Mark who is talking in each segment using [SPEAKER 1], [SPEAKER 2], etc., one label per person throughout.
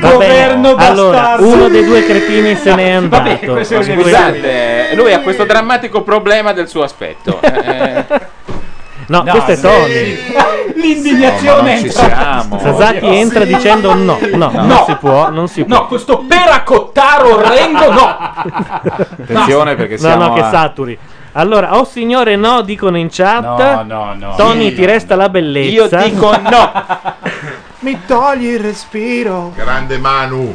[SPEAKER 1] Va
[SPEAKER 2] Governo
[SPEAKER 1] bene. Allora,
[SPEAKER 2] bastardo.
[SPEAKER 1] uno dei due cretini se n'è
[SPEAKER 2] Vabbè,
[SPEAKER 1] andato.
[SPEAKER 2] questo è un
[SPEAKER 3] Scusate, lui ha questo drammatico problema del suo aspetto. Eh,
[SPEAKER 1] No,
[SPEAKER 2] No,
[SPEAKER 1] questo è
[SPEAKER 2] sì.
[SPEAKER 1] Tony.
[SPEAKER 2] L'indignazione
[SPEAKER 3] ci
[SPEAKER 2] entra.
[SPEAKER 3] siamo.
[SPEAKER 1] Sasaki entra dicendo no, no, non
[SPEAKER 2] No.
[SPEAKER 1] si può, non si può.
[SPEAKER 2] No, questo peracottaro orrendo no.
[SPEAKER 4] Attenzione perché
[SPEAKER 1] No,
[SPEAKER 4] siamo
[SPEAKER 1] no, che
[SPEAKER 4] a-
[SPEAKER 1] saturi. Allora, oh signore no, dicono in chat.
[SPEAKER 2] no, no.
[SPEAKER 1] Tony, ti resta la
[SPEAKER 3] Io
[SPEAKER 1] bellezza.
[SPEAKER 3] dico no.
[SPEAKER 4] Mi togli il respiro.
[SPEAKER 5] Grande Manu.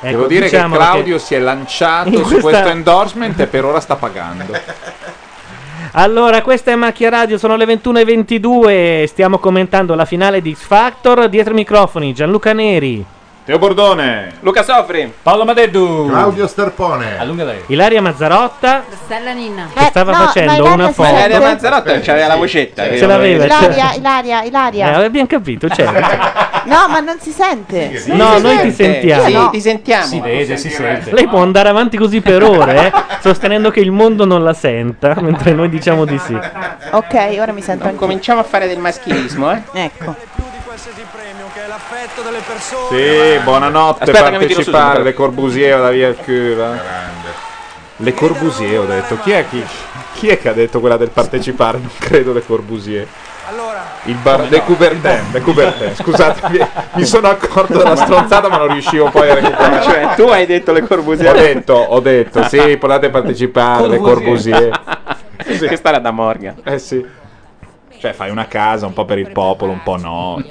[SPEAKER 1] Ecco,
[SPEAKER 4] Devo dire che
[SPEAKER 1] diciamo
[SPEAKER 4] Claudio si è lanciato
[SPEAKER 1] In
[SPEAKER 4] su
[SPEAKER 1] questa-
[SPEAKER 4] questo endorsement e per ora sta pagando.
[SPEAKER 1] Allora, questa è Macchia Radio, sono le 21.22, stiamo commentando la finale di X Factor. Dietro i microfoni Gianluca Neri,
[SPEAKER 4] Teo Bordone.
[SPEAKER 3] Luca Sofri.
[SPEAKER 2] Paolo Madeddu.
[SPEAKER 5] Claudio Sterpone.
[SPEAKER 2] Allunga lei.
[SPEAKER 1] Ilaria Mazzarotta,
[SPEAKER 6] Stella Ninna.
[SPEAKER 1] che
[SPEAKER 7] Eh,
[SPEAKER 1] stava facendo una
[SPEAKER 3] Ma
[SPEAKER 1] foto.
[SPEAKER 3] era Mazzarotta, c'aveva la vocetta.
[SPEAKER 1] Ce l'aveva.
[SPEAKER 7] Ilaria, Ilaria, Ilaria.
[SPEAKER 1] Eh, abbiamo capito, c'era.
[SPEAKER 7] No, ma non si sente.
[SPEAKER 5] Sì,
[SPEAKER 1] No,
[SPEAKER 3] Si
[SPEAKER 1] noi
[SPEAKER 3] sente?
[SPEAKER 1] ti sentiamo.
[SPEAKER 3] Sì,
[SPEAKER 7] No.
[SPEAKER 3] ti sentiamo.
[SPEAKER 2] Si vede, si sente.
[SPEAKER 1] Lei può andare avanti così per ore, eh, sostenendo che il mondo non la senta, mentre noi diciamo di sì.
[SPEAKER 7] Ok, ora mi sento
[SPEAKER 3] Non
[SPEAKER 7] anche.
[SPEAKER 3] cominciamo a fare del maschilismo, eh.
[SPEAKER 7] Ecco.
[SPEAKER 8] più di qualsiasi premio, che è l'affetto delle persone.
[SPEAKER 4] Sì, buonanotte,
[SPEAKER 3] Aspetta che mi tiro su,
[SPEAKER 4] partecipare
[SPEAKER 3] però.
[SPEAKER 4] Le Corbusier da via il culo. Le Corbusier ho detto. Chi è, chi, chi è che ha detto quella del partecipare? Non credo Le Corbusier.
[SPEAKER 8] Allora,
[SPEAKER 4] Il bar Le Coubertin, Le Coubertin. Scusatemi, mi sono accorto della stronzata, ma non riuscivo poi a recuperare.
[SPEAKER 3] Cioè, tu hai detto le
[SPEAKER 4] ho
[SPEAKER 3] corbusiere.
[SPEAKER 4] detto, ho detto, sì, potete partecipare, le Corbusier.
[SPEAKER 3] Questa era da Morgan.
[SPEAKER 4] Eh sì. Cioè, fai una casa un po' per il popolo, un po' no.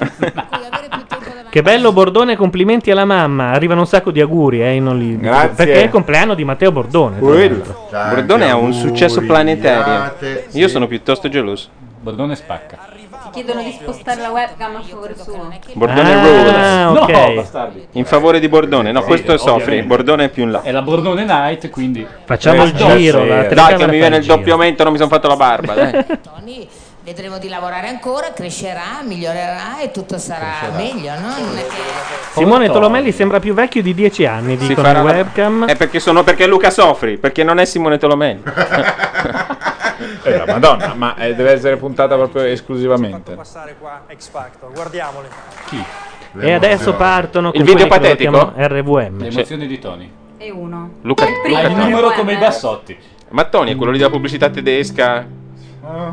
[SPEAKER 1] Che bello Bordone, complimenti alla mamma. Arrivano un sacco di auguri, eh, io non li dico,
[SPEAKER 4] Grazie.
[SPEAKER 1] Perché è il compleanno di Matteo
[SPEAKER 3] eh.
[SPEAKER 1] Bordone. tra l'altro.
[SPEAKER 3] Bordone ha un successo planetario. Io sono piuttosto geloso.
[SPEAKER 2] Bordone spacca.
[SPEAKER 8] Ti chiedono di spostare la webcam a favore suo.
[SPEAKER 3] Bordone
[SPEAKER 1] Ah,
[SPEAKER 3] rules.
[SPEAKER 1] ok. No,
[SPEAKER 2] bastardi.
[SPEAKER 3] In favore di Bordone. No,
[SPEAKER 2] Sì,
[SPEAKER 3] questo soffri.
[SPEAKER 2] ovviamente.
[SPEAKER 3] Bordone è più in là.
[SPEAKER 2] È la Bordone Night, quindi...
[SPEAKER 1] Facciamo il
[SPEAKER 2] Adesso-
[SPEAKER 1] giro, la
[SPEAKER 3] Dai,
[SPEAKER 1] telecamera
[SPEAKER 3] che mi viene
[SPEAKER 1] fa
[SPEAKER 3] il
[SPEAKER 1] il giro.
[SPEAKER 3] doppio aumento, non mi sono fatto la barba. dai.
[SPEAKER 6] Tony, vedremo di lavorare ancora, crescerà, migliorerà e tutto sarà meglio, no? Non è che...
[SPEAKER 1] Simone Tolomelli sembra più vecchio di 10 anni,
[SPEAKER 3] Si
[SPEAKER 1] dicono
[SPEAKER 3] farà
[SPEAKER 1] in
[SPEAKER 3] la-
[SPEAKER 1] webcam.
[SPEAKER 3] È perché sono perché Luca Soffri, perché non è Simone Tolomelli.
[SPEAKER 4] Eh, la Madonna, ma eh, deve essere puntata proprio esclusivamente.
[SPEAKER 9] Passare qua X Factor, guardiamoli.
[SPEAKER 2] Chi?
[SPEAKER 1] E adesso partono con
[SPEAKER 3] Il video
[SPEAKER 1] quelli che lo
[SPEAKER 3] patetico?
[SPEAKER 1] chiamano RVM.
[SPEAKER 2] Le emozioni di Tony.
[SPEAKER 8] E uno.
[SPEAKER 3] Luca,
[SPEAKER 2] Ha
[SPEAKER 3] Luca
[SPEAKER 2] il eh,
[SPEAKER 3] Toni.
[SPEAKER 2] numero come i bassotti.
[SPEAKER 3] Ma Tony è quello lì della pubblicità tedesca.
[SPEAKER 10] Eh,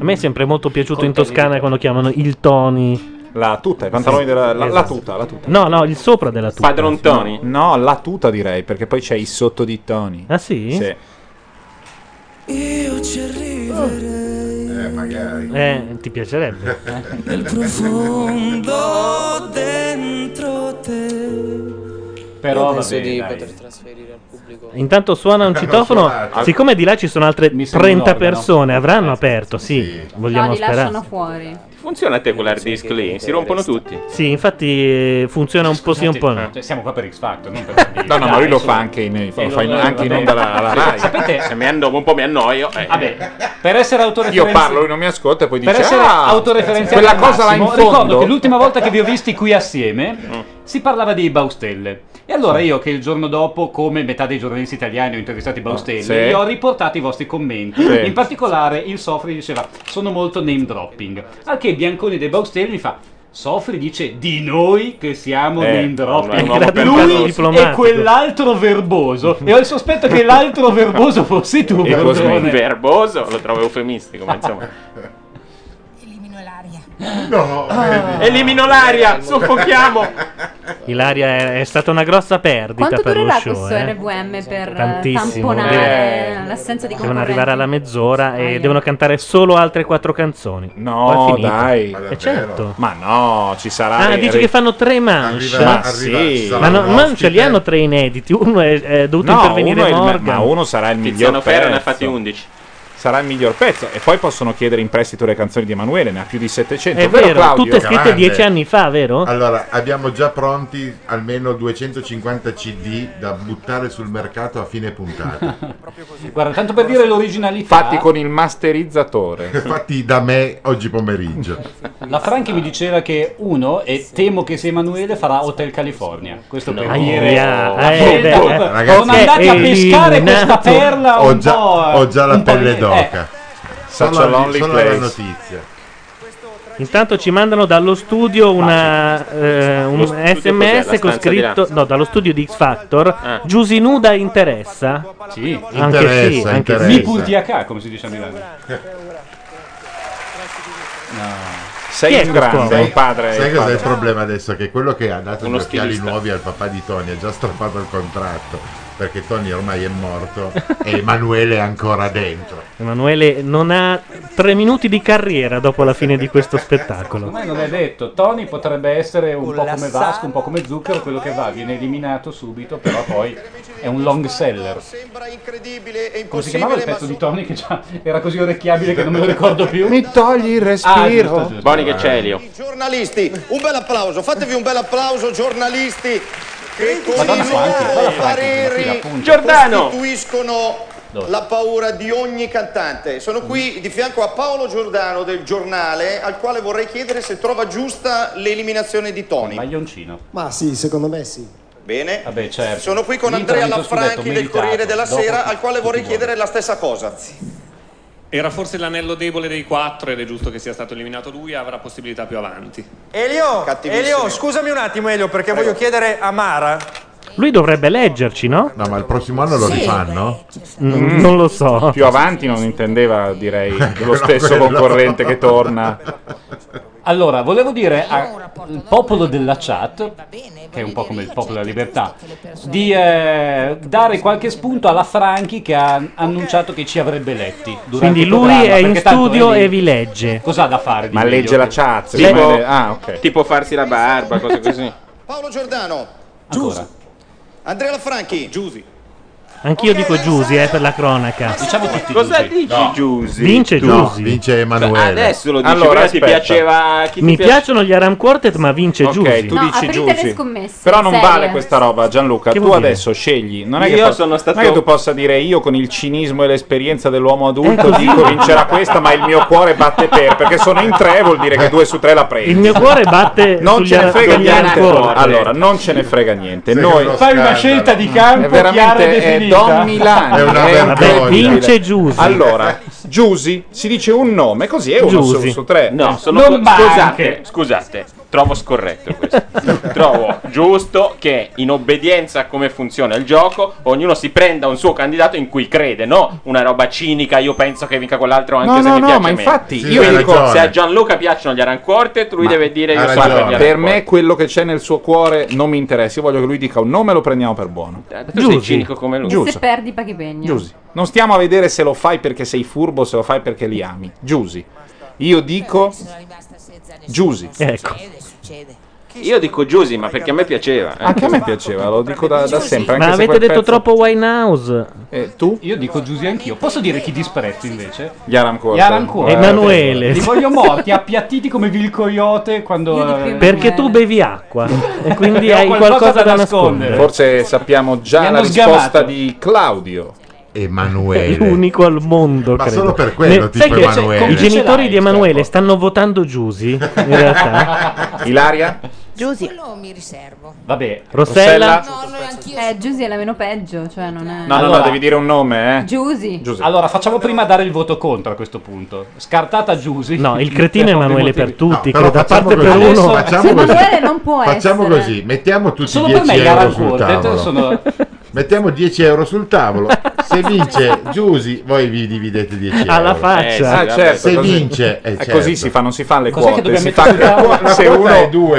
[SPEAKER 1] A me è sempre molto piaciuto in Toscana quando chiamano il Tony.
[SPEAKER 4] La tuta, i pantaloni della. La, la
[SPEAKER 1] Esatto.
[SPEAKER 4] tuta, la tuta.
[SPEAKER 1] No, no, il sopra della tuta.
[SPEAKER 3] Padron Tony.
[SPEAKER 4] No, la tuta direi, perché poi c'è i sottodittoni.
[SPEAKER 1] Ah sì?
[SPEAKER 4] Sì.
[SPEAKER 10] Io ci arriverei
[SPEAKER 5] Eh, magari.
[SPEAKER 1] Eh, ti piacerebbe.
[SPEAKER 10] nel profondo dentro te.
[SPEAKER 2] Però va bene,
[SPEAKER 10] trasferire al pubblico.
[SPEAKER 1] Intanto suona un citofono.
[SPEAKER 5] suonare.
[SPEAKER 1] Siccome di là ci sono altre
[SPEAKER 2] Mi sembra
[SPEAKER 1] 30
[SPEAKER 2] un organo. Eh,
[SPEAKER 1] persone, avranno aperto, sì,
[SPEAKER 8] No,
[SPEAKER 1] vogliamo
[SPEAKER 8] li lasciano
[SPEAKER 1] sperare.
[SPEAKER 8] fuori.
[SPEAKER 3] Funziona a te quell'hard disk lì? Si rompono tutti. Ah.
[SPEAKER 1] Sì, infatti eh, funziona un po' sì, un po' no.
[SPEAKER 2] Cioè, siamo qua per X Factor, non per...
[SPEAKER 4] No, no, ma lui
[SPEAKER 2] Dai,
[SPEAKER 4] lo
[SPEAKER 2] insomma.
[SPEAKER 4] fa anche in,
[SPEAKER 2] Eh,
[SPEAKER 4] lo fa in-
[SPEAKER 2] lo-
[SPEAKER 4] anche in
[SPEAKER 2] vabbè.
[SPEAKER 4] onda alla, alla Rai.
[SPEAKER 3] Se
[SPEAKER 2] Sapete...
[SPEAKER 3] mi ando un po' mi annoio. eh.
[SPEAKER 2] Vabbè, per essere autoreferenziale...
[SPEAKER 4] Io parlo, lui non mi ascolta e poi dice:
[SPEAKER 2] Per essere
[SPEAKER 4] ah,
[SPEAKER 2] autoreferenziale
[SPEAKER 4] quella
[SPEAKER 2] al
[SPEAKER 4] cosa Mm. là in
[SPEAKER 2] massimo,
[SPEAKER 4] fondo.
[SPEAKER 2] ricordo che l'ultima volta che vi ho visti qui assieme si parlava di Baustelle. E allora io che il giorno dopo, come metà dei giornalisti italiani, ho intervistato i Baustelle,
[SPEAKER 4] Mm. Sì.
[SPEAKER 2] vi ho riportato i vostri commenti.
[SPEAKER 4] Sì.
[SPEAKER 2] In particolare il Sofri diceva sono molto name dropping. Al che Bianconi dei Baustelle mi fa Sofri dice di noi che siamo
[SPEAKER 4] Eh,
[SPEAKER 2] name
[SPEAKER 3] è un
[SPEAKER 2] dropping.
[SPEAKER 3] uomo per caso
[SPEAKER 2] Lui e
[SPEAKER 1] diplomatico.
[SPEAKER 2] quell'altro verboso. E ho il sospetto che l'altro verboso fossi tu,
[SPEAKER 4] E così.
[SPEAKER 2] Bordone.
[SPEAKER 3] Verboso, lo trovo eufemistico, ma insomma.
[SPEAKER 6] Elimino l'aria.
[SPEAKER 5] No,
[SPEAKER 4] Ah.
[SPEAKER 5] vedi.
[SPEAKER 3] Elimino l'aria, soffochiamo.
[SPEAKER 1] Ilaria è, è stata una grossa perdita
[SPEAKER 8] Quanto
[SPEAKER 1] per lo
[SPEAKER 8] durerà
[SPEAKER 1] show.
[SPEAKER 8] questo
[SPEAKER 1] eh.
[SPEAKER 8] RVM per eh,
[SPEAKER 1] Tantissimo,
[SPEAKER 8] tamponare
[SPEAKER 4] deve-
[SPEAKER 8] l'assenza di
[SPEAKER 1] Devono
[SPEAKER 8] concorrenza?
[SPEAKER 1] arrivare alla mezz'ora e
[SPEAKER 8] Ahia.
[SPEAKER 1] devono cantare solo altre quattro canzoni. Poi è
[SPEAKER 4] No,
[SPEAKER 1] finita.
[SPEAKER 4] dai.
[SPEAKER 5] Ma
[SPEAKER 1] Eh
[SPEAKER 5] davvero?
[SPEAKER 1] certo.
[SPEAKER 4] Ma no, ci sarà.
[SPEAKER 1] Ah,
[SPEAKER 4] Re-
[SPEAKER 1] dici
[SPEAKER 4] Re-
[SPEAKER 1] che fanno tre manche.
[SPEAKER 5] Arriva,
[SPEAKER 4] Ma
[SPEAKER 5] arriva
[SPEAKER 4] sì.
[SPEAKER 1] Ma, no- ma non ce li
[SPEAKER 5] Salanowski,
[SPEAKER 1] hanno tre inediti. Uno è, è dovuto
[SPEAKER 4] No,
[SPEAKER 1] intervenire
[SPEAKER 4] uno è il-
[SPEAKER 1] Morgan.
[SPEAKER 4] ma uno sarà il
[SPEAKER 3] Tiziano
[SPEAKER 4] miglior
[SPEAKER 3] Ferro ne ha
[SPEAKER 4] pezzo.
[SPEAKER 3] fatti 11.
[SPEAKER 4] Sarà il miglior pezzo. E poi possono chiedere in prestito le canzoni di Emanuele, ne ha più di 700.
[SPEAKER 1] è vero,
[SPEAKER 4] Claudio?
[SPEAKER 1] tutte scritte
[SPEAKER 5] Grande.
[SPEAKER 1] dieci anni fa, vero?
[SPEAKER 5] Allora, abbiamo già pronti almeno 250 CD da buttare sul mercato a fine puntata.
[SPEAKER 2] Guarda, tanto per dire l'originalità.
[SPEAKER 4] Fatti con il masterizzatore.
[SPEAKER 5] Fatti da me oggi pomeriggio.
[SPEAKER 2] La Franchi mi diceva che uno, e temo che sia Emanuele, farà Hotel California. Questo per dire.
[SPEAKER 1] Ahia, eh,
[SPEAKER 2] Appunto,
[SPEAKER 1] beh, eh,
[SPEAKER 5] ragazzi,
[SPEAKER 2] sono andati a
[SPEAKER 1] eh,
[SPEAKER 2] pescare
[SPEAKER 1] eliminato.
[SPEAKER 2] questa perla un
[SPEAKER 5] Ho già,
[SPEAKER 2] po'. eh,
[SPEAKER 5] ho già la
[SPEAKER 2] un po'
[SPEAKER 5] pelle
[SPEAKER 2] di- eh,
[SPEAKER 5] d'oca.
[SPEAKER 4] Such a
[SPEAKER 5] Sono-
[SPEAKER 4] lonely
[SPEAKER 5] sono la
[SPEAKER 4] place.
[SPEAKER 5] notizia.
[SPEAKER 1] Intanto ci mandano dallo studio una, eh, un
[SPEAKER 3] Lo studio cos'è? La
[SPEAKER 1] sms con
[SPEAKER 3] stanza di là?
[SPEAKER 1] scritto: No, dallo studio di X Factor.
[SPEAKER 3] Ah.
[SPEAKER 1] Giusinuda interessa.
[SPEAKER 2] sì.
[SPEAKER 1] Anche sì,
[SPEAKER 5] Interessa,
[SPEAKER 1] anche
[SPEAKER 5] interessa.
[SPEAKER 1] sì.
[SPEAKER 2] Mi punti a K, come si dice a Milano.
[SPEAKER 1] Chi è
[SPEAKER 4] Sei un
[SPEAKER 1] questo
[SPEAKER 4] grande,
[SPEAKER 1] uomo?
[SPEAKER 4] il padre.
[SPEAKER 5] sai cos'è
[SPEAKER 4] il padre.
[SPEAKER 5] il problema adesso? Che quello che ha dato
[SPEAKER 3] Uno
[SPEAKER 5] gli occhiali
[SPEAKER 3] stilista.
[SPEAKER 5] nuovi al papà di Tony ha già strappato il contratto. Perché Tony ormai è morto e Emanuele è ancora dentro.
[SPEAKER 1] Emanuele non ha tre minuti di carriera dopo la fine di questo spettacolo.
[SPEAKER 2] Ormai non è detto, Tony potrebbe essere un po' come
[SPEAKER 9] Collassare.
[SPEAKER 2] Vasco, un po' come Zucchero, quello che va, viene eliminato subito, però poi è un long seller.
[SPEAKER 9] Sembra incredibile e
[SPEAKER 2] Come si chiamava il pezzo di Tony che già era così orecchiabile che non me lo ricordo più?
[SPEAKER 4] Mi togli il
[SPEAKER 2] Ah,
[SPEAKER 4] respiro.
[SPEAKER 2] giusto, giusto.
[SPEAKER 3] Boni che Celio.
[SPEAKER 9] Giornalisti, un bel applauso, fatevi un bel applauso giornalisti che con
[SPEAKER 2] Madonna quanti, guarda quanti, fila, appunto.
[SPEAKER 3] Giordano.
[SPEAKER 9] costituiscono
[SPEAKER 2] Dove?
[SPEAKER 9] la paura di ogni cantante. Sono qui di fianco a Paolo Giordano del giornale al quale vorrei chiedere se trova giusta l'eliminazione di Tony.
[SPEAKER 2] Maglioncino.
[SPEAKER 10] Ma sì, secondo me sì.
[SPEAKER 9] Bene?
[SPEAKER 2] Vabbè, certo.
[SPEAKER 9] Sono qui con
[SPEAKER 2] L'Inter
[SPEAKER 9] Andrea
[SPEAKER 2] ha vinto il
[SPEAKER 9] Lanfranchi
[SPEAKER 2] scudetto,
[SPEAKER 9] del
[SPEAKER 2] meritato.
[SPEAKER 9] Corriere della
[SPEAKER 2] Dopo
[SPEAKER 9] Sera
[SPEAKER 2] tutti-
[SPEAKER 9] al quale vorrei
[SPEAKER 2] tutti i
[SPEAKER 9] chiedere la stessa cosa.
[SPEAKER 10] Era forse l'anello debole dei quattro ed è giusto che sia stato eliminato lui, avrà possibilità più avanti.
[SPEAKER 9] Elio, Elio, scusami un attimo Elio perché voglio chiedere a Mara.
[SPEAKER 1] Lui dovrebbe leggerci, no?
[SPEAKER 5] No, ma il prossimo anno lo rifanno?
[SPEAKER 1] Mm, non lo so.
[SPEAKER 4] Più avanti non intendeva, direi, lo stesso
[SPEAKER 5] quello.
[SPEAKER 4] concorrente che torna.
[SPEAKER 2] Allora, volevo dire
[SPEAKER 6] Io ho un
[SPEAKER 2] al
[SPEAKER 6] rapporto normale,
[SPEAKER 2] popolo della chat,
[SPEAKER 6] va bene,
[SPEAKER 2] che è
[SPEAKER 6] voglio
[SPEAKER 2] un po'
[SPEAKER 6] dire,
[SPEAKER 2] come il
[SPEAKER 6] io
[SPEAKER 2] popolo della
[SPEAKER 6] accetto
[SPEAKER 2] libertà,
[SPEAKER 6] giusto che le persone-
[SPEAKER 2] di eh, dare qualche spunto alla Franchi che ha annunciato che ci avrebbe letti. durante
[SPEAKER 1] Quindi
[SPEAKER 2] il
[SPEAKER 1] lui
[SPEAKER 2] programma,
[SPEAKER 1] è in
[SPEAKER 2] perché tanto
[SPEAKER 1] studio
[SPEAKER 2] è lì.
[SPEAKER 1] e vi legge.
[SPEAKER 2] Cosa ha da fare? di
[SPEAKER 4] Ma
[SPEAKER 2] meglio?
[SPEAKER 4] legge la chat.
[SPEAKER 3] Tipo-
[SPEAKER 4] rimane- Ah, ok.
[SPEAKER 3] Tipo farsi la barba, cose così.
[SPEAKER 9] Paolo Giordano,
[SPEAKER 2] Ancora.
[SPEAKER 9] Andrea Lanfranchi,
[SPEAKER 10] Giusi.
[SPEAKER 1] Anch'io dico Giusy, eh, per la cronaca.
[SPEAKER 2] Diciamo tutti
[SPEAKER 3] Cosa dici Giusy?
[SPEAKER 1] Vince
[SPEAKER 3] Tu?
[SPEAKER 1] Giusy. Vince
[SPEAKER 3] Emanuele. Adesso lo dici, prima ti piaceva- chi ti
[SPEAKER 1] Mi
[SPEAKER 3] piace-
[SPEAKER 1] piacciono gli Aram Quartet, ma vince Giusy.
[SPEAKER 4] Ok, tu dici Giusy. Però non vale questa roba, Gianluca.
[SPEAKER 1] Che
[SPEAKER 4] Tu
[SPEAKER 1] vuol dire?
[SPEAKER 4] adesso scegli. Non è, che
[SPEAKER 3] Io
[SPEAKER 4] pos-
[SPEAKER 3] sono
[SPEAKER 4] non è
[SPEAKER 3] stato-
[SPEAKER 4] che tu possa dire io con il cinismo e l'esperienza dell'uomo adulto
[SPEAKER 2] Ecco.
[SPEAKER 1] così.
[SPEAKER 4] dico vincerà questa, ma il mio cuore batte per. Perché sono in tre, vuol dire
[SPEAKER 2] Eh.
[SPEAKER 4] che due su tre la prendi.
[SPEAKER 1] Il mio cuore batte
[SPEAKER 4] Non
[SPEAKER 1] sugli
[SPEAKER 4] ce ne
[SPEAKER 1] Aram-
[SPEAKER 4] frega
[SPEAKER 1] sugli Aram
[SPEAKER 4] niente.
[SPEAKER 1] Quartet.
[SPEAKER 4] Allora, non ce ne frega niente.
[SPEAKER 2] Sei
[SPEAKER 4] Noi
[SPEAKER 2] uno Fai una scandalo. scelta di campo
[SPEAKER 4] È veramente
[SPEAKER 2] chiara e
[SPEAKER 4] è
[SPEAKER 2] definita.
[SPEAKER 4] Don Milano.
[SPEAKER 2] È una vergogna.
[SPEAKER 4] incredibile.
[SPEAKER 2] Vince Giusy.
[SPEAKER 4] Allora, Giusy si dice un nome, così è uno su,
[SPEAKER 3] Giusy.
[SPEAKER 4] su tre. Eh,
[SPEAKER 3] No, sono
[SPEAKER 4] Non
[SPEAKER 3] co-
[SPEAKER 4] manche.
[SPEAKER 3] scusate, scusate, trovo scorretto questo. trovo giusto che in obbedienza a come funziona il gioco, ognuno si prenda un suo candidato in cui crede, no? Una roba cinica, io penso che vinca quell'altro anche
[SPEAKER 4] No,
[SPEAKER 3] se
[SPEAKER 4] no,
[SPEAKER 3] mi
[SPEAKER 4] no,
[SPEAKER 3] piace
[SPEAKER 4] ma
[SPEAKER 3] meno.
[SPEAKER 4] infatti, Sì, io hai
[SPEAKER 3] Quindi
[SPEAKER 4] dico- ragione.
[SPEAKER 3] se a Gianluca piacciono gli Aran Quartet, lui deve dire io
[SPEAKER 4] Ha
[SPEAKER 3] sono
[SPEAKER 4] ragione.
[SPEAKER 3] per gli
[SPEAKER 4] per
[SPEAKER 3] Aran
[SPEAKER 4] me quello che c'è nel suo cuore non mi interessa. Io voglio che lui dica un nome e lo prendiamo per buono.
[SPEAKER 3] Quartet. Tu sei cinico come lui.
[SPEAKER 4] Giusto.
[SPEAKER 6] Se perdi paghi pegno.
[SPEAKER 4] Giusy. Non stiamo a vedere se lo fai perché sei furbo o se lo fai perché li ami. Giusy. Io dico Giusy.
[SPEAKER 3] Ecco. Io dico Giusy, ma perché a me piaceva. eh.
[SPEAKER 4] Anche a me piaceva, lo dico da, da sempre.
[SPEAKER 1] Ma
[SPEAKER 4] anche se
[SPEAKER 1] avete
[SPEAKER 4] quel
[SPEAKER 1] detto
[SPEAKER 4] pezzo-
[SPEAKER 1] troppo Winehouse.
[SPEAKER 4] tu?
[SPEAKER 2] Eh, Io dico Giusy anch'io. Posso dire chi disprezzo invece?
[SPEAKER 4] Gli Aram Quartet.
[SPEAKER 2] Yaran Quartet.
[SPEAKER 1] Emanuele.
[SPEAKER 2] Li voglio morti, appiattiti come vil coyote quando... eh,
[SPEAKER 1] Perché tu bevi acqua e quindi
[SPEAKER 2] Ho
[SPEAKER 1] hai
[SPEAKER 2] qualcosa
[SPEAKER 1] qualcosa,
[SPEAKER 2] da
[SPEAKER 1] da
[SPEAKER 2] nascondere.
[SPEAKER 1] nascondere.
[SPEAKER 4] Forse sappiamo
[SPEAKER 2] Mi
[SPEAKER 4] già
[SPEAKER 2] hanno
[SPEAKER 4] la risposta
[SPEAKER 2] sgamato.
[SPEAKER 4] di Claudio.
[SPEAKER 1] È
[SPEAKER 4] Emanuele.
[SPEAKER 1] l'unico al mondo,
[SPEAKER 4] Ma
[SPEAKER 1] credo.
[SPEAKER 4] solo per quello, tipo
[SPEAKER 1] sai che
[SPEAKER 4] Emanuele.
[SPEAKER 1] I
[SPEAKER 4] Come ce
[SPEAKER 1] genitori
[SPEAKER 4] l'hai,
[SPEAKER 1] di Emanuele stanno votando Giusy, in realtà.
[SPEAKER 4] Ilaria?
[SPEAKER 11] Giusy.
[SPEAKER 6] Quello mi riservo.
[SPEAKER 2] Vabbè.
[SPEAKER 1] Rossella?
[SPEAKER 6] No, no, anch'io. Eh, Giusy è la meno peggio, cioè non è...
[SPEAKER 4] No, no, no, devi dire un nome, eh.
[SPEAKER 6] Giusy.
[SPEAKER 2] Allora, facciamo prima dare il voto contro a questo punto. Scartata Giusy. Eh,
[SPEAKER 1] No, il cretino
[SPEAKER 2] Per
[SPEAKER 1] Emanuele
[SPEAKER 2] ovvi
[SPEAKER 1] per tutti,
[SPEAKER 2] motivi.
[SPEAKER 1] che da parte per
[SPEAKER 2] Adesso-
[SPEAKER 1] uno.
[SPEAKER 6] Emanuele non può
[SPEAKER 5] Facciamo
[SPEAKER 6] essere.
[SPEAKER 5] così, mettiamo tutti
[SPEAKER 2] Solo per
[SPEAKER 5] 10
[SPEAKER 2] me gli
[SPEAKER 5] euro
[SPEAKER 2] Aran
[SPEAKER 5] sul
[SPEAKER 2] Quartet
[SPEAKER 5] tavolo.
[SPEAKER 2] sono-
[SPEAKER 5] Mettiamo 10 euro sul tavolo. Se vince Giusy, voi vi dividete 10 euro.
[SPEAKER 4] Alla faccia. Eh, sì,
[SPEAKER 5] Ah,
[SPEAKER 4] vabbè,
[SPEAKER 5] certo,
[SPEAKER 4] così-
[SPEAKER 5] se vince, certo.
[SPEAKER 4] eh, così si fa, non si fa le
[SPEAKER 5] cose
[SPEAKER 4] Cos'è che quote, dobbiamo si mettere fa- sul tavolo?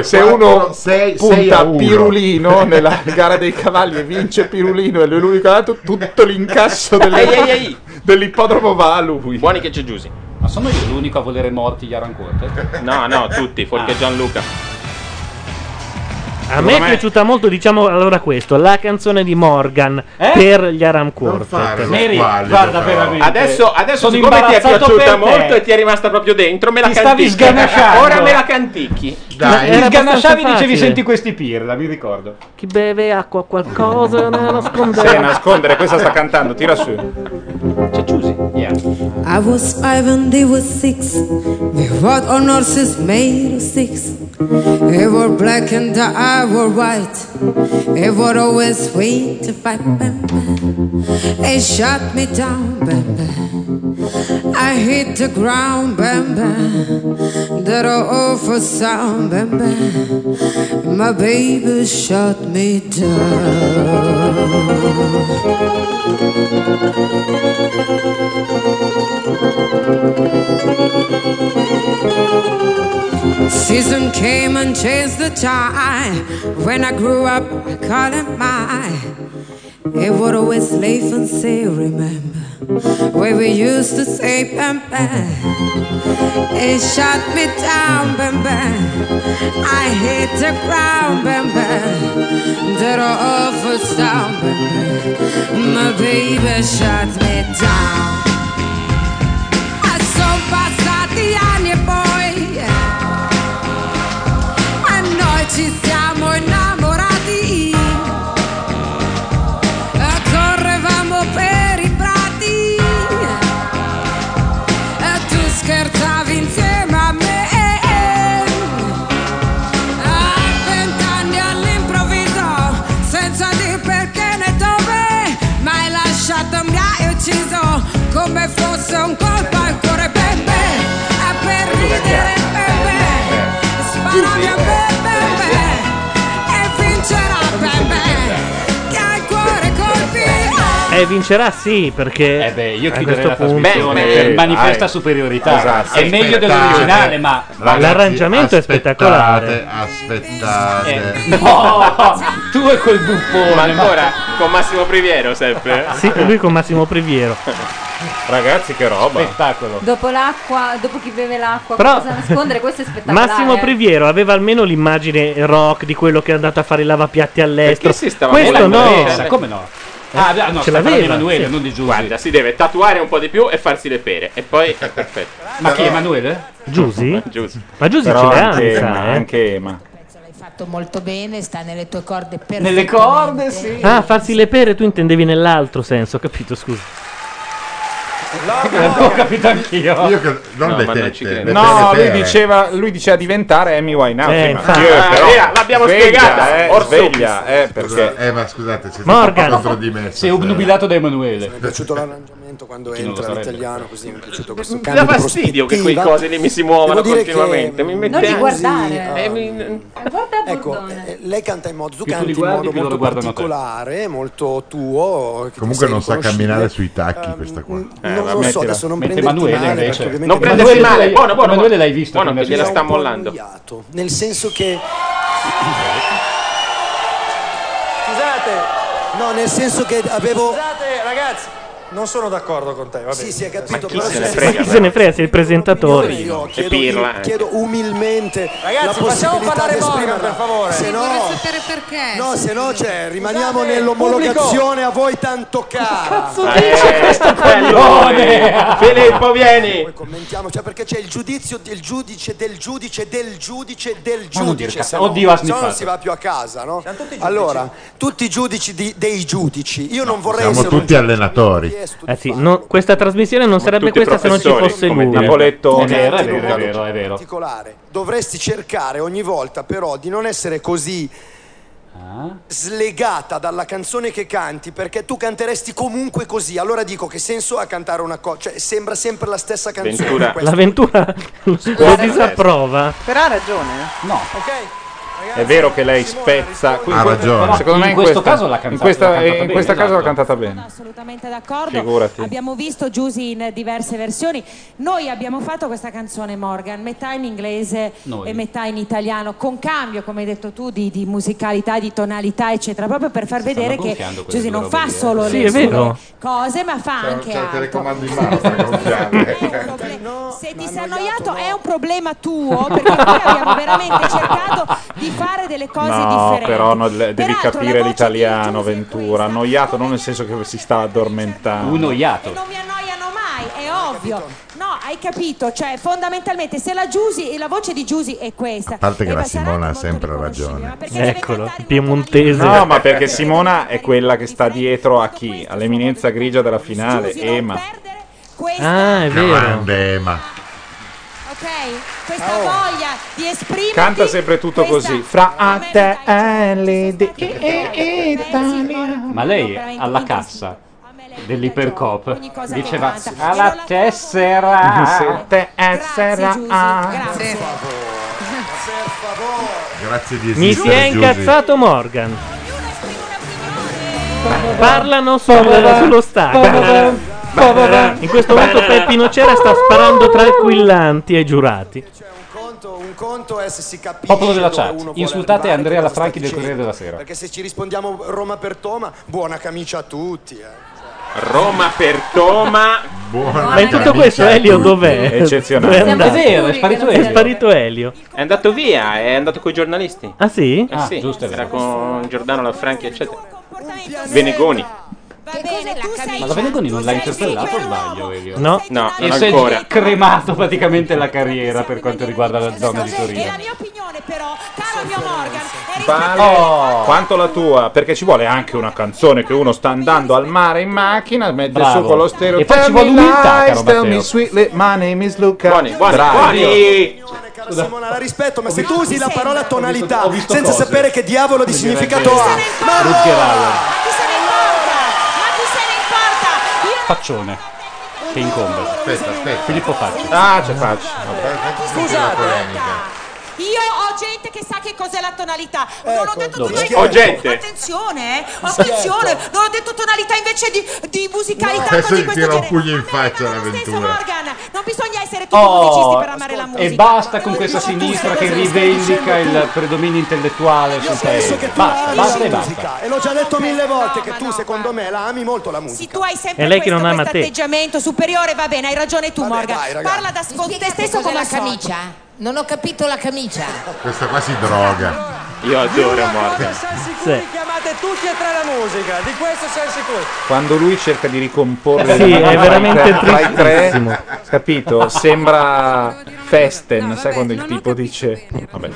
[SPEAKER 4] se uno- se uno punta Pirulino nella gara dei cavalli e vince Pirulino e lui è l'unico dato tutto l'incasso delle-
[SPEAKER 3] Ehi, ehi, ehi.
[SPEAKER 4] dell'ippodromo va a lui.
[SPEAKER 3] Buoni che c'è Giusy.
[SPEAKER 2] Ma sono io l'unico a volere morti gli Aran Quartet? Ah.
[SPEAKER 3] No, no, tutti, fuorché Gianluca.
[SPEAKER 1] A me è piaciuta molto, diciamo allora questo, la canzone di Morgan
[SPEAKER 4] Eh?
[SPEAKER 1] per gli Aram Quartet.
[SPEAKER 3] Adesso, adesso siccome
[SPEAKER 1] Sono
[SPEAKER 3] ti è
[SPEAKER 1] imbarazzato
[SPEAKER 3] piaciuta
[SPEAKER 1] per te.
[SPEAKER 3] molto e ti è rimasta proprio dentro, me la
[SPEAKER 1] Ti
[SPEAKER 3] canticchi.
[SPEAKER 1] stavi sganasciando.
[SPEAKER 3] Ora me la canticchi.
[SPEAKER 1] Dai. Era
[SPEAKER 2] Mi sganasciavi
[SPEAKER 1] abbastanza
[SPEAKER 2] dicevi
[SPEAKER 1] facile.
[SPEAKER 2] senti questi pirla, mi ricordo.
[SPEAKER 1] Chi beve acqua qualcosa da nascondere.
[SPEAKER 4] Sì, nascondere, questa sta cantando, tira su. C'è Giusy.
[SPEAKER 12] I was five and they were six. We rode on horses made of sticks. They were black and I were white. They were always waiting to fight. Bam, bam. They shot me down. Bam, bam. I hit the ground. Bam, bam. That awful sound. Bam, bam. My baby shot me down. Season came and changed the time. When I grew up, I called it mine. It would always laugh and say, Remember where we used to say, Bam Bam. It shot me down, Bam Bam. I hit the ground, Bam Bam. That awful sound, Bam Bam. My baby shot me down. Ma son passati anni e poi Ma noi ci siamo innamorati E Correvamo per i prati E tu scherzavi insieme a me A vent'anni all'improvviso Senza dir perché né dove M'hai lasciato, mi hai ucciso Come fosse un colpo al cuore, bebe E per ridere, bebe Sparami a me, bebe E vincerà, bebe Che al cuore colpirà
[SPEAKER 1] Eh, vincerà sì, perché... Eh beh,
[SPEAKER 2] io
[SPEAKER 1] a
[SPEAKER 2] chiuderei
[SPEAKER 1] questo
[SPEAKER 2] la
[SPEAKER 1] punto...
[SPEAKER 2] trasmissione per manifesta superiorità.
[SPEAKER 1] Esatto.
[SPEAKER 2] È meglio dell'originale, ma
[SPEAKER 5] Ragazzi,
[SPEAKER 1] L'arrangiamento è
[SPEAKER 5] aspettate,
[SPEAKER 1] spettacolare.
[SPEAKER 5] Aspettate.
[SPEAKER 3] Eh,
[SPEAKER 2] No, tu e col buffone.
[SPEAKER 3] Ma ancora con Massimo Priviero sempre.
[SPEAKER 1] Sì, lui con Massimo Priviero.
[SPEAKER 4] Ragazzi, che roba.
[SPEAKER 1] Spettacolo.
[SPEAKER 6] Dopo l'acqua, dopo chi beve l'acqua,
[SPEAKER 1] Però-
[SPEAKER 6] cosa nascondere? Questo è spettacolare. Eh.
[SPEAKER 1] Massimo Priviero aveva almeno l'immagine rock di quello che è andato a fare i lavapiatti
[SPEAKER 3] Perché
[SPEAKER 1] all'estero.
[SPEAKER 3] si stava
[SPEAKER 1] Questo
[SPEAKER 3] molto
[SPEAKER 1] Eh, no.
[SPEAKER 3] bene. Come
[SPEAKER 2] no? Ah, beh, no,
[SPEAKER 3] Ce
[SPEAKER 2] sta parlando di
[SPEAKER 3] l'aveva,
[SPEAKER 2] Emanuele,
[SPEAKER 3] sì.
[SPEAKER 2] non di Giusy.
[SPEAKER 3] Guarda, si deve tatuare un po' di più e farsi le pere. E poi è perfetto.
[SPEAKER 2] Ma chi, Emanuele?
[SPEAKER 1] Giusy?
[SPEAKER 3] Giusy.
[SPEAKER 1] Ma Giusy
[SPEAKER 3] Però
[SPEAKER 1] ce l'ha,
[SPEAKER 3] anche
[SPEAKER 1] mi sa,
[SPEAKER 3] Emma,
[SPEAKER 1] eh.
[SPEAKER 3] anche Emma.
[SPEAKER 6] fatto molto bene, sta nelle tue corde perfette.
[SPEAKER 2] Nelle corde, sì.
[SPEAKER 1] Ah, farsi le pere tu intendevi nell'altro senso, capito? Scusa.
[SPEAKER 2] Ho capito anch'io.
[SPEAKER 5] Io che- non
[SPEAKER 1] No,
[SPEAKER 5] le
[SPEAKER 1] ma non ci
[SPEAKER 5] tette.
[SPEAKER 1] credo.
[SPEAKER 5] le
[SPEAKER 4] No,
[SPEAKER 5] tette
[SPEAKER 4] lui
[SPEAKER 5] pere.
[SPEAKER 4] diceva, lui diceva diventare Amy Winehouse.
[SPEAKER 5] Eh,
[SPEAKER 4] ma-
[SPEAKER 5] infatti.
[SPEAKER 4] Eh, però-
[SPEAKER 3] Via, l'abbiamo
[SPEAKER 4] sveglia,
[SPEAKER 3] spiegata,
[SPEAKER 4] eh,
[SPEAKER 3] Orso.
[SPEAKER 4] sveglia, eh, perché...
[SPEAKER 5] Scusa, eh, ma scusate, siete
[SPEAKER 4] Morgan.
[SPEAKER 5] contro di me.
[SPEAKER 2] Sei obnubilato da Emanuele. Mi
[SPEAKER 13] è piaciuto l'arrangiamento quando entra l'italiano, così mi è piaciuto questo
[SPEAKER 3] Mi
[SPEAKER 13] cambio
[SPEAKER 3] dà
[SPEAKER 13] di
[SPEAKER 3] fastidio che quei
[SPEAKER 13] prospettiva.
[SPEAKER 3] cosi lì mi si muovano
[SPEAKER 13] Devo dire che
[SPEAKER 3] continuamente. Mi mette
[SPEAKER 13] non li
[SPEAKER 3] ansia.
[SPEAKER 13] guardare.
[SPEAKER 3] Eh,
[SPEAKER 13] Ecco, eh, lei canta in modo, tu
[SPEAKER 2] Più tu
[SPEAKER 13] canti
[SPEAKER 2] li
[SPEAKER 13] in
[SPEAKER 2] guardi,
[SPEAKER 13] modo
[SPEAKER 2] più loro
[SPEAKER 13] molto
[SPEAKER 2] guardano te.
[SPEAKER 13] particolare, molto tuo. che ti
[SPEAKER 5] Comunque
[SPEAKER 13] sei
[SPEAKER 5] non sa
[SPEAKER 13] riconoscibile.
[SPEAKER 5] camminare sui tacchi questa qua.
[SPEAKER 3] Eh,
[SPEAKER 13] non lo so, Eh, mettila. adesso non Mette prenderti Emanuele male, invece. perché ovviamente
[SPEAKER 3] Non prendersi
[SPEAKER 13] Emanuele-
[SPEAKER 3] male, buono, buono.
[SPEAKER 2] Emanuele l'hai visto
[SPEAKER 3] Buono,
[SPEAKER 2] come
[SPEAKER 3] che gliela
[SPEAKER 2] adesso.
[SPEAKER 3] sta
[SPEAKER 2] Un po'
[SPEAKER 3] mollando.
[SPEAKER 13] Nel senso che... Scusate! No, nel senso che avevo... Scusate, ragazzi! Non sono d'accordo con te, va bene. Sì, sì, hai capito. però
[SPEAKER 1] se
[SPEAKER 13] se-
[SPEAKER 1] ne frega, se ne frega, sei il presentatore.
[SPEAKER 13] Io chiedo,
[SPEAKER 8] eh.
[SPEAKER 13] io chiedo umilmente
[SPEAKER 8] Ragazzi,
[SPEAKER 13] la
[SPEAKER 8] facciamo
[SPEAKER 13] possibilità
[SPEAKER 8] parlare
[SPEAKER 13] di
[SPEAKER 8] Morgan,
[SPEAKER 13] esprimerla.
[SPEAKER 8] per favore.
[SPEAKER 13] Se
[SPEAKER 8] Sì,
[SPEAKER 13] no,
[SPEAKER 8] vorrei
[SPEAKER 13] sapere perché. No, se no, cioè, rimaniamo
[SPEAKER 8] Scusate,
[SPEAKER 13] nell'omologazione a voi tanto cara.
[SPEAKER 8] Cazzo dice questo coglione?
[SPEAKER 3] Filippo, vieni.
[SPEAKER 13] Poi commentiamo, cioè, perché c'è il giudizio del giudice, del giudice, del giudice, del
[SPEAKER 2] Ma non dire
[SPEAKER 13] giudice.
[SPEAKER 2] cazzo-
[SPEAKER 13] se no-
[SPEAKER 2] oddio, ha
[SPEAKER 13] se no non
[SPEAKER 2] sniffato.
[SPEAKER 13] si va più a casa, no? allora, tutti i giudici di- dei giudici. Io non vorrei
[SPEAKER 5] Siamo
[SPEAKER 13] essere un
[SPEAKER 5] tutti allenatori.
[SPEAKER 1] Eh sì, no, questa trasmissione non sarebbe
[SPEAKER 5] tutti
[SPEAKER 1] questa se non ci
[SPEAKER 5] professori,
[SPEAKER 1] fosse
[SPEAKER 5] come
[SPEAKER 1] lui.
[SPEAKER 5] dire. Napoletto-
[SPEAKER 2] È vero, è vero, è vero, è vero.
[SPEAKER 13] particolare. Dovresti cercare ogni volta però di non essere così slegata dalla canzone che canti perché tu canteresti comunque così. Allora dico che senso ha cantare una cosa? Cioè sembra sempre la stessa canzone.
[SPEAKER 3] Ventura.
[SPEAKER 13] questa.
[SPEAKER 1] L'avventura lo
[SPEAKER 13] Guarda,
[SPEAKER 1] disapprova.
[SPEAKER 14] Però ha ragione. eh.
[SPEAKER 2] No.
[SPEAKER 4] È vero che lei spezza.
[SPEAKER 5] Ha ragione.
[SPEAKER 4] Secondo me
[SPEAKER 2] In
[SPEAKER 4] in
[SPEAKER 2] questo
[SPEAKER 4] questa,
[SPEAKER 2] caso l'ha cantata-
[SPEAKER 4] in questa- eh,
[SPEAKER 2] l'ha cantata
[SPEAKER 4] in questo
[SPEAKER 2] bene,
[SPEAKER 4] caso l'ha
[SPEAKER 2] esatto.
[SPEAKER 4] cantata bene.
[SPEAKER 6] Assolutamente d'accordo.
[SPEAKER 4] Figurati.
[SPEAKER 6] Abbiamo visto Giusy in diverse versioni. Noi abbiamo fatto questa canzone Morgan, metà in inglese
[SPEAKER 10] Noi.
[SPEAKER 6] e metà in italiano, con cambio, come hai detto tu, di, di musicalità, di tonalità, eccetera, proprio per far vedere che
[SPEAKER 5] gonfiando quelle
[SPEAKER 6] Giusy
[SPEAKER 5] due
[SPEAKER 6] non
[SPEAKER 5] robe
[SPEAKER 6] fa
[SPEAKER 5] lì, eh.
[SPEAKER 6] solo
[SPEAKER 5] Sì,
[SPEAKER 6] le
[SPEAKER 5] è
[SPEAKER 6] sue
[SPEAKER 5] vero.
[SPEAKER 6] cose, ma fa
[SPEAKER 5] C'è certo
[SPEAKER 6] anche
[SPEAKER 13] certo
[SPEAKER 5] c'è il
[SPEAKER 6] altro.
[SPEAKER 5] telecomando in mano per
[SPEAKER 6] Eh,
[SPEAKER 5] gonfiare.
[SPEAKER 6] Se ti sei annoiato è un problema tuo, perché noi abbiamo veramente cercato di fare delle cose
[SPEAKER 4] No,
[SPEAKER 6] differenti.
[SPEAKER 4] però non- devi capire l'italiano, Ventura. Annoiato non nel senso che si sta addormentando.
[SPEAKER 2] Unoiato.
[SPEAKER 6] mai, è ovvio. No, hai capito, cioè fondamentalmente se la Giusy e la voce di Giusy è questa.
[SPEAKER 5] A parte che la Simona ha sempre ragione.
[SPEAKER 1] Eccolo, piemontese.
[SPEAKER 4] No, ma perché Simona è quella che sta dietro a chi? All'eminenza grigia della finale, Ema.
[SPEAKER 1] Ah, è vero.
[SPEAKER 5] Grande Ema.
[SPEAKER 6] Ok? Questa voglia di esprimere
[SPEAKER 4] Canta sempre tutto così. Fra a te e le di-
[SPEAKER 2] Ma lei alla cassa dell'Ipercop diceva alla
[SPEAKER 4] Se
[SPEAKER 2] tessera.
[SPEAKER 4] te essere a-
[SPEAKER 5] Grazie di
[SPEAKER 1] Mi si è
[SPEAKER 5] esistere, Giusy.
[SPEAKER 1] incazzato Morgan. Parlano sul- sullo stacco. In questo momento Peppino Cera sta sparando tranquillanti ai giurati.
[SPEAKER 2] Popolo della chat, insultate Andrea Lafranchi del Corriere della Sera.
[SPEAKER 13] Perché se ci rispondiamo Roma per Toma, buona camicia a tutti. eh.
[SPEAKER 3] Roma per Toma.
[SPEAKER 1] Ma in tutto questo Elio dov'è?
[SPEAKER 3] Eccezionale.
[SPEAKER 1] Dov'è andato? È sparito Elio.
[SPEAKER 3] È andato via, è andato con i giornalisti.
[SPEAKER 1] Ah sì?
[SPEAKER 3] Eh sì, era con Giordano Lanfranchi, eccetera. Venegoni.
[SPEAKER 2] Ma la Venegoni non l'ha interpellato o sbaglio, Elio?
[SPEAKER 1] No,
[SPEAKER 3] no,
[SPEAKER 2] E
[SPEAKER 3] non
[SPEAKER 2] si è
[SPEAKER 3] ancora.
[SPEAKER 2] cremato praticamente la carriera per quanto riguarda la zona di Torino.
[SPEAKER 4] Vale
[SPEAKER 2] Oh.
[SPEAKER 4] quanto la tua, perché ci vuole anche una canzone che uno sta andando al mare in macchina, mette
[SPEAKER 2] Bravo.
[SPEAKER 4] su con lo stereo.
[SPEAKER 2] E poi ci vuole
[SPEAKER 4] Tell me
[SPEAKER 2] umiltà,
[SPEAKER 4] lies,
[SPEAKER 2] caro
[SPEAKER 4] tell
[SPEAKER 2] Matteo.
[SPEAKER 4] me sweetly, my name is Luca.
[SPEAKER 2] buoni,
[SPEAKER 4] Bravo.
[SPEAKER 2] buoni.
[SPEAKER 13] Cara Simona, la rispetto, ma se tu usi la parola tonalità
[SPEAKER 4] ho visto
[SPEAKER 13] senza
[SPEAKER 4] cose.
[SPEAKER 13] sapere che diavolo di significato
[SPEAKER 2] direbbe-
[SPEAKER 13] ha, ma no!
[SPEAKER 2] Faccione. Che incombe.
[SPEAKER 5] Aspetta, aspetta.
[SPEAKER 2] Filippo Facci.
[SPEAKER 4] Ah, c'è Facci.
[SPEAKER 6] Io ho gente che sa che cos'è la tonalità. Non ho detto
[SPEAKER 4] Dove?
[SPEAKER 6] tonalità.
[SPEAKER 4] Ho gente.
[SPEAKER 6] Attenzione, eh. Attenzione. Non ho detto tonalità invece di, di musicalità
[SPEAKER 5] Adesso
[SPEAKER 6] così
[SPEAKER 5] gli
[SPEAKER 6] questo
[SPEAKER 5] tira un
[SPEAKER 6] genere.
[SPEAKER 5] pugno in faccia l'avventura.
[SPEAKER 6] Non bisogna essere tutti musicisti
[SPEAKER 2] Oh,
[SPEAKER 6] per amare la musica.
[SPEAKER 2] e basta con questa sinistra che rivendica il predominio intellettuale sul
[SPEAKER 13] Penso
[SPEAKER 2] paese.
[SPEAKER 13] che tu
[SPEAKER 2] Basta,
[SPEAKER 13] ami
[SPEAKER 2] basta e
[SPEAKER 13] la
[SPEAKER 2] basta.
[SPEAKER 13] musica e l'ho già detto mille volte che tu secondo me la ami molto la musica.
[SPEAKER 6] Se tu hai sempre
[SPEAKER 1] È lei che
[SPEAKER 6] questo,
[SPEAKER 1] non ama
[SPEAKER 6] questo
[SPEAKER 1] te.
[SPEAKER 6] atteggiamento superiore, va bene, hai ragione tu, Morgan. Parla da sco- te stesso come cos'è la la camicia.
[SPEAKER 10] Non ho capito la camicia.
[SPEAKER 5] Questa qua si droga.
[SPEAKER 3] Io adoro Morgan.
[SPEAKER 13] Sei sicuri
[SPEAKER 3] Sì.
[SPEAKER 13] che amate
[SPEAKER 15] Amate tutti e tre la musica, di questo sei sicuro.
[SPEAKER 4] Quando lui cerca di ricomporre
[SPEAKER 1] Sì,
[SPEAKER 4] la
[SPEAKER 1] è
[SPEAKER 4] mano tra i
[SPEAKER 1] veramente
[SPEAKER 4] tre- tra i
[SPEAKER 1] tristissimo.
[SPEAKER 4] tre, capito? Sembra Festen, sai quando il tipo dice vabbè,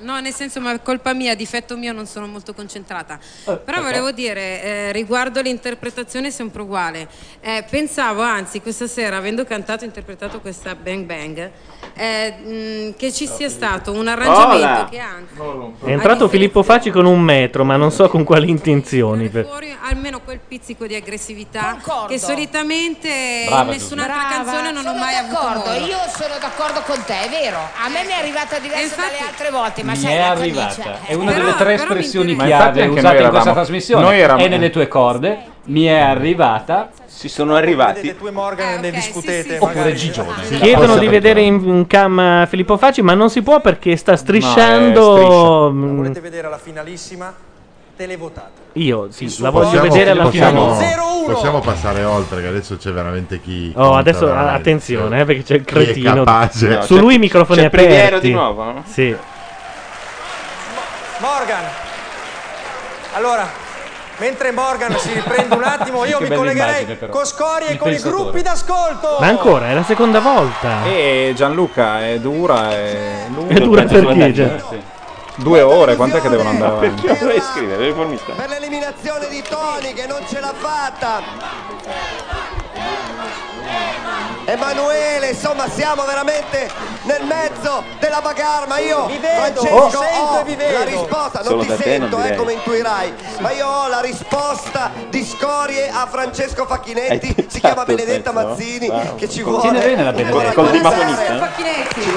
[SPEAKER 12] No, nel senso, ma è colpa mia, difetto mio, non sono molto concentrata. Però volevo dire, eh, riguardo l'interpretazione è sempre uguale. Eh, pensavo, anzi, questa sera, avendo cantato e interpretato questa Bang Bang, eh, mh, che ci sia stato un arrangiamento
[SPEAKER 1] Hola.
[SPEAKER 12] che anzi,
[SPEAKER 1] È entrato Filippo Facci con un metro, ma non so con quali intenzioni. per-
[SPEAKER 12] fuori almeno quel pizzico di aggressività che solitamente
[SPEAKER 1] Brava,
[SPEAKER 12] in nessun'altra
[SPEAKER 16] Giulia.
[SPEAKER 12] canzone non ho
[SPEAKER 16] Sono
[SPEAKER 12] mai avuto
[SPEAKER 16] d'accordo,
[SPEAKER 12] modo.
[SPEAKER 16] io sono d'accordo con te, è vero. A me mi è arrivata diversa dalle altre volte, ma
[SPEAKER 2] Mi
[SPEAKER 16] sai
[SPEAKER 2] è
[SPEAKER 16] la camicia,
[SPEAKER 2] arrivata. È
[SPEAKER 16] eh.
[SPEAKER 2] una delle
[SPEAKER 16] Però-
[SPEAKER 2] tre
[SPEAKER 16] però mi
[SPEAKER 2] espressioni
[SPEAKER 16] interessa.
[SPEAKER 2] chiave
[SPEAKER 4] anche noi
[SPEAKER 2] usate in
[SPEAKER 4] eravamo-
[SPEAKER 2] questa trasmissione.
[SPEAKER 4] noi eravamo-
[SPEAKER 2] È nelle tue corde. Mi è arrivata. Eh,
[SPEAKER 3] Si sono arrivati.
[SPEAKER 15] Tu e Morgan ne discutete.
[SPEAKER 2] Oppure
[SPEAKER 15] magari.
[SPEAKER 2] Gigione.
[SPEAKER 1] Chiedono di vedere in, in cam Filippo Facci, ma non si può perché sta
[SPEAKER 5] eh,
[SPEAKER 13] Oh,
[SPEAKER 1] strisciando. mm,
[SPEAKER 13] mm.
[SPEAKER 15] La
[SPEAKER 1] mh,
[SPEAKER 15] volete vedere alla finalissima? Televotate.
[SPEAKER 1] Io sì,
[SPEAKER 5] Su,
[SPEAKER 1] la voglio
[SPEAKER 5] possiamo-
[SPEAKER 1] vedere alla
[SPEAKER 5] possiamo-
[SPEAKER 1] fine.
[SPEAKER 5] Possiamo passare oltre, che adesso c'è veramente chi.
[SPEAKER 1] Oh,
[SPEAKER 5] conta
[SPEAKER 1] adesso
[SPEAKER 5] veramente.
[SPEAKER 1] attenzione eh, perché c'è il
[SPEAKER 5] Chi è
[SPEAKER 1] cretino.
[SPEAKER 5] capace.
[SPEAKER 1] Su lui i microfoni
[SPEAKER 3] c'è
[SPEAKER 1] aperti.
[SPEAKER 3] Primiero di nuovo, no?
[SPEAKER 1] Sì.
[SPEAKER 15] Morgan. Allora, mentre Morgan si riprende un attimo,
[SPEAKER 1] Sì,
[SPEAKER 15] io
[SPEAKER 1] che
[SPEAKER 15] mi
[SPEAKER 1] bella
[SPEAKER 15] collegherei
[SPEAKER 1] immagine, però.
[SPEAKER 15] con Scorie e
[SPEAKER 1] Il
[SPEAKER 15] con i
[SPEAKER 1] pensatore.
[SPEAKER 15] gruppi d'ascolto.
[SPEAKER 1] Ma ancora, è la seconda volta.
[SPEAKER 4] E Gianluca è dura, è lunga.
[SPEAKER 1] È dura perché, già?
[SPEAKER 4] Sì. Due ore, quant'è che devono andare avanti?
[SPEAKER 3] Perché dovrei scrivere? Riformista.
[SPEAKER 15] Per l'eliminazione di Tony che non ce l'ha fatta. Emanuele, insomma siamo veramente nel mezzo della bagarma. Io
[SPEAKER 13] Vi vedo,
[SPEAKER 15] Francesco
[SPEAKER 13] vi sento
[SPEAKER 15] ho
[SPEAKER 13] e vi vedo.
[SPEAKER 15] la risposta, non
[SPEAKER 13] Solo
[SPEAKER 15] ti
[SPEAKER 13] da te
[SPEAKER 15] sento,
[SPEAKER 13] non
[SPEAKER 15] eh,
[SPEAKER 13] direi.
[SPEAKER 15] come intuirai, ma io ho la risposta di scorie a Francesco Facchinetti, si chiama Benedetta Mazzini che ci vuole.
[SPEAKER 2] Tiene bene la Benedetta.
[SPEAKER 15] Col di
[SPEAKER 12] Facchinetti.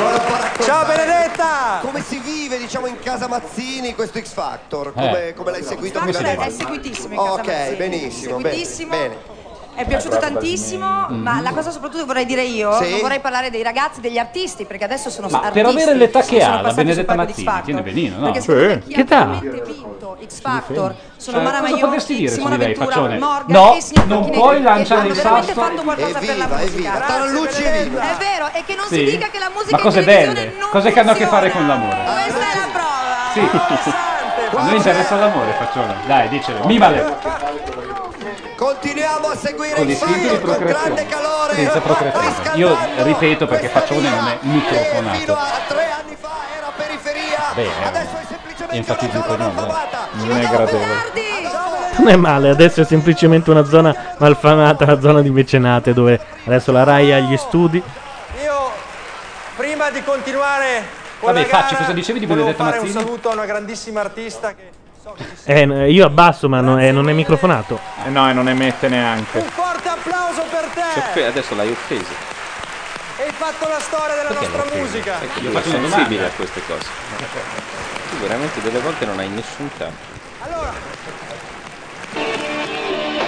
[SPEAKER 15] Ciao Benedetta! Come si vive, diciamo, in casa Mazzini questo X Factor? Come,
[SPEAKER 6] Eh.
[SPEAKER 15] come l'hai seguito
[SPEAKER 6] Factor
[SPEAKER 15] fino
[SPEAKER 6] è-
[SPEAKER 15] adesso?
[SPEAKER 6] è seguitissimo in casa
[SPEAKER 15] Ok,
[SPEAKER 6] Mazzini.
[SPEAKER 15] benissimo, bene,
[SPEAKER 6] Seguitissimo.
[SPEAKER 15] bene.
[SPEAKER 6] È piaciuto tantissimo,
[SPEAKER 2] Mm.
[SPEAKER 6] ma la cosa soprattutto che vorrei dire io,
[SPEAKER 2] Sì.
[SPEAKER 6] non vorrei parlare dei ragazzi, degli artisti, perché adesso sono
[SPEAKER 2] Ma
[SPEAKER 6] artisti.
[SPEAKER 2] per avere l'età che
[SPEAKER 6] sono
[SPEAKER 2] ha, la
[SPEAKER 6] passati sul
[SPEAKER 2] Benedetta
[SPEAKER 6] palco di X
[SPEAKER 2] Mazzini tiene benino, no?
[SPEAKER 6] Perché secondo me chi ha
[SPEAKER 2] Che età ha?
[SPEAKER 6] veramente vinto X Factor sono
[SPEAKER 2] Cioè,
[SPEAKER 6] Mara
[SPEAKER 2] cosa potresti
[SPEAKER 6] Maiotti,
[SPEAKER 2] dire su
[SPEAKER 6] Simona
[SPEAKER 2] di lei,
[SPEAKER 6] Ventura,
[SPEAKER 2] faccione?
[SPEAKER 6] Morgan
[SPEAKER 2] No,
[SPEAKER 6] e signor
[SPEAKER 2] non
[SPEAKER 6] Facchinetti,
[SPEAKER 2] puoi
[SPEAKER 6] che
[SPEAKER 2] lanciare
[SPEAKER 6] hanno
[SPEAKER 2] il
[SPEAKER 6] veramente
[SPEAKER 2] sasso.
[SPEAKER 6] fatto qualcosa per la musica.
[SPEAKER 15] Tarantucci è viva.
[SPEAKER 6] È vero, e che non
[SPEAKER 2] Sì.
[SPEAKER 6] si dica che la musica
[SPEAKER 2] Ma cose
[SPEAKER 6] in televisione
[SPEAKER 2] belle,
[SPEAKER 6] non Oh,
[SPEAKER 2] cose che hanno a che fare con l'amore. Questa è la prova. Sì. A noi interessa l'amore, faccione. Dai, dicelo. Mimale.
[SPEAKER 15] Continuiamo a seguire
[SPEAKER 2] Con
[SPEAKER 15] il
[SPEAKER 2] istinto di
[SPEAKER 15] fire con grande
[SPEAKER 2] procreazione.
[SPEAKER 15] calore.
[SPEAKER 2] Senza procreazione. Io ripeto perché faccione non è microfonato. eh, Bene. Enfatizzico non
[SPEAKER 4] Non è gradevole.
[SPEAKER 1] Non è male, adesso è semplicemente una zona malfamata, la zona di mecenate dove adesso la RAI ha gli studi.
[SPEAKER 15] Prima di continuare con
[SPEAKER 2] Vabbè,
[SPEAKER 15] la gara,
[SPEAKER 2] facci, cosa dicevi di
[SPEAKER 15] volevo
[SPEAKER 2] Benedetta
[SPEAKER 15] fare un
[SPEAKER 2] Mazzini?
[SPEAKER 15] saluto a una grandissima artista che
[SPEAKER 1] Eh, n- io abbasso, ma non è, non è microfonato.
[SPEAKER 4] Eh no, e non emette neanche.
[SPEAKER 15] Forte applauso per te!
[SPEAKER 3] Cioè, Adesso l'hai offeso.
[SPEAKER 15] Hai fatto la storia della nostra musica.
[SPEAKER 3] Ecco, io
[SPEAKER 2] faccio
[SPEAKER 3] sono
[SPEAKER 2] una
[SPEAKER 3] sensibile a
[SPEAKER 2] domanda.
[SPEAKER 3] queste cose. Tu veramente delle volte non hai nessun tempo.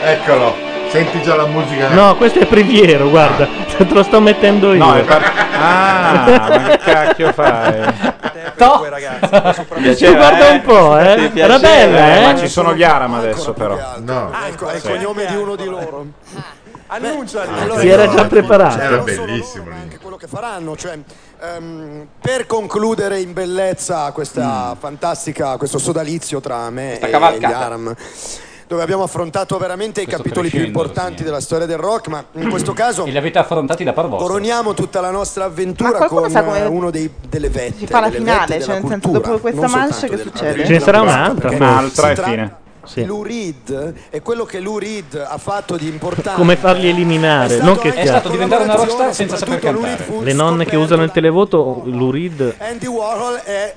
[SPEAKER 5] Eccolo, senti già la musica.
[SPEAKER 1] No, questo è Priviero, guarda, te lo sto mettendo io.
[SPEAKER 5] No, è par-
[SPEAKER 4] Ah, ma che cacchio fai?
[SPEAKER 15] Toh. Ragazzi,
[SPEAKER 1] Ci guarda un po', eh. Era bella, eh.
[SPEAKER 4] Ma ci sono gli Aram adesso, però.
[SPEAKER 5] No.
[SPEAKER 15] Ah,
[SPEAKER 13] Ecco,
[SPEAKER 15] ecco, è il cognome di uno di loro. Annunciali.
[SPEAKER 1] Si era già preparato.
[SPEAKER 5] Era bellissimo. lì.
[SPEAKER 13] che faranno. Cioè, ehm, per concludere in bellezza questa fantastica, questo sodalizio tra me
[SPEAKER 3] Questa
[SPEAKER 13] e
[SPEAKER 3] cavalcata.
[SPEAKER 13] gli Aram, dove abbiamo affrontato veramente i capitoli più
[SPEAKER 2] crescendo, Mm.
[SPEAKER 13] importanti della storia del rock, ma in questo caso
[SPEAKER 2] E li avete affrontati da par vostra.
[SPEAKER 13] coroniamo tutta la nostra
[SPEAKER 7] Ma
[SPEAKER 13] avventura
[SPEAKER 7] qualcuno
[SPEAKER 13] con
[SPEAKER 7] sa come
[SPEAKER 13] eh, uno dei, delle vette.
[SPEAKER 7] Si fa la
[SPEAKER 13] delle
[SPEAKER 7] finale,
[SPEAKER 13] vette
[SPEAKER 7] cioè
[SPEAKER 13] della
[SPEAKER 7] nel senso
[SPEAKER 13] cultura,
[SPEAKER 7] dopo questa
[SPEAKER 13] non
[SPEAKER 7] manche
[SPEAKER 13] soltanto
[SPEAKER 7] che
[SPEAKER 13] della-
[SPEAKER 7] succede?
[SPEAKER 1] Ce ne sarà un'altra,
[SPEAKER 13] perché
[SPEAKER 1] forse.
[SPEAKER 13] si tratta
[SPEAKER 1] Sì.
[SPEAKER 13] di Eh, Lou Reed e quello che Lou Reed ha fatto di importante
[SPEAKER 1] Come farli eliminare, non che
[SPEAKER 2] È
[SPEAKER 1] sia.
[SPEAKER 2] stato diventare una rockstar senza saper cantare.
[SPEAKER 1] Le nonne che usano il televoto, l'URID.
[SPEAKER 13] Andy Warhol è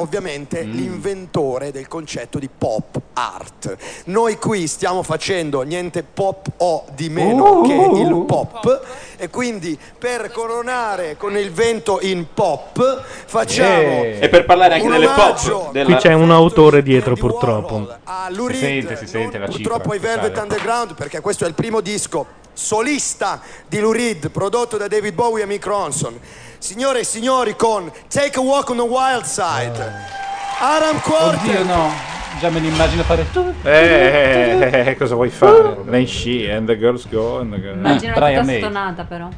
[SPEAKER 13] ovviamente
[SPEAKER 1] Mm.
[SPEAKER 13] l'inventore del concetto di pop art. Noi qui stiamo facendo niente pop o di meno
[SPEAKER 15] Uh.
[SPEAKER 13] che il pop e quindi per coronare con il vento in pop facciamo
[SPEAKER 3] Eh. E per parlare anche
[SPEAKER 13] un
[SPEAKER 3] delle
[SPEAKER 13] omaggio
[SPEAKER 3] pop. Della...
[SPEAKER 1] Qui c'è un autore dietro, purtroppo.
[SPEAKER 13] a Lou
[SPEAKER 2] Si
[SPEAKER 13] Reed,
[SPEAKER 2] sente, si sente la cifra.
[SPEAKER 13] purtroppo i Velvet Underground perché questo è il primo disco solista di Lou Reed prodotto da David Bowie e Mick Ronson. Signore e signori con Take a Walk on the Wild Side. Aram Quartet.
[SPEAKER 2] Oddio no, già me li immagino fare tu.
[SPEAKER 4] Eh, eh, eh, eh, cosa vuoi fare? Lei sci, and the girls go, and the
[SPEAKER 2] Mm,
[SPEAKER 4] girls...
[SPEAKER 17] Immagino la tutta stonata però.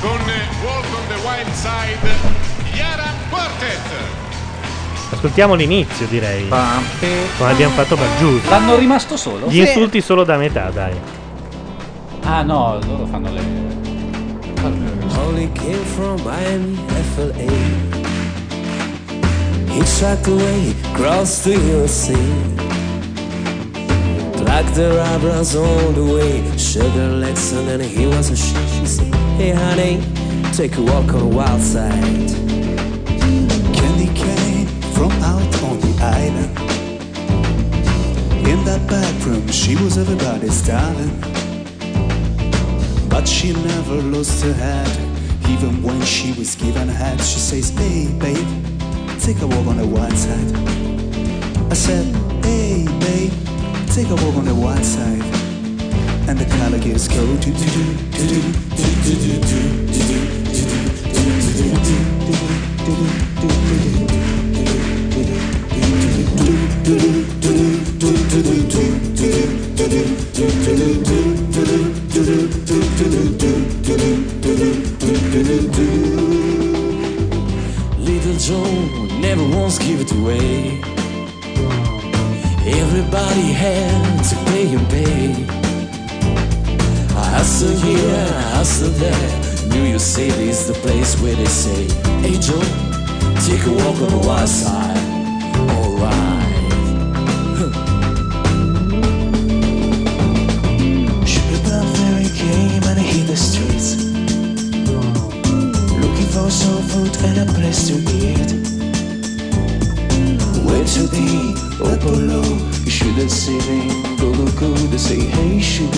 [SPEAKER 18] Con Walk on the Wild Side
[SPEAKER 19] Yara Quartet.
[SPEAKER 1] Ascoltiamo l'inizio, direi. Come abbiamo fatto per giusto.
[SPEAKER 2] L'hanno rimasto solo?
[SPEAKER 1] Gli insulti solo da metà, dai.
[SPEAKER 2] Ah no, loro fanno le...
[SPEAKER 12] Only came from Miami, FLA. Hitchhiked away across the USA. Plucked her eyebrows on the way. Sugar legs and then he was a she. She said, Hey honey, take a walk on the wild side.
[SPEAKER 10] Candy cane from out on the island. In that back room, she was everybody's darling. But she never lost her head. Even when she was given head, she says, Hey, babe, take a walk on the wild side. I said, Hey, babe, take a walk on the wild side. And the color gives go to do do do do do do do do do do
[SPEAKER 12] Little John never once gave it away. Everybody had to pay and pay. I hustle here, I hustle there. New York City is the place where they say, Hey Joe, take a walk on the wild side. Alright.
[SPEAKER 10] Shoot the very game and hit the streets. Looking for some food and a place to eat. Where to be, up or low. You shouldn't sit in, go go go. They say, hey sugar,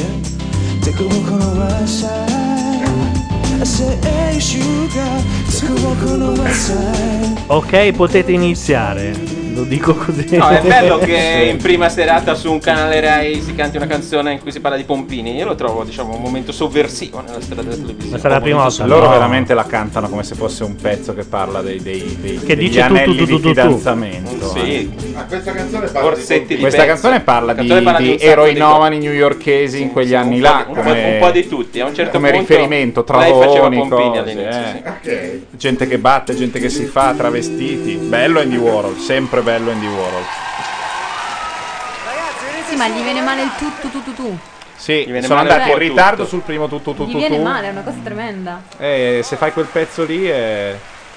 [SPEAKER 10] take a walk on the right side. I say, hey sugar, take a walk on the right side.
[SPEAKER 1] Ok, potete iniziare. Lo dico così.
[SPEAKER 3] No, è bello che in prima serata su un canale Rai si canti una canzone in cui si parla di pompini. Io lo trovo, diciamo, un momento sovversivo nella storia della televisione.
[SPEAKER 1] Ma sarà la prima volta,
[SPEAKER 4] Loro
[SPEAKER 1] no.
[SPEAKER 4] veramente la cantano come se fosse un pezzo che parla dei, dei, dei,
[SPEAKER 1] Che
[SPEAKER 4] degli
[SPEAKER 1] dice tu, tu,
[SPEAKER 4] anelli
[SPEAKER 1] tu, tu,
[SPEAKER 4] di
[SPEAKER 1] tu, tu.
[SPEAKER 4] fidanzamento. eh.
[SPEAKER 3] Sì.
[SPEAKER 5] Ma questa canzone parla
[SPEAKER 3] Orsetti di
[SPEAKER 4] Questa
[SPEAKER 3] pezzi.
[SPEAKER 4] canzone parla di,
[SPEAKER 3] Canzone parla di un
[SPEAKER 4] di
[SPEAKER 3] sacco di
[SPEAKER 4] eroinomani newyorkesi in quegli anni là.
[SPEAKER 3] Un po',
[SPEAKER 4] Come,
[SPEAKER 3] un po' di tutti, a un certo
[SPEAKER 4] come
[SPEAKER 3] punto
[SPEAKER 4] riferimento,
[SPEAKER 3] lei faceva
[SPEAKER 4] Travoni,
[SPEAKER 3] pompini
[SPEAKER 4] cose,
[SPEAKER 3] all'inizio.
[SPEAKER 4] eh.
[SPEAKER 3] sì.
[SPEAKER 4] gente che batte, gente che si fa, travestiti. Bello Andy Warhol, sempre bello Andy Warhol.
[SPEAKER 20] Sì, ma gli viene male il tu tu tu tu tu.
[SPEAKER 4] Sì,
[SPEAKER 3] viene
[SPEAKER 4] sono
[SPEAKER 3] male
[SPEAKER 4] andati
[SPEAKER 3] un
[SPEAKER 4] in
[SPEAKER 3] po'
[SPEAKER 4] ritardo
[SPEAKER 3] tutto.
[SPEAKER 4] sul primo tu tu tu
[SPEAKER 20] Gli
[SPEAKER 4] tu,
[SPEAKER 20] viene
[SPEAKER 4] tu.
[SPEAKER 20] male, è una cosa tremenda.
[SPEAKER 4] Eh, se fai quel pezzo lì eh, è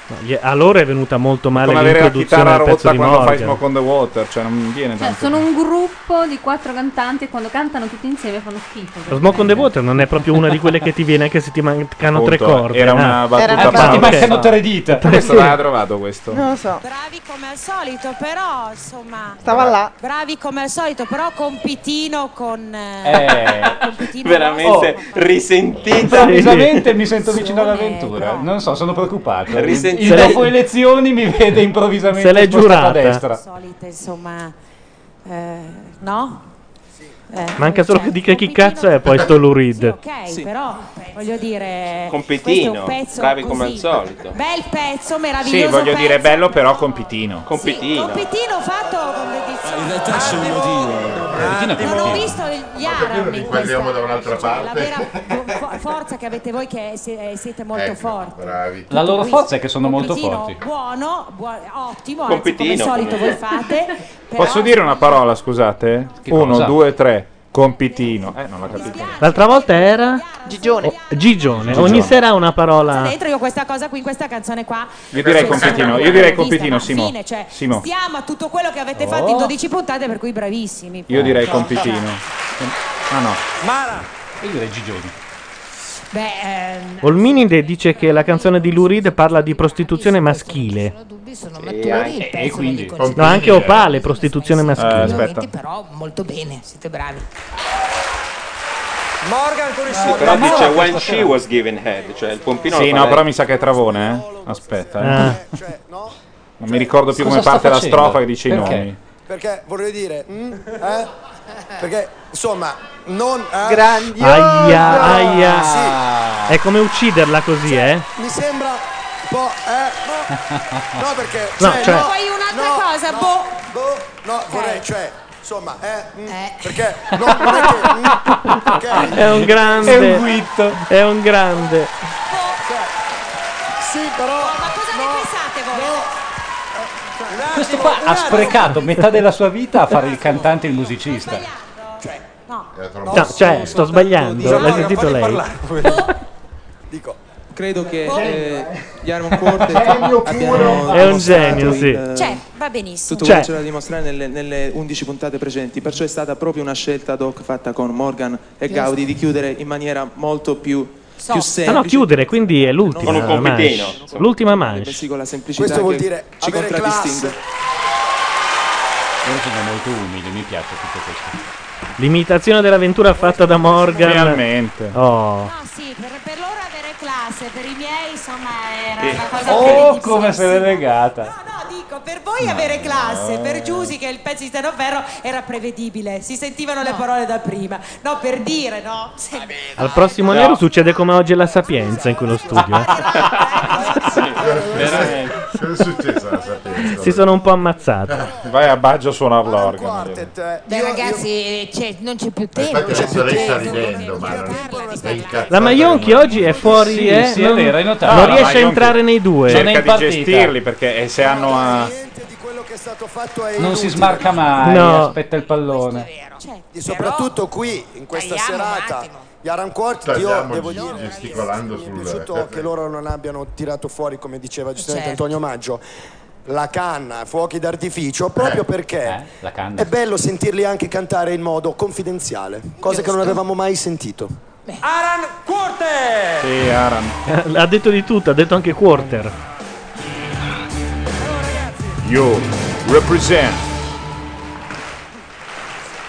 [SPEAKER 1] No, gli- A loro è venuta molto male
[SPEAKER 4] come avere la
[SPEAKER 1] l'introduzione
[SPEAKER 4] chitarra
[SPEAKER 1] al pezzo
[SPEAKER 4] rotta
[SPEAKER 1] di
[SPEAKER 4] quando fai
[SPEAKER 1] Morgan.
[SPEAKER 4] Smoke on the Water, cioè non viene
[SPEAKER 20] Cioè,
[SPEAKER 4] tanto.
[SPEAKER 20] sono un gruppo di quattro cantanti e quando cantano tutti insieme fanno schifo.
[SPEAKER 1] Lo Smoke on the Water non è proprio una di quelle che ti viene anche se ti mancano tre
[SPEAKER 4] Appunto,
[SPEAKER 1] corde.
[SPEAKER 4] era
[SPEAKER 1] ah.
[SPEAKER 4] una battuta
[SPEAKER 1] Ah,
[SPEAKER 4] fatta.
[SPEAKER 1] ok.
[SPEAKER 4] Mancano tre dita. Questo l'ha trovato questo.
[SPEAKER 21] Non lo so.
[SPEAKER 6] Bravi come al solito, però insomma.
[SPEAKER 21] Stava là.
[SPEAKER 6] Bravi come al solito, però con Pitino con.
[SPEAKER 4] Eh.
[SPEAKER 3] veramente
[SPEAKER 4] Oh.
[SPEAKER 3] risentita.
[SPEAKER 2] Improvvisamente mi sento vicino all'avventura. Non so, sono preoccupato.
[SPEAKER 3] Risentite-
[SPEAKER 2] Il dopo elezioni mi vede improvvisamente
[SPEAKER 1] Se l'è
[SPEAKER 2] spostato a
[SPEAKER 1] giurata.
[SPEAKER 2] destra.
[SPEAKER 6] Solite, insomma. eh, no? Eh,
[SPEAKER 1] Manca solo che dica chi cazzo è poi sto Lurid.
[SPEAKER 6] ok, però voglio dire.
[SPEAKER 4] Con
[SPEAKER 6] questo
[SPEAKER 4] Pitino,
[SPEAKER 6] è un pezzo
[SPEAKER 4] bravi
[SPEAKER 6] così.
[SPEAKER 4] come al solito.
[SPEAKER 6] Bel pezzo,
[SPEAKER 4] Sì,
[SPEAKER 6] meraviglioso.
[SPEAKER 4] voglio
[SPEAKER 6] pezzo.
[SPEAKER 4] dire bello però con Pitino.
[SPEAKER 6] Sì, con Pitino fatto con le
[SPEAKER 4] Ah,
[SPEAKER 6] Non ho visto gli
[SPEAKER 5] Perché
[SPEAKER 6] Aram
[SPEAKER 5] non
[SPEAKER 6] in
[SPEAKER 5] inquadriamo
[SPEAKER 6] questa
[SPEAKER 5] da un'altra
[SPEAKER 6] la
[SPEAKER 5] parte?
[SPEAKER 6] vera fo- forza che avete voi che se- eh, siete
[SPEAKER 4] Ecco,
[SPEAKER 6] molto forti.
[SPEAKER 2] La loro forza è che sono molto
[SPEAKER 6] Pitino,
[SPEAKER 2] forti.
[SPEAKER 6] buono, buo- ottimo,
[SPEAKER 4] Con
[SPEAKER 6] anzi, come al
[SPEAKER 4] Pitino,
[SPEAKER 6] solito voi
[SPEAKER 4] comunque.
[SPEAKER 6] fate. Però
[SPEAKER 4] Posso dire una parola, scusate?
[SPEAKER 1] Che
[SPEAKER 4] Uno,
[SPEAKER 1] cosa?
[SPEAKER 4] due, tre. Con Pitino. Eh, non l'ha capito.
[SPEAKER 1] L'altra volta era Gigione. Gigione. Ogni
[SPEAKER 4] Gigione.
[SPEAKER 1] sera una parola.
[SPEAKER 6] dentro io questa cosa qui in questa canzone qua cioè,
[SPEAKER 4] Io direi con Pitino, io direi con
[SPEAKER 6] Vista,
[SPEAKER 4] Pitino,
[SPEAKER 6] ma
[SPEAKER 4] Simo.
[SPEAKER 6] fine, cioè,
[SPEAKER 4] Simo.
[SPEAKER 6] stiamo a tutto quello che avete
[SPEAKER 4] Oh.
[SPEAKER 6] fatto in 12 puntate per cui bravissimi
[SPEAKER 4] Io direi con
[SPEAKER 6] Porca.
[SPEAKER 4] Pitino. Ah no.
[SPEAKER 6] Mara.
[SPEAKER 2] Io direi Gigioni.
[SPEAKER 6] beh ehm,
[SPEAKER 1] Olminide dice che la canzone di Lurid parla di prostituzione maschile.
[SPEAKER 6] maturi,
[SPEAKER 4] e quindi
[SPEAKER 1] No, anche Opale, prostituzione maschile.
[SPEAKER 6] però molto bene siete bravi
[SPEAKER 22] Morgan con il suo
[SPEAKER 3] Però
[SPEAKER 22] Ma
[SPEAKER 3] dice
[SPEAKER 22] no,
[SPEAKER 3] when
[SPEAKER 22] questa
[SPEAKER 3] she
[SPEAKER 22] sera.
[SPEAKER 3] was given head, cioè il pompino
[SPEAKER 4] Sì,
[SPEAKER 3] lo fa
[SPEAKER 4] no,
[SPEAKER 3] lei.
[SPEAKER 4] però mi sa che è Travone, eh. Aspetta. eh.
[SPEAKER 1] Ah.
[SPEAKER 4] Non mi ricordo più
[SPEAKER 5] Cosa
[SPEAKER 4] come
[SPEAKER 5] sta
[SPEAKER 4] parte la
[SPEAKER 5] facendo?
[SPEAKER 4] strofa che dice
[SPEAKER 5] Perché?
[SPEAKER 4] i nomi.
[SPEAKER 13] Perché vorrei dire, mm, eh? Perché insomma, non eh?
[SPEAKER 1] Aia, aia.
[SPEAKER 13] Sì.
[SPEAKER 1] È come ucciderla così, eh?
[SPEAKER 13] Mi sembra un po' eh? No, perché
[SPEAKER 1] No, cioè-
[SPEAKER 13] no,
[SPEAKER 6] Poi un'altra
[SPEAKER 13] no,
[SPEAKER 6] cosa,
[SPEAKER 13] no,
[SPEAKER 6] boh. Eh.
[SPEAKER 13] boh, no, vorrei, cioè, insomma, eh? mm, Perché no, non è che mm, ok?
[SPEAKER 1] È un grande.
[SPEAKER 13] È un
[SPEAKER 1] guitto. È un grande.
[SPEAKER 13] Sì, però no,
[SPEAKER 6] ne pensate voi? Eh,
[SPEAKER 2] Questo qua ha sprecato metà della sua vita a fare il cantante e il musicista.
[SPEAKER 1] No, cioè, sto sbagliando, l'ha sentito lei.
[SPEAKER 16] Credo che eh, gli Iron Curtain abbiano
[SPEAKER 1] Genio puro. È un
[SPEAKER 16] mostrato
[SPEAKER 1] genio, sì.
[SPEAKER 16] in, eh,
[SPEAKER 6] C'è, va benissimo.
[SPEAKER 16] Tutto
[SPEAKER 1] C'è.
[SPEAKER 16] quello che
[SPEAKER 4] Cioè
[SPEAKER 16] c'era da dimostrare nelle, nelle 11 puntate precedenti, perciò è stata proprio una scelta ad hoc fatta con Morgan e Gaudi di chiudere in maniera molto più, più
[SPEAKER 1] Ah,
[SPEAKER 16] semplice.
[SPEAKER 1] no, chiudere, quindi è l'ultima.
[SPEAKER 16] Con un compitino.
[SPEAKER 1] manche. L'ultima manche.
[SPEAKER 16] bensì con la semplicità
[SPEAKER 13] Questo vuol
[SPEAKER 16] che
[SPEAKER 13] dire
[SPEAKER 16] ci
[SPEAKER 13] avere
[SPEAKER 16] contraddistingue.
[SPEAKER 2] Loro sono molto umili, mi piace tutto questo.
[SPEAKER 1] L'imitazione dell'avventura fatta da Morgan.
[SPEAKER 4] Realmente.
[SPEAKER 1] Oh.
[SPEAKER 6] No, Ah, sì, per, per loro avere classe, per i miei insomma era
[SPEAKER 1] Eh,
[SPEAKER 6] una cosa
[SPEAKER 2] Oh, come se l'è legata.
[SPEAKER 6] No, dico, per voi avere classe, per Giusy che il pezzo di Stano Ferro era prevedibile, si sentivano le parole da prima. No, per dire, no?
[SPEAKER 23] Ah,
[SPEAKER 6] Se-
[SPEAKER 1] Al prossimo nero succede come oggi la sapienza in quello studio. eh.
[SPEAKER 4] veramente.
[SPEAKER 5] Cosa è successo alla Sapienza?
[SPEAKER 1] si sono un po' ammazzati.
[SPEAKER 4] Vai a Baggio a suonare l'organo.
[SPEAKER 23] Beh, ragazzi, eh, c'è- non c'è più tempo.
[SPEAKER 5] Infatti adesso lei sta ridendo, ma
[SPEAKER 1] La Maionchi oggi è fuori,
[SPEAKER 4] Sì,
[SPEAKER 1] eh?
[SPEAKER 4] sì, è
[SPEAKER 1] non,
[SPEAKER 4] vero, hai notato.
[SPEAKER 1] non
[SPEAKER 4] Ah, La
[SPEAKER 1] riesce a
[SPEAKER 4] Maionchi
[SPEAKER 1] entrare nei due.
[SPEAKER 4] Cerca di gestirli perché eh, se hanno a...
[SPEAKER 2] Non si smarca mai,
[SPEAKER 1] No.
[SPEAKER 2] aspetta il pallone.
[SPEAKER 13] E soprattutto qui, in questa serata, gli Arancourt, io
[SPEAKER 5] Tagliamo
[SPEAKER 13] devo dire,
[SPEAKER 5] gesticolando
[SPEAKER 13] mi è
[SPEAKER 5] sul... eh,
[SPEAKER 13] piaciuto che loro non abbiano tirato fuori, come diceva giustamente
[SPEAKER 5] Certo.
[SPEAKER 13] Antonio Maggio, la canna, fuochi d'artificio, proprio
[SPEAKER 1] Eh,
[SPEAKER 13] perché
[SPEAKER 2] La canna.
[SPEAKER 13] è bello sentirli anche cantare in modo confidenziale, cose che non avevamo mai sentito.
[SPEAKER 8] Aran Corte!
[SPEAKER 4] Sì, Aran.
[SPEAKER 1] ha detto di tutto, ha detto anche quarter.
[SPEAKER 4] Yo, represent.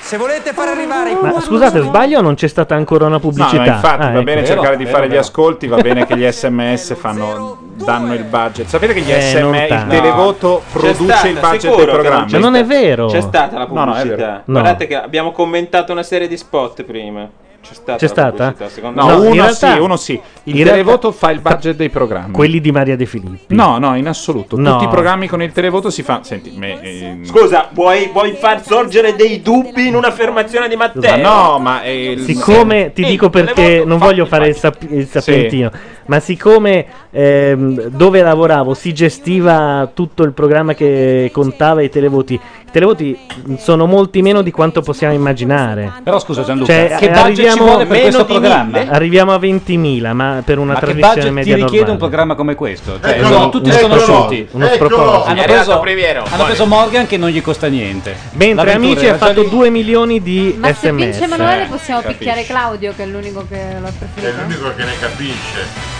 [SPEAKER 8] Se volete far arrivare i
[SPEAKER 1] Ma scusate, sbaglio o non c'è stata ancora una
[SPEAKER 4] No,
[SPEAKER 1] pubblicità?
[SPEAKER 4] no, infatti
[SPEAKER 1] Ah,
[SPEAKER 4] va bene
[SPEAKER 1] ecco.
[SPEAKER 4] cercare di fare gli ascolti, va bene che gli sms fanno, danno il budget. Sapete che gli
[SPEAKER 1] Eh, non
[SPEAKER 4] sms, il
[SPEAKER 1] tanto.
[SPEAKER 4] televoto
[SPEAKER 1] C'è
[SPEAKER 4] produce
[SPEAKER 1] stata,
[SPEAKER 4] il budget
[SPEAKER 1] sicuro
[SPEAKER 4] dei
[SPEAKER 1] che non
[SPEAKER 4] programmi?
[SPEAKER 1] c'è Ma non è stata. vero.
[SPEAKER 3] C'è stata la
[SPEAKER 4] No, no, è vero.
[SPEAKER 3] pubblicità.
[SPEAKER 1] No.
[SPEAKER 3] Guardate che abbiamo commentato una serie di spot prima. C'è stata?
[SPEAKER 1] C'è
[SPEAKER 3] la
[SPEAKER 1] stata?
[SPEAKER 3] pubblicità, secondo
[SPEAKER 4] No,
[SPEAKER 3] me.
[SPEAKER 1] in
[SPEAKER 4] uno
[SPEAKER 1] realtà-
[SPEAKER 4] sì, uno sì. Il
[SPEAKER 1] in realtà-
[SPEAKER 4] televoto fa il budget dei programmi.
[SPEAKER 1] Quelli di Maria De Filippi.
[SPEAKER 4] No, no, in assoluto.
[SPEAKER 1] No.
[SPEAKER 4] Tutti i programmi con il televoto si fa. Senti, me, ehm,
[SPEAKER 3] Scusa, vuoi, vuoi far sorgere dei dubbi in un'affermazione di
[SPEAKER 4] ma
[SPEAKER 3] Matteo?
[SPEAKER 4] no, ma è il-
[SPEAKER 1] Siccome ti
[SPEAKER 3] Eh,
[SPEAKER 1] dico
[SPEAKER 3] televoto,
[SPEAKER 1] perché non voglio fare il, sap- il sapientino, ma siccome ehm, dove lavoravo si gestiva tutto il programma che contava i televoti, i televoti sono molti meno di quanto possiamo immaginare.
[SPEAKER 2] Però scusa Gianluca,
[SPEAKER 1] Cioè,
[SPEAKER 2] che
[SPEAKER 1] eh,
[SPEAKER 2] budget ci
[SPEAKER 1] arriviamo-
[SPEAKER 2] vuole per questo programma?
[SPEAKER 1] Arriviamo a 20.000, ma per una
[SPEAKER 2] Ma che
[SPEAKER 1] trasmissione
[SPEAKER 2] budget ti
[SPEAKER 1] media
[SPEAKER 2] richiede
[SPEAKER 1] normale.
[SPEAKER 2] un programma come questo? Cioè,
[SPEAKER 1] Eccolo,
[SPEAKER 2] sono tutti
[SPEAKER 1] eccolo,
[SPEAKER 2] sconosciuti.
[SPEAKER 1] uno sproposito.
[SPEAKER 2] Hanno
[SPEAKER 1] È
[SPEAKER 2] preso,
[SPEAKER 1] arrivato Priviero,
[SPEAKER 2] hanno
[SPEAKER 1] fuori.
[SPEAKER 2] preso Morgan che non gli costa niente.
[SPEAKER 1] Mentre
[SPEAKER 2] L'avventura
[SPEAKER 1] Amici
[SPEAKER 2] era
[SPEAKER 1] ha
[SPEAKER 2] già
[SPEAKER 1] fatto
[SPEAKER 2] lì.
[SPEAKER 1] 2 milioni di
[SPEAKER 17] Ma se
[SPEAKER 1] sms.
[SPEAKER 17] vince Emanuele possiamo
[SPEAKER 1] Capisci.
[SPEAKER 17] picchiare Claudio, che è l'unico che l'ha preferito.
[SPEAKER 5] È l'unico che ne capisce.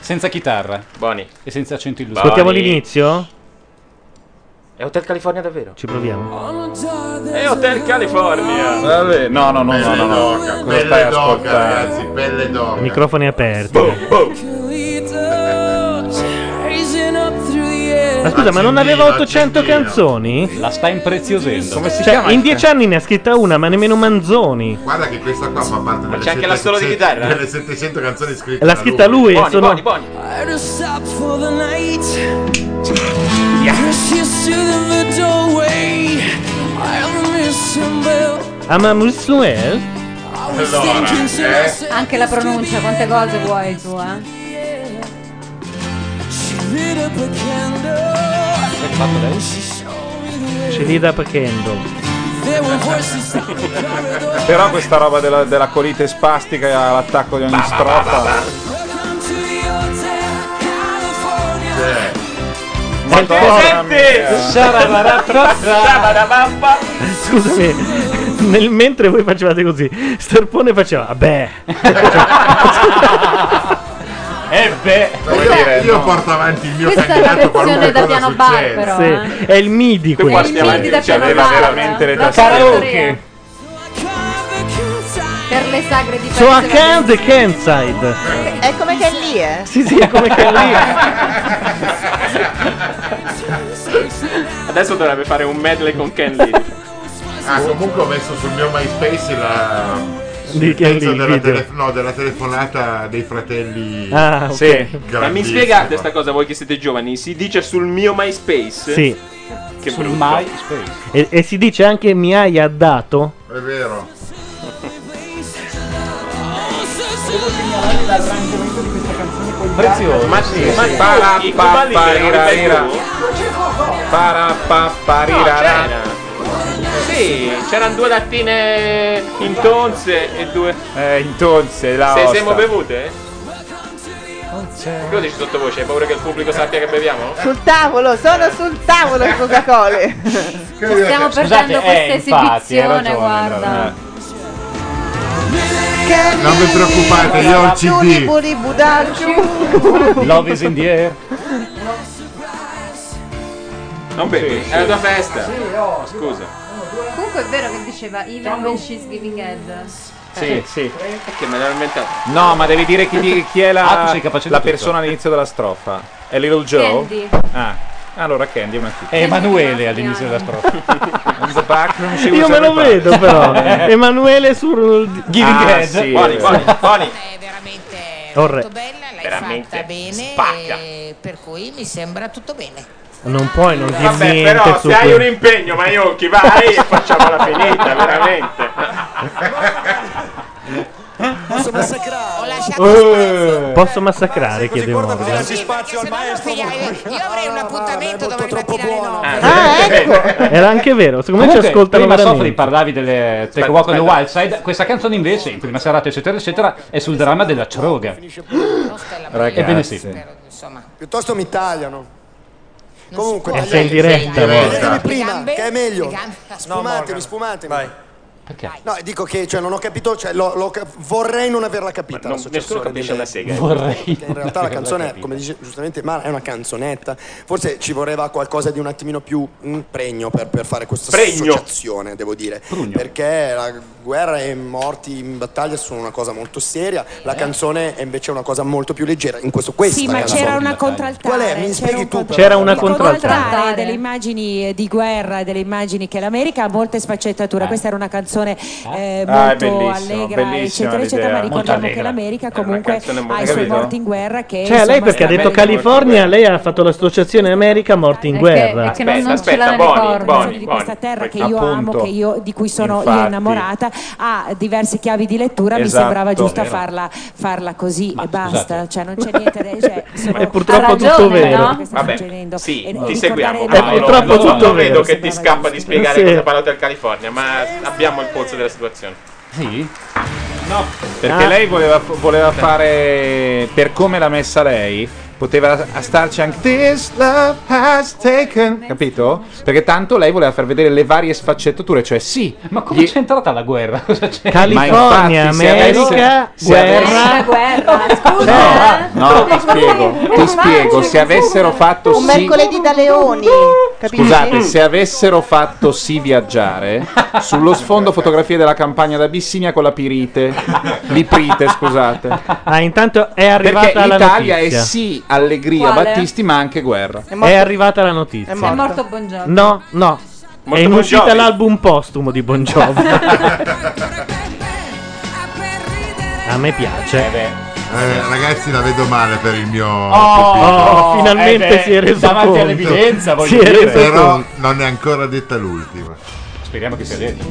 [SPEAKER 2] Senza chitarra. Boni. E senza accento illusorio.
[SPEAKER 1] Ascoltiamo l'inizio?
[SPEAKER 3] È Hotel California davvero?
[SPEAKER 1] Ci proviamo.
[SPEAKER 3] È Hotel California.
[SPEAKER 4] Vabbè, no, no, no, no, no, no.
[SPEAKER 5] d'oca,
[SPEAKER 4] Cosa
[SPEAKER 5] pelle
[SPEAKER 4] stai a
[SPEAKER 5] d'oca,
[SPEAKER 4] ascoltare?
[SPEAKER 5] ragazzi, pelle d'oca.
[SPEAKER 1] Microfoni aperti.
[SPEAKER 2] Boh.
[SPEAKER 1] Ma scusa, ma non aveva 800 canzoni?
[SPEAKER 2] La sta impreziosendo.
[SPEAKER 5] Come si
[SPEAKER 1] Cioè,
[SPEAKER 5] chiama
[SPEAKER 1] in
[SPEAKER 5] il-
[SPEAKER 1] dieci anni ne ha scritta una, ma nemmeno Manzoni.
[SPEAKER 5] Guarda che questa qua fa parte delle,
[SPEAKER 1] c'è anche
[SPEAKER 5] 700
[SPEAKER 1] la solo di chitarra, eh?
[SPEAKER 5] delle 700 canzoni scritte.
[SPEAKER 1] L'ha
[SPEAKER 5] da
[SPEAKER 1] scritta lui e sono...
[SPEAKER 10] I had to stop for the night. Chris you stood in the doorway. I miss him, but
[SPEAKER 1] Ama Musuel?
[SPEAKER 10] I was thinking to myself,
[SPEAKER 17] Anche la pronuncia, quante cose vuoi tu, eh?
[SPEAKER 10] she lit up a candle.
[SPEAKER 1] Ce li da Pachendo.
[SPEAKER 10] There were voices down the corridor.
[SPEAKER 4] Però questa roba della, della colite spastica e l'attacco di ogni strofa.
[SPEAKER 10] Welcome to the hotel, California.
[SPEAKER 4] Madonna mia.
[SPEAKER 1] Scusami, nel- mentre voi facevate così, Starpone faceva, "Ah, vabbè. Eh,
[SPEAKER 2] E beh,
[SPEAKER 5] Io, io porto avanti il mio
[SPEAKER 17] Questa è la
[SPEAKER 5] candidato
[SPEAKER 17] versione
[SPEAKER 5] qualunque
[SPEAKER 17] da
[SPEAKER 5] cosa
[SPEAKER 17] Piano Bar, però, eh.
[SPEAKER 5] succeda.
[SPEAKER 1] Sì, è il MIDI
[SPEAKER 5] Qui
[SPEAKER 1] questo.
[SPEAKER 5] guardiamo È il MIDI
[SPEAKER 17] da Piano
[SPEAKER 4] C'aveva
[SPEAKER 17] Bar.
[SPEAKER 4] veramente le
[SPEAKER 17] La
[SPEAKER 4] tastiere.
[SPEAKER 17] karaoke. Per le sagre di
[SPEAKER 1] So a
[SPEAKER 17] Pesce.
[SPEAKER 1] Cannes e Kenside.
[SPEAKER 24] È come che è lì, eh?
[SPEAKER 1] Sì, sì, è come che è lì.
[SPEAKER 3] Adesso dovrebbe fare un medley con Ken Lee.
[SPEAKER 5] Ah, comunque ho messo sul mio MySpace la.
[SPEAKER 1] Di
[SPEAKER 5] il
[SPEAKER 1] chi è
[SPEAKER 5] pezzo
[SPEAKER 1] lì, il
[SPEAKER 5] della,
[SPEAKER 1] video?
[SPEAKER 5] tele- no, della telefonata dei fratelli.
[SPEAKER 1] Ah, ok. Sì.
[SPEAKER 3] Ma mi
[SPEAKER 5] Grandissimo.
[SPEAKER 3] spiegate sta cosa voi che siete giovani? Si dice sul mio MySpace?
[SPEAKER 1] Sì.
[SPEAKER 3] Che
[SPEAKER 2] Sul
[SPEAKER 3] brutto.
[SPEAKER 2] MySpace.
[SPEAKER 1] E, e si dice anche Miai ha dato.
[SPEAKER 5] È vero.
[SPEAKER 10] Devo segnalare l'arrangiamento di questa canzone con gli
[SPEAKER 2] prezioso.
[SPEAKER 4] Ma sì,
[SPEAKER 2] ma sì.
[SPEAKER 4] Para,
[SPEAKER 2] I
[SPEAKER 4] pa,
[SPEAKER 2] cavalli
[SPEAKER 4] pa,
[SPEAKER 2] li
[SPEAKER 4] rira,
[SPEAKER 2] avete
[SPEAKER 4] rira.
[SPEAKER 2] tu?
[SPEAKER 4] Para, pa, pa,
[SPEAKER 3] No,
[SPEAKER 4] rira, ra.
[SPEAKER 3] c'era. Sì, c'erano due lattine in tonze e due.
[SPEAKER 4] Eh, intonse la
[SPEAKER 3] Se
[SPEAKER 4] osta.
[SPEAKER 3] siamo bevute? Che lo dici sottovoce? Hai paura che il pubblico sappia che beviamo?
[SPEAKER 25] Sul tavolo, sono sul tavolo il Coca-Cola.
[SPEAKER 10] Stiamo perdendo
[SPEAKER 6] eh,
[SPEAKER 10] questa esibizione, guarda. eh.
[SPEAKER 5] Non vi preoccupate, io ho il
[SPEAKER 25] Giuli,
[SPEAKER 5] CD.
[SPEAKER 25] Buri, Budacci.
[SPEAKER 2] Love is in the air.
[SPEAKER 3] Non bevi?
[SPEAKER 4] Sì,
[SPEAKER 3] È la
[SPEAKER 4] sì.
[SPEAKER 3] tua festa.
[SPEAKER 10] Sì, oh,
[SPEAKER 3] Scusa.
[SPEAKER 10] Comunque è vero che diceva Even when she's giving head.
[SPEAKER 6] Eh,
[SPEAKER 4] Sì, sì.
[SPEAKER 3] Che me l'ho inventato.
[SPEAKER 4] No, ma devi dire chi, chi è
[SPEAKER 3] Ah, tu
[SPEAKER 4] la,
[SPEAKER 3] sei capace di
[SPEAKER 4] la
[SPEAKER 3] tutto.
[SPEAKER 4] persona all'inizio della strofa. È Little Joe?
[SPEAKER 10] Candy.
[SPEAKER 4] Ah, allora Candy è una
[SPEAKER 2] È Emanuele all'inizio della strofa.
[SPEAKER 1] Io me lo vedo però. eh.
[SPEAKER 4] Eh.
[SPEAKER 1] Emanuele sul
[SPEAKER 2] Giving
[SPEAKER 1] Ah,
[SPEAKER 2] head.
[SPEAKER 1] sì.
[SPEAKER 2] Buoni, buoni,
[SPEAKER 3] buoni.
[SPEAKER 1] Orre.
[SPEAKER 26] Veramente bene,
[SPEAKER 6] eh,
[SPEAKER 26] e per cui mi sembra tutto bene.
[SPEAKER 1] Non puoi non dire
[SPEAKER 3] Vabbè,
[SPEAKER 1] niente
[SPEAKER 3] però
[SPEAKER 1] su
[SPEAKER 3] se hai
[SPEAKER 1] quel-
[SPEAKER 3] un impegno, Maionchi, vai e facciamola finita, veramente.
[SPEAKER 13] Posso massacrare?
[SPEAKER 1] Eh, Posso massacrare? Chiede uno.
[SPEAKER 13] spazio al maestro.
[SPEAKER 26] Io avrei un appuntamento domani
[SPEAKER 13] troppo
[SPEAKER 26] mattina alle
[SPEAKER 13] buono.
[SPEAKER 26] 9.
[SPEAKER 1] Eh, Era anche vero. Secondo me ci
[SPEAKER 2] Comunque,
[SPEAKER 1] ascoltano
[SPEAKER 2] prima
[SPEAKER 1] veramente.
[SPEAKER 2] Sofri parlavi delle Take a Walk on the Wild Side. Questa canzone invece, in prima serata, eccetera, eccetera, è sul dramma della Ciroga.
[SPEAKER 4] Ragazzi.
[SPEAKER 2] Ebbene sì.
[SPEAKER 13] Piuttosto mi tagliano. Comunque,
[SPEAKER 2] si-
[SPEAKER 13] tagliate-
[SPEAKER 2] Eh, sei in diretta,
[SPEAKER 13] tagliate-
[SPEAKER 2] Morgan.
[SPEAKER 13] tagliatemi prima, che è meglio. Sfumatemi,
[SPEAKER 8] Morgan.
[SPEAKER 13] sfumatemi.
[SPEAKER 2] Perché?
[SPEAKER 13] No, dico che cioè, non ho capito, cioè, l'ho- l'ho cap- vorrei non cioè, averla
[SPEAKER 3] Non,
[SPEAKER 13] capita. la
[SPEAKER 3] nessuno
[SPEAKER 13] successione
[SPEAKER 3] capisce
[SPEAKER 13] delle-
[SPEAKER 3] una sega. eh.
[SPEAKER 13] Perché in realtà la canzone, come dice giustamente Mara, è una canzonetta. Forse ci voleva qualcosa di un attimino più mm, pregno per, per fare questa
[SPEAKER 3] Pregno.
[SPEAKER 13] associazione, devo dire. Perché la guerra e morti in battaglia sono una cosa molto seria, la
[SPEAKER 1] Eh.
[SPEAKER 13] canzone è invece una cosa molto più leggera. In questo questa
[SPEAKER 6] Sì, ma
[SPEAKER 13] canzone.
[SPEAKER 6] c'era una contraltare.
[SPEAKER 13] Qual è? Mi spieghi tu? però.
[SPEAKER 1] C'era una
[SPEAKER 6] Il
[SPEAKER 1] contraltare.
[SPEAKER 6] contraltare delle immagini eh, di guerra e delle immagini che l'America ha molte sfaccettature. Questa era una canzone eh,
[SPEAKER 4] Ah, è
[SPEAKER 6] molto
[SPEAKER 4] bellissimo,
[SPEAKER 6] allegra,
[SPEAKER 4] bellissima
[SPEAKER 6] eccetera, eccetera.
[SPEAKER 4] l'idea.
[SPEAKER 6] Ma
[SPEAKER 4] Molto
[SPEAKER 6] ricordiamo che
[SPEAKER 4] allegra.
[SPEAKER 6] l'America comunque
[SPEAKER 4] canzone molto-
[SPEAKER 6] ha i suoi
[SPEAKER 4] capito?
[SPEAKER 6] morti in guerra. Che
[SPEAKER 1] Cioè, lei
[SPEAKER 6] insomma,
[SPEAKER 1] perché ha
[SPEAKER 6] sono-
[SPEAKER 1] detto California, lei ha fatto l'associazione America morti in guerra.
[SPEAKER 6] di questa terra che io
[SPEAKER 1] Appunto.
[SPEAKER 6] amo, che io, di cui sono io
[SPEAKER 1] Infatti.
[SPEAKER 6] innamorata, ha diverse chiavi di lettura. Mi
[SPEAKER 1] Esatto.
[SPEAKER 6] sembrava giusto
[SPEAKER 1] Vero.
[SPEAKER 6] farla, farla così e basta. Cioè, non c'è niente da cioè, sono-
[SPEAKER 1] È purtroppo
[SPEAKER 6] ha
[SPEAKER 1] tutto vero.
[SPEAKER 6] quello che sta
[SPEAKER 3] Vabbè,
[SPEAKER 6] succedendo.
[SPEAKER 3] sì,
[SPEAKER 6] E- e
[SPEAKER 3] ti
[SPEAKER 6] ricordare
[SPEAKER 3] seguiamo.
[SPEAKER 6] È
[SPEAKER 3] Paolo.
[SPEAKER 6] purtroppo
[SPEAKER 3] Lo-
[SPEAKER 6] tutto
[SPEAKER 3] lo
[SPEAKER 6] vero,
[SPEAKER 3] vedo che ti scappa di spiegare
[SPEAKER 1] Sì.
[SPEAKER 3] cosa parla del California, ma abbiamo il polso della situazione.
[SPEAKER 2] Sì?
[SPEAKER 4] No. Perché
[SPEAKER 3] Ah.
[SPEAKER 4] lei voleva, voleva fare, per come l'ha messa lei, poteva a- starci anche This love has taken, capito? Perché tanto lei voleva far vedere le varie sfaccettature, cioè sì.
[SPEAKER 2] Ma come c'è entrata la guerra? Cosa c'è?
[SPEAKER 4] California, America, guerra.
[SPEAKER 25] eh.
[SPEAKER 4] No, ti spiego, ti spiego, se avessero fatto
[SPEAKER 25] Un
[SPEAKER 4] sì
[SPEAKER 25] mercoledì da leoni. Capisci?
[SPEAKER 4] Scusate, se avessero fatto sì viaggiare, sullo sfondo fotografie della campagna d'Abissinia con la pirite, liprite, scusate.
[SPEAKER 1] Ah, intanto è arrivata
[SPEAKER 4] Perché
[SPEAKER 1] la
[SPEAKER 4] l'Italia è
[SPEAKER 1] notizia.
[SPEAKER 4] sì allegria
[SPEAKER 10] Quale?
[SPEAKER 4] Battisti, ma anche guerra.
[SPEAKER 10] È morto-
[SPEAKER 1] È arrivata la notizia.
[SPEAKER 10] È morto, morto Buongiorno.
[SPEAKER 1] No, no. è in
[SPEAKER 4] Bon
[SPEAKER 1] uscita
[SPEAKER 4] Jovi.
[SPEAKER 1] l'album postumo di Bon Jovi. A me piace.
[SPEAKER 5] Eh, ragazzi, la vedo male per il mio.
[SPEAKER 1] Oh,
[SPEAKER 5] pupillo.
[SPEAKER 1] oh, finalmente Eh beh, si è reso davanti conto. all'evidenza, voglio Si è dire. reso
[SPEAKER 5] Però
[SPEAKER 1] conto.
[SPEAKER 5] non è ancora detta l'ultima.
[SPEAKER 2] Speriamo che sia detta.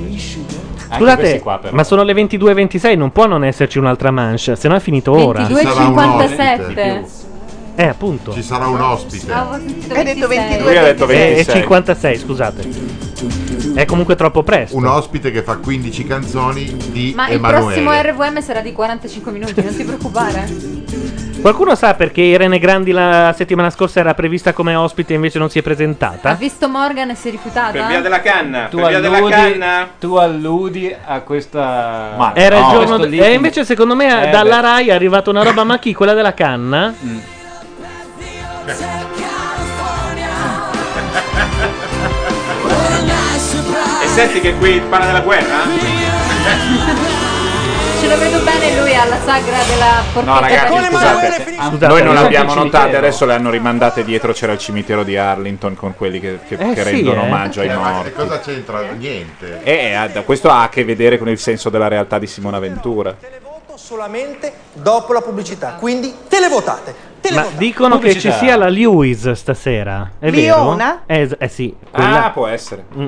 [SPEAKER 1] Scusate, ma sono le 22.26, non può non esserci un'altra mancia, se no è finito ora.
[SPEAKER 10] 22,57.
[SPEAKER 1] Eh, appunto.
[SPEAKER 5] Ci sarà un ospite.
[SPEAKER 10] Hai detto 22.
[SPEAKER 5] Lui ha detto
[SPEAKER 1] Eh, È
[SPEAKER 5] 26.
[SPEAKER 1] 56, scusate. È comunque troppo presto.
[SPEAKER 5] Un ospite che fa 15 canzoni di
[SPEAKER 10] Ma il
[SPEAKER 5] Emanuele.
[SPEAKER 10] prossimo RVM sarà di 45 minuti, non ti preoccupare.
[SPEAKER 1] Eh? Qualcuno sa perché Irene Grandi la settimana scorsa era prevista come ospite e invece non si è
[SPEAKER 10] Ha
[SPEAKER 1] presentata?
[SPEAKER 10] visto Morgan e si è rifiutata?
[SPEAKER 3] Per via della canna,
[SPEAKER 2] Tu
[SPEAKER 3] per via della
[SPEAKER 2] alludi,
[SPEAKER 3] canna.
[SPEAKER 2] tu alludi a questa.
[SPEAKER 1] Era il giorno.
[SPEAKER 2] questo
[SPEAKER 1] d-
[SPEAKER 2] lì-
[SPEAKER 1] e invece, secondo me,
[SPEAKER 2] Eh,
[SPEAKER 1] dalla
[SPEAKER 2] beh.
[SPEAKER 1] Rai è arrivata una roba. Ma chi? Quella della canna?
[SPEAKER 4] Mm.
[SPEAKER 3] E senti che qui parla della guerra?
[SPEAKER 10] Ce lo vedo bene lui alla sagra della forchetta.
[SPEAKER 4] No, ragazzi,
[SPEAKER 10] per-
[SPEAKER 4] scusate,
[SPEAKER 1] Ah, Scusate,
[SPEAKER 4] noi non
[SPEAKER 1] c'è
[SPEAKER 4] l'abbiamo
[SPEAKER 1] il
[SPEAKER 4] notate,
[SPEAKER 1] cimitero.
[SPEAKER 4] adesso le hanno rimandate dietro. C'era il cimitero di Arlington con quelli che, che-
[SPEAKER 5] Eh,
[SPEAKER 4] che
[SPEAKER 5] sì,
[SPEAKER 4] rendono
[SPEAKER 5] eh.
[SPEAKER 4] omaggio ai
[SPEAKER 5] Eh, ma
[SPEAKER 4] morti.
[SPEAKER 5] che cosa c'entra? Niente.
[SPEAKER 4] E ha- questo ha a che vedere con il senso della realtà di Simona Ventura.
[SPEAKER 8] solamente dopo la pubblicità. Quindi televotate.
[SPEAKER 1] Ma dicono che ci
[SPEAKER 4] Pubblicità.
[SPEAKER 1] sia la Lewis stasera. È
[SPEAKER 8] Liona?
[SPEAKER 1] vero? Eh, es- eh sì. quella-
[SPEAKER 4] Ah, può essere.
[SPEAKER 1] Mm.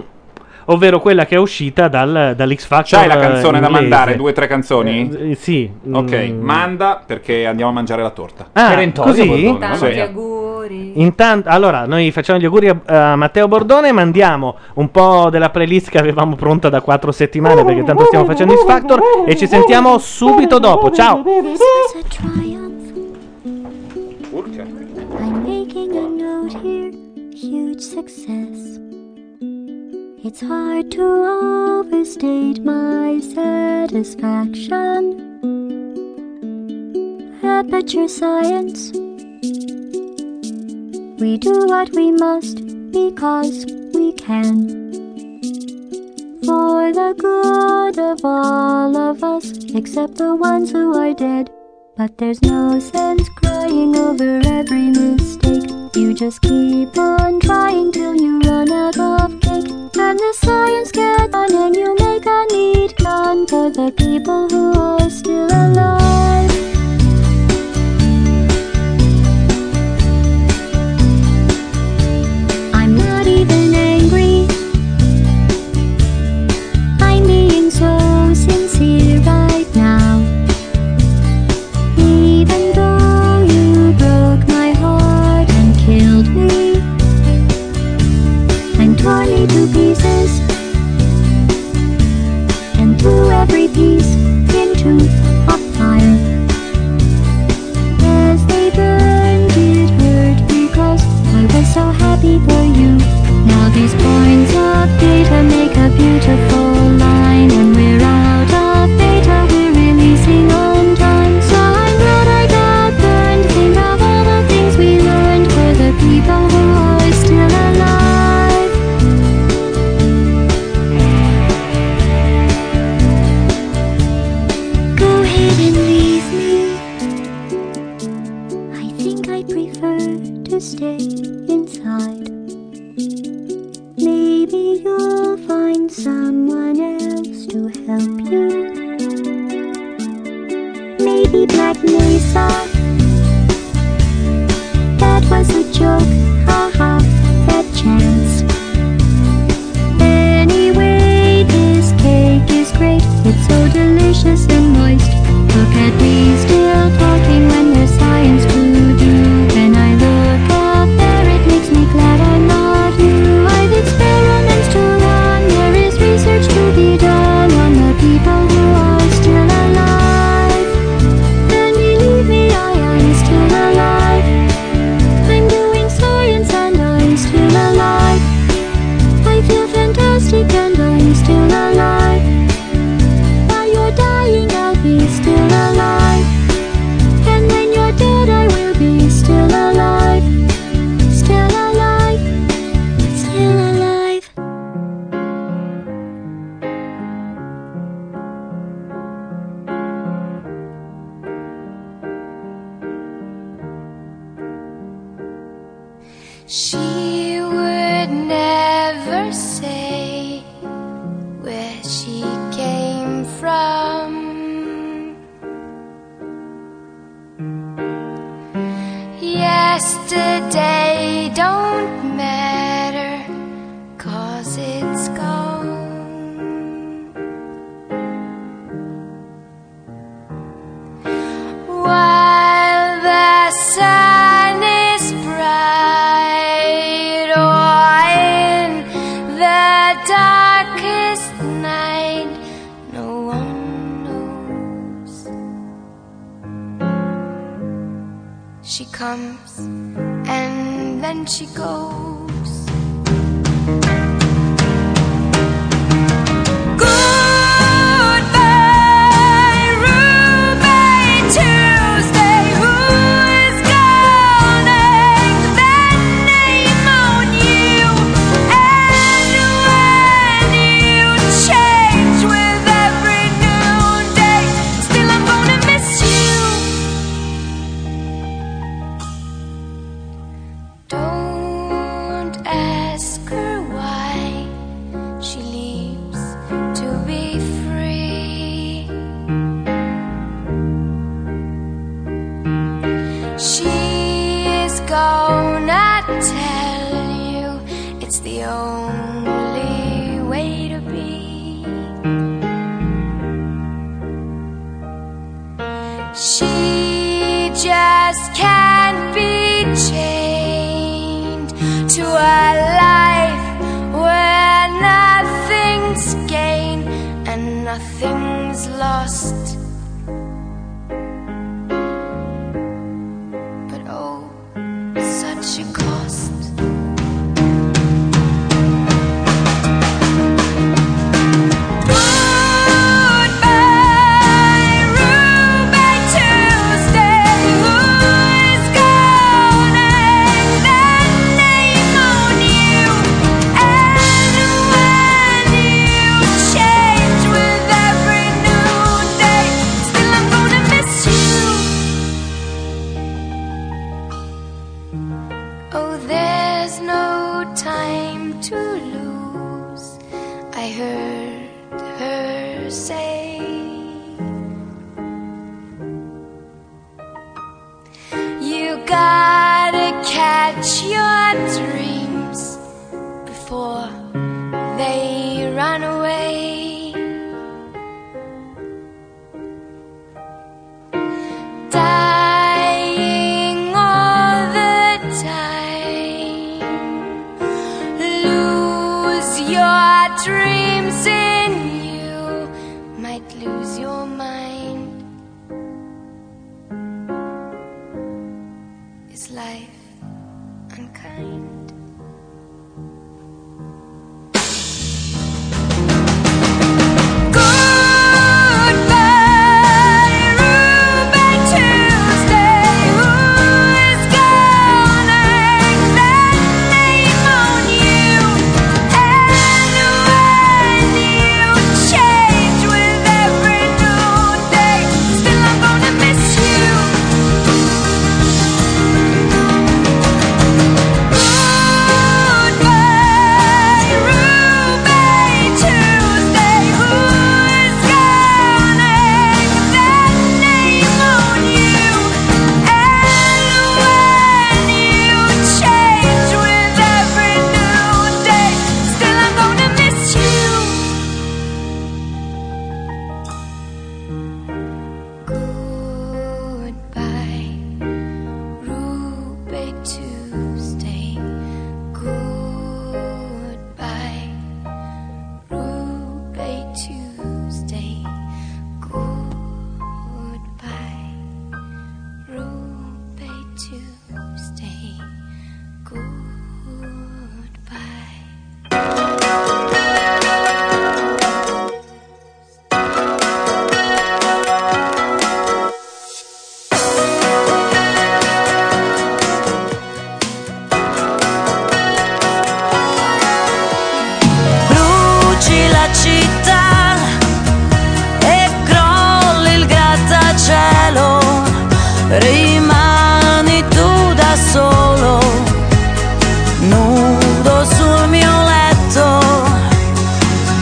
[SPEAKER 1] ovvero quella che è uscita dal, dall'X Factor.
[SPEAKER 4] C'hai la
[SPEAKER 5] eh,
[SPEAKER 4] canzone da
[SPEAKER 1] inglese.
[SPEAKER 4] mandare? Due o tre canzoni?
[SPEAKER 1] Eh, sì.
[SPEAKER 4] Ok,
[SPEAKER 1] Mm.
[SPEAKER 4] manda perché
[SPEAKER 5] Mm.
[SPEAKER 4] andiamo a mangiare la torta.
[SPEAKER 1] Ah, così? Tanti
[SPEAKER 15] auguri.
[SPEAKER 1] Intanto, allora, noi facciamo gli auguri a, a Matteo Bordone, mandiamo un po' della playlist che avevamo pronta da quattro settimane perché tanto stiamo facendo X Factor e ci sentiamo subito dopo. Ciao!
[SPEAKER 10] This is a triumph. I'm making a note here. Huge success. It's hard to overstate my satisfaction. Aperture science. We do what we must because we can. For the good of all of us, except the ones who are dead. But there's no sense crying over every mistake. You just keep on trying till you run out of cake. And the science gets on, and you make a neat plan for the people who are still alive. I'm not even angry. I'm being so sincere right now. Even though you broke my heart and killed me and tore me to pieces and threw every piece into a fire. As they burned, it hurt because I was so happy for you. Now these points of data make a beautiful line, and we're out of data. We're releasing on time, so I'm glad I got burned. Think of all the things we learned for the people who are still alive. Go ahead and leave me. I think I prefer to stay inside. Maybe you'll find someone else to help you. Maybe Black Mesa. That was a joke, haha, that chance. Anyway, this cake is great. It's so delicious and moist. Look at me still talking when there's science to do. When I look up there, it makes me glad I'm not you. I've experiments to run. There is research to be done on the people who are still alive. And believe me, I am still alive. I'm doing science and I'm still alive. I feel fantastic and I'm still alive. While you're dying, I'll be still alive. And when you're dead, I will be still alive. Still alive. Still alive. She would never say where she came from. Yesterday don't matter, cause it's gone. While the sun is bright, or in the darkest night, no one knows. She comes and then she goes. Goodbye, roommate Tuesday. Who is calling that name on you? And when you change with every new day, still I'm gonna miss you. Don't
[SPEAKER 27] can't be chained to a life where nothing's gained and nothing's lost. But oh, such a cost. Goodbye, Ruby Tuesday. Who is gone and that name on you? And when you change with every new day, still I'm gonna miss you. Oh, there's no time to lose. I heard her say. You gotta catch your dreams before they run away. Dying all the time. Lose your dreams in you, might lose your mind. Is life unkind? Goodbye, Ruby Tuesday. Who is gone and that name on you? And you change with every new day, still I'm gonna miss you. Goodbye, Ruby Tuesday. Who is gone and that name on you? And you change with every new day, still I'm gonna miss you. Goodbye, Ruby Tuesday. Goodbye, Ruby Tuesday. Goodbye, Ruby Tuesday. Goodbye.
[SPEAKER 17] Bruci la città e crolli il grattacielo, rimani tu da solo, nudo sul mio letto.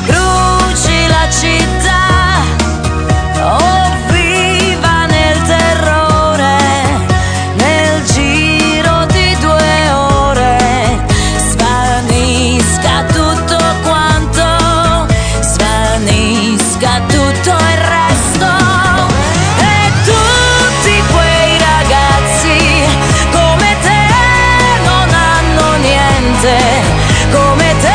[SPEAKER 17] Bruci la città, oh viva nel terrore, nel giro di due ore svanisca tutto quanto, svanisca tutto il resto. E tutti quei ragazzi come te non hanno niente, come te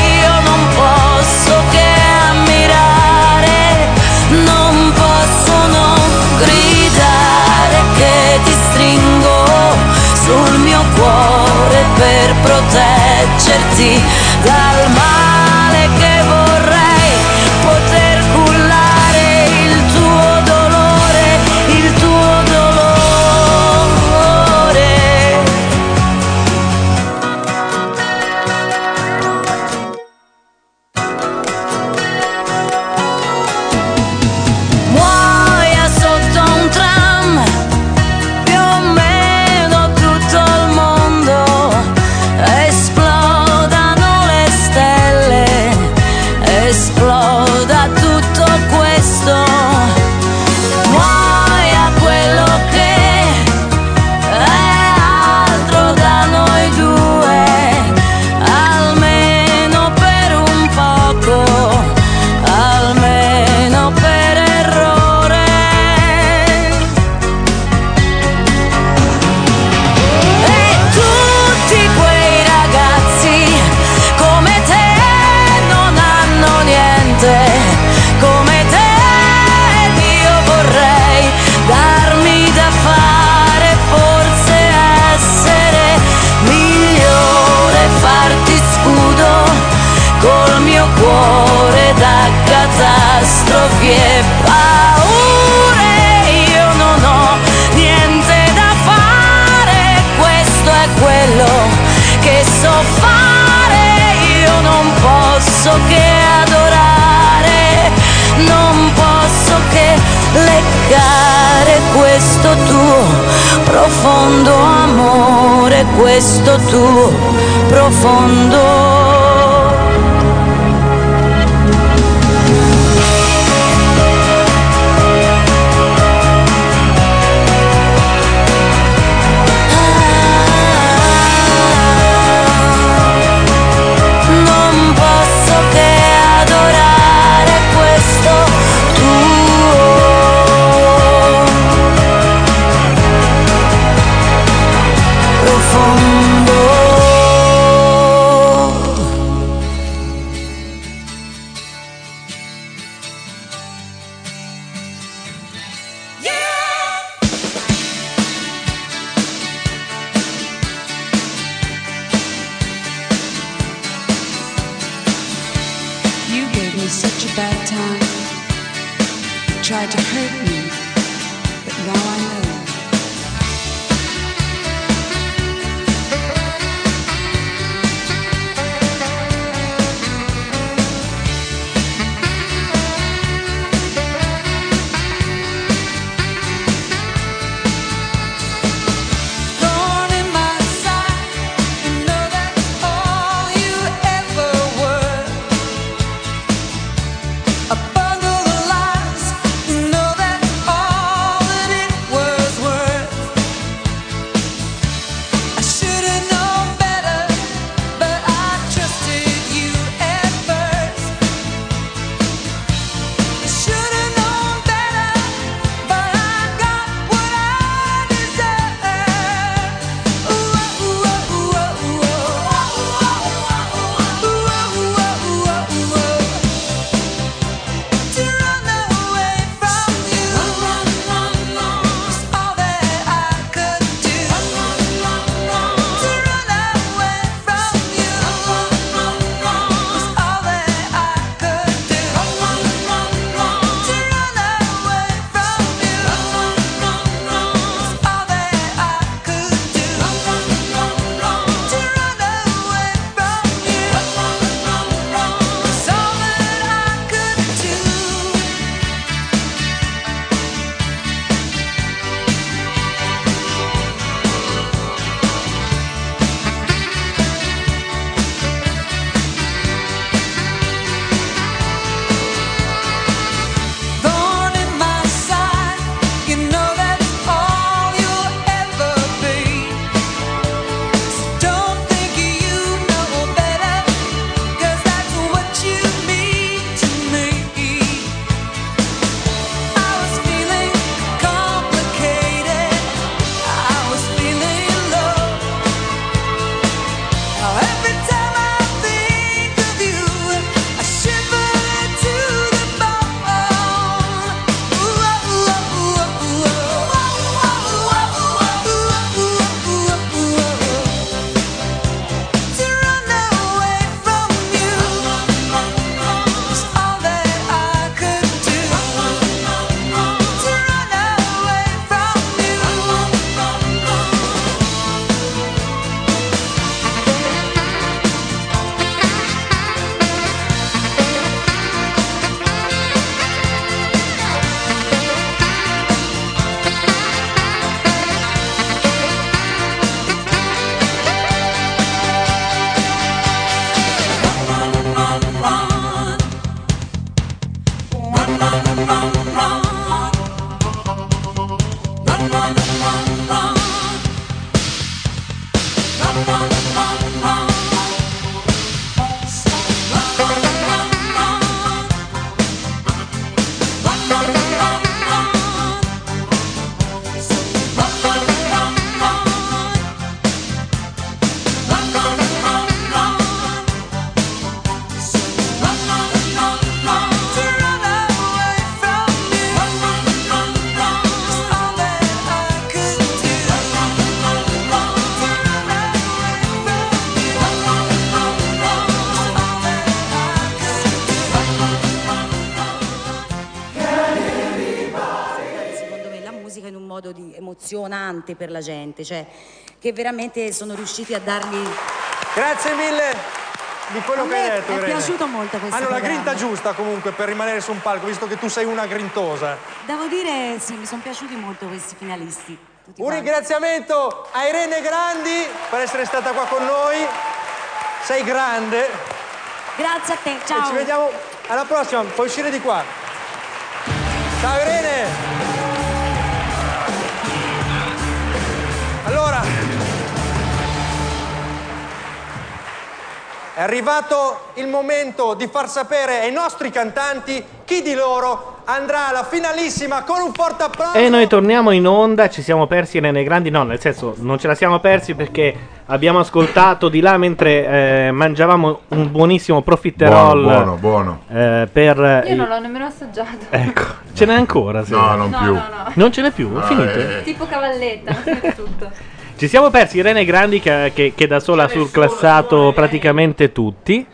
[SPEAKER 17] io non posso che ammirare, non posso non gridare che ti stringo sul mio cuore per proteggerti dal male che vorrei poter cullare il tuo dolore, il tuo dolore. Muoia sotto un tram più o meno tutto il mondo esplodano
[SPEAKER 10] posso che adorare, non posso che leccare questo tuo profondo amore, questo tuo profondo Non posso che adorare questo tuo profondo.
[SPEAKER 17] You gave me such a bad time. Tried to hurt me, but now I know.
[SPEAKER 10] Thorn in my side, you know that's all you ever were. A bundle of lies, you know that's all that it was worth. I should have known better, but I trusted you at first. I should have known better, but I got what I deserved. Thorn in my side, you know that's all you'll ever be. So don't think you know better, 'cause that's what you mean to me. I was feeling complicated, I was feeling low. Now every time I think of you, I shiver to the bone.
[SPEAKER 17] Secondo me la musica in un modo di emozionante per la gente, cioè che veramente sono riusciti a dargli
[SPEAKER 8] Grazie mille. di quello
[SPEAKER 17] A
[SPEAKER 8] che hai
[SPEAKER 17] me
[SPEAKER 8] detto.
[SPEAKER 17] è
[SPEAKER 8] Irene.
[SPEAKER 17] piaciuto molto questo
[SPEAKER 8] Hanno Ah, la
[SPEAKER 17] programma.
[SPEAKER 8] grinta giusta comunque per rimanere su un palco, visto che tu sei una grintosa.
[SPEAKER 17] Devo dire, sì, mi sono piaciuti molto questi finalisti.
[SPEAKER 8] Un ringraziamento a Irene Grandi per essere stata qua con noi. Sei grande.
[SPEAKER 17] Grazie a te,
[SPEAKER 8] ciao. E ci vediamo alla prossima, puoi uscire di qua. Ciao Irene. Allora, è arrivato il momento di far sapere ai nostri cantanti chi di loro andrà alla finalissima con un forte applauso.
[SPEAKER 1] E noi torniamo in onda, ci siamo persi nei grandi, no, nel senso non ce la siamo persi perché abbiamo ascoltato di là mentre eh, mangiavamo un buonissimo profiterol.
[SPEAKER 5] Buono, buono, buono.
[SPEAKER 1] eh, per eh,
[SPEAKER 6] Io non
[SPEAKER 1] il-
[SPEAKER 6] l'ho nemmeno assaggiato.
[SPEAKER 1] Ecco, ce n'è ancora? se-
[SPEAKER 6] non No, più. no, no.
[SPEAKER 1] Non ce n'è più? È
[SPEAKER 6] No,
[SPEAKER 1] finito?
[SPEAKER 5] eh,
[SPEAKER 6] Tipo cavalletta, non so tutto.
[SPEAKER 1] Ci siamo persi Irene Grandi che, che- che da sola ha
[SPEAKER 6] eh.
[SPEAKER 1] surclassato praticamente tutti.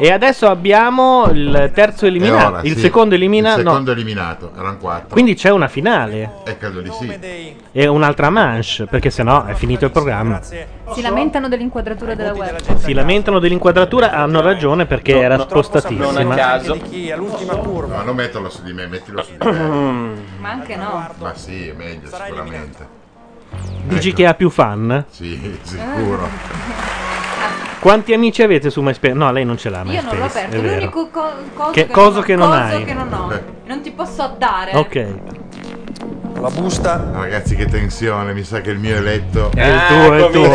[SPEAKER 1] E adesso abbiamo il terzo
[SPEAKER 5] E
[SPEAKER 1] eliminato.
[SPEAKER 5] Eh, ora,
[SPEAKER 1] il
[SPEAKER 5] sì,
[SPEAKER 1] secondo eliminato.
[SPEAKER 5] Il
[SPEAKER 1] no.
[SPEAKER 5] secondo eliminato, erano quattro.
[SPEAKER 1] Quindi c'è una finale
[SPEAKER 5] E credo di sì.
[SPEAKER 1] e un'altra manche, perché sennò è finito il programma.
[SPEAKER 6] Si lamentano dell'inquadratura della web.
[SPEAKER 1] Si lamentano dell'inquadratura, hanno ragione perché era spostatissima.
[SPEAKER 5] chi all'ultima curva. No, non metterlo su di me, mettilo su di me.
[SPEAKER 6] Ma
[SPEAKER 3] Ah,
[SPEAKER 6] anche no.
[SPEAKER 5] Ma sì, è meglio sicuramente.
[SPEAKER 1] Dici che ha più fan?
[SPEAKER 5] Sì, sicuro.
[SPEAKER 1] Quanti amici avete su MySpace? No, lei non ce l'ha
[SPEAKER 6] Io
[SPEAKER 1] MySpace.
[SPEAKER 6] non l'ho
[SPEAKER 1] è
[SPEAKER 6] aperto.
[SPEAKER 1] vero.
[SPEAKER 6] L'unico co- coso
[SPEAKER 1] Che-
[SPEAKER 6] che,
[SPEAKER 1] coso
[SPEAKER 6] non ho,
[SPEAKER 1] che non
[SPEAKER 6] coso
[SPEAKER 1] hai.
[SPEAKER 6] che non ho.
[SPEAKER 3] Eh.
[SPEAKER 5] Beh.
[SPEAKER 6] Non ti posso dare.
[SPEAKER 1] Ok.
[SPEAKER 5] La busta. Ragazzi, che tensione, mi sa che il mio è letto.
[SPEAKER 1] È il tuo,
[SPEAKER 5] Ah,
[SPEAKER 1] è il tuo.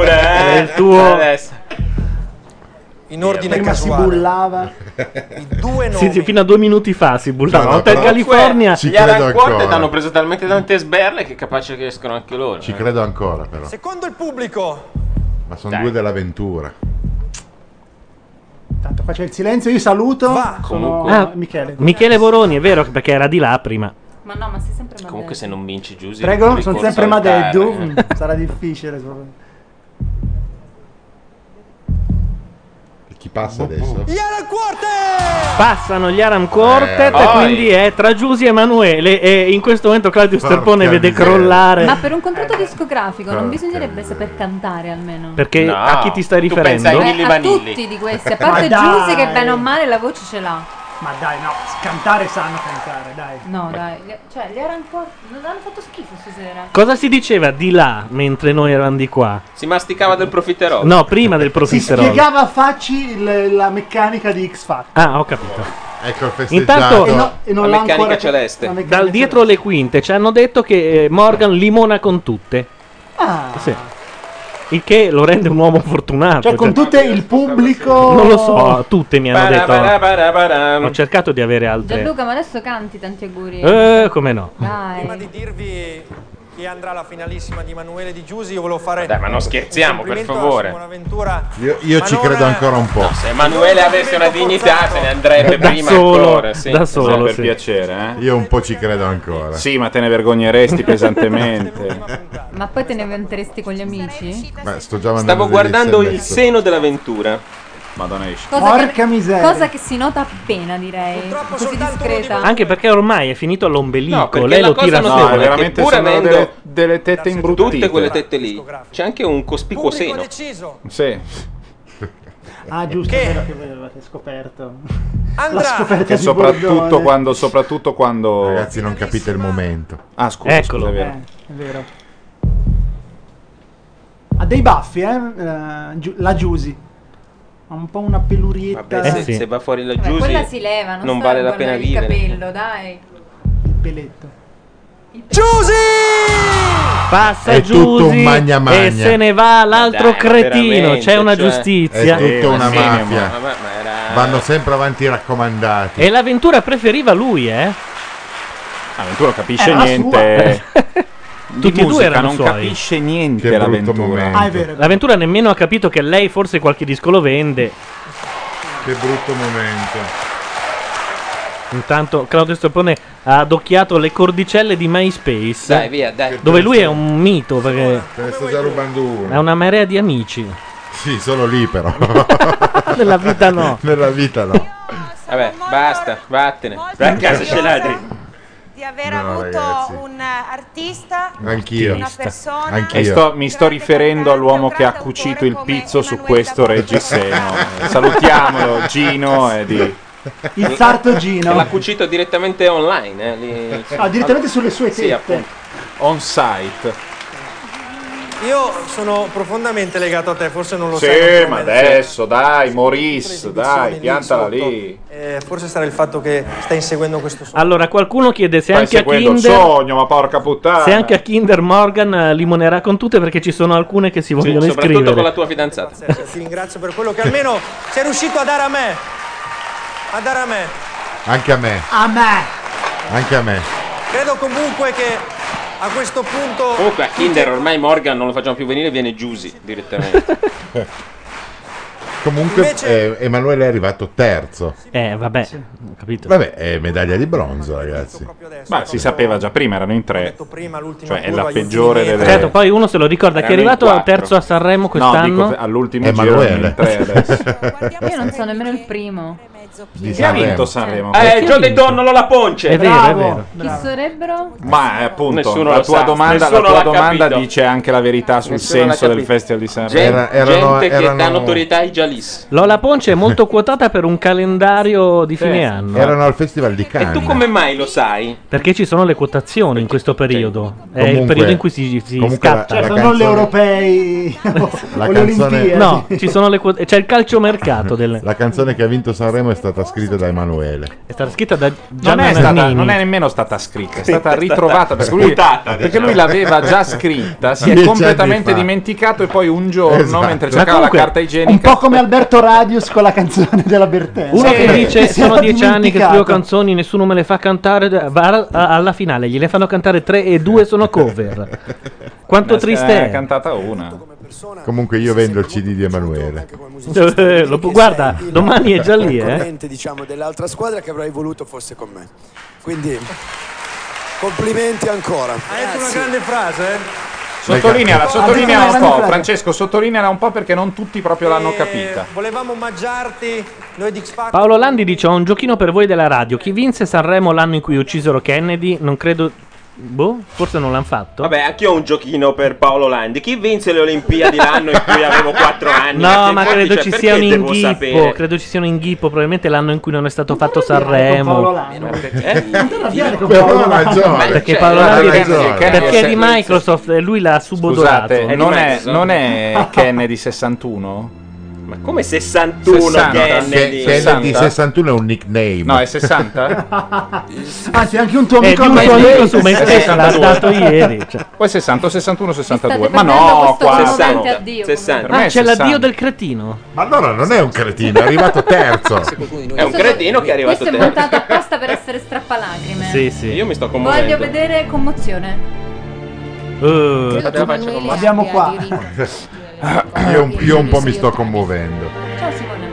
[SPEAKER 1] È
[SPEAKER 5] eh.
[SPEAKER 1] il tuo.
[SPEAKER 8] In eh. ordine
[SPEAKER 5] Prima si
[SPEAKER 8] casuale.
[SPEAKER 5] bullava.
[SPEAKER 8] Due
[SPEAKER 1] Sì, sì, fino a due minuti fa si bullava.
[SPEAKER 5] No, no,
[SPEAKER 1] Hotel
[SPEAKER 5] però-
[SPEAKER 1] California.
[SPEAKER 5] Ci
[SPEAKER 3] Gli
[SPEAKER 5] credo
[SPEAKER 3] Aran Quartet
[SPEAKER 5] ancora.
[SPEAKER 3] hanno preso talmente tante sberle che è capace che escono anche loro.
[SPEAKER 5] Ci
[SPEAKER 3] eh.
[SPEAKER 5] credo ancora, però.
[SPEAKER 8] Secondo il pubblico.
[SPEAKER 5] Ma sono due dell'avventura.
[SPEAKER 28] Tanto qua c'è il silenzio, io saluto. Sono
[SPEAKER 3] Comunque-
[SPEAKER 1] Ah,
[SPEAKER 28] Michele.
[SPEAKER 1] Michele Boroni, è vero, perché era di là prima.
[SPEAKER 6] Ma no, ma sei sempre male.
[SPEAKER 3] Comunque se non vinci Giusy
[SPEAKER 28] Prego, sono
[SPEAKER 3] ricorso
[SPEAKER 28] sempre
[SPEAKER 3] al TAR,
[SPEAKER 28] Madeddu.
[SPEAKER 3] eh.
[SPEAKER 28] Mm, Sarà difficile. solo-
[SPEAKER 5] Chi passa adesso?
[SPEAKER 1] Passano gli Aram Quartet,
[SPEAKER 5] Eh, poi.
[SPEAKER 1] quindi è tra Giusy e Emanuele. E in questo momento Claudio Sterpone vede crollare.
[SPEAKER 6] Ma per un
[SPEAKER 3] Eh.
[SPEAKER 6] contratto discografico non
[SPEAKER 1] Porca
[SPEAKER 6] bisognerebbe saper cantare almeno.
[SPEAKER 1] Certo.
[SPEAKER 6] Eh,
[SPEAKER 1] Perché
[SPEAKER 3] No,
[SPEAKER 1] a chi ti stai
[SPEAKER 3] tu pensa
[SPEAKER 1] riferendo?
[SPEAKER 3] ai Milli
[SPEAKER 6] A tutti di questi, a parte
[SPEAKER 28] Ma
[SPEAKER 6] Giusy
[SPEAKER 28] dai!
[SPEAKER 6] che bene o male la voce ce l'ha.
[SPEAKER 28] Ma dai, no, cantare sanno cantare, dai.
[SPEAKER 6] No, dai, le- cioè le ancora non hanno fatto schifo stasera.
[SPEAKER 1] Cosa si diceva di là mentre noi eravamo di qua?
[SPEAKER 3] Si masticava del profiterol.
[SPEAKER 1] No, prima del
[SPEAKER 28] Si
[SPEAKER 1] profiterol.
[SPEAKER 28] spiegava a Facci il- la meccanica di X Factor.
[SPEAKER 1] Ah, ho capito.
[SPEAKER 5] Ecco il
[SPEAKER 1] Intanto,
[SPEAKER 28] E no- e non l'ha ancora- la meccanica-
[SPEAKER 1] dal dietro le quinte ci hanno detto che eh, Morgan limona con tutte.
[SPEAKER 28] Ah.
[SPEAKER 1] Sì. Il che lo rende un uomo fortunato.
[SPEAKER 28] Cioè, con tutte il pubblico.
[SPEAKER 1] Ah, Non lo so, tutte mi hanno
[SPEAKER 3] Bara,
[SPEAKER 1] detto.
[SPEAKER 3] bara, bara.
[SPEAKER 1] Ho cercato di avere altre.
[SPEAKER 6] Gianluca, ma adesso canti tanti auguri.
[SPEAKER 1] Eh, come no?
[SPEAKER 6] Dai.
[SPEAKER 8] Prima di dirvi chi andrà alla finalissima di Emanuele Di Giusi, io volevo fare.
[SPEAKER 3] Dai, ma non
[SPEAKER 8] un
[SPEAKER 3] scherziamo, per
[SPEAKER 8] complimento a
[SPEAKER 3] favore.
[SPEAKER 8] Simona Ventura.
[SPEAKER 5] Io, io ci credo ancora un po'.
[SPEAKER 3] Se Emanuele avesse una dignità se ne andrebbe
[SPEAKER 5] Da
[SPEAKER 3] prima
[SPEAKER 5] solo,
[SPEAKER 3] ancora. Sì.
[SPEAKER 5] da solo,
[SPEAKER 4] per
[SPEAKER 5] sì.
[SPEAKER 4] piacere, eh.
[SPEAKER 5] Io un po' ci credo ancora.
[SPEAKER 4] Sì, ma te ne vergogneresti pesantemente.
[SPEAKER 6] Ma poi te ne vanteresti con gli amici?
[SPEAKER 5] Beh, sto già mandando
[SPEAKER 3] Stavo
[SPEAKER 5] degli
[SPEAKER 3] guardando il
[SPEAKER 5] SMS.
[SPEAKER 3] seno dell'avventura. Madonna,
[SPEAKER 6] che, Cosa che si nota appena, direi. Così discreta.
[SPEAKER 1] Anche perché ormai è finito all'ombelico.
[SPEAKER 3] No, perché
[SPEAKER 1] Lei
[SPEAKER 3] la
[SPEAKER 1] lo
[SPEAKER 3] cosa
[SPEAKER 1] tira
[SPEAKER 3] non
[SPEAKER 1] su.
[SPEAKER 29] eh.
[SPEAKER 3] sembra che veramente pur sono avendo- delle-
[SPEAKER 4] tette imbruttite.
[SPEAKER 3] Tutte quelle tette lì. C'è anche un cospicuo seno.
[SPEAKER 4] Sì.
[SPEAKER 28] Ah, giusto, è vero che voi avevate scoperto.
[SPEAKER 8] Andrà.
[SPEAKER 28] La scoperta
[SPEAKER 4] E
[SPEAKER 28] di
[SPEAKER 4] soprattutto
[SPEAKER 28] Bordone.
[SPEAKER 4] quando, soprattutto quando.
[SPEAKER 5] Ragazzi, non capite il momento.
[SPEAKER 4] Ah, scusa,
[SPEAKER 28] Eccolo.
[SPEAKER 4] scusa, è
[SPEAKER 28] Eh,
[SPEAKER 4] vero.
[SPEAKER 28] è vero. Ha dei baffi, eh? eh, Giu- la Giusy. Ha un po' una pelurietta.
[SPEAKER 3] Vabbè,
[SPEAKER 29] Eh,
[SPEAKER 1] Eh,
[SPEAKER 3] se, se va fuori la
[SPEAKER 6] Vabbè,
[SPEAKER 3] Giusy
[SPEAKER 6] quella si leva, non,
[SPEAKER 3] non
[SPEAKER 6] sta
[SPEAKER 3] vale
[SPEAKER 6] a
[SPEAKER 3] la
[SPEAKER 6] guardare
[SPEAKER 3] pena
[SPEAKER 6] il
[SPEAKER 3] vivere.
[SPEAKER 6] capello, dai.
[SPEAKER 28] Peletto.
[SPEAKER 1] Passa
[SPEAKER 5] È
[SPEAKER 1] Giusy
[SPEAKER 5] tutto un magna magna.
[SPEAKER 1] e se ne va
[SPEAKER 5] Ma
[SPEAKER 1] l'altro
[SPEAKER 5] dai,
[SPEAKER 1] cretino.
[SPEAKER 5] veramente,
[SPEAKER 1] C'è una
[SPEAKER 5] cioè,
[SPEAKER 1] giustizia.
[SPEAKER 5] È tutta una mafia.
[SPEAKER 3] ma- ma era-
[SPEAKER 5] Vanno sempre avanti i raccomandati.
[SPEAKER 1] E l'avventura preferiva lui, eh?
[SPEAKER 4] Avventura capisce
[SPEAKER 1] Eh, la
[SPEAKER 4] niente. Di
[SPEAKER 1] Tutti e due
[SPEAKER 4] musica
[SPEAKER 1] erano
[SPEAKER 4] non
[SPEAKER 1] suoi.
[SPEAKER 4] capisce niente l'avventura.
[SPEAKER 1] Ah, L'avventura nemmeno ha capito che lei forse qualche disco lo vende.
[SPEAKER 5] Che brutto momento.
[SPEAKER 1] Intanto Claudio Stropone ha adocchiato le cordicelle di MySpace.
[SPEAKER 5] Dai, via, dai.
[SPEAKER 1] Dove lui è un mito perché
[SPEAKER 5] Te ne sto già rubando uno.
[SPEAKER 1] ha una marea di amici.
[SPEAKER 5] Sì, solo lì però.
[SPEAKER 1] Nella vita no.
[SPEAKER 5] Nella vita no.
[SPEAKER 3] Vabbè, basta, vattene. Vai a casa, sceladri.
[SPEAKER 9] di aver
[SPEAKER 4] No,
[SPEAKER 9] avuto
[SPEAKER 4] ragazzi.
[SPEAKER 9] un artista,
[SPEAKER 4] Anch'io.
[SPEAKER 9] una persona
[SPEAKER 4] E sto- mi sto riferendo all'uomo che ha cucito il pizzo su questo reggiseno. Salutiamolo, Gino. E di...
[SPEAKER 29] Il sarto Gino.
[SPEAKER 3] L'ha cucito direttamente online. eh, lì-
[SPEAKER 29] Ah, direttamente sulle sue
[SPEAKER 3] Sì,
[SPEAKER 29] tette.
[SPEAKER 3] appunto.
[SPEAKER 4] On site.
[SPEAKER 8] Io sono profondamente legato a te, forse non lo
[SPEAKER 4] Sì,
[SPEAKER 8] sai.
[SPEAKER 4] ma
[SPEAKER 8] come me.
[SPEAKER 4] adesso dai, Maurice, dai,
[SPEAKER 8] lì
[SPEAKER 4] piantala
[SPEAKER 8] sotto.
[SPEAKER 4] lì.
[SPEAKER 8] Eh, forse sarà il fatto che stai inseguendo questo sogno.
[SPEAKER 1] Allora, qualcuno chiede se
[SPEAKER 4] Stai
[SPEAKER 1] anche a
[SPEAKER 4] seguendo il
[SPEAKER 1] Kinder.
[SPEAKER 4] sogno, ma porca puttana.
[SPEAKER 1] Se anche a Kinder Morgan eh, limonerà con tutte perché ci sono alcune che si vogliono
[SPEAKER 3] soprattutto
[SPEAKER 1] iscrivere.
[SPEAKER 3] con la tua fidanzata.
[SPEAKER 8] Ti ringrazio per quello che almeno sei riuscito a dare a me. A dare a me.
[SPEAKER 5] Anche a me,
[SPEAKER 8] A me.
[SPEAKER 5] anche a me.
[SPEAKER 8] Credo comunque che a questo punto.
[SPEAKER 3] Comunque a Kinder ormai Morgan non lo facciamo più venire, viene Giusy direttamente.
[SPEAKER 5] Comunque,
[SPEAKER 8] Invece-
[SPEAKER 5] eh, Emanuele è arrivato terzo.
[SPEAKER 1] Eh, vabbè, ho capito.
[SPEAKER 5] Vabbè, è medaglia di bronzo, ragazzi.
[SPEAKER 4] Ma si sapeva già prima, erano in tre. Cioè, è la peggiore delle.
[SPEAKER 1] Certo, poi uno se lo ricorda che è
[SPEAKER 4] Erano in
[SPEAKER 1] arrivato al
[SPEAKER 4] quattro.
[SPEAKER 1] terzo a Sanremo
[SPEAKER 4] No,
[SPEAKER 1] quest'anno.
[SPEAKER 4] dico, all'ultimo
[SPEAKER 5] Eh,
[SPEAKER 4] giro
[SPEAKER 5] Emanuele.
[SPEAKER 4] erano in tre adesso.
[SPEAKER 15] Io non so nemmeno il primo.
[SPEAKER 4] Chi ha vinto Sanremo?
[SPEAKER 3] Eh, Gio De Donno, Lola Ponce.
[SPEAKER 4] È vero, è Bravo. vero.
[SPEAKER 15] Chi sarebbero?
[SPEAKER 4] Ma eh, appunto,
[SPEAKER 3] Nessuno
[SPEAKER 4] la
[SPEAKER 3] lo
[SPEAKER 4] tua
[SPEAKER 3] sa,
[SPEAKER 4] domanda, la
[SPEAKER 3] nessuno
[SPEAKER 4] tua
[SPEAKER 3] l'ha
[SPEAKER 4] domanda
[SPEAKER 3] capito.
[SPEAKER 4] dice anche la verità sul
[SPEAKER 3] Nessuno l'ha
[SPEAKER 4] senso del
[SPEAKER 3] capito.
[SPEAKER 4] Festival di Sanremo.
[SPEAKER 3] Gente, gente che dà notorietà ai Jalis.
[SPEAKER 1] Lola Ponce è molto quotata per un calendario di fine
[SPEAKER 3] Eh,
[SPEAKER 1] anno.
[SPEAKER 5] Erano al Festival di
[SPEAKER 3] E tu
[SPEAKER 5] Cannes.
[SPEAKER 3] come mai lo sai?
[SPEAKER 1] Perché ci sono le quotazioni in questo periodo. È il
[SPEAKER 5] Comunque-
[SPEAKER 1] periodo in cui si, si
[SPEAKER 5] comunque
[SPEAKER 1] scatta.
[SPEAKER 5] la-
[SPEAKER 29] Cioè, sono gli europei o o le Olimpiadi.
[SPEAKER 1] No, ci sono le quote- c'è il calciomercato. Del...
[SPEAKER 5] La canzone che ha vinto Sanremo è stata scritta da Emanuele.
[SPEAKER 1] È stata scritta da
[SPEAKER 4] Non
[SPEAKER 1] Gianna
[SPEAKER 4] è, stata,
[SPEAKER 1] Nannini.
[SPEAKER 4] non è nemmeno stata scritta, è
[SPEAKER 1] Sì,
[SPEAKER 4] stata
[SPEAKER 1] è stata
[SPEAKER 4] ritrovata perché lui,
[SPEAKER 1] sputata,
[SPEAKER 4] perché
[SPEAKER 1] diciamo.
[SPEAKER 4] lui l'aveva già scritta, si Dieci è anni completamente fa. dimenticato e poi un giorno, Esatto. mentre Ma cercava comunque, la carta
[SPEAKER 29] Un
[SPEAKER 4] igienica,
[SPEAKER 29] po' come Alberto Radius con la canzone della Bertè.
[SPEAKER 1] Uno che dice: Sono dieci anni che scrivo
[SPEAKER 29] canzoni
[SPEAKER 1] canzoni, nessuno me le fa cantare. Va alla- alla finale gliele fanno cantare tre e due sono cover. Quanto
[SPEAKER 4] Ne ha-
[SPEAKER 1] triste
[SPEAKER 4] ne ha
[SPEAKER 1] è.
[SPEAKER 4] cantata una.
[SPEAKER 5] Comunque io vendo il CD di Emanuele.
[SPEAKER 1] Eh, lo pu- guarda, domani è già lì, eh.
[SPEAKER 13] componente, diciamo, dell'altra squadra che avrei voluto fosse con me. Quindi, complimenti ancora.
[SPEAKER 8] Hai detto una grande frase, eh?
[SPEAKER 4] Sottolineala,
[SPEAKER 8] Ha detto
[SPEAKER 4] sottolineala
[SPEAKER 8] una
[SPEAKER 4] un
[SPEAKER 8] grande
[SPEAKER 4] po',
[SPEAKER 8] frase.
[SPEAKER 4] Francesco, sottolineala un po' perché non tutti proprio l'hanno capita.
[SPEAKER 8] Volevamo omaggiarti noi di X Factor.
[SPEAKER 1] Paolo Landi dice: Ho un giochino per voi della radio. Chi vinse Sanremo l'anno in cui uccisero Kennedy? Non credo. Boh, forse non l'hanno fatto.
[SPEAKER 3] Vabbè, anch'io ho un giochino per Paolo Landi. Chi vinse le Olimpiadi l'anno in cui avevo 4 anni?
[SPEAKER 1] No,
[SPEAKER 3] Perché
[SPEAKER 1] ma
[SPEAKER 3] poi
[SPEAKER 1] credo
[SPEAKER 3] dice,
[SPEAKER 1] ci
[SPEAKER 3] perché
[SPEAKER 1] sia un
[SPEAKER 3] devo
[SPEAKER 1] inghippo.
[SPEAKER 3] sapere?
[SPEAKER 1] Credo ci sia un inghippo. Probabilmente l'anno in cui non è stato
[SPEAKER 29] Paolo
[SPEAKER 1] fatto Sanremo.
[SPEAKER 29] Lano.
[SPEAKER 3] Eh?
[SPEAKER 29] Non te arrabbiare con
[SPEAKER 5] Però
[SPEAKER 29] Paolo
[SPEAKER 5] ha
[SPEAKER 29] Lano.
[SPEAKER 5] ragione.
[SPEAKER 29] Ma
[SPEAKER 1] Perché
[SPEAKER 29] cioè,
[SPEAKER 1] Paolo
[SPEAKER 4] ha
[SPEAKER 1] Landi
[SPEAKER 4] ragione.
[SPEAKER 1] perché è di
[SPEAKER 4] Kennedy-
[SPEAKER 1] Microsoft e lui l'ha subodorato.
[SPEAKER 4] Scusate, non è, non è Kennedy 61? Ma
[SPEAKER 3] come 61
[SPEAKER 5] Kennedy. Kennedy 61 è un nickname.
[SPEAKER 4] No, è 60?
[SPEAKER 29] Anzi, anche un tuo
[SPEAKER 4] Eh,
[SPEAKER 29] amico
[SPEAKER 4] tu
[SPEAKER 29] non
[SPEAKER 4] l'hai
[SPEAKER 29] so
[SPEAKER 4] detto
[SPEAKER 29] lei-
[SPEAKER 4] su MySpace, l'ha dato ieri,
[SPEAKER 1] cioè.
[SPEAKER 4] Poi 60, 61, 62. Ma no, qua
[SPEAKER 3] 60. 60.
[SPEAKER 1] Ah, c'è l'addio del cretino.
[SPEAKER 5] Ma allora non è un cretino, è arrivato terzo.
[SPEAKER 3] È un cretino che è arrivato
[SPEAKER 15] Questo è
[SPEAKER 3] terzo.
[SPEAKER 15] montato apposta per essere strappalacrime.
[SPEAKER 1] sì.
[SPEAKER 3] Io mi sto
[SPEAKER 15] Voglio
[SPEAKER 3] commuovendo.
[SPEAKER 15] vedere commozione.
[SPEAKER 1] Uh,
[SPEAKER 5] Fate la faccia con me.
[SPEAKER 15] Abbiamo qua.
[SPEAKER 5] Io, un- io un po' mi sto commuovendo.
[SPEAKER 15] Ciao Simone.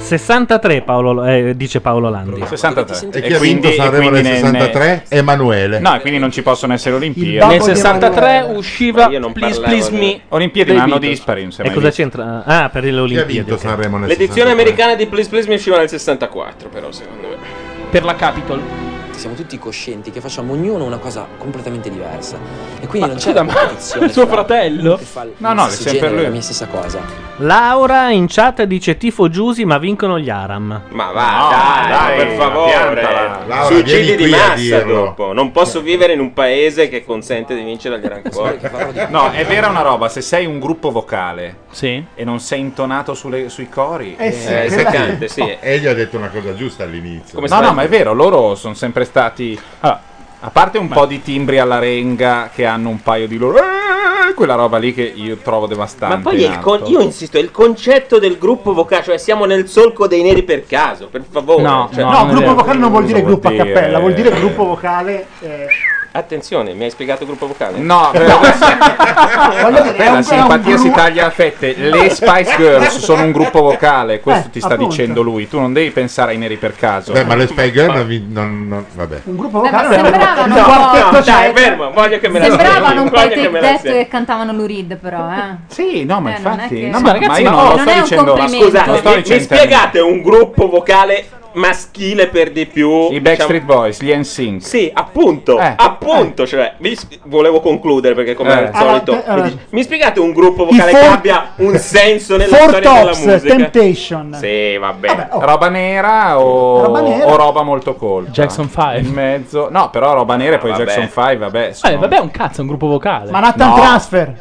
[SPEAKER 1] 63 Paolo, eh, dice Paolo Landi.
[SPEAKER 4] 63.
[SPEAKER 5] E chi ha vinto Sanremo nel 63? Emanuele.
[SPEAKER 4] No, e quindi non ci possono essere
[SPEAKER 1] Il
[SPEAKER 4] Olimpiadi.
[SPEAKER 1] babbo di Emanuele.
[SPEAKER 4] usciva
[SPEAKER 1] Please, parlavo please di- me.
[SPEAKER 4] Olimpiadi
[SPEAKER 1] Dei
[SPEAKER 4] ma hanno
[SPEAKER 1] Beatles.
[SPEAKER 4] dispari. non si è
[SPEAKER 1] E
[SPEAKER 4] mai
[SPEAKER 1] cosa
[SPEAKER 4] visto.
[SPEAKER 1] c'entra? Ah, per le Olimpiadi. ok.
[SPEAKER 3] L'edizione americana di Please Please mi usciva nel 64, però, secondo me.
[SPEAKER 16] per la Capitol. Siamo tutti coscienti che facciamo ognuno una cosa completamente diversa. E quindi non c'è la competizione. suo fra fratello? uno che fa il No, no, mio è stesso sempre genere e lui. La mia stessa cosa.
[SPEAKER 1] Laura in chat dice tifo Giusi ma vincono gli Aram.
[SPEAKER 3] Ma va, dai,
[SPEAKER 4] dai,
[SPEAKER 3] per favore.
[SPEAKER 4] piantala. Laura,
[SPEAKER 3] Suicidi
[SPEAKER 4] vieni
[SPEAKER 3] di
[SPEAKER 4] qui a
[SPEAKER 3] massa
[SPEAKER 4] dirlo.
[SPEAKER 3] dopo. Non posso vivere in un paese che consente di vincere agli rancori.
[SPEAKER 4] No, è vera una roba, se sei un gruppo vocale e non sei intonato sulle- sui cori,
[SPEAKER 5] Eh sì,
[SPEAKER 4] eh,
[SPEAKER 5] quella-
[SPEAKER 4] seccante, sì.
[SPEAKER 5] E gli ho detto una cosa giusta all'inizio.
[SPEAKER 4] no, no, ma è vero, loro sono sempre stati. ah, a parte un po' di timbri alla renga che hanno un paio di loro. eh, Quella roba lì che io trovo devastante.
[SPEAKER 3] Ma poi
[SPEAKER 4] in
[SPEAKER 3] il con-
[SPEAKER 4] alto.
[SPEAKER 3] io insisto, è il concetto del gruppo vocale, cioè siamo nel solco dei neri per caso, per favore.
[SPEAKER 4] No,
[SPEAKER 3] cioè-
[SPEAKER 4] no,
[SPEAKER 29] No, gruppo vocale non vuol dire
[SPEAKER 4] Cosa
[SPEAKER 29] gruppo a
[SPEAKER 4] vuol dire?
[SPEAKER 29] cappella, vuol dire gruppo vocale. eh,
[SPEAKER 3] Attenzione, mi hai spiegato il gruppo vocale?
[SPEAKER 4] No, la Ah, simpatia si taglia a fette. Le Spice Girls sono un gruppo vocale, questo
[SPEAKER 5] Eh,
[SPEAKER 4] ti sta
[SPEAKER 5] appunto.
[SPEAKER 4] dicendo lui. Tu non devi pensare ai neri per caso.
[SPEAKER 5] Beh, ma le Spy Girl non, vi- non- non- vabbè.
[SPEAKER 29] Un gruppo
[SPEAKER 15] Beh, ma
[SPEAKER 29] vocale.
[SPEAKER 15] sembravano
[SPEAKER 4] No,
[SPEAKER 15] un
[SPEAKER 4] no,
[SPEAKER 15] po'
[SPEAKER 4] dai,
[SPEAKER 15] cioè,
[SPEAKER 4] fermo, voglio che me la
[SPEAKER 15] Sembravano
[SPEAKER 4] spieghi,
[SPEAKER 15] un po' i
[SPEAKER 4] voglio che me la
[SPEAKER 15] Take That
[SPEAKER 4] spieghi.
[SPEAKER 15] che cantavano Lurid, però, eh.
[SPEAKER 4] Sì, no, ma
[SPEAKER 15] Eh, non è
[SPEAKER 4] infatti-
[SPEAKER 15] che-
[SPEAKER 4] no, ma ragazzi, ma io non lo
[SPEAKER 15] è
[SPEAKER 4] sto
[SPEAKER 15] un
[SPEAKER 4] dicendo- ma
[SPEAKER 15] complimento.
[SPEAKER 4] Non sto
[SPEAKER 3] Scusate, mi, mi
[SPEAKER 4] dicendo-
[SPEAKER 3] spiegate un gruppo vocale maschile per di più. diciamo-
[SPEAKER 4] I Backstreet Boys, gli NSYNC.
[SPEAKER 3] Sì, appunto,
[SPEAKER 4] Eh.
[SPEAKER 3] appunto, cioè, mi s- volevo concludere perché come
[SPEAKER 4] Eh.
[SPEAKER 3] al solito,
[SPEAKER 28] Allora,
[SPEAKER 3] mi,
[SPEAKER 28] te-
[SPEAKER 3] dici- mi spiegate un gruppo
[SPEAKER 28] I
[SPEAKER 3] vocale che
[SPEAKER 28] Four-
[SPEAKER 3] abbia un senso nella
[SPEAKER 28] Four
[SPEAKER 3] storia della
[SPEAKER 28] Tops,
[SPEAKER 3] musica?
[SPEAKER 28] Temptation.
[SPEAKER 3] Sì, vabbè.
[SPEAKER 4] Roba nera o
[SPEAKER 28] oh. Roba nera.
[SPEAKER 4] o roba molto colta?
[SPEAKER 30] Jackson
[SPEAKER 4] 5. In mezzo. No, però roba nera e
[SPEAKER 1] Ah,
[SPEAKER 4] poi
[SPEAKER 30] vabbè.
[SPEAKER 4] Jackson 5, vabbè.
[SPEAKER 30] Vabbè,
[SPEAKER 4] sono-
[SPEAKER 30] Eh, vabbè, è un cazzo, è un gruppo vocale.
[SPEAKER 28] Manhattan
[SPEAKER 30] No.
[SPEAKER 28] Transfer.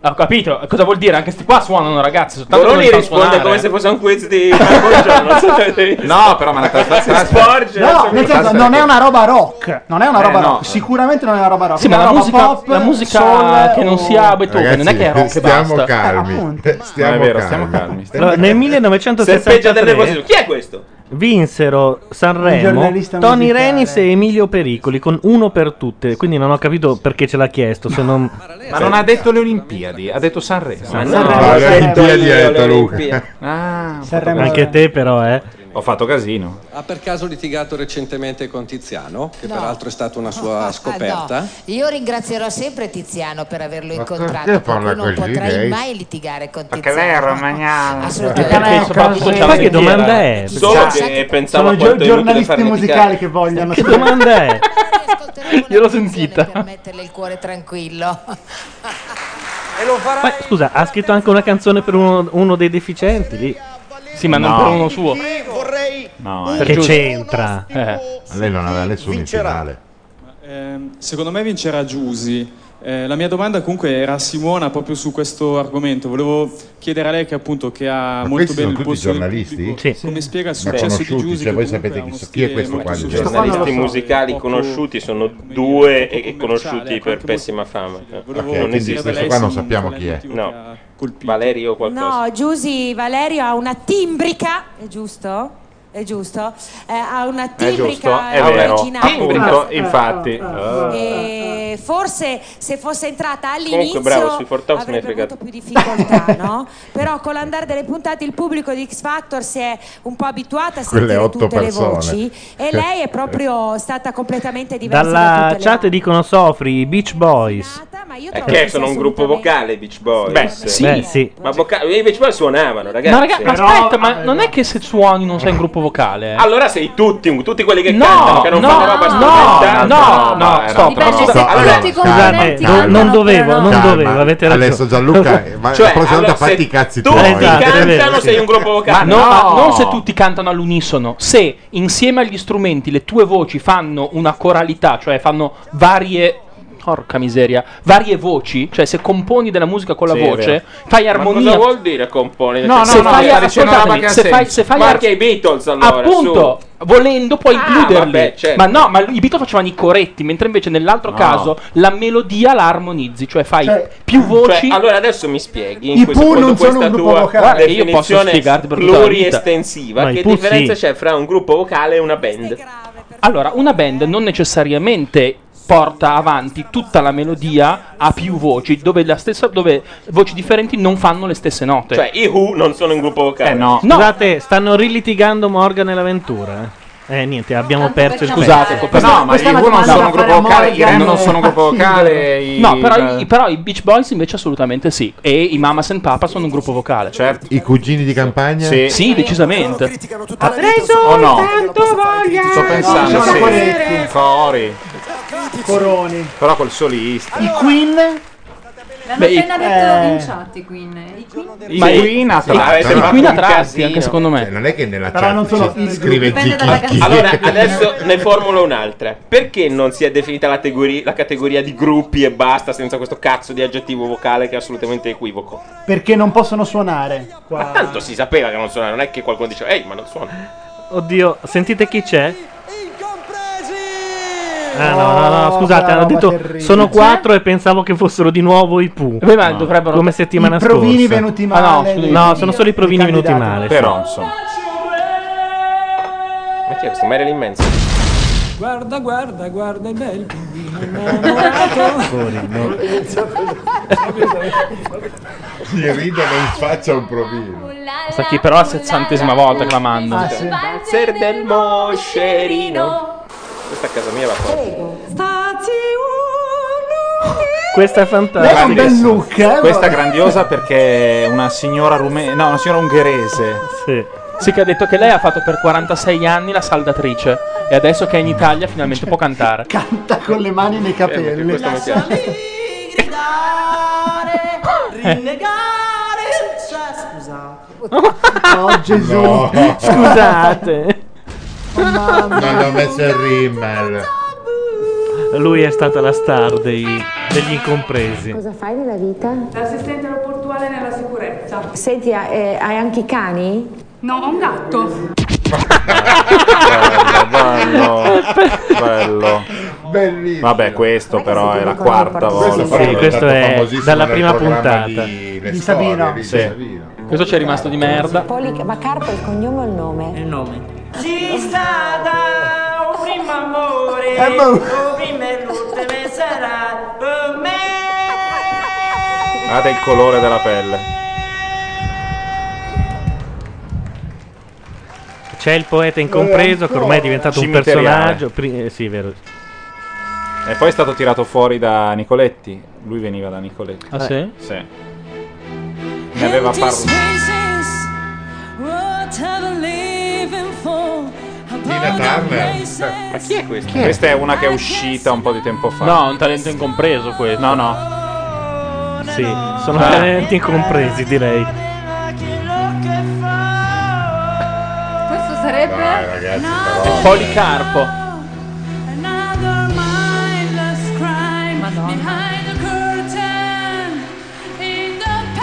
[SPEAKER 30] Ho capito, eh, cosa vuol dire? Anche sti qua suonano, ragazzi. Soltanto
[SPEAKER 3] Boroni
[SPEAKER 30] che non sanno
[SPEAKER 3] risponde
[SPEAKER 30] suonare.
[SPEAKER 3] come se fosse un quiz di Marco Giorno, non so se avete visto.
[SPEAKER 4] No, però Manhattan
[SPEAKER 3] si sporge.
[SPEAKER 28] No, nel senso, non è una roba rock. Non è una
[SPEAKER 4] Eh,
[SPEAKER 28] roba
[SPEAKER 4] no.
[SPEAKER 28] rock. Sicuramente non è una roba rock.
[SPEAKER 30] Sì,
[SPEAKER 28] è
[SPEAKER 30] ma
[SPEAKER 28] una
[SPEAKER 30] la
[SPEAKER 28] roba
[SPEAKER 30] musica,
[SPEAKER 28] pop,
[SPEAKER 30] la musica
[SPEAKER 28] soul
[SPEAKER 30] che non
[SPEAKER 28] o-
[SPEAKER 30] sia Beethoven, non è che è
[SPEAKER 28] Eh,
[SPEAKER 30] rock e
[SPEAKER 5] Eh, stiamo
[SPEAKER 30] basta.
[SPEAKER 5] calmi. Eh, Stiamo
[SPEAKER 4] Ma è
[SPEAKER 5] calmi.
[SPEAKER 4] vero,
[SPEAKER 5] Eh,
[SPEAKER 4] stiamo calmi.
[SPEAKER 1] Allora, nel 1973
[SPEAKER 3] Chi è questo?
[SPEAKER 1] vinsero
[SPEAKER 4] Un
[SPEAKER 1] Sanremo
[SPEAKER 4] giornalista
[SPEAKER 1] Tony
[SPEAKER 4] musicale.
[SPEAKER 1] Renis e Emilio Pericoli con uno per tutte. Quindi non ho capito perché ce l'ha chiesto. Se non...
[SPEAKER 4] Ma non ha detto le Olimpiadi, ha detto Sanremo.
[SPEAKER 1] Ma no, Sanremo, le Sanremo, Olimpiadi ha detto le Luca. Olimpiadi.
[SPEAKER 4] Ah, ho fatto
[SPEAKER 1] Sanremo. Anche te, però, eh.
[SPEAKER 4] Ho fatto casino.
[SPEAKER 8] Ha per caso litigato recentemente con Tiziano, che
[SPEAKER 31] No.
[SPEAKER 8] peraltro è stata una sua scoperta?
[SPEAKER 31] No, io ringrazierò sempre Tiziano per averlo incontrato.
[SPEAKER 8] perché
[SPEAKER 31] con cui
[SPEAKER 8] parla
[SPEAKER 31] non
[SPEAKER 8] così,
[SPEAKER 31] potrei
[SPEAKER 8] lei?
[SPEAKER 31] mai litigare con Tiziano.
[SPEAKER 8] Perché lei è
[SPEAKER 31] romagnano.
[SPEAKER 28] Eh,
[SPEAKER 4] Perché
[SPEAKER 31] Assolutamente.
[SPEAKER 4] soprattutto c'è la
[SPEAKER 1] Ma che
[SPEAKER 4] sentiera.
[SPEAKER 1] domanda è?
[SPEAKER 3] Solo
[SPEAKER 1] Sa-
[SPEAKER 5] Eh,
[SPEAKER 3] che
[SPEAKER 28] Sono
[SPEAKER 3] pensavo
[SPEAKER 28] gio-
[SPEAKER 3] quanto è inutile
[SPEAKER 28] giornalisti
[SPEAKER 3] farne
[SPEAKER 28] musicali che vogliono.
[SPEAKER 1] Che domanda è?
[SPEAKER 31] Io l'ho sentita. Per metterle il cuore tranquillo.
[SPEAKER 32] E lo farà
[SPEAKER 1] Ma scusa, ha scritto anche una canzone per uno, uno dei deficienti lì.
[SPEAKER 30] Sì, ma non per uno suo.
[SPEAKER 5] No,
[SPEAKER 1] Perché c'entra?
[SPEAKER 3] Eh.
[SPEAKER 5] Lei non aveva nessuno in
[SPEAKER 2] Vincerà.
[SPEAKER 5] finale.
[SPEAKER 2] Ehm, secondo me vincerà Giusy. Eh, la mia domanda comunque era a Simona proprio su questo argomento. Volevo chiedere a lei che appunto che ha
[SPEAKER 5] Ma
[SPEAKER 2] molto
[SPEAKER 5] questi
[SPEAKER 2] bene
[SPEAKER 5] sono
[SPEAKER 2] il
[SPEAKER 5] tutti
[SPEAKER 2] polso del
[SPEAKER 5] giornalisti?
[SPEAKER 2] pubblico, come spiega il
[SPEAKER 5] Ma
[SPEAKER 2] successo di
[SPEAKER 5] conosciuti,
[SPEAKER 2] Giusy
[SPEAKER 5] cioè
[SPEAKER 2] che
[SPEAKER 5] voi
[SPEAKER 2] comunque
[SPEAKER 5] sapete
[SPEAKER 2] ha
[SPEAKER 5] chi,
[SPEAKER 2] uno
[SPEAKER 5] so- chi è
[SPEAKER 2] stile
[SPEAKER 5] questo
[SPEAKER 2] molto
[SPEAKER 5] qua?
[SPEAKER 3] I
[SPEAKER 5] di
[SPEAKER 3] giornalisti
[SPEAKER 5] giornalista?
[SPEAKER 3] musicali conosciuti sono due e e conosciuti per pessima fama. Eh,
[SPEAKER 5] Ok, quindi questo qua non sappiamo chi è.
[SPEAKER 3] No, Valerio o qualcosa.
[SPEAKER 6] No, Giusy Valerio ha una timbrica, è giusto? È giusto? Eh, ha una
[SPEAKER 4] È giusto,
[SPEAKER 6] timbrica
[SPEAKER 4] è vero.
[SPEAKER 6] originale.
[SPEAKER 4] Appunto,
[SPEAKER 5] Ah,
[SPEAKER 4] infatti. Eh.
[SPEAKER 6] E forse se fosse entrata
[SPEAKER 3] Comunque,
[SPEAKER 6] all'inizio
[SPEAKER 3] bravo, sui Four Tops me ne
[SPEAKER 6] avrebbe
[SPEAKER 3] frega
[SPEAKER 6] avuto più difficoltà, no? Però con l'andare delle puntate il pubblico di X Factor si è un po' abituato a
[SPEAKER 5] Quelle
[SPEAKER 6] sentire
[SPEAKER 5] otto
[SPEAKER 6] tutte
[SPEAKER 5] persone.
[SPEAKER 6] le voci e lei è proprio stata completamente diversa da
[SPEAKER 1] Dalla
[SPEAKER 6] tutte le
[SPEAKER 1] chat dicono Sofri, i Beach Boys.
[SPEAKER 3] Eh, che sono un gruppo vocale, i Beach Boys. Eh,
[SPEAKER 1] Beh, sì. Beh, sì.
[SPEAKER 3] Ma voca- i Beach Boys suonavano, ragazzi.
[SPEAKER 30] Ma raga, ma aspetta, ma non è che se suoni non sei in gruppo vocale. eh?
[SPEAKER 3] Allora sei tutti, un- tutti quelli che
[SPEAKER 30] No,
[SPEAKER 3] cantano, che non
[SPEAKER 30] no,
[SPEAKER 3] fanno roba
[SPEAKER 30] no,
[SPEAKER 3] strumentale.
[SPEAKER 30] no, no,
[SPEAKER 3] eh,
[SPEAKER 30] stop,
[SPEAKER 3] roba
[SPEAKER 30] no,
[SPEAKER 3] strumentale.
[SPEAKER 30] stop.
[SPEAKER 3] Allora,
[SPEAKER 30] Tutti
[SPEAKER 1] Scusate,
[SPEAKER 30] componenti
[SPEAKER 1] non, non
[SPEAKER 30] cantano,
[SPEAKER 1] dovevo,
[SPEAKER 30] però
[SPEAKER 1] non
[SPEAKER 30] no.
[SPEAKER 1] dovevo, avete ragione.
[SPEAKER 5] Adesso Gianluca, eh, ma
[SPEAKER 3] Cioè,
[SPEAKER 5] la prossima
[SPEAKER 3] allora,
[SPEAKER 5] volta
[SPEAKER 3] se
[SPEAKER 5] fatti i cazzi
[SPEAKER 3] tutti
[SPEAKER 5] tuoi. Cioè,
[SPEAKER 3] cantano, sei un gruppo
[SPEAKER 30] Ma,
[SPEAKER 3] vocale.
[SPEAKER 30] no, ma non se tutti cantano all'unisono, se insieme agli strumenti le tue voci fanno una coralità, cioè fanno varie. Porca miseria, varie voci, cioè se componi della musica con la
[SPEAKER 3] Sì, è
[SPEAKER 30] voce,
[SPEAKER 3] vero.
[SPEAKER 30] fai
[SPEAKER 3] Ma
[SPEAKER 30] armonia.
[SPEAKER 3] cosa vuol dire compone?
[SPEAKER 30] No, no,
[SPEAKER 3] Se
[SPEAKER 30] no,
[SPEAKER 3] fai-
[SPEAKER 30] sta dicendo una roba
[SPEAKER 3] ascoltatemi,
[SPEAKER 30] che ha
[SPEAKER 3] se fai-
[SPEAKER 30] senso.
[SPEAKER 3] se fai
[SPEAKER 30] Ma
[SPEAKER 3] ar-
[SPEAKER 30] anche
[SPEAKER 3] i Beatles allora,
[SPEAKER 30] Appunto, volendo puoi includerli.
[SPEAKER 3] vabbè, certo.
[SPEAKER 30] Ma no, ma i Beatles facevano i coretti, mentre invece nell'altro
[SPEAKER 3] No.
[SPEAKER 30] caso la melodia la armonizzi, cioè fai
[SPEAKER 3] Cioè-
[SPEAKER 30] più voci.
[SPEAKER 3] Cioè, allora adesso mi spieghi in
[SPEAKER 30] I
[SPEAKER 3] questo,
[SPEAKER 30] Pooh
[SPEAKER 3] secondo
[SPEAKER 30] non sono
[SPEAKER 3] questa
[SPEAKER 30] un gruppo
[SPEAKER 3] tua
[SPEAKER 30] vocale. Guarda, Eh, io posso
[SPEAKER 3] definizione
[SPEAKER 30] spiegarti per tutta la vita.
[SPEAKER 3] pluriestensiva
[SPEAKER 30] No, i
[SPEAKER 3] che
[SPEAKER 30] Pooh
[SPEAKER 3] differenza
[SPEAKER 30] sì.
[SPEAKER 3] c'è fra un gruppo vocale e una band?
[SPEAKER 30] Allora, una band non necessariamente porta avanti tutta la melodia a più voci, dove, la stessa, dove voci differenti non fanno le stesse note.
[SPEAKER 3] Cioè, i Who non sono un gruppo
[SPEAKER 28] Eh,
[SPEAKER 3] vocale.
[SPEAKER 1] Scusate, stanno rilitigando Morgan e l'avventura. Eh, niente, abbiamo perso il
[SPEAKER 30] Cioè, Scusate,
[SPEAKER 1] tempo.
[SPEAKER 30] questa- questa è una domanda da fare a Morgan. No, però,
[SPEAKER 1] i-
[SPEAKER 30] i, però i Beach Boys invece assolutamente sì. E i Mamas and Papa sono un gruppo vocale. Certo.
[SPEAKER 5] I cugini di campagna?
[SPEAKER 30] Sì, sì, decisamente.
[SPEAKER 8] Ha
[SPEAKER 5] preso
[SPEAKER 30] Oh, no.
[SPEAKER 5] tanto voglia.
[SPEAKER 4] Sto pensando,
[SPEAKER 28] No,
[SPEAKER 4] sì.
[SPEAKER 28] Coretti.
[SPEAKER 4] Cori.
[SPEAKER 28] Coroni.
[SPEAKER 4] Però col solista.
[SPEAKER 28] I Queen.
[SPEAKER 33] L'hanno
[SPEAKER 4] Beh,
[SPEAKER 33] appena
[SPEAKER 4] i-
[SPEAKER 33] detto
[SPEAKER 28] eh.
[SPEAKER 33] in chat, quindi.
[SPEAKER 4] Ma i Queen a tratti. I Queen a tratti,
[SPEAKER 5] anche
[SPEAKER 30] secondo me.
[SPEAKER 5] non è che nella
[SPEAKER 28] Però non sono
[SPEAKER 5] chat
[SPEAKER 28] i
[SPEAKER 5] ci scrive
[SPEAKER 28] gruppi.
[SPEAKER 5] Zicchi.
[SPEAKER 28] Dipende dalla
[SPEAKER 3] Allora, adesso ne formulo un'altra. Perché non si è definita la, tegori- la categoria di gruppi e basta senza questo cazzo di aggettivo vocale che è assolutamente equivoco?
[SPEAKER 28] Perché non possono suonare.
[SPEAKER 3] Ma tanto si sapeva che non suona, non è che qualcuno dice, ehi, ma non suona.
[SPEAKER 1] Oddio, sentite chi c'è? Ah no, no, no, scusate,
[SPEAKER 28] Oh,
[SPEAKER 1] hanno
[SPEAKER 28] roba
[SPEAKER 1] detto
[SPEAKER 28] terribile.
[SPEAKER 1] sono
[SPEAKER 28] C'è?
[SPEAKER 1] quattro e pensavo che fossero di nuovo i Pooh.
[SPEAKER 30] Beh, ma dovrebbero-
[SPEAKER 1] Come settimana
[SPEAKER 30] I
[SPEAKER 1] scorsa.
[SPEAKER 30] provini venuti male
[SPEAKER 1] Ah, no,
[SPEAKER 30] dei-
[SPEAKER 1] scusi, no, sono solo i provini venuti male.
[SPEAKER 4] Però,
[SPEAKER 1] sì.
[SPEAKER 4] insomma.
[SPEAKER 3] Ma chi è questo? Marilyn Manson.
[SPEAKER 30] Ah,
[SPEAKER 10] Guarda, guarda, guarda, è bel bambino innamorato.
[SPEAKER 5] Gli ridono in faccia un provino.
[SPEAKER 30] Sta chi però è la sessantesima volta che la manda.
[SPEAKER 3] Valzer del moscerino. Questa a casa mia va forte.
[SPEAKER 1] Questa è fantastica.
[SPEAKER 4] Grandissima.
[SPEAKER 1] eh?
[SPEAKER 4] Questa è grandiosa perché è una signora rume- no, una signora ungherese.
[SPEAKER 1] Sì.
[SPEAKER 30] Sì, che ha detto che lei ha fatto per 46 anni la saldatrice e adesso che è in Italia finalmente può cantare.
[SPEAKER 29] Sta con le mani
[SPEAKER 3] Eh,
[SPEAKER 29] nei capelli.
[SPEAKER 17] rinnegare cioè scusate
[SPEAKER 29] Oh Gesù,
[SPEAKER 5] No.
[SPEAKER 1] scusate.
[SPEAKER 5] Non l'ho messo il rimmel.
[SPEAKER 1] Lui è stata la star dei- degli incompresi.
[SPEAKER 10] Cosa fai nella vita?
[SPEAKER 34] L'assistente aeroportuale nella sicurezza.
[SPEAKER 10] Senti, ha- eh, hai anche i cani?
[SPEAKER 34] No, ho un gatto.
[SPEAKER 4] Bello, bello. Vabbè, questo però è la quarta volta.
[SPEAKER 1] Sì, questo è dalla prima puntata.
[SPEAKER 5] Di Sabino. di
[SPEAKER 4] Sì.
[SPEAKER 30] Questo ci è rimasto di merda.
[SPEAKER 10] Poli- ma Carpo è il cognome o il nome? Il nome.
[SPEAKER 17] Ci sta da un primo amore,
[SPEAKER 10] Eh, ma-
[SPEAKER 17] un primo e l'ultimo sarà per me.
[SPEAKER 4] Guardate il colore della pelle.
[SPEAKER 1] C'è il poeta incompreso che ormai è diventato un
[SPEAKER 4] Cimiteriale.
[SPEAKER 1] personaggio. Pri- eh, sì, vero.
[SPEAKER 4] E poi è stato tirato fuori da Nicoletti. Lui veniva da Nicoletti.
[SPEAKER 1] Ah, sì?
[SPEAKER 4] Sì. Ne aveva parlato.
[SPEAKER 17] Spaces, what have I living for?
[SPEAKER 4] Tina Turner.
[SPEAKER 17] Ma chi è questo?
[SPEAKER 4] Questa è una che è uscita un po' di tempo fa.
[SPEAKER 30] No, un talento incompreso questo.
[SPEAKER 4] No, no.
[SPEAKER 1] Sì, sono
[SPEAKER 4] Ah.
[SPEAKER 1] talenti incompresi, direi.
[SPEAKER 15] Questo sarebbe.
[SPEAKER 4] Dai, ragazzi,
[SPEAKER 30] È Policarpo.
[SPEAKER 17] Another mindless crime behind the curtain. In the
[SPEAKER 3] Ah,
[SPEAKER 17] past,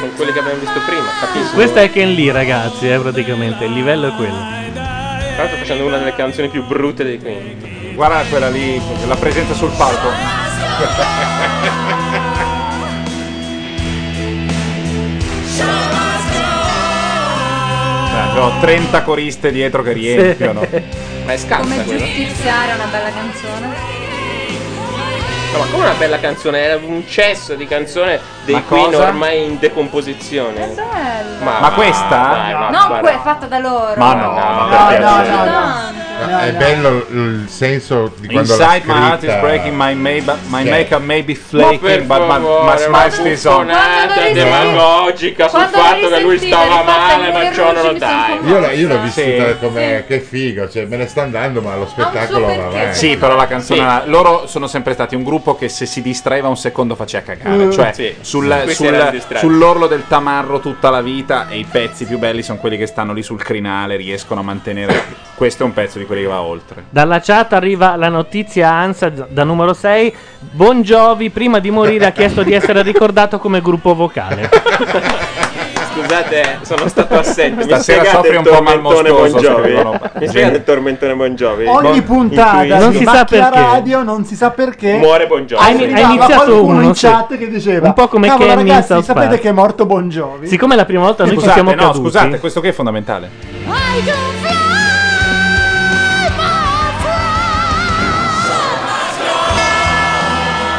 [SPEAKER 3] Sono quelli che abbiamo visto prima, capisco.
[SPEAKER 1] Questa è Ken Lee, ragazzi, eh, praticamente. Il livello è quello.
[SPEAKER 3] Tra l'altro facendo una delle canzoni più brutte dei Queen.
[SPEAKER 4] Guarda quella lì, la presenza sul palco. Cioè, Ho 30 coriste dietro che riempiono.
[SPEAKER 3] Ma è scarsa
[SPEAKER 15] Come
[SPEAKER 3] quella.
[SPEAKER 15] giustiziare una bella canzone?
[SPEAKER 3] No, ma come una bella canzone, era un cesso di canzone dei
[SPEAKER 4] Ma
[SPEAKER 3] Queen
[SPEAKER 4] cosa?
[SPEAKER 3] ormai in decomposizione.
[SPEAKER 15] Bella.
[SPEAKER 4] Ma questa?
[SPEAKER 3] ma-
[SPEAKER 15] no,
[SPEAKER 3] ma-
[SPEAKER 15] que- è fatta da loro.
[SPEAKER 4] Ma no,
[SPEAKER 5] No,
[SPEAKER 4] ma Eh,
[SPEAKER 5] no,
[SPEAKER 4] per
[SPEAKER 5] no,
[SPEAKER 4] piacere.
[SPEAKER 5] no,
[SPEAKER 15] no.
[SPEAKER 5] No, è bello il senso di quando
[SPEAKER 4] Inside
[SPEAKER 5] l'ha
[SPEAKER 4] my heart is
[SPEAKER 5] scritta-
[SPEAKER 4] breaking, my, mayba- my
[SPEAKER 5] Sì.
[SPEAKER 4] makeup may be
[SPEAKER 5] Ma per
[SPEAKER 4] flaking, but my,
[SPEAKER 5] favore,
[SPEAKER 4] my smile
[SPEAKER 5] una
[SPEAKER 4] stays on.
[SPEAKER 3] buffonata
[SPEAKER 4] Quando lo risenti-
[SPEAKER 3] demagogica sul
[SPEAKER 4] quando lo
[SPEAKER 3] fatto che lui
[SPEAKER 4] risentite,
[SPEAKER 3] stava
[SPEAKER 4] rifatta
[SPEAKER 3] male, ma
[SPEAKER 4] il
[SPEAKER 3] ciò non lo
[SPEAKER 4] mi sono
[SPEAKER 3] dai.
[SPEAKER 5] Io, l'ho- io l'ho vissuta
[SPEAKER 4] Sì.
[SPEAKER 5] come che figo, cioè me ne sta andando, ma lo spettacolo va avanti.
[SPEAKER 4] Sì, però la canzone. Loro sono sempre stati un gruppo che se si distraeva un secondo faceva cagare.
[SPEAKER 5] Mm.
[SPEAKER 4] Cioè,
[SPEAKER 5] Sì.
[SPEAKER 4] sul-
[SPEAKER 5] Questi
[SPEAKER 4] sul-
[SPEAKER 5] erano distratti.
[SPEAKER 4] sull'orlo del tamarro tutta la vita. E i pezzi più belli sono quelli che stanno lì sul crinale, riescono a mantenere. Questo è un pezzo di quelli che va oltre.
[SPEAKER 1] Dalla chat arriva la notizia ANSA d- da numero 6. Bon Jovi, prima di morire, ha chiesto di essere ricordato come gruppo vocale.
[SPEAKER 3] Scusate, sono stato assente. Mi
[SPEAKER 4] Stasera
[SPEAKER 3] spiegate
[SPEAKER 4] soffri
[SPEAKER 3] il
[SPEAKER 4] un po'
[SPEAKER 3] tormentone
[SPEAKER 4] malmostoso,
[SPEAKER 3] Bon Jovi?
[SPEAKER 4] secondo me.
[SPEAKER 3] Mi spiegate il tormentone Bon Jovi?
[SPEAKER 29] Ogni
[SPEAKER 3] Bon-
[SPEAKER 29] puntata
[SPEAKER 3] in
[SPEAKER 29] di
[SPEAKER 3] cui-
[SPEAKER 29] Macchia radio, non si sa perché.
[SPEAKER 3] Muore Bon Jovi.
[SPEAKER 29] Hai,
[SPEAKER 3] Hai
[SPEAKER 1] iniziato
[SPEAKER 29] qualcuno
[SPEAKER 1] uno,
[SPEAKER 29] in
[SPEAKER 1] sì.
[SPEAKER 29] chat che diceva:
[SPEAKER 1] Un po' come
[SPEAKER 29] "Cavolo,
[SPEAKER 1] Kenny in
[SPEAKER 29] ragazzi,
[SPEAKER 1] South
[SPEAKER 29] sapete
[SPEAKER 1] Park."
[SPEAKER 29] che è morto Bon Jovi?
[SPEAKER 1] Siccome è la prima volta noi
[SPEAKER 4] Scusate,
[SPEAKER 1] ci siamo
[SPEAKER 4] no,
[SPEAKER 1] caduti.
[SPEAKER 4] scusate, questo qui è fondamentale.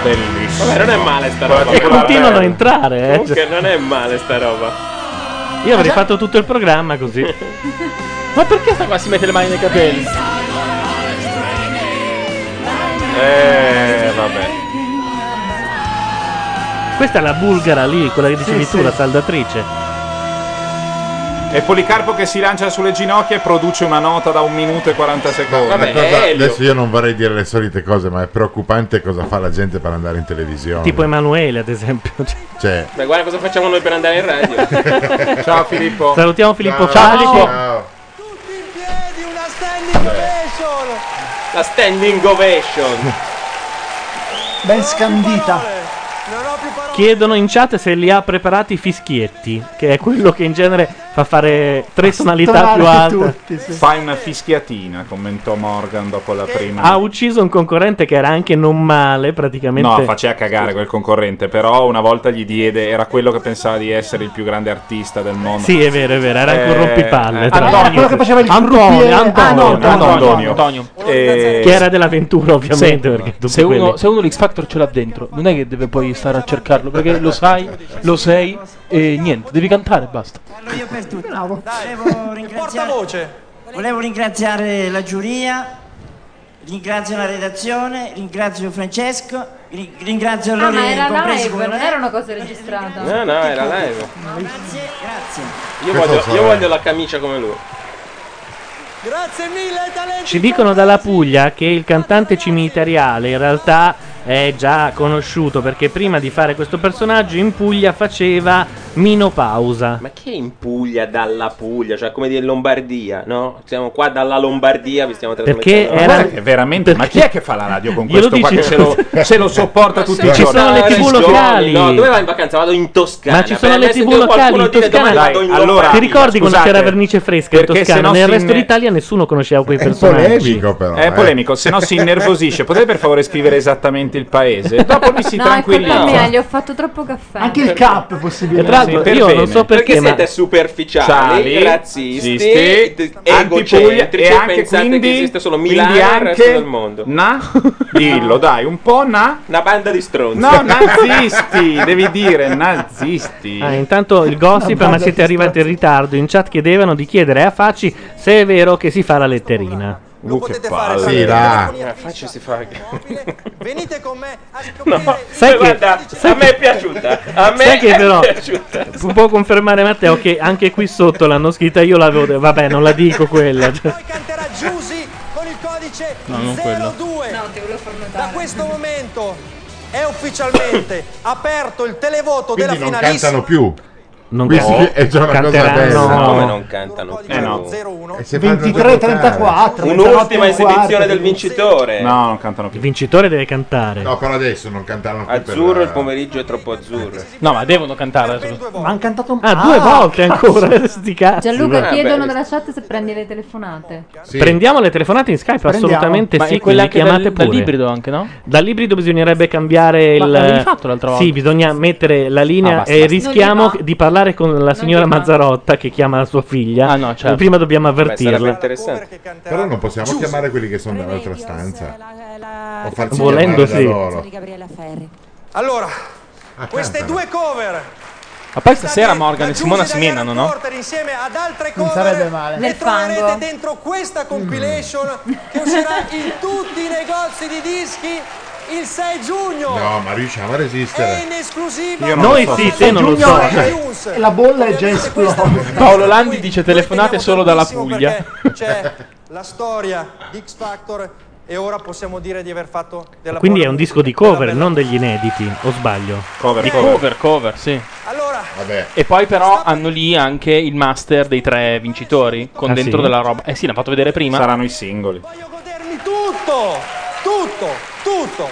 [SPEAKER 4] Bellissimo.
[SPEAKER 3] Vabbè, non è male sta
[SPEAKER 4] Guarda,
[SPEAKER 3] roba.
[SPEAKER 1] E
[SPEAKER 3] però,
[SPEAKER 1] continuano a
[SPEAKER 3] vabbè.
[SPEAKER 1] entrare. eh.
[SPEAKER 3] Comunque non è male sta roba. Ah,
[SPEAKER 1] Io avrei fatto tutto il programma così.
[SPEAKER 30] Ma perché sta qua si mette le mani nei capelli?
[SPEAKER 4] Eh, vabbè.
[SPEAKER 1] Questa è la bulgara lì, quella che dicevi
[SPEAKER 4] Sì,
[SPEAKER 1] tu,
[SPEAKER 4] sì.
[SPEAKER 1] la saldatrice.
[SPEAKER 4] E Policarpo che si lancia sulle ginocchia e produce una nota da un minuto e 40 secondi.
[SPEAKER 5] Una cosa- adesso io non vorrei dire le solite cose, ma è preoccupante cosa fa la gente per andare in televisione.
[SPEAKER 1] Tipo Emanuele, ad esempio.
[SPEAKER 5] Cioè,
[SPEAKER 3] Beh, guarda cosa facciamo noi per andare in radio.
[SPEAKER 4] Ciao, Filippo.
[SPEAKER 1] Salutiamo Filippo
[SPEAKER 3] Ciao.
[SPEAKER 1] Falico.
[SPEAKER 3] La standing ovation.
[SPEAKER 29] Ben scandita.
[SPEAKER 1] Chiedono in chat se li ha preparati i fischietti, che è quello che in genere fa fare tre tonalità più alte.
[SPEAKER 4] Fai una fischiatina, commentò Morgan dopo
[SPEAKER 5] Eh,
[SPEAKER 4] la prima.
[SPEAKER 1] Ha ucciso un concorrente che era anche non male, praticamente.
[SPEAKER 4] No, faceva cagare quel concorrente, però una volta gli diede, era quello che pensava di essere il più grande artista del mondo. Eh,
[SPEAKER 1] Sì, è vero, è vero, era anche un rompipalle, tra l'altro.
[SPEAKER 4] Antonio.
[SPEAKER 1] Quello che faceva il
[SPEAKER 4] Antonio,
[SPEAKER 1] gruppiere- Ah, no,
[SPEAKER 4] Antonio,
[SPEAKER 1] Antonio,
[SPEAKER 4] Antonio.
[SPEAKER 30] Antonio.
[SPEAKER 4] Eh,
[SPEAKER 1] Che era dell'avventura, ovviamente. perché tutti
[SPEAKER 30] se, uno,
[SPEAKER 1] quelli-
[SPEAKER 30] se uno l'X Factor ce l'ha dentro, non è che deve poi stare a cercarlo, perché lo sai, lo sei e niente, devi cantare e basta.
[SPEAKER 34] Parlo io per tutti.
[SPEAKER 29] Bravo.
[SPEAKER 34] Volevo ringraziare.
[SPEAKER 29] Portavoce.
[SPEAKER 34] Volevo ringraziare la giuria,
[SPEAKER 10] Ringrazio la redazione, ringrazio Francesco, ri- ringrazio
[SPEAKER 6] Ah, ma
[SPEAKER 10] Lorenzo,
[SPEAKER 6] era
[SPEAKER 10] compresi
[SPEAKER 6] live,
[SPEAKER 10] voi.
[SPEAKER 6] non era una cosa registrata.
[SPEAKER 3] No, no, era live.
[SPEAKER 10] Grazie, grazie.
[SPEAKER 3] Io
[SPEAKER 10] Questo
[SPEAKER 3] voglio,
[SPEAKER 10] sarà.
[SPEAKER 3] io voglio la camicia come lui.
[SPEAKER 8] Grazie mille, talenti.
[SPEAKER 1] Ci dicono dalla Puglia che il cantante cimiteriale in realtà è già conosciuto perché prima di fare questo personaggio in Puglia faceva Minopausa.
[SPEAKER 3] Ma che in Puglia dalla Puglia? Cioè, come dire Lombardia, no? Siamo qua dalla Lombardia, vi stiamo
[SPEAKER 1] Perché
[SPEAKER 3] trasmettendo.
[SPEAKER 1] era-
[SPEAKER 3] Ma guarda che
[SPEAKER 4] veramente, ma chi è che fa la radio con
[SPEAKER 3] Glielo
[SPEAKER 4] questo qua che
[SPEAKER 3] dici-
[SPEAKER 4] se lo, se lo sopporta
[SPEAKER 3] Ma
[SPEAKER 4] tutti
[SPEAKER 3] se
[SPEAKER 4] i
[SPEAKER 3] ci
[SPEAKER 4] giorni? Eh,
[SPEAKER 3] sono le TV Regioni, locali. no, dove vai in vacanza? Vado in Toscana.
[SPEAKER 1] Ma ci
[SPEAKER 3] Per
[SPEAKER 1] sono le
[SPEAKER 3] adesso
[SPEAKER 1] tv
[SPEAKER 3] devo
[SPEAKER 1] locali
[SPEAKER 3] qualcuno
[SPEAKER 1] in
[SPEAKER 3] dire
[SPEAKER 1] Toscana.
[SPEAKER 3] domani vado in Lombardia.
[SPEAKER 1] Ti ricordi quando
[SPEAKER 4] Scusate,
[SPEAKER 1] c'era vernice fresca in
[SPEAKER 4] perché se
[SPEAKER 1] Toscana?
[SPEAKER 4] no
[SPEAKER 1] Nel
[SPEAKER 4] si
[SPEAKER 1] resto
[SPEAKER 4] inne-
[SPEAKER 1] d'Italia nessuno conosceva quei personaggi.
[SPEAKER 4] polemico eh.
[SPEAKER 5] però.
[SPEAKER 1] eh.
[SPEAKER 4] È polemico, se no si innervosisce. Potete per favore scrivere esattamente il paese? Dopo mi si
[SPEAKER 6] no, è colpa
[SPEAKER 4] tranquillizza.
[SPEAKER 6] mia, gli ho fatto troppo caffè.
[SPEAKER 28] Anche il cap è possibile.
[SPEAKER 4] Tra l'altro,
[SPEAKER 3] Per
[SPEAKER 4] io
[SPEAKER 3] bene.
[SPEAKER 4] non so perché, ma-
[SPEAKER 3] siete superficiali,
[SPEAKER 4] Ciali,
[SPEAKER 3] razzisti,
[SPEAKER 4] zisti,
[SPEAKER 3] d-
[SPEAKER 4] antipuglia
[SPEAKER 3] egocentrici
[SPEAKER 4] e
[SPEAKER 3] e
[SPEAKER 4] anche
[SPEAKER 3] pensate
[SPEAKER 4] quindi,
[SPEAKER 3] che esiste solo
[SPEAKER 4] quindi
[SPEAKER 3] Milano e il resto
[SPEAKER 4] anche
[SPEAKER 3] del mondo.
[SPEAKER 4] Na? Dillo, dai, un po' na?
[SPEAKER 3] Una banda di stronzi.
[SPEAKER 4] No, nazisti, devi dire nazisti.
[SPEAKER 1] Ah, intanto il gossip, ma siete arrivati in ritardo. In chat chiedevano di chiedere a Facci se è vero che si fa la letterina.
[SPEAKER 4] potete
[SPEAKER 1] palle.
[SPEAKER 4] fare
[SPEAKER 1] Sì, là.
[SPEAKER 3] Eh, faccia si fa.
[SPEAKER 8] Venite con me a
[SPEAKER 3] No,
[SPEAKER 10] Eh,
[SPEAKER 1] sai che-
[SPEAKER 3] guarda,
[SPEAKER 1] sai
[SPEAKER 3] a me
[SPEAKER 1] che-
[SPEAKER 3] è piaciuta. A me
[SPEAKER 1] Sai che
[SPEAKER 3] è
[SPEAKER 1] però
[SPEAKER 3] piaciuta.
[SPEAKER 1] può confermare Matteo che anche qui sotto l'hanno scritta io l'avevo de- vabbè non la dico quella cioè.
[SPEAKER 8] Giusi con il codice
[SPEAKER 1] No, non quello.
[SPEAKER 8] 02. Da questo momento è ufficialmente aperto il televoto della
[SPEAKER 5] Quindi non
[SPEAKER 8] finalissima.
[SPEAKER 5] cantano più.
[SPEAKER 1] Non
[SPEAKER 5] Quindi
[SPEAKER 3] cantano.
[SPEAKER 5] è già una cosa
[SPEAKER 3] Canteranno.
[SPEAKER 5] bella. Eh
[SPEAKER 3] No, come non cantano più?
[SPEAKER 5] E se fanno due
[SPEAKER 28] 23-34,
[SPEAKER 5] vocali?
[SPEAKER 3] Un'ultima esibizione del vincitore.
[SPEAKER 4] No, non cantano più.
[SPEAKER 1] Eh. Il vincitore deve cantare.
[SPEAKER 5] No, però adesso non cantano
[SPEAKER 2] Ah,
[SPEAKER 5] più.
[SPEAKER 3] Azzurro, il
[SPEAKER 5] per...
[SPEAKER 3] pomeriggio è troppo azzurro.
[SPEAKER 30] No, ma devono cantare.
[SPEAKER 1] eh,
[SPEAKER 28] Ma hanno cantato un
[SPEAKER 1] Ah, due volte ancora. Sti cazzi.
[SPEAKER 6] Gianluca,
[SPEAKER 4] Eh,
[SPEAKER 6] chiedono dalla chat se prendi le telefonate.
[SPEAKER 1] Prendiamo le telefonate in Skype?
[SPEAKER 30] Prendiamo.
[SPEAKER 1] Assolutamente
[SPEAKER 30] Ma
[SPEAKER 1] sì,
[SPEAKER 30] è quella anche
[SPEAKER 1] quindi
[SPEAKER 30] dal-
[SPEAKER 1] chiamate pure.
[SPEAKER 30] dall'ibrido anche, no?
[SPEAKER 1] Dall'ibrido bisognerebbe cambiare
[SPEAKER 30] Ma
[SPEAKER 1] il...
[SPEAKER 30] l'avevi fatto l'altra volta.
[SPEAKER 1] Sì, bisogna mettere la linea
[SPEAKER 30] Ah, basta,
[SPEAKER 1] e
[SPEAKER 30] basta.
[SPEAKER 1] rischiamo
[SPEAKER 30] Non gli va.
[SPEAKER 1] di parlare con la signora
[SPEAKER 30] gli va.
[SPEAKER 1] Mazzarotta che chiama sua figlia.
[SPEAKER 30] Ah, no, certo.
[SPEAKER 1] Prima dobbiamo
[SPEAKER 5] Beh, sarebbe
[SPEAKER 1] avvertirla.
[SPEAKER 3] interessante.
[SPEAKER 5] Però non possiamo chiamare quelli che sono nell'altra stanza. O farci
[SPEAKER 1] Volendo,
[SPEAKER 5] chiamare da
[SPEAKER 1] sì.
[SPEAKER 5] loro. Ah,
[SPEAKER 27] di Gabriela Ferri.
[SPEAKER 8] Allora, queste due cover
[SPEAKER 30] Ma poi stasera Morgan e Simona si menano, no?
[SPEAKER 8] portano insieme ad altre
[SPEAKER 28] Non sarebbe male.
[SPEAKER 8] cover le
[SPEAKER 28] Nel
[SPEAKER 8] troverete
[SPEAKER 28] fango.
[SPEAKER 8] dentro questa compilation che uscirà in tutti i negozi di dischi il 6 giugno.
[SPEAKER 5] No, ma riusciamo
[SPEAKER 8] E
[SPEAKER 5] a
[SPEAKER 8] in
[SPEAKER 5] resistere.
[SPEAKER 8] esclusiva
[SPEAKER 5] Io non Noi lo so. sì, te non lo
[SPEAKER 28] Giugno
[SPEAKER 5] so.
[SPEAKER 28] è-
[SPEAKER 5] News.
[SPEAKER 28] e la bolla è già esplosa.
[SPEAKER 30] Paolo Landi dice telefonate solo dalla Puglia.
[SPEAKER 8] c'è la storia di X Factor e ora possiamo dire di aver fatto della
[SPEAKER 1] Quindi è
[SPEAKER 8] buona
[SPEAKER 1] un disco di cover, non degli inediti, o sbaglio?
[SPEAKER 30] Di cover, cover, sì. E poi però hanno lì anche il master dei tre vincitori con
[SPEAKER 4] Ah,
[SPEAKER 30] dentro
[SPEAKER 4] sì?
[SPEAKER 30] della roba. Eh sì, l'ha fatto vedere prima.
[SPEAKER 4] Saranno i singoli.
[SPEAKER 8] godermi tutto, tutto, tutto.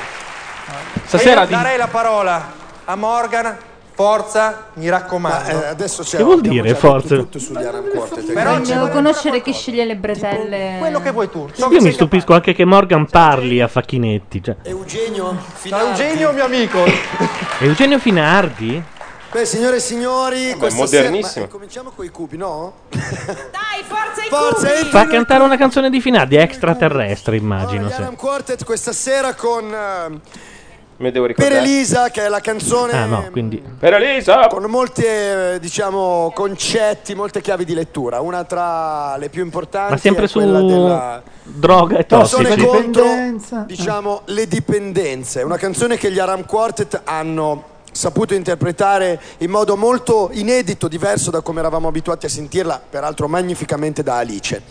[SPEAKER 30] Stasera
[SPEAKER 8] E io
[SPEAKER 30] di-
[SPEAKER 8] darei la parola a Morgan. Forza, mi raccomando. adesso
[SPEAKER 1] Che vuol dire forza?
[SPEAKER 6] Però devo conoscere chi sceglie le bretelle. Quello
[SPEAKER 8] che vuoi tu.
[SPEAKER 1] Io mi stupisco anche che Morgan parli a Facchinetti. Cioè.
[SPEAKER 13] Eugenio,
[SPEAKER 8] Tra Eugenio mio amico.
[SPEAKER 1] Eugenio Finardi?
[SPEAKER 13] Beh, signore e signori,
[SPEAKER 1] Vabbè,
[SPEAKER 13] questa
[SPEAKER 1] modernissimo.
[SPEAKER 13] sera... Ma cominciamo con i cubi, no?
[SPEAKER 27] Forza,
[SPEAKER 13] Eugenio!
[SPEAKER 1] Fa cantare una canzone di Finardi, è extraterrestre immagino. sì.
[SPEAKER 13] Yaran Quartet questa sera con eh,
[SPEAKER 3] Me devo
[SPEAKER 13] Per
[SPEAKER 3] ricordare.
[SPEAKER 13] Elisa, che è la canzone...
[SPEAKER 1] Ah no, quindi...
[SPEAKER 3] Per Elisa!
[SPEAKER 13] Con molti, eh, diciamo, concetti, molte chiavi di lettura. Una tra le più importanti
[SPEAKER 1] Ma sempre
[SPEAKER 13] è
[SPEAKER 1] su
[SPEAKER 13] quella della...
[SPEAKER 1] droga e
[SPEAKER 13] Canzone
[SPEAKER 1] tossici.
[SPEAKER 13] contro, diciamo, le dipendenze. Una canzone che gli Aram Quartet hanno saputo interpretare in modo molto inedito, diverso da come eravamo abituati a sentirla, peraltro magnificamente da Alice.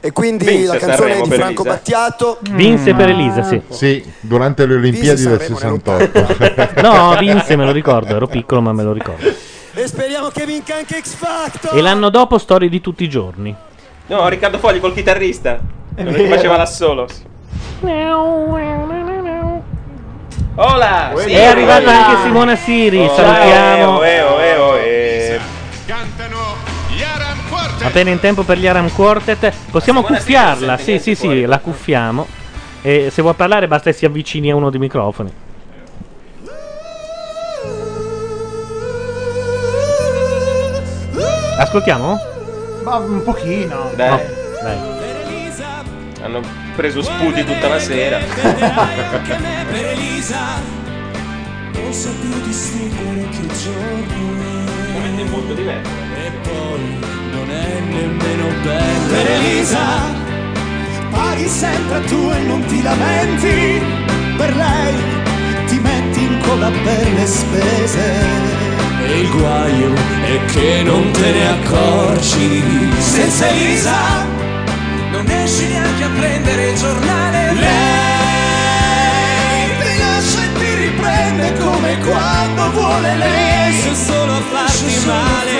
[SPEAKER 13] E quindi
[SPEAKER 5] Vinse
[SPEAKER 13] la canzone
[SPEAKER 5] Sanremo
[SPEAKER 13] di
[SPEAKER 5] per
[SPEAKER 13] Franco
[SPEAKER 5] Elisa.
[SPEAKER 13] Battiato
[SPEAKER 1] Vinse
[SPEAKER 5] Mm.
[SPEAKER 1] per Elisa, sì.
[SPEAKER 5] Sì, durante le Olimpiadi del 68.
[SPEAKER 1] No, vinse, me lo ricordo, ero piccolo ma me lo ricordo.
[SPEAKER 13] E speriamo che vinca anche X Factor.
[SPEAKER 1] E l'anno dopo storie di tutti i giorni.
[SPEAKER 3] No, Riccardo Fogli col chitarrista. Quello che
[SPEAKER 1] vero.
[SPEAKER 3] faceva là solo. Ola!
[SPEAKER 1] È arrivata
[SPEAKER 3] Siri.
[SPEAKER 1] anche Simona Siri,
[SPEAKER 3] Oh,
[SPEAKER 1] salutiamo.
[SPEAKER 3] eh, oh, eh, oh, eh,
[SPEAKER 1] Appena in tempo per gli Aram Quartet. Possiamo cuffiarla, sì, sì, sì, la cuffiamo. E se vuoi parlare basta che si avvicini a uno dei microfoni. Ascoltiamo?
[SPEAKER 28] Ma un pochino.
[SPEAKER 3] Dai.
[SPEAKER 28] No.
[SPEAKER 3] Hanno preso sputi tutta la sera.
[SPEAKER 35] Per Elisa non sapevo distinguere che giorno è molto diverso e poi non è nemmeno bello per Elisa paghi
[SPEAKER 12] paghi sempre tu e non ti lamenti per lei, ti metti in coda per le spese.
[SPEAKER 17] E il guaio è che non te ne accorgi.
[SPEAKER 12] Senza Elisa
[SPEAKER 17] non esci neanche a prendere il giornale.
[SPEAKER 12] lei ti lascia e ti riprende come quando vuole lei. Se solo a farti male.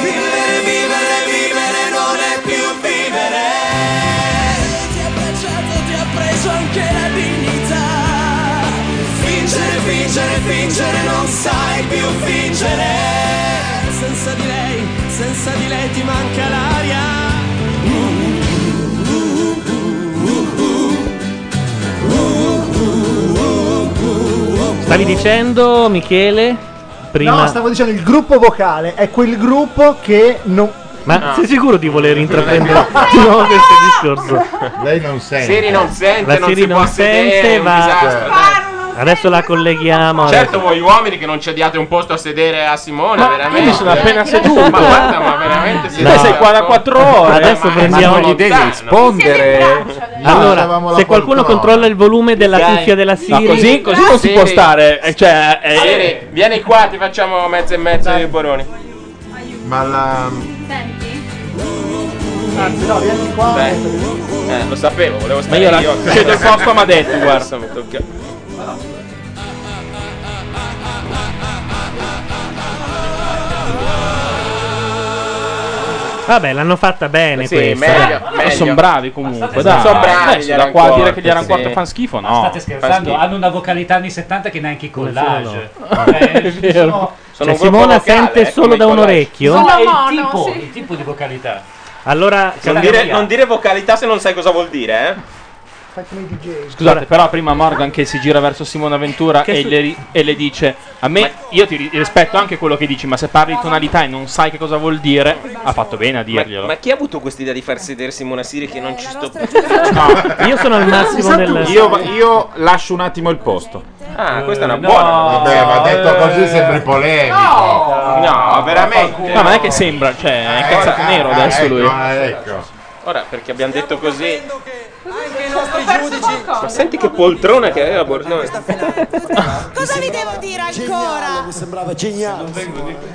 [SPEAKER 17] Vivere, vivere, vivere non è più vivere. Ti ha baciato, ti ha preso anche la dignità. Fingere, fingere, fingere, non sai più fingere. Senza di lei, senza di lei ti manca l'aria.
[SPEAKER 1] Stavi dicendo, Michele? Prima...
[SPEAKER 28] No, stavo dicendo il gruppo vocale è quel gruppo che non.
[SPEAKER 1] Ma sei sicuro di voler intraprendere di nuovo questo discorso?
[SPEAKER 5] Lei non sente.
[SPEAKER 3] Siri non sente,
[SPEAKER 1] La
[SPEAKER 3] non
[SPEAKER 1] Siri
[SPEAKER 3] si
[SPEAKER 1] non
[SPEAKER 3] può sedere, è
[SPEAKER 1] sente,
[SPEAKER 3] un
[SPEAKER 1] va.
[SPEAKER 3] disastro, dai.
[SPEAKER 1] Adesso la colleghiamo.
[SPEAKER 3] Certo voi uomini che non ci diate un posto a sedere a Simone, veramente.
[SPEAKER 1] io mi sono appena
[SPEAKER 3] Ma
[SPEAKER 1] seduto.
[SPEAKER 3] guarda, ma veramente
[SPEAKER 1] No.
[SPEAKER 3] siete-
[SPEAKER 1] Sei qua da quattro ore. Adesso prendiamo-
[SPEAKER 3] non gli devi
[SPEAKER 1] Lontano.
[SPEAKER 3] rispondere.
[SPEAKER 1] allora, se qualcuno controlla il volume della
[SPEAKER 3] Dai.
[SPEAKER 1] cuffia della
[SPEAKER 3] No,
[SPEAKER 1] Siri,
[SPEAKER 3] così- così non si può Siri. stare, eh,
[SPEAKER 1] Cioè,
[SPEAKER 3] Siri, vieni qua, ti facciamo mezzo e mezzo di boroni.
[SPEAKER 5] Ma la.
[SPEAKER 28] Anzi, no, vieni qua.
[SPEAKER 3] Eh, lo sapevo, volevo
[SPEAKER 30] Ma
[SPEAKER 3] stare
[SPEAKER 30] io la
[SPEAKER 3] io.
[SPEAKER 30] cedo il posto a Madetto, guarda.
[SPEAKER 3] Adesso mi tocca. eh.
[SPEAKER 1] Vabbè, l'hanno fatta bene
[SPEAKER 30] Sì,
[SPEAKER 1] questa.
[SPEAKER 30] meglio,
[SPEAKER 1] dai.
[SPEAKER 30] meglio. Ma son bravi comunque, dai.
[SPEAKER 1] Sono bravi,
[SPEAKER 30] Adesso da
[SPEAKER 1] gli Iron
[SPEAKER 30] qua a dire
[SPEAKER 1] Quarter,
[SPEAKER 30] che gli Iron
[SPEAKER 1] sì.
[SPEAKER 30] Quarter fan schifo, no.
[SPEAKER 2] Ma state
[SPEAKER 30] Fan
[SPEAKER 2] scherzando?
[SPEAKER 30] schifo.
[SPEAKER 2] Hanno una vocalità anni 70 che neanche i collage. Cioè,
[SPEAKER 30] È vero.
[SPEAKER 1] Ah, Cioè, Simona sente solo da un orecchio.
[SPEAKER 2] No, è il
[SPEAKER 17] mono,
[SPEAKER 2] tipo,
[SPEAKER 17] sì.
[SPEAKER 2] il tipo di vocalità.
[SPEAKER 1] Allora,
[SPEAKER 3] Non
[SPEAKER 1] Categoria.
[SPEAKER 3] dire, non dire vocalità se non sai cosa vuol dire, eh.
[SPEAKER 30] Scusate, però prima Morgan che si gira verso Simona Ventura
[SPEAKER 3] Che
[SPEAKER 30] e,
[SPEAKER 3] su-
[SPEAKER 30] le, ri- e le dice: A me, io ti ri- rispetto anche quello che dici, ma se parli di tonalità e non sai che cosa vuol dire, ha fatto bene a
[SPEAKER 3] eh.
[SPEAKER 30] dirglielo.
[SPEAKER 27] Ma chi ha avuto questa idea di far sedere Simona Siri che non ci sto
[SPEAKER 1] Io sono al massimo del.
[SPEAKER 4] Esatto. Io, io lascio un attimo il posto.
[SPEAKER 3] Ah, questa è una
[SPEAKER 30] Eh,
[SPEAKER 4] no.
[SPEAKER 3] buona.
[SPEAKER 4] Vabbè, ma detto così
[SPEAKER 5] sembri polemico.
[SPEAKER 3] No, veramente. Eh,
[SPEAKER 30] No, ma non è che sembra, cioè, è incazzato nero adesso lui.
[SPEAKER 3] Ora, perché abbiamo detto così.
[SPEAKER 17] Anche i nostri giudici.
[SPEAKER 3] Ma senti che poltrona che aveva Bornone.
[SPEAKER 17] Cosa vi devo dire ancora?
[SPEAKER 13] Mi sembrava geniale.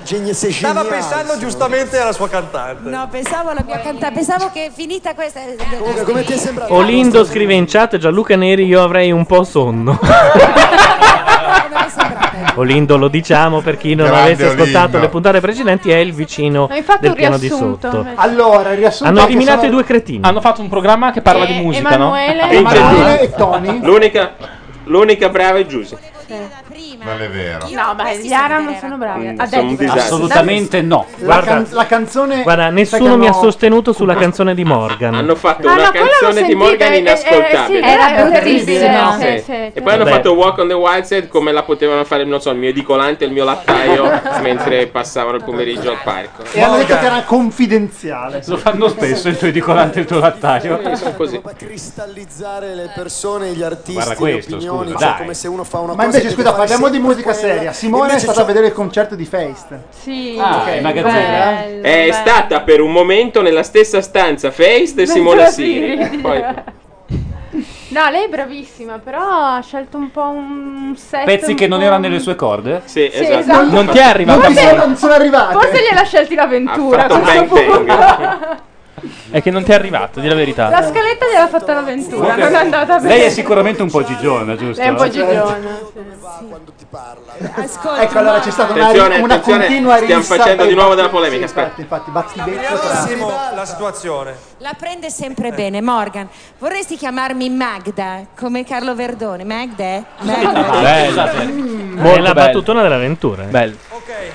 [SPEAKER 13] Geniale, sei
[SPEAKER 8] Stava
[SPEAKER 13] geniale.
[SPEAKER 8] pensando giustamente alla sua cantante.
[SPEAKER 36] No, pensavo alla mia cantata, pensavo che è finita questa.
[SPEAKER 13] Come ti è sembrato?
[SPEAKER 1] Olindo scrive in chat Gianluca Neri io avrei un po' sonno. Olindo lo diciamo per chi non
[SPEAKER 5] Grande
[SPEAKER 1] avesse ascoltato
[SPEAKER 5] Olindo.
[SPEAKER 1] le puntate precedenti è il vicino
[SPEAKER 7] hai fatto
[SPEAKER 1] del
[SPEAKER 7] un
[SPEAKER 1] piano di
[SPEAKER 7] riassunto,
[SPEAKER 1] sotto.
[SPEAKER 7] invece.
[SPEAKER 28] Allora, il riassunto
[SPEAKER 1] Hanno
[SPEAKER 28] è che
[SPEAKER 1] eliminato
[SPEAKER 28] sono-
[SPEAKER 1] i due cretini.
[SPEAKER 30] Hanno fatto un programma che parla di musica,
[SPEAKER 7] Emanuele-
[SPEAKER 30] no?
[SPEAKER 3] E
[SPEAKER 28] Emanuele
[SPEAKER 3] Giusy.
[SPEAKER 28] e Tony.
[SPEAKER 3] L'unica, l'unica brava è Giusy.
[SPEAKER 5] Non è vero.
[SPEAKER 7] No, ma gli Aram non sono bravi.
[SPEAKER 1] Mm,
[SPEAKER 7] Ha
[SPEAKER 1] sono un
[SPEAKER 7] detto-
[SPEAKER 1] disastro.
[SPEAKER 2] Assolutamente no.
[SPEAKER 28] La,
[SPEAKER 1] Guarda-
[SPEAKER 28] can- la
[SPEAKER 7] Eh,
[SPEAKER 28] canzone.
[SPEAKER 1] Guarda, nessuno mi ha sostenuto sulla canzone di Morgan. Hanno
[SPEAKER 3] fatto
[SPEAKER 7] Ah,
[SPEAKER 3] una
[SPEAKER 7] no, quella l'ho
[SPEAKER 3] canzone di
[SPEAKER 7] sentita,
[SPEAKER 3] Morgan
[SPEAKER 7] eh, eh,
[SPEAKER 3] inascoltabile.
[SPEAKER 7] sì, era Era bruttissima.
[SPEAKER 17] bruttissima.
[SPEAKER 3] Sì.
[SPEAKER 17] Sì, sì,
[SPEAKER 3] E poi hanno
[SPEAKER 1] Vabbè.
[SPEAKER 3] fatto Walk on the Wild Side come la potevano fare, non so, il mio edicolante e il mio lattaio mentre passavano il pomeriggio al parco.
[SPEAKER 28] E hanno detto che era confidenziale.
[SPEAKER 2] Lo fanno spesso il tuo edicolante e il tuo lattaio.
[SPEAKER 13] Cristallizzare le persone, gli artisti,
[SPEAKER 2] Guarda questo,
[SPEAKER 13] le opinioni,
[SPEAKER 2] scusa,
[SPEAKER 13] cioè
[SPEAKER 2] dai.
[SPEAKER 13] come se uno fa una
[SPEAKER 28] Ma
[SPEAKER 13] cosa
[SPEAKER 28] invece,
[SPEAKER 13] e
[SPEAKER 28] scusa,
[SPEAKER 13] deve fare
[SPEAKER 28] parliamo di
[SPEAKER 13] sempre
[SPEAKER 28] musica
[SPEAKER 13] quella.
[SPEAKER 28] seria. Simone è
[SPEAKER 13] Invece
[SPEAKER 28] stata a
[SPEAKER 13] c'è-
[SPEAKER 28] vedere il concerto di Feist. Eh,
[SPEAKER 7] Sì,
[SPEAKER 28] Ah, il magazzino.
[SPEAKER 7] bello,
[SPEAKER 3] È
[SPEAKER 7] bello.
[SPEAKER 3] stata per un momento nella stessa stanza Feist e Simona Siri. Poi
[SPEAKER 7] No, lei è bravissima, però ha scelto un po' un set
[SPEAKER 2] Pezzi
[SPEAKER 7] un
[SPEAKER 2] che non
[SPEAKER 7] po'-
[SPEAKER 2] erano nelle sue corde?
[SPEAKER 3] Sì,
[SPEAKER 7] esatto. esatto. Non ti è
[SPEAKER 2] arrivato
[SPEAKER 28] Non, ti sono, non sono arrivati.
[SPEAKER 7] Forse gliela scelti l'avventura a
[SPEAKER 30] Ha fatto
[SPEAKER 7] questo
[SPEAKER 30] un bang
[SPEAKER 7] punto.
[SPEAKER 30] È che non ti è arrivato, di la verità.
[SPEAKER 7] La scaletta gliel'ha fatta l'avventura, non è andata bene.
[SPEAKER 2] Lei è sicuramente un po' gigiona, giusto?
[SPEAKER 7] Lei è un po' gigiona.
[SPEAKER 36] Ascolta,
[SPEAKER 28] Ecco, allora c'è stata una,
[SPEAKER 3] Attenzione,
[SPEAKER 28] una
[SPEAKER 3] attenzione,
[SPEAKER 28] continua rissa.
[SPEAKER 3] stiamo facendo
[SPEAKER 28] per-
[SPEAKER 3] di nuovo della polemica,
[SPEAKER 28] Sì, infatti, infatti, battibecco tra-
[SPEAKER 8] Benissimo la situazione.
[SPEAKER 36] La prende sempre bene, Morgan. Vorresti chiamarmi Magda, come Carlo Verdone. Magda?
[SPEAKER 2] Ah,
[SPEAKER 36] Magda.
[SPEAKER 1] Bella. È la battutona dell'avventura. eh.
[SPEAKER 30] Bello.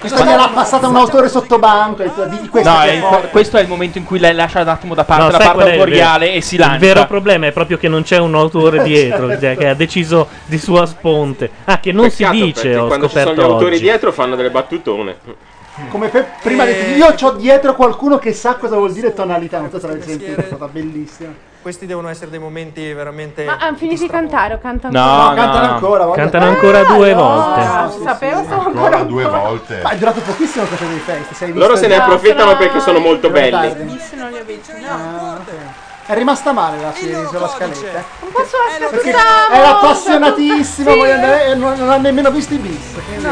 [SPEAKER 28] Questa gliel'ha passata un autore sotto banco. ha detto, Di di questa
[SPEAKER 30] No,
[SPEAKER 28] che
[SPEAKER 30] è il-
[SPEAKER 28] muore.
[SPEAKER 30] questo è il momento in cui lei lascia un attimo da parte
[SPEAKER 1] No,
[SPEAKER 30] la
[SPEAKER 1] sai qual
[SPEAKER 30] parte
[SPEAKER 1] è il
[SPEAKER 30] autoriale
[SPEAKER 1] vero-
[SPEAKER 30] e si lancia.
[SPEAKER 1] Il vero problema è proprio che non c'è un autore dietro cioè, che ha deciso di sua sponte. Ah, che non
[SPEAKER 3] Peccato,
[SPEAKER 1] si dice,
[SPEAKER 3] perché
[SPEAKER 1] ho
[SPEAKER 3] quando ci sono gli
[SPEAKER 1] scoperto
[SPEAKER 3] autori
[SPEAKER 1] oggi.
[SPEAKER 3] dietro fanno delle battutone.
[SPEAKER 28] Come fe- prima ha detto, io ho dietro qualcuno che sa cosa vuol dire tonalità. Non so se l'avete sentita, è stata bellissima.
[SPEAKER 8] Questi devono essere dei momenti veramente.
[SPEAKER 7] Ma hanno finito di cantare o cantano
[SPEAKER 8] No,
[SPEAKER 7] ancora?
[SPEAKER 8] no, cantano no. ancora, guarda.
[SPEAKER 1] Cantano ancora due volte.
[SPEAKER 7] Ah, sapevo stavo
[SPEAKER 5] Ancora due volte.
[SPEAKER 28] Ma è durato pochissimo il Cafe dei Fest. sei
[SPEAKER 3] Loro
[SPEAKER 28] visto?
[SPEAKER 3] se ne
[SPEAKER 28] No,
[SPEAKER 3] approfittano
[SPEAKER 28] sarà-
[SPEAKER 3] perché sono molto
[SPEAKER 28] sarà
[SPEAKER 3] belli.
[SPEAKER 28] tardi.
[SPEAKER 7] non li ho visti.
[SPEAKER 28] Ah, ok. È rimasta male la serie sulla
[SPEAKER 12] cioè.
[SPEAKER 28] scaletta.
[SPEAKER 7] Un po'
[SPEAKER 8] Eh,
[SPEAKER 7] sulla
[SPEAKER 28] Perché
[SPEAKER 7] scappata.
[SPEAKER 28] era appassionatissima,
[SPEAKER 7] Sì.
[SPEAKER 28] voglio andare- e non, non ha nemmeno visto i bis. quindi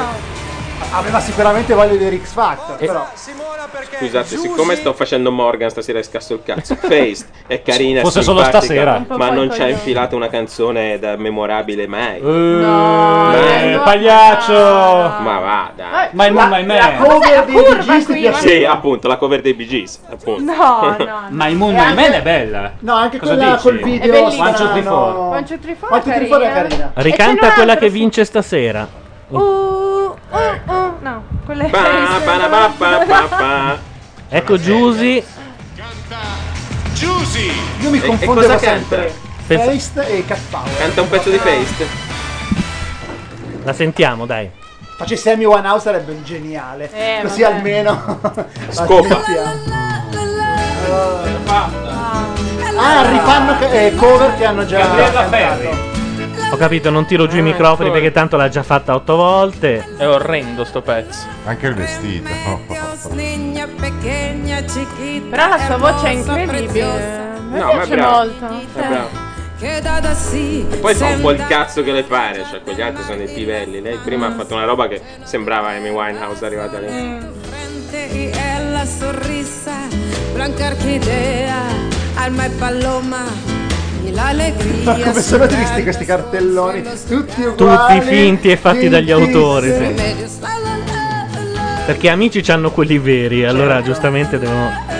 [SPEAKER 28] Aveva sicuramente voglia di X Factor, però.
[SPEAKER 3] Scusate, siccome sto facendo Morgan stasera e scasso il cazzo, Faced è carina,
[SPEAKER 2] Forse solo
[SPEAKER 3] simpatica,
[SPEAKER 2] stasera. Un po'
[SPEAKER 3] ma
[SPEAKER 2] poi
[SPEAKER 3] non ci ha
[SPEAKER 2] coglione.
[SPEAKER 3] infilato una canzone da memorabile mai.
[SPEAKER 2] Eh, pagliaccio!
[SPEAKER 3] Ma vada.
[SPEAKER 2] Ma il Moon My Man.
[SPEAKER 28] cover dei Bee Gees ti piace-
[SPEAKER 3] Sì, appunto, la cover dei Bee Gees, appunto.
[SPEAKER 28] No, no.
[SPEAKER 2] Ma il Moon
[SPEAKER 28] E
[SPEAKER 2] My
[SPEAKER 28] anche-
[SPEAKER 2] Man è bella.
[SPEAKER 28] No, anche
[SPEAKER 2] Cosa
[SPEAKER 28] quella
[SPEAKER 2] dici?
[SPEAKER 28] col video.
[SPEAKER 2] È bellissima.
[SPEAKER 28] strano.
[SPEAKER 2] One, two, three, four.
[SPEAKER 28] One,
[SPEAKER 7] two, three, four è
[SPEAKER 28] two, three, four è
[SPEAKER 7] carina.
[SPEAKER 28] carina.
[SPEAKER 7] E c'è
[SPEAKER 1] Ricanta
[SPEAKER 7] un
[SPEAKER 1] quella
[SPEAKER 7] altro,
[SPEAKER 1] che vince stasera.
[SPEAKER 7] Uh, uh, uh, no, quella è
[SPEAKER 3] Pa, pa, na, pa, pa, pa, pa.
[SPEAKER 1] Ecco Giusy.
[SPEAKER 37] Giusy!
[SPEAKER 28] Io mi
[SPEAKER 3] E- e
[SPEAKER 28] confondevo
[SPEAKER 3] cosa
[SPEAKER 28] sempre.
[SPEAKER 3] canta?
[SPEAKER 28] Faced e Cat Power.
[SPEAKER 3] Canta un pezzo di Faced.
[SPEAKER 1] La sentiamo, dai.
[SPEAKER 28] Facessi Amy One House sarebbe geniale.
[SPEAKER 12] Eh,
[SPEAKER 28] Così
[SPEAKER 12] vabbè.
[SPEAKER 28] almeno.
[SPEAKER 12] Scopa.
[SPEAKER 28] Ah, rifanno eh, cover che hanno già.
[SPEAKER 2] Gabriella
[SPEAKER 28] Ferri.
[SPEAKER 1] Ho capito, non tiro giù i microfoni perché tanto l'ha già fatta otto volte.
[SPEAKER 30] È orrendo sto pezzo.
[SPEAKER 5] Anche il vestito.
[SPEAKER 7] Però la sua voce è incredibile. A me
[SPEAKER 3] No, ma è
[SPEAKER 7] piace
[SPEAKER 3] brava.
[SPEAKER 7] molto.
[SPEAKER 3] È brava. E poi fa un po' il cazzo che le pare, cioè quegli altri sono dei pivelli. Lei prima ha fatto una roba che sembrava Amy Winehouse arrivata lì.
[SPEAKER 12] Y es la sonrisa, blanca orquídea, alma y paloma, y la alegría.
[SPEAKER 28] Ma come sono tristi questi cartelloni. Tutti uguali.
[SPEAKER 1] Tutti finti e fatti dagli autori. sì. Perché amici c'hanno quelli veri, allora giustamente devono.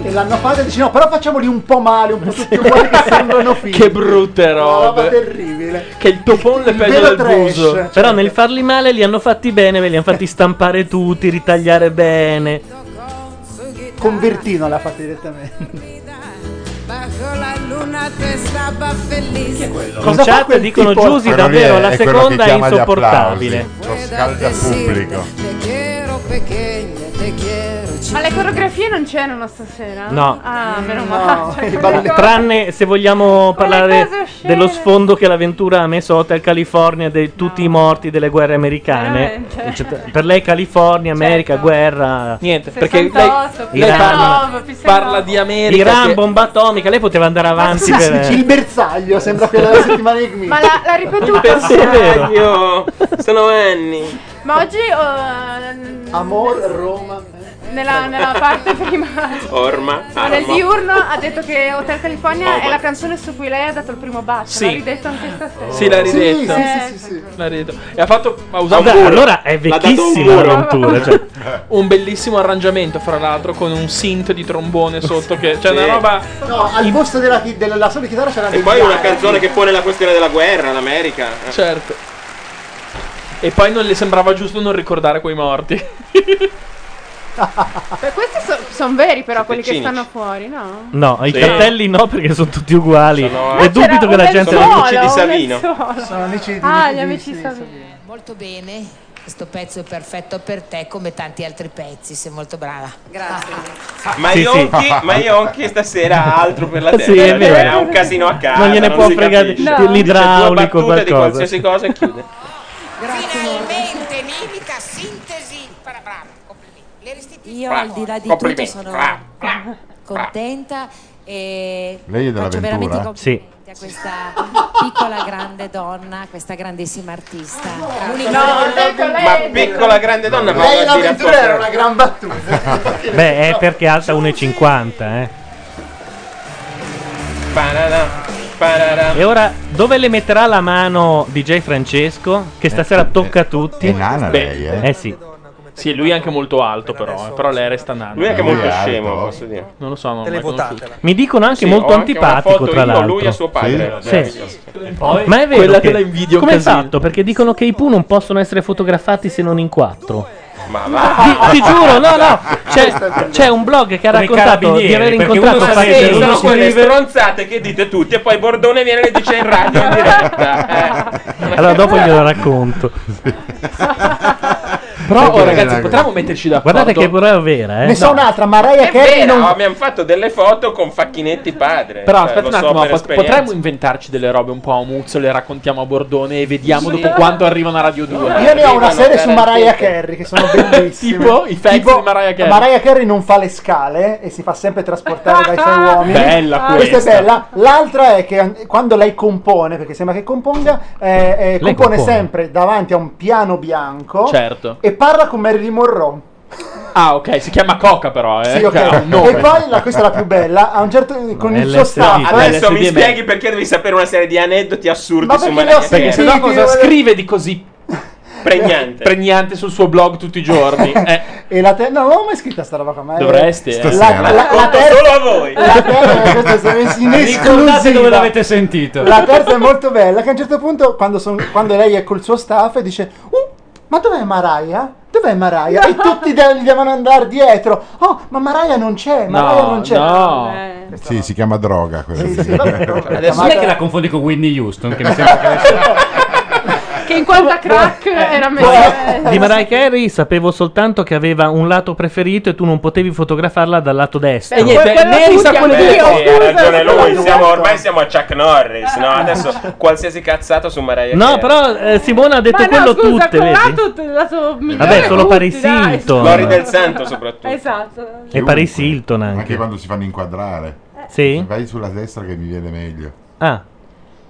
[SPEAKER 28] E l'hanno fatta e dici no, però facciamoli un po' male, un po' tutti uguali che sembrano finti.
[SPEAKER 30] Che brutte
[SPEAKER 28] Una roba
[SPEAKER 30] robe.
[SPEAKER 28] terribile.
[SPEAKER 30] Che il topon le
[SPEAKER 28] vero
[SPEAKER 30] perde dal
[SPEAKER 28] trash. cioè.
[SPEAKER 30] buso.
[SPEAKER 1] Però nel farli male li hanno fatti bene, ve li hanno fatti stampare tutti, ritagliare bene.
[SPEAKER 28] Con Bertino l'ha fatta direttamente.
[SPEAKER 12] Bajo la luna te estaba feliz.
[SPEAKER 1] In chat dicono Giusy,
[SPEAKER 5] Quello lì è-
[SPEAKER 1] davvero la
[SPEAKER 5] è quello che
[SPEAKER 1] seconda è
[SPEAKER 5] chiama gli
[SPEAKER 1] insopportabile.
[SPEAKER 5] applausi. Lo scalda pubblico.
[SPEAKER 7] Ma le coreografie non c'erano stasera?
[SPEAKER 1] No.
[SPEAKER 7] Ah, meno
[SPEAKER 28] No,
[SPEAKER 7] male. Cioè, quelle
[SPEAKER 1] Vabbè,
[SPEAKER 7] cose-
[SPEAKER 1] Tranne se vogliamo parlare
[SPEAKER 7] cose oscene.
[SPEAKER 1] dello sfondo che l'avventura ha messo a Hotel California di tutti i morti delle guerre americane.
[SPEAKER 7] Veramente.
[SPEAKER 1] Cioè, per lei California, America, guerra.
[SPEAKER 30] Niente, perché lei,
[SPEAKER 7] 68,
[SPEAKER 30] lei parla,
[SPEAKER 7] 69, più
[SPEAKER 30] parla di America.
[SPEAKER 1] Iran,
[SPEAKER 30] che-
[SPEAKER 1] bomba atomica, lei poteva andare avanti
[SPEAKER 28] Sì,
[SPEAKER 1] per...
[SPEAKER 28] sì, il bersaglio sembra quella della settimana di Gmit.
[SPEAKER 7] Ma l'ha, l'ha ripetuto.
[SPEAKER 3] Bersaglio! Sono anni.
[SPEAKER 7] Ma oggi. eh,
[SPEAKER 28] Amor Roma. eh.
[SPEAKER 7] Nella, nella parte prima.
[SPEAKER 3] Orma,
[SPEAKER 7] Ma nel
[SPEAKER 3] arma.
[SPEAKER 7] diurno ha detto che Hotel California è la canzone su cui lei ha dato il primo bacio.
[SPEAKER 30] Sì.
[SPEAKER 7] L'ha ridetto anche stasera.
[SPEAKER 30] Sì, l'ha ridetto.
[SPEAKER 7] Eh,
[SPEAKER 30] L'ha ridetto. E ha fatto. Ha usato
[SPEAKER 1] Vabbè,
[SPEAKER 30] un muro.
[SPEAKER 1] allora è
[SPEAKER 30] L'ha dato un
[SPEAKER 1] vecchissima
[SPEAKER 30] muro.
[SPEAKER 1] l'avventura, cioè.
[SPEAKER 30] un bellissimo arrangiamento, fra l'altro, con un synth di trombone sotto. Che, cioè, una roba.
[SPEAKER 28] No, al posto della, chi- della, della sola chitarra c'era
[SPEAKER 3] E poi una canzone che pone la questione della guerra, eh. l'America.
[SPEAKER 30] Certo. E poi non le sembrava giusto non ricordare quei morti.
[SPEAKER 7] Beh, Eh, questi sono veri, però, quelli che
[SPEAKER 30] cinici.
[SPEAKER 7] stanno fuori, no?
[SPEAKER 1] No, i
[SPEAKER 30] Sì.
[SPEAKER 1] cartelli no perché sono tutti uguali.
[SPEAKER 3] Sono-
[SPEAKER 1] E
[SPEAKER 7] C'era
[SPEAKER 1] dubito che la
[SPEAKER 7] un
[SPEAKER 1] gente...
[SPEAKER 7] lenzuolo, un lenzuolo.
[SPEAKER 28] Sono amici di
[SPEAKER 7] Ah, gli
[SPEAKER 28] di-
[SPEAKER 7] amici
[SPEAKER 28] sì,
[SPEAKER 7] Savino.
[SPEAKER 6] Molto bene, questo pezzo è perfetto per te come tanti altri pezzi, sei molto brava. Ah, Grazie.
[SPEAKER 3] Ma
[SPEAKER 1] Sì,
[SPEAKER 3] Ionchi,
[SPEAKER 1] sì.
[SPEAKER 3] ma Ionchi stasera ha altro per la
[SPEAKER 1] Sì,
[SPEAKER 3] testa.
[SPEAKER 1] è
[SPEAKER 3] cioè,
[SPEAKER 1] vero.
[SPEAKER 3] ha un casino a casa.
[SPEAKER 1] Non gliene può
[SPEAKER 3] si
[SPEAKER 1] fregare
[SPEAKER 3] capisce.
[SPEAKER 1] di- No.
[SPEAKER 3] Dice due
[SPEAKER 1] l'idraulico,
[SPEAKER 3] battute di
[SPEAKER 1] qualcosa.
[SPEAKER 3] qualsiasi cosa e chiude.
[SPEAKER 6] Finalmente, mimita, sintesi, brava, brava, complimenti. Le restituisco. Io
[SPEAKER 3] Brava,
[SPEAKER 6] al di là di tutto
[SPEAKER 3] complimenti,
[SPEAKER 6] sono
[SPEAKER 3] brava,
[SPEAKER 6] contenta e
[SPEAKER 5] Lei è della
[SPEAKER 6] faccio veramente
[SPEAKER 5] Ventura?
[SPEAKER 6] complimenti
[SPEAKER 1] Sì.
[SPEAKER 6] a questa piccola grande donna, questa grandissima artista. L'unica
[SPEAKER 7] No, ho detto lei.
[SPEAKER 3] Ma piccola grande donna, ma
[SPEAKER 28] Lei
[SPEAKER 3] vuol dire
[SPEAKER 28] l'avventura
[SPEAKER 3] apposta-
[SPEAKER 28] era una gran battuta.
[SPEAKER 1] Beh, è perché è alta 1,50, eh.
[SPEAKER 3] Parara, parara.
[SPEAKER 1] E ora dove le metterà la mano DJ Francesco? Che stasera tocca a tutti. È
[SPEAKER 5] nana
[SPEAKER 30] lei, eh.
[SPEAKER 1] Eh sì.
[SPEAKER 30] Sì, lui è anche molto alto, però. eh, Però lei resta nano.
[SPEAKER 3] Lui è anche
[SPEAKER 30] Lui
[SPEAKER 3] molto
[SPEAKER 30] è alto.
[SPEAKER 3] scemo, posso dire.
[SPEAKER 30] Non lo so, non l'ho mai conosciuto.
[SPEAKER 1] Mi dicono anche
[SPEAKER 3] Sì,
[SPEAKER 1] molto
[SPEAKER 3] ho anche una
[SPEAKER 1] antipatico,
[SPEAKER 3] foto
[SPEAKER 1] tra
[SPEAKER 3] io,
[SPEAKER 1] l'altro.
[SPEAKER 3] lui e suo padre.
[SPEAKER 1] Sì.
[SPEAKER 3] Eh,
[SPEAKER 1] Sì.
[SPEAKER 3] E poi
[SPEAKER 1] Ma è vero
[SPEAKER 30] quella
[SPEAKER 1] che,
[SPEAKER 30] che la invidia un
[SPEAKER 1] come è
[SPEAKER 30] casino.
[SPEAKER 1] fatto? Perché dicono che i Pooh non possono essere fotografati se non in quattro.
[SPEAKER 3] Ma
[SPEAKER 1] Ti, ti giuro, no, no. C'è, c'è un blog che ha
[SPEAKER 3] Come i
[SPEAKER 1] raccontato di
[SPEAKER 3] carabinieri,
[SPEAKER 1] aver
[SPEAKER 3] perché
[SPEAKER 1] incontrato
[SPEAKER 3] uno sa
[SPEAKER 1] Fabio
[SPEAKER 3] che sono
[SPEAKER 1] Russo.
[SPEAKER 3] quelle stronzate che dite tutti e poi Bordone viene e le dice in radio in diretta. eh.
[SPEAKER 1] Allora dopo glielo racconto.
[SPEAKER 30] Però, oh,
[SPEAKER 1] Perché
[SPEAKER 30] ragazzi,
[SPEAKER 1] la-
[SPEAKER 30] potremmo metterci d'accordo.
[SPEAKER 1] Guardate che però è vera, eh.
[SPEAKER 28] Ne so un'altra, Mariah
[SPEAKER 3] È
[SPEAKER 28] Carey
[SPEAKER 3] vero,
[SPEAKER 28] non...
[SPEAKER 3] abbiamo fatto delle foto con Facchinetti padre.
[SPEAKER 30] Però
[SPEAKER 3] Cioè,
[SPEAKER 30] aspetta
[SPEAKER 3] lo
[SPEAKER 30] un
[SPEAKER 3] so
[SPEAKER 30] attimo,
[SPEAKER 3] per
[SPEAKER 30] pot-
[SPEAKER 3] esperienza.
[SPEAKER 30] potremmo inventarci delle robe un po' a muzzo, le raccontiamo a Bordone e vediamo
[SPEAKER 28] Sì.
[SPEAKER 30] dopo quanto arrivano a Radio 2.
[SPEAKER 28] Io ne ho una serie su Mariah
[SPEAKER 30] Carey
[SPEAKER 28] Carey che sono bellissime.
[SPEAKER 30] Tipo i facts
[SPEAKER 28] Tipo,
[SPEAKER 30] di Mariah Carey.
[SPEAKER 28] Mariah Carey non fa le scale e si fa sempre trasportare dai suoi uomini. Ah,
[SPEAKER 30] Bella
[SPEAKER 28] questa.
[SPEAKER 30] questa.
[SPEAKER 28] è bella. L'altra è che an- quando lei compone, perché sembra che componga, eh, eh, compone,
[SPEAKER 30] compone.
[SPEAKER 28] sempre davanti a un piano bianco
[SPEAKER 30] Certo.
[SPEAKER 28] e parla con Marilyn Monroe.
[SPEAKER 30] Ah, ok, si chiama Coca però, eh.
[SPEAKER 28] Sì, ok.
[SPEAKER 30] Ha un nome.
[SPEAKER 28] E poi la- questa è la più bella, a un certo con il suo staff.
[SPEAKER 3] Adesso mi
[SPEAKER 30] LSD me.
[SPEAKER 3] spieghi perché devi sapere una serie di aneddoti assurdi
[SPEAKER 28] Ma
[SPEAKER 3] su
[SPEAKER 28] perché
[SPEAKER 3] Mariah
[SPEAKER 28] li ho
[SPEAKER 3] Carey.
[SPEAKER 30] Perché se no cosa scrive di così
[SPEAKER 3] Pregnante.
[SPEAKER 30] pregnante sul suo blog tutti i giorni? Eh,
[SPEAKER 28] E la te- no, non l'avevo mai scritta sta roba qua, ma è-
[SPEAKER 30] dovresti, eh.
[SPEAKER 28] La, la, la terza-
[SPEAKER 3] solo a voi.
[SPEAKER 28] La terza, questa è in
[SPEAKER 2] Ricordate dove
[SPEAKER 28] esclusiva.
[SPEAKER 2] l'avete sentito.
[SPEAKER 28] La terza è molto bella, che a un certo punto, quando, son- quando lei è col suo staff, e dice: "Uh, Ma dov'è Maraia? Dov'è Maraia? E tutti de- gli devono andare dietro. Oh, ma Maraia non c'è, Maraia non c'è.
[SPEAKER 5] Sì, si chiama droga quello.
[SPEAKER 2] Adesso non è che la confondi con Whitney Houston, che mi sembra che
[SPEAKER 7] Che in quanto a crack
[SPEAKER 28] Eh.
[SPEAKER 7] era meglio. Eh,
[SPEAKER 1] Di Mariah Carey sapevo soltanto che aveva un lato preferito e tu non potevi fotografarla dal lato destro.
[SPEAKER 3] E Eh, niente,
[SPEAKER 30] Quello
[SPEAKER 3] lei
[SPEAKER 30] tutti
[SPEAKER 3] sa
[SPEAKER 30] hanno
[SPEAKER 3] quello
[SPEAKER 30] detto.
[SPEAKER 3] che-
[SPEAKER 30] Scusa,
[SPEAKER 3] eh, ha ragione
[SPEAKER 30] scusa,
[SPEAKER 3] lui.
[SPEAKER 30] scusa.
[SPEAKER 3] siamo- ormai siamo a Chuck Norris. No, adesso qualsiasi cazzata su Mariah
[SPEAKER 1] No,
[SPEAKER 3] Carey.
[SPEAKER 1] però eh, Simona ha detto
[SPEAKER 7] Ma
[SPEAKER 1] quello
[SPEAKER 7] no, scusa,
[SPEAKER 1] tutte,
[SPEAKER 7] con
[SPEAKER 1] vedi?
[SPEAKER 7] l'altro te- la so migliore
[SPEAKER 1] Vabbè, solo
[SPEAKER 7] tutti,
[SPEAKER 1] Paris
[SPEAKER 7] dai.
[SPEAKER 1] Hilton.
[SPEAKER 3] Lori del Santo soprattutto.
[SPEAKER 7] Esatto.
[SPEAKER 1] E Paris Hilton anche.
[SPEAKER 5] Anche quando si fanno inquadrare.
[SPEAKER 1] Sì?
[SPEAKER 5] Vai sulla destra che mi viene meglio.
[SPEAKER 1] Ah,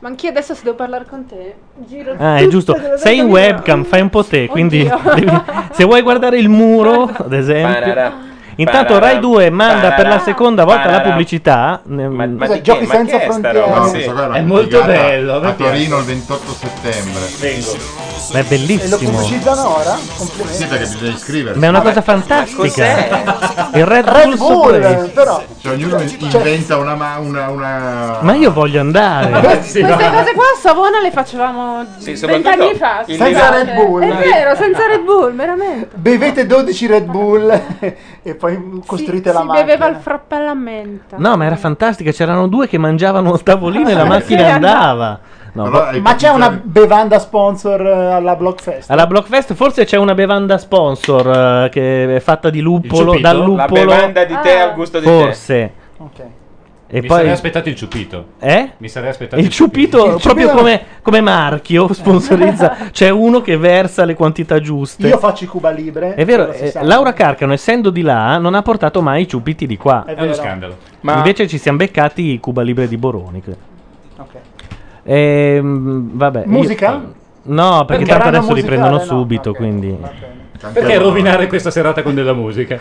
[SPEAKER 7] Ma anch'io adesso se devo parlare con te, giro
[SPEAKER 1] ah, è
[SPEAKER 7] tutte
[SPEAKER 1] giusto.
[SPEAKER 28] Cioè,
[SPEAKER 7] delle
[SPEAKER 1] Sei in
[SPEAKER 7] date di-
[SPEAKER 1] webcam, fai un po' te, quindi
[SPEAKER 7] Oddio.
[SPEAKER 1] devi- se vuoi guardare il muro, ad esempio. Intanto Rai 2 manda per la seconda volta la pubblicità.
[SPEAKER 5] ma di Giochi che? Ma senza che è sta frontiere? roba? Sì. È molto bello, a Torino il 28 settembre.
[SPEAKER 1] Ma è
[SPEAKER 28] E lo
[SPEAKER 1] bellissimo.
[SPEAKER 28] pubblicizzano ora? Complimenti.
[SPEAKER 5] Sì, perché bisogna iscriversi.
[SPEAKER 1] Ma è una cosa fantastica. Il Red,
[SPEAKER 28] Red
[SPEAKER 1] Bull,
[SPEAKER 28] Bull,
[SPEAKER 1] Saporito.
[SPEAKER 28] però.
[SPEAKER 5] Cioè, ognuno inventa una, ma- una, una...
[SPEAKER 1] Ma io voglio andare.
[SPEAKER 7] Queste cose qua a Savona le facevamo
[SPEAKER 5] soprattutto
[SPEAKER 7] vent'anni fa.
[SPEAKER 5] il
[SPEAKER 7] scusate.
[SPEAKER 28] Senza Red Bull.
[SPEAKER 7] È vero, senza Red Bull, veramente.
[SPEAKER 28] Bevete 12 Red Bull e poi costruite la
[SPEAKER 7] Si
[SPEAKER 28] macchina.
[SPEAKER 7] beveva il frappè alla menta.
[SPEAKER 1] No, ma era fantastica. C'erano due che mangiavano al tavolino e la
[SPEAKER 28] Sì,
[SPEAKER 1] macchina
[SPEAKER 28] andava.
[SPEAKER 1] andava. No, ma-
[SPEAKER 28] Ma c'è una bevanda sponsor eh, alla Blockfest?
[SPEAKER 1] Alla Blockfest forse c'è una bevanda sponsor eh, che è fatta di luppolo,
[SPEAKER 2] ciupito?
[SPEAKER 1] dal
[SPEAKER 2] La
[SPEAKER 1] luppolo.
[SPEAKER 2] bevanda
[SPEAKER 3] di tè al gusto di tè.
[SPEAKER 1] Forse. E
[SPEAKER 2] mi
[SPEAKER 1] poi
[SPEAKER 2] sarei aspettato il ciupito.
[SPEAKER 1] Eh?
[SPEAKER 2] Mi sarei aspettato
[SPEAKER 1] il ciupito,
[SPEAKER 2] Il
[SPEAKER 1] proprio
[SPEAKER 2] ciupito-
[SPEAKER 1] come, come marchio sponsorizza, c'è uno che versa le quantità giuste.
[SPEAKER 28] Io faccio i Cuba Libre.
[SPEAKER 1] È vero,
[SPEAKER 28] lo si
[SPEAKER 1] eh,
[SPEAKER 28] sa.
[SPEAKER 1] Laura Carcano, essendo di là, non ha portato mai i ciupiti di qua.
[SPEAKER 28] È È uno vero. scandalo.
[SPEAKER 1] Ma... Invece ci siamo beccati i Cuba Libre di Boroni. credo. Ehm, vabbè, io-
[SPEAKER 28] Musica?
[SPEAKER 1] No, perché,
[SPEAKER 2] Perché
[SPEAKER 1] tanto
[SPEAKER 2] era una
[SPEAKER 1] adesso li
[SPEAKER 2] musicale,
[SPEAKER 1] prendono
[SPEAKER 2] no?
[SPEAKER 1] subito, quindi...
[SPEAKER 2] Perché rovinare questa serata con della musica?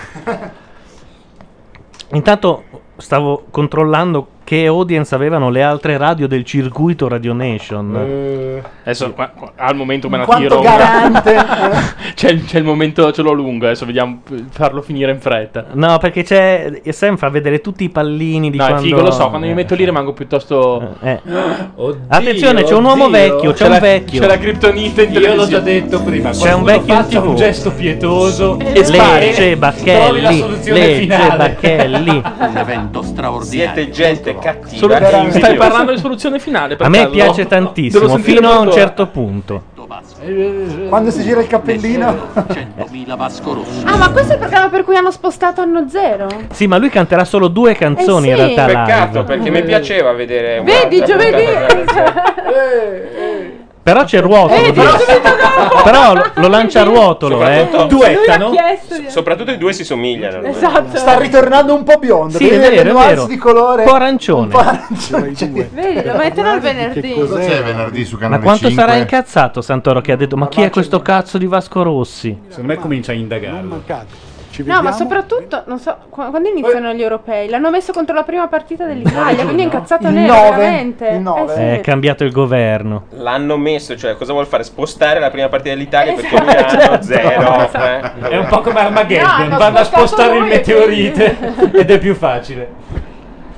[SPEAKER 1] Intanto stavo controllando che audience avevano le altre radio del circuito Radio
[SPEAKER 30] Mm.
[SPEAKER 1] Nation.
[SPEAKER 3] Eh,
[SPEAKER 30] Adesso qua- qua- al momento me la
[SPEAKER 1] Quanto
[SPEAKER 30] tiro.
[SPEAKER 1] garante?
[SPEAKER 30] c'è, il- c'è il momento, ce l'ho lungo. Adesso vediamo eh, farlo finire in fretta.
[SPEAKER 1] No, perché c'è. e Sam fa vedere tutti i pallini di
[SPEAKER 30] No, è
[SPEAKER 1] quando.
[SPEAKER 30] figo, lo so. Quando mi metto lì rimango piuttosto.
[SPEAKER 1] Eh. Attenzione, c'è un uomo
[SPEAKER 30] oddio.
[SPEAKER 1] vecchio, c'è
[SPEAKER 30] C'è
[SPEAKER 1] un
[SPEAKER 30] la-
[SPEAKER 1] vecchio.
[SPEAKER 30] c'è la criptonite in
[SPEAKER 2] Io l'ho
[SPEAKER 30] televisione.
[SPEAKER 2] già detto prima.
[SPEAKER 1] C'è un
[SPEAKER 2] qualcuno
[SPEAKER 1] vecchio in
[SPEAKER 2] faccia
[SPEAKER 1] TV. Eh,
[SPEAKER 2] un gesto pietoso
[SPEAKER 1] Legge
[SPEAKER 2] e spari. Trovi la
[SPEAKER 1] Bacchelli,
[SPEAKER 2] soluzione
[SPEAKER 1] legge
[SPEAKER 2] finale.
[SPEAKER 1] Bacchelli.
[SPEAKER 3] Un evento straordinario. Siete gente cattiva.
[SPEAKER 30] Solo-
[SPEAKER 3] e invidiosa.
[SPEAKER 30] stai parlando di soluzione finale. per
[SPEAKER 1] A me
[SPEAKER 30] caso?
[SPEAKER 1] piace
[SPEAKER 30] No. Devo
[SPEAKER 1] tantissimo,
[SPEAKER 30] sentire
[SPEAKER 1] fino a un
[SPEAKER 30] quanto-
[SPEAKER 1] certo punto.
[SPEAKER 28] Quando si gira il cappellino.
[SPEAKER 1] Eh,
[SPEAKER 3] Vasco Rosso.
[SPEAKER 7] Ah, ma questo è il programma per cui hanno spostato anno zero?
[SPEAKER 1] Sì, ma lui canterà solo due canzoni
[SPEAKER 7] Eh
[SPEAKER 1] in
[SPEAKER 7] sì.
[SPEAKER 1] realtà.
[SPEAKER 3] Peccato
[SPEAKER 1] live.
[SPEAKER 3] perché mi piaceva vedere.
[SPEAKER 7] Vedi,
[SPEAKER 3] un'altra
[SPEAKER 7] giovedì!
[SPEAKER 3] puntata del genere.
[SPEAKER 1] Però c'è ruotolo.
[SPEAKER 3] Eh,
[SPEAKER 1] però, però lo- lo lancia a ruotolo, eh.
[SPEAKER 3] Soprattutto,
[SPEAKER 28] Lui l'ha chiesto di-
[SPEAKER 3] soprattutto i due si somigliano.
[SPEAKER 28] Esatto.
[SPEAKER 16] Esatto.
[SPEAKER 28] Sta ritornando un po' biondo.
[SPEAKER 1] Esatto. Sì, è
[SPEAKER 28] vedete le
[SPEAKER 1] vero, è
[SPEAKER 28] nuance
[SPEAKER 1] vero.
[SPEAKER 28] di colore.
[SPEAKER 1] Un po' arancione.
[SPEAKER 28] Un po' arancione. cioè.
[SPEAKER 7] Vedi, lo mettono il venerdì.
[SPEAKER 5] Cosa c'è venerdì su
[SPEAKER 1] Ma
[SPEAKER 5] Canale
[SPEAKER 1] quanto
[SPEAKER 5] 5?
[SPEAKER 1] sarà incazzato Santoro che ha detto ma chi è questo cazzo di Vasco Rossi?
[SPEAKER 2] Secondo me comincia a indagarlo.
[SPEAKER 7] No, ma soprattutto, non so, qu- quando iniziano gli europei? L'hanno messo contro la prima partita dell'Italia, quindi è incazzato
[SPEAKER 28] Il
[SPEAKER 7] nero,
[SPEAKER 28] nove,
[SPEAKER 7] veramente.
[SPEAKER 28] il nove.
[SPEAKER 7] Eh sì.
[SPEAKER 1] È cambiato il governo.
[SPEAKER 3] L'hanno messo, cioè cosa vuol fare? Spostare la prima partita dell'Italia perché Milano zero.
[SPEAKER 1] Esatto.
[SPEAKER 3] eh.
[SPEAKER 2] È un po' come Armageddon,
[SPEAKER 7] No,
[SPEAKER 2] vanno a
[SPEAKER 7] spostato
[SPEAKER 2] spostare il
[SPEAKER 7] lui,
[SPEAKER 2] meteorite ed è più facile.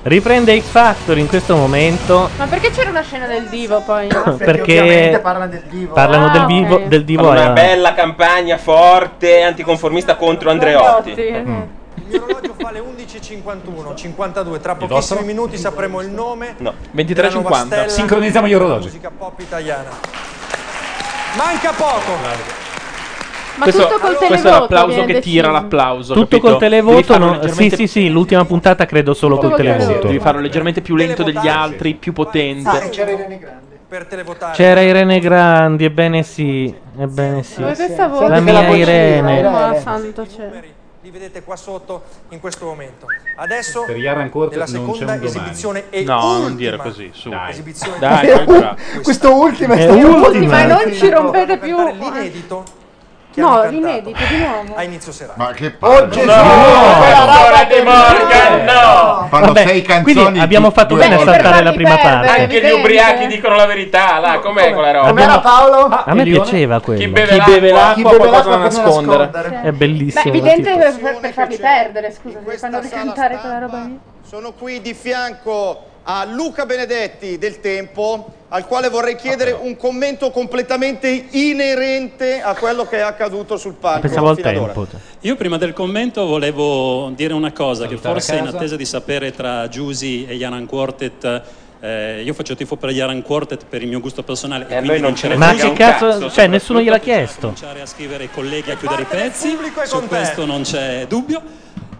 [SPEAKER 1] Riprende X Factor in questo momento
[SPEAKER 7] Ma perché c'era una scena del divo poi? no?
[SPEAKER 1] perché parlano
[SPEAKER 7] Ah,
[SPEAKER 1] del
[SPEAKER 7] ok.
[SPEAKER 1] vivo del divo
[SPEAKER 3] Fanno una
[SPEAKER 1] eh.
[SPEAKER 3] bella campagna forte anticonformista contro Andreotti.
[SPEAKER 1] Mm.
[SPEAKER 2] Mm.
[SPEAKER 8] L'orologio fa le 11.51, 52. Tra pochissimi minuti sapremo il nome
[SPEAKER 3] No,
[SPEAKER 8] 23.50.
[SPEAKER 2] Sincronizziamo gli orologi.
[SPEAKER 8] musica pop italiana. Manca poco.
[SPEAKER 7] Ma
[SPEAKER 30] questo,
[SPEAKER 7] tutto col
[SPEAKER 30] questo è
[SPEAKER 7] televoto
[SPEAKER 30] l'applauso
[SPEAKER 7] viene
[SPEAKER 30] che tira
[SPEAKER 7] deciso.
[SPEAKER 30] l'applauso.
[SPEAKER 1] Tutto
[SPEAKER 30] capito?
[SPEAKER 1] col
[SPEAKER 30] Devi
[SPEAKER 1] televoto?
[SPEAKER 30] farlo
[SPEAKER 1] no? Sì,
[SPEAKER 30] leggermente-
[SPEAKER 1] sì, sì, l'ultima puntata credo solo col televoto.
[SPEAKER 30] Devi farlo leggermente più lento degli altri, più potente.
[SPEAKER 38] c'era Irene Grande.
[SPEAKER 8] Per televotare.
[SPEAKER 1] C'era Irene Grandi, ebbene sì, ebbene sì.
[SPEAKER 8] Dove
[SPEAKER 38] questa
[SPEAKER 8] voce?
[SPEAKER 1] La
[SPEAKER 8] Senti che la
[SPEAKER 1] mia
[SPEAKER 8] voce di
[SPEAKER 1] Irene.
[SPEAKER 8] Irene.
[SPEAKER 7] Ah, santo cielo.
[SPEAKER 8] Li vedete qua sotto in questo momento. Adesso
[SPEAKER 2] Per Yaran Corte
[SPEAKER 8] nella
[SPEAKER 2] non c'è un
[SPEAKER 8] seconda
[SPEAKER 2] domani.
[SPEAKER 8] esibizione e
[SPEAKER 30] No, non
[SPEAKER 8] ultima
[SPEAKER 30] dire così, su.
[SPEAKER 8] Esibizione
[SPEAKER 30] Dai,
[SPEAKER 8] Questa-
[SPEAKER 30] calcola.
[SPEAKER 28] Questo ultimo è
[SPEAKER 30] È
[SPEAKER 28] stato un po' di
[SPEAKER 8] ultimo.
[SPEAKER 7] Ma
[SPEAKER 28] merda.
[SPEAKER 7] eh, non ci rompete più.
[SPEAKER 8] L'inedito.
[SPEAKER 7] No, l'inedito di nuovo.
[SPEAKER 8] a inizio serata.
[SPEAKER 5] Ma che palle.
[SPEAKER 3] Ancora De Morgan, no!
[SPEAKER 5] Fanno
[SPEAKER 1] Vabbè,
[SPEAKER 5] sei canzoni.
[SPEAKER 1] Quindi abbiamo fatto bene a saltare la prima parte.
[SPEAKER 3] Anche gli ubriachi dicono la verità, là, com'è quella roba?
[SPEAKER 1] Abbiamo-
[SPEAKER 28] Paolo?
[SPEAKER 1] A me piaceva quello.
[SPEAKER 3] beve Chi beve l'acqua- l'acqua
[SPEAKER 1] ha
[SPEAKER 3] chi beve qualcosa da l'acqua può nascondere.
[SPEAKER 1] È
[SPEAKER 7] Beh,
[SPEAKER 1] bellissimo.
[SPEAKER 7] evidente per, per- per farli perdere, scusa, se fanno ricantare quella roba lì.
[SPEAKER 9] Sono qui di fianco a Luca Benedetti del Tempo, al quale vorrei
[SPEAKER 1] Ah,
[SPEAKER 9] chiedere un commento completamente inerente a quello che è accaduto sul palco.
[SPEAKER 1] Pensavo al
[SPEAKER 9] fino ad ora.
[SPEAKER 1] tempo.
[SPEAKER 16] Io prima del commento volevo dire una cosa, che
[SPEAKER 1] Salutare
[SPEAKER 16] forse in
[SPEAKER 1] casa.
[SPEAKER 16] attesa di sapere tra Giusy e Yaran Quartet, eh, io faccio tifo per Yaran Quartet per il mio gusto personale. E, quindi
[SPEAKER 3] noi non ce ne
[SPEAKER 1] Ma
[SPEAKER 3] frega
[SPEAKER 1] che
[SPEAKER 3] un
[SPEAKER 1] cazzo,
[SPEAKER 3] cazzo,
[SPEAKER 1] cioè, nessuno gliel'ha chiesto.
[SPEAKER 16] cominciare a scrivere i colleghi a chiudere i pezzi, su questo non c'è dubbio.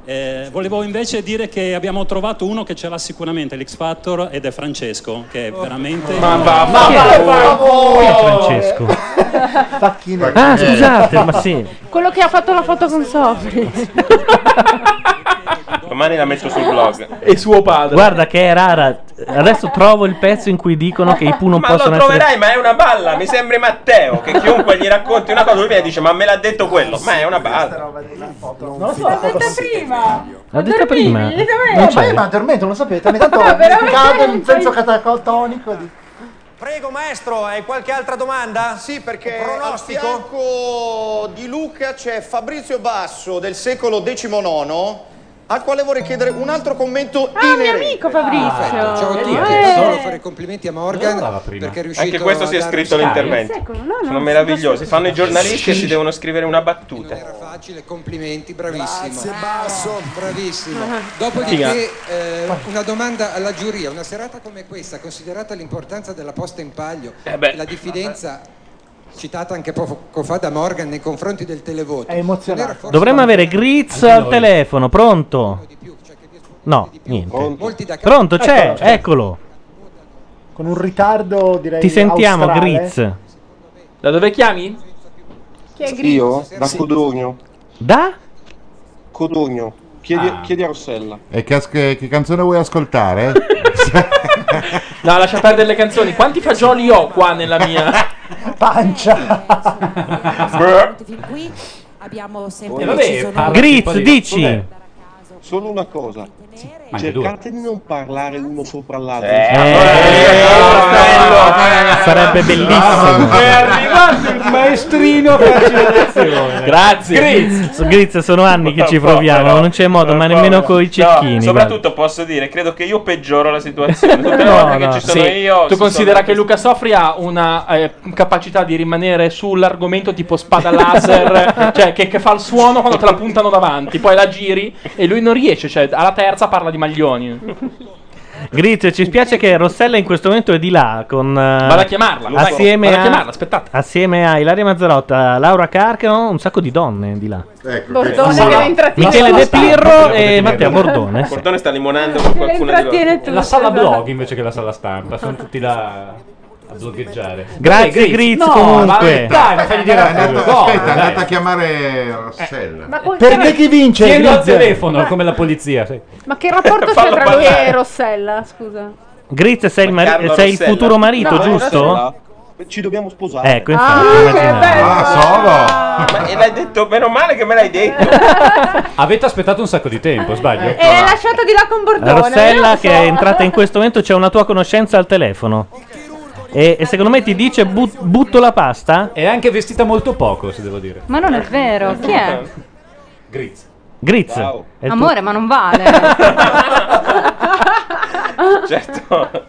[SPEAKER 16] Eh, volevo invece dire che abbiamo trovato uno che ce l'ha sicuramente l'X Factor ed è Francesco, che è veramente...
[SPEAKER 3] Ma
[SPEAKER 16] va,
[SPEAKER 3] ma Chi è?
[SPEAKER 1] Chi è Francesco?
[SPEAKER 28] Eh.
[SPEAKER 1] Ah, scusate, ma sì.
[SPEAKER 7] Quello che ha fatto la foto con Sofri.
[SPEAKER 3] Domani la metto sul blog.
[SPEAKER 30] E suo padre.
[SPEAKER 1] Guarda che è rara. Adesso trovo il pezzo in cui dicono che i Pooh non
[SPEAKER 3] ma lo
[SPEAKER 1] possono essere.
[SPEAKER 3] troverai, ma è una balla. Mi sembri Matteo. Che chiunque gli racconti una cosa, lui viene e dice: Ma me l'ha detto quello. Ma è una balla.
[SPEAKER 28] Non so,
[SPEAKER 7] prima.
[SPEAKER 1] L'ho detto prima. Non
[SPEAKER 28] No, ma
[SPEAKER 1] c'è.
[SPEAKER 28] io mi addormento, lo sapete. Ogni tanto
[SPEAKER 16] Ma veramente
[SPEAKER 28] cado in
[SPEAKER 16] non
[SPEAKER 28] senso catacotonico. Di...
[SPEAKER 8] Prego maestro, hai qualche altra domanda?
[SPEAKER 9] Sì, perché
[SPEAKER 8] Pronostico?
[SPEAKER 9] al fianco di Luca c'è Fabrizio Basso del secolo XIX, al quale vorrei chiedere un altro commento
[SPEAKER 7] Ah, mio
[SPEAKER 9] inerente.
[SPEAKER 7] amico
[SPEAKER 1] Ah,
[SPEAKER 7] Fabrizio.
[SPEAKER 9] ciao a tutti,
[SPEAKER 7] Eh.
[SPEAKER 9] solo fare
[SPEAKER 16] i complimenti a
[SPEAKER 9] Morgan
[SPEAKER 16] perché è riuscito
[SPEAKER 3] Anche questo si è
[SPEAKER 16] a dare
[SPEAKER 3] scritto
[SPEAKER 16] un sale.
[SPEAKER 3] l'intervento.
[SPEAKER 16] Secolo,
[SPEAKER 7] no,
[SPEAKER 3] Sono meravigliosi. Fanno i giornalisti e si devono scrivere una battuta.
[SPEAKER 16] facile, complimenti, bravissimo.
[SPEAKER 13] Grazie, Basso,
[SPEAKER 16] bravissimo.
[SPEAKER 3] Figa.
[SPEAKER 16] Dopodiché, eh, una domanda alla giuria. Una serata come questa, considerata l'importanza della posta in paglio,
[SPEAKER 3] Eh,
[SPEAKER 16] la diffidenza citata anche poco fa da Morgan nei confronti del televoto.
[SPEAKER 28] È emozionante.
[SPEAKER 1] Dovremmo avere Grizz al telefono, pronto? No, niente. Pronto, c'è,
[SPEAKER 3] Ecco,
[SPEAKER 28] Eccolo, c'è.
[SPEAKER 1] eccolo.
[SPEAKER 28] Con un ritardo, direi.
[SPEAKER 1] Ti sentiamo,
[SPEAKER 28] australe.
[SPEAKER 1] Grizz.
[SPEAKER 30] Da dove chiami?
[SPEAKER 7] Chi è Grizz?
[SPEAKER 39] Io? Da
[SPEAKER 30] Sì.
[SPEAKER 39] Codogno.
[SPEAKER 1] Da?
[SPEAKER 39] Codogno. Chiedi,
[SPEAKER 30] Ah.
[SPEAKER 39] chiedi a Rossella.
[SPEAKER 5] E che, as- che canzone vuoi ascoltare?
[SPEAKER 30] No, lascia perdere le canzoni. Quanti fagioli ho qua nella mia
[SPEAKER 28] pancia?
[SPEAKER 36] Fin qui abbiamo sempre
[SPEAKER 39] Eh, vabbè,
[SPEAKER 36] deciso
[SPEAKER 39] parla
[SPEAKER 36] noi.
[SPEAKER 39] Grizz,
[SPEAKER 36] Parla-
[SPEAKER 39] dici.
[SPEAKER 36] Vabbè.
[SPEAKER 39] Solo una cosa. Cercate di non parlare uno sopra l'altro.
[SPEAKER 3] Eh.
[SPEAKER 39] Eh.
[SPEAKER 3] Ah.
[SPEAKER 1] Sarebbe bellissimo.
[SPEAKER 12] arrivato il maestrino cancellazione.
[SPEAKER 1] Grazie. Grizz. Grizz, sono anni che ci proviamo, non c'è modo, ma nemmeno con i cecchini.
[SPEAKER 3] No,
[SPEAKER 1] guarda.
[SPEAKER 3] soprattutto posso dire, credo che io peggioro la situazione. Tutte le
[SPEAKER 1] No,
[SPEAKER 3] volte
[SPEAKER 1] no.
[SPEAKER 3] che ci sono
[SPEAKER 1] Sì,
[SPEAKER 3] io.
[SPEAKER 30] tu considera che Luca Sofri ha una eh, capacità di rimanere sull'argomento tipo spada laser, cioè che, che fa il suono quando te la puntano davanti, poi la giri e lui non riesce, cioè alla terza parla di maglioni.
[SPEAKER 1] Grizz, ci spiace che Rossella in questo momento è di là con...
[SPEAKER 2] Ah.
[SPEAKER 1] Vado
[SPEAKER 30] a chiamarla, Luca.
[SPEAKER 1] Assieme
[SPEAKER 30] Vado a
[SPEAKER 1] a...
[SPEAKER 30] chiamarla, aspettate.
[SPEAKER 1] Assieme a Ilaria Mazzarotta, Laura Carcano, un sacco di donne di là.
[SPEAKER 5] Ecco,
[SPEAKER 7] Bordone
[SPEAKER 3] che-
[SPEAKER 36] che la
[SPEAKER 3] intrattiene.
[SPEAKER 1] Cioè, Michele De Pirro
[SPEAKER 3] Bordone
[SPEAKER 1] e Matteo Bordone. sì.
[SPEAKER 3] Bordone sta limonando con qualcuno di loro.
[SPEAKER 36] tutto,
[SPEAKER 2] La sala
[SPEAKER 36] esatto.
[SPEAKER 2] blog invece che la sala stampa, sono tutti là a bloggheggiare.
[SPEAKER 1] Grazie,
[SPEAKER 2] Dai,
[SPEAKER 1] Grizz,
[SPEAKER 2] No,
[SPEAKER 1] comunque.
[SPEAKER 2] vai, Dai, ma fagli dire
[SPEAKER 5] È
[SPEAKER 2] a
[SPEAKER 5] andata-
[SPEAKER 2] quello.
[SPEAKER 5] Eh, aspetta, è
[SPEAKER 2] Dai.
[SPEAKER 5] andata a chiamare Rossella.
[SPEAKER 2] Perde
[SPEAKER 28] chi vince,
[SPEAKER 2] Tienilo al
[SPEAKER 28] Grizz.
[SPEAKER 2] telefono, come la polizia. sì.
[SPEAKER 7] Ma che rapporto c'è
[SPEAKER 2] Fallo
[SPEAKER 7] tra lui
[SPEAKER 2] parlare.
[SPEAKER 7] e Rossella? Scusa.
[SPEAKER 1] Grizz, sei il, mari-
[SPEAKER 39] Carlo
[SPEAKER 1] sei il
[SPEAKER 39] Rossella.
[SPEAKER 1] futuro marito,
[SPEAKER 39] No,
[SPEAKER 1] giusto?
[SPEAKER 39] Rossella, Ci dobbiamo sposare.
[SPEAKER 1] Ecco,
[SPEAKER 7] Ah,
[SPEAKER 1] infatti.
[SPEAKER 5] Ah,
[SPEAKER 1] immaginavo. Ah,
[SPEAKER 3] Ma- e l'hai detto meno male che me l'hai detto.
[SPEAKER 2] Avete aspettato un sacco di tempo, sbaglio?
[SPEAKER 6] Eh,
[SPEAKER 7] E l'hai lasciata di là con Bordone.
[SPEAKER 1] ecco. Rossella,
[SPEAKER 7] io
[SPEAKER 1] che è entrata in questo momento, c'è una tua conoscenza al telefono. E, e secondo me ti dice "But- butto la pasta?
[SPEAKER 2] È anche vestita molto poco, se devo dire.
[SPEAKER 6] Ma non è vero, chi è?
[SPEAKER 2] Grizz.
[SPEAKER 1] Grizz. è il tuo-
[SPEAKER 6] Amore, ma non vale.
[SPEAKER 3] certo.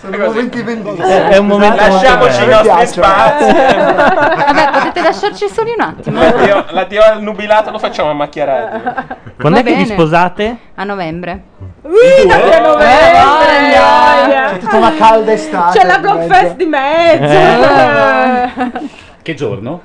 [SPEAKER 28] Sono momenti bellissimi.
[SPEAKER 1] È- è un momento
[SPEAKER 3] Lasciamoci i
[SPEAKER 1] molto bello.
[SPEAKER 39] eh.
[SPEAKER 1] eh?
[SPEAKER 3] nostri spazi.
[SPEAKER 6] Vabbè, potete lasciarci soli un attimo.
[SPEAKER 3] L'addio, l'addio al nubilato lo facciamo a macchia radio.
[SPEAKER 6] Va
[SPEAKER 1] Quando è che vi
[SPEAKER 6] bene.
[SPEAKER 1] sposate?
[SPEAKER 6] A novembre. Eh,
[SPEAKER 28] C'è tutta una calda estate.
[SPEAKER 7] C'è la
[SPEAKER 6] Eh.
[SPEAKER 28] in mezzo.
[SPEAKER 1] Eh,
[SPEAKER 7] Blockfest di mezzo.
[SPEAKER 2] Che giorno?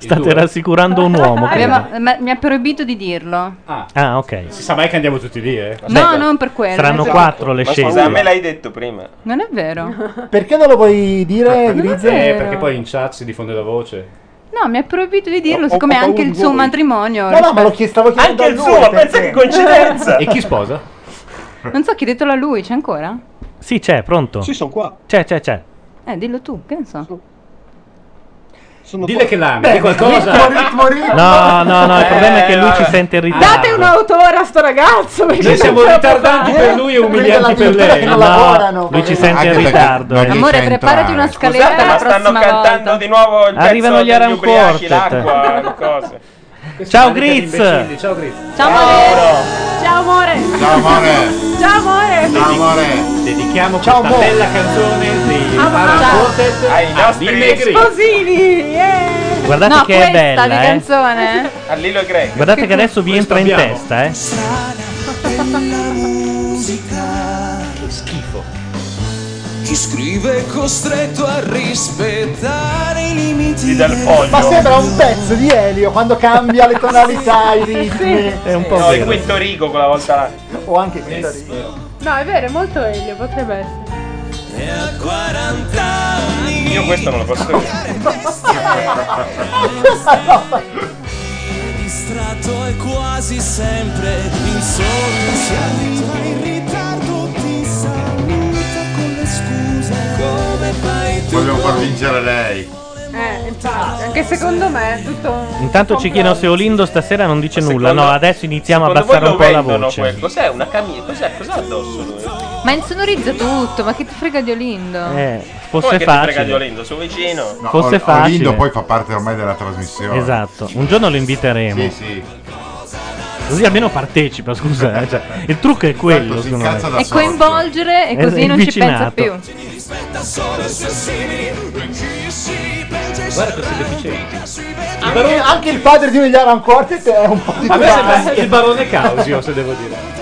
[SPEAKER 1] State rassicurando un uomo. credo.
[SPEAKER 6] Abbiamo- ma- mi ha proibito di dirlo.
[SPEAKER 1] Ah, ok.
[SPEAKER 2] Si sa mai che andiamo tutti lì, eh?
[SPEAKER 6] No, non per quello.
[SPEAKER 1] Saranno
[SPEAKER 6] esatto.
[SPEAKER 1] quattro le
[SPEAKER 3] Ma
[SPEAKER 1] scelte.
[SPEAKER 3] scusa, me l'hai detto prima.
[SPEAKER 6] Non è vero.
[SPEAKER 28] Perché non lo vuoi dire, Grizia?
[SPEAKER 2] Eh, perché poi in chat si diffonde la voce.
[SPEAKER 6] No, mi ha proibito di dirlo,
[SPEAKER 2] Ho- ho
[SPEAKER 6] siccome
[SPEAKER 2] paura
[SPEAKER 6] anche
[SPEAKER 2] di
[SPEAKER 6] il suo
[SPEAKER 2] voi.
[SPEAKER 6] matrimonio.
[SPEAKER 28] No, no, ma lo chie- stavo chiedendo
[SPEAKER 6] Anche il
[SPEAKER 28] a lui,
[SPEAKER 6] suo,
[SPEAKER 28] perché-
[SPEAKER 6] pensa che coincidenza!
[SPEAKER 2] E chi sposa?
[SPEAKER 6] Non so, chiedetelo a lui, c'è ancora?
[SPEAKER 1] Sì, c'è, pronto.
[SPEAKER 40] Sì, sono qua.
[SPEAKER 1] C'è, c'è, c'è.
[SPEAKER 6] Eh, dillo tu, che ne so.
[SPEAKER 2] Dille che l'ami,
[SPEAKER 6] Beh,
[SPEAKER 2] di qualcosa.
[SPEAKER 6] ritmo, ritmo, ritmo.
[SPEAKER 1] No, no, no, il
[SPEAKER 2] Eh,
[SPEAKER 1] problema è che lui
[SPEAKER 2] vabbè.
[SPEAKER 1] ci sente in ritardo.
[SPEAKER 7] Date un autore a sto ragazzo. perché Eh,
[SPEAKER 2] Noi
[SPEAKER 7] non
[SPEAKER 2] siamo
[SPEAKER 7] ce la può
[SPEAKER 2] ritardanti
[SPEAKER 7] fare.
[SPEAKER 2] per lui e umilianti per lei.
[SPEAKER 1] No, lui ci sente in ritardo. eh.
[SPEAKER 6] Amore, preparati
[SPEAKER 39] eh,
[SPEAKER 6] una scaletta
[SPEAKER 3] Scusate,
[SPEAKER 6] la
[SPEAKER 3] ma stanno
[SPEAKER 6] prossima
[SPEAKER 3] cantando
[SPEAKER 6] volta.
[SPEAKER 3] di nuovo il
[SPEAKER 1] Arrivano
[SPEAKER 3] pezzo
[SPEAKER 1] gli
[SPEAKER 3] degli
[SPEAKER 1] Aram
[SPEAKER 3] ubriachi,
[SPEAKER 1] Quartet.
[SPEAKER 3] l'acqua, le cose.
[SPEAKER 1] Ciao Griz.
[SPEAKER 2] Ciao Griz.
[SPEAKER 7] Ciao amore. Ciao amore.
[SPEAKER 5] Ciao amore.
[SPEAKER 7] Ciao amore.
[SPEAKER 5] Ciao amore.
[SPEAKER 2] Dedichiamo questa
[SPEAKER 5] amore.
[SPEAKER 2] bella canzone di
[SPEAKER 7] Ah, ma-
[SPEAKER 2] Aram
[SPEAKER 7] ciao.
[SPEAKER 2] Quartet
[SPEAKER 3] ai nostri
[SPEAKER 2] Dille Griz.
[SPEAKER 7] Sposini. eh.
[SPEAKER 1] Guardate
[SPEAKER 7] No,
[SPEAKER 1] che è
[SPEAKER 7] questa,
[SPEAKER 1] bella,
[SPEAKER 7] di
[SPEAKER 1] eh.
[SPEAKER 7] canzone.
[SPEAKER 3] A Lillo e Greg.
[SPEAKER 1] Guardate che adesso vi entra in testa, eh.
[SPEAKER 10] della musica. Che schifo. Chi scrive è costretto a rispettare i limiti del foglio.
[SPEAKER 28] Ma sembra un pezzo di Elio quando cambia le tonalità, i ritmi.
[SPEAKER 1] È un
[SPEAKER 3] No, il quinto rigo quella volta là.
[SPEAKER 28] O anche quinto
[SPEAKER 7] No, è vero, è molto Elio, potrebbe essere.
[SPEAKER 3] Io questo non lo posso dire.
[SPEAKER 10] Distratto e quasi sempre insolito. Se arriva in ritardo ti saluta con le scuse. Come fai tu?
[SPEAKER 5] Vogliamo far vincere lei.
[SPEAKER 7] Eh, infatti, anche secondo me è tutto un...
[SPEAKER 1] Intanto ci chiedono se Olindo stasera non dice nulla. No, adesso iniziamo a
[SPEAKER 3] Secondo voi
[SPEAKER 1] abbassare un
[SPEAKER 3] lo
[SPEAKER 1] po' la
[SPEAKER 3] vendono
[SPEAKER 1] voce.
[SPEAKER 3] quel- Cos'è una camicia? Cos'è? Cos'ha addosso lui?
[SPEAKER 6] Ma insonorizza tutto, ma che ti frega di Olindo?
[SPEAKER 1] Eh,
[SPEAKER 3] Com'è
[SPEAKER 1] fosse
[SPEAKER 3] che ti frega di
[SPEAKER 1] facile.
[SPEAKER 3] Olindo, suo vicino.
[SPEAKER 5] No,
[SPEAKER 1] Fosse
[SPEAKER 5] Ol- Olindo
[SPEAKER 1] facile.
[SPEAKER 5] poi fa parte ormai della trasmissione.
[SPEAKER 1] Esatto, un giorno lo inviteremo.
[SPEAKER 5] Sì, sì.
[SPEAKER 1] Così almeno partecipa, scusa. eh, cioè, il trucco è quello, secondo me.
[SPEAKER 6] E coinvolgere e
[SPEAKER 1] Esatto,
[SPEAKER 6] così non ci pensa
[SPEAKER 1] vicinato.
[SPEAKER 6] più.
[SPEAKER 10] Rispetta solo i suoi simili. Chi si pensa e
[SPEAKER 2] Guarda che Ah,
[SPEAKER 10] sarà
[SPEAKER 2] deficiente.
[SPEAKER 28] Anche, anche il padre di uno degli Aran Quartet è un po' di
[SPEAKER 2] A me sembra
[SPEAKER 28] classe.
[SPEAKER 2] il barone Causio, se devo dire.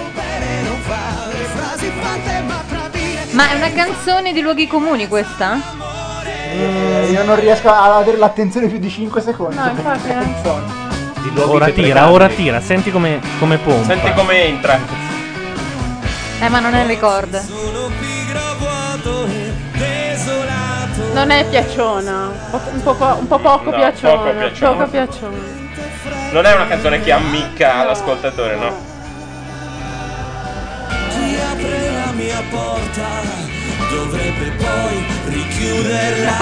[SPEAKER 6] Ma è una canzone di luoghi comuni questa?
[SPEAKER 28] Eh, Io non riesco ad avere l'attenzione più di 5 secondi.
[SPEAKER 6] No, infatti, eh.
[SPEAKER 1] Ora tira, ora tira, senti come, come pompa.
[SPEAKER 3] Senti come entra.
[SPEAKER 6] Eh, ma non è il record. Cioè,
[SPEAKER 7] Non è piacciona, un po', po- un po' poco
[SPEAKER 3] No,
[SPEAKER 7] piacciona.
[SPEAKER 3] poco piacciona.
[SPEAKER 7] Poco piacciona.
[SPEAKER 3] Non è una canzone che ammicca l'ascoltatore, no?
[SPEAKER 10] Chi apre la mia porta dovrebbe poi richiuderla.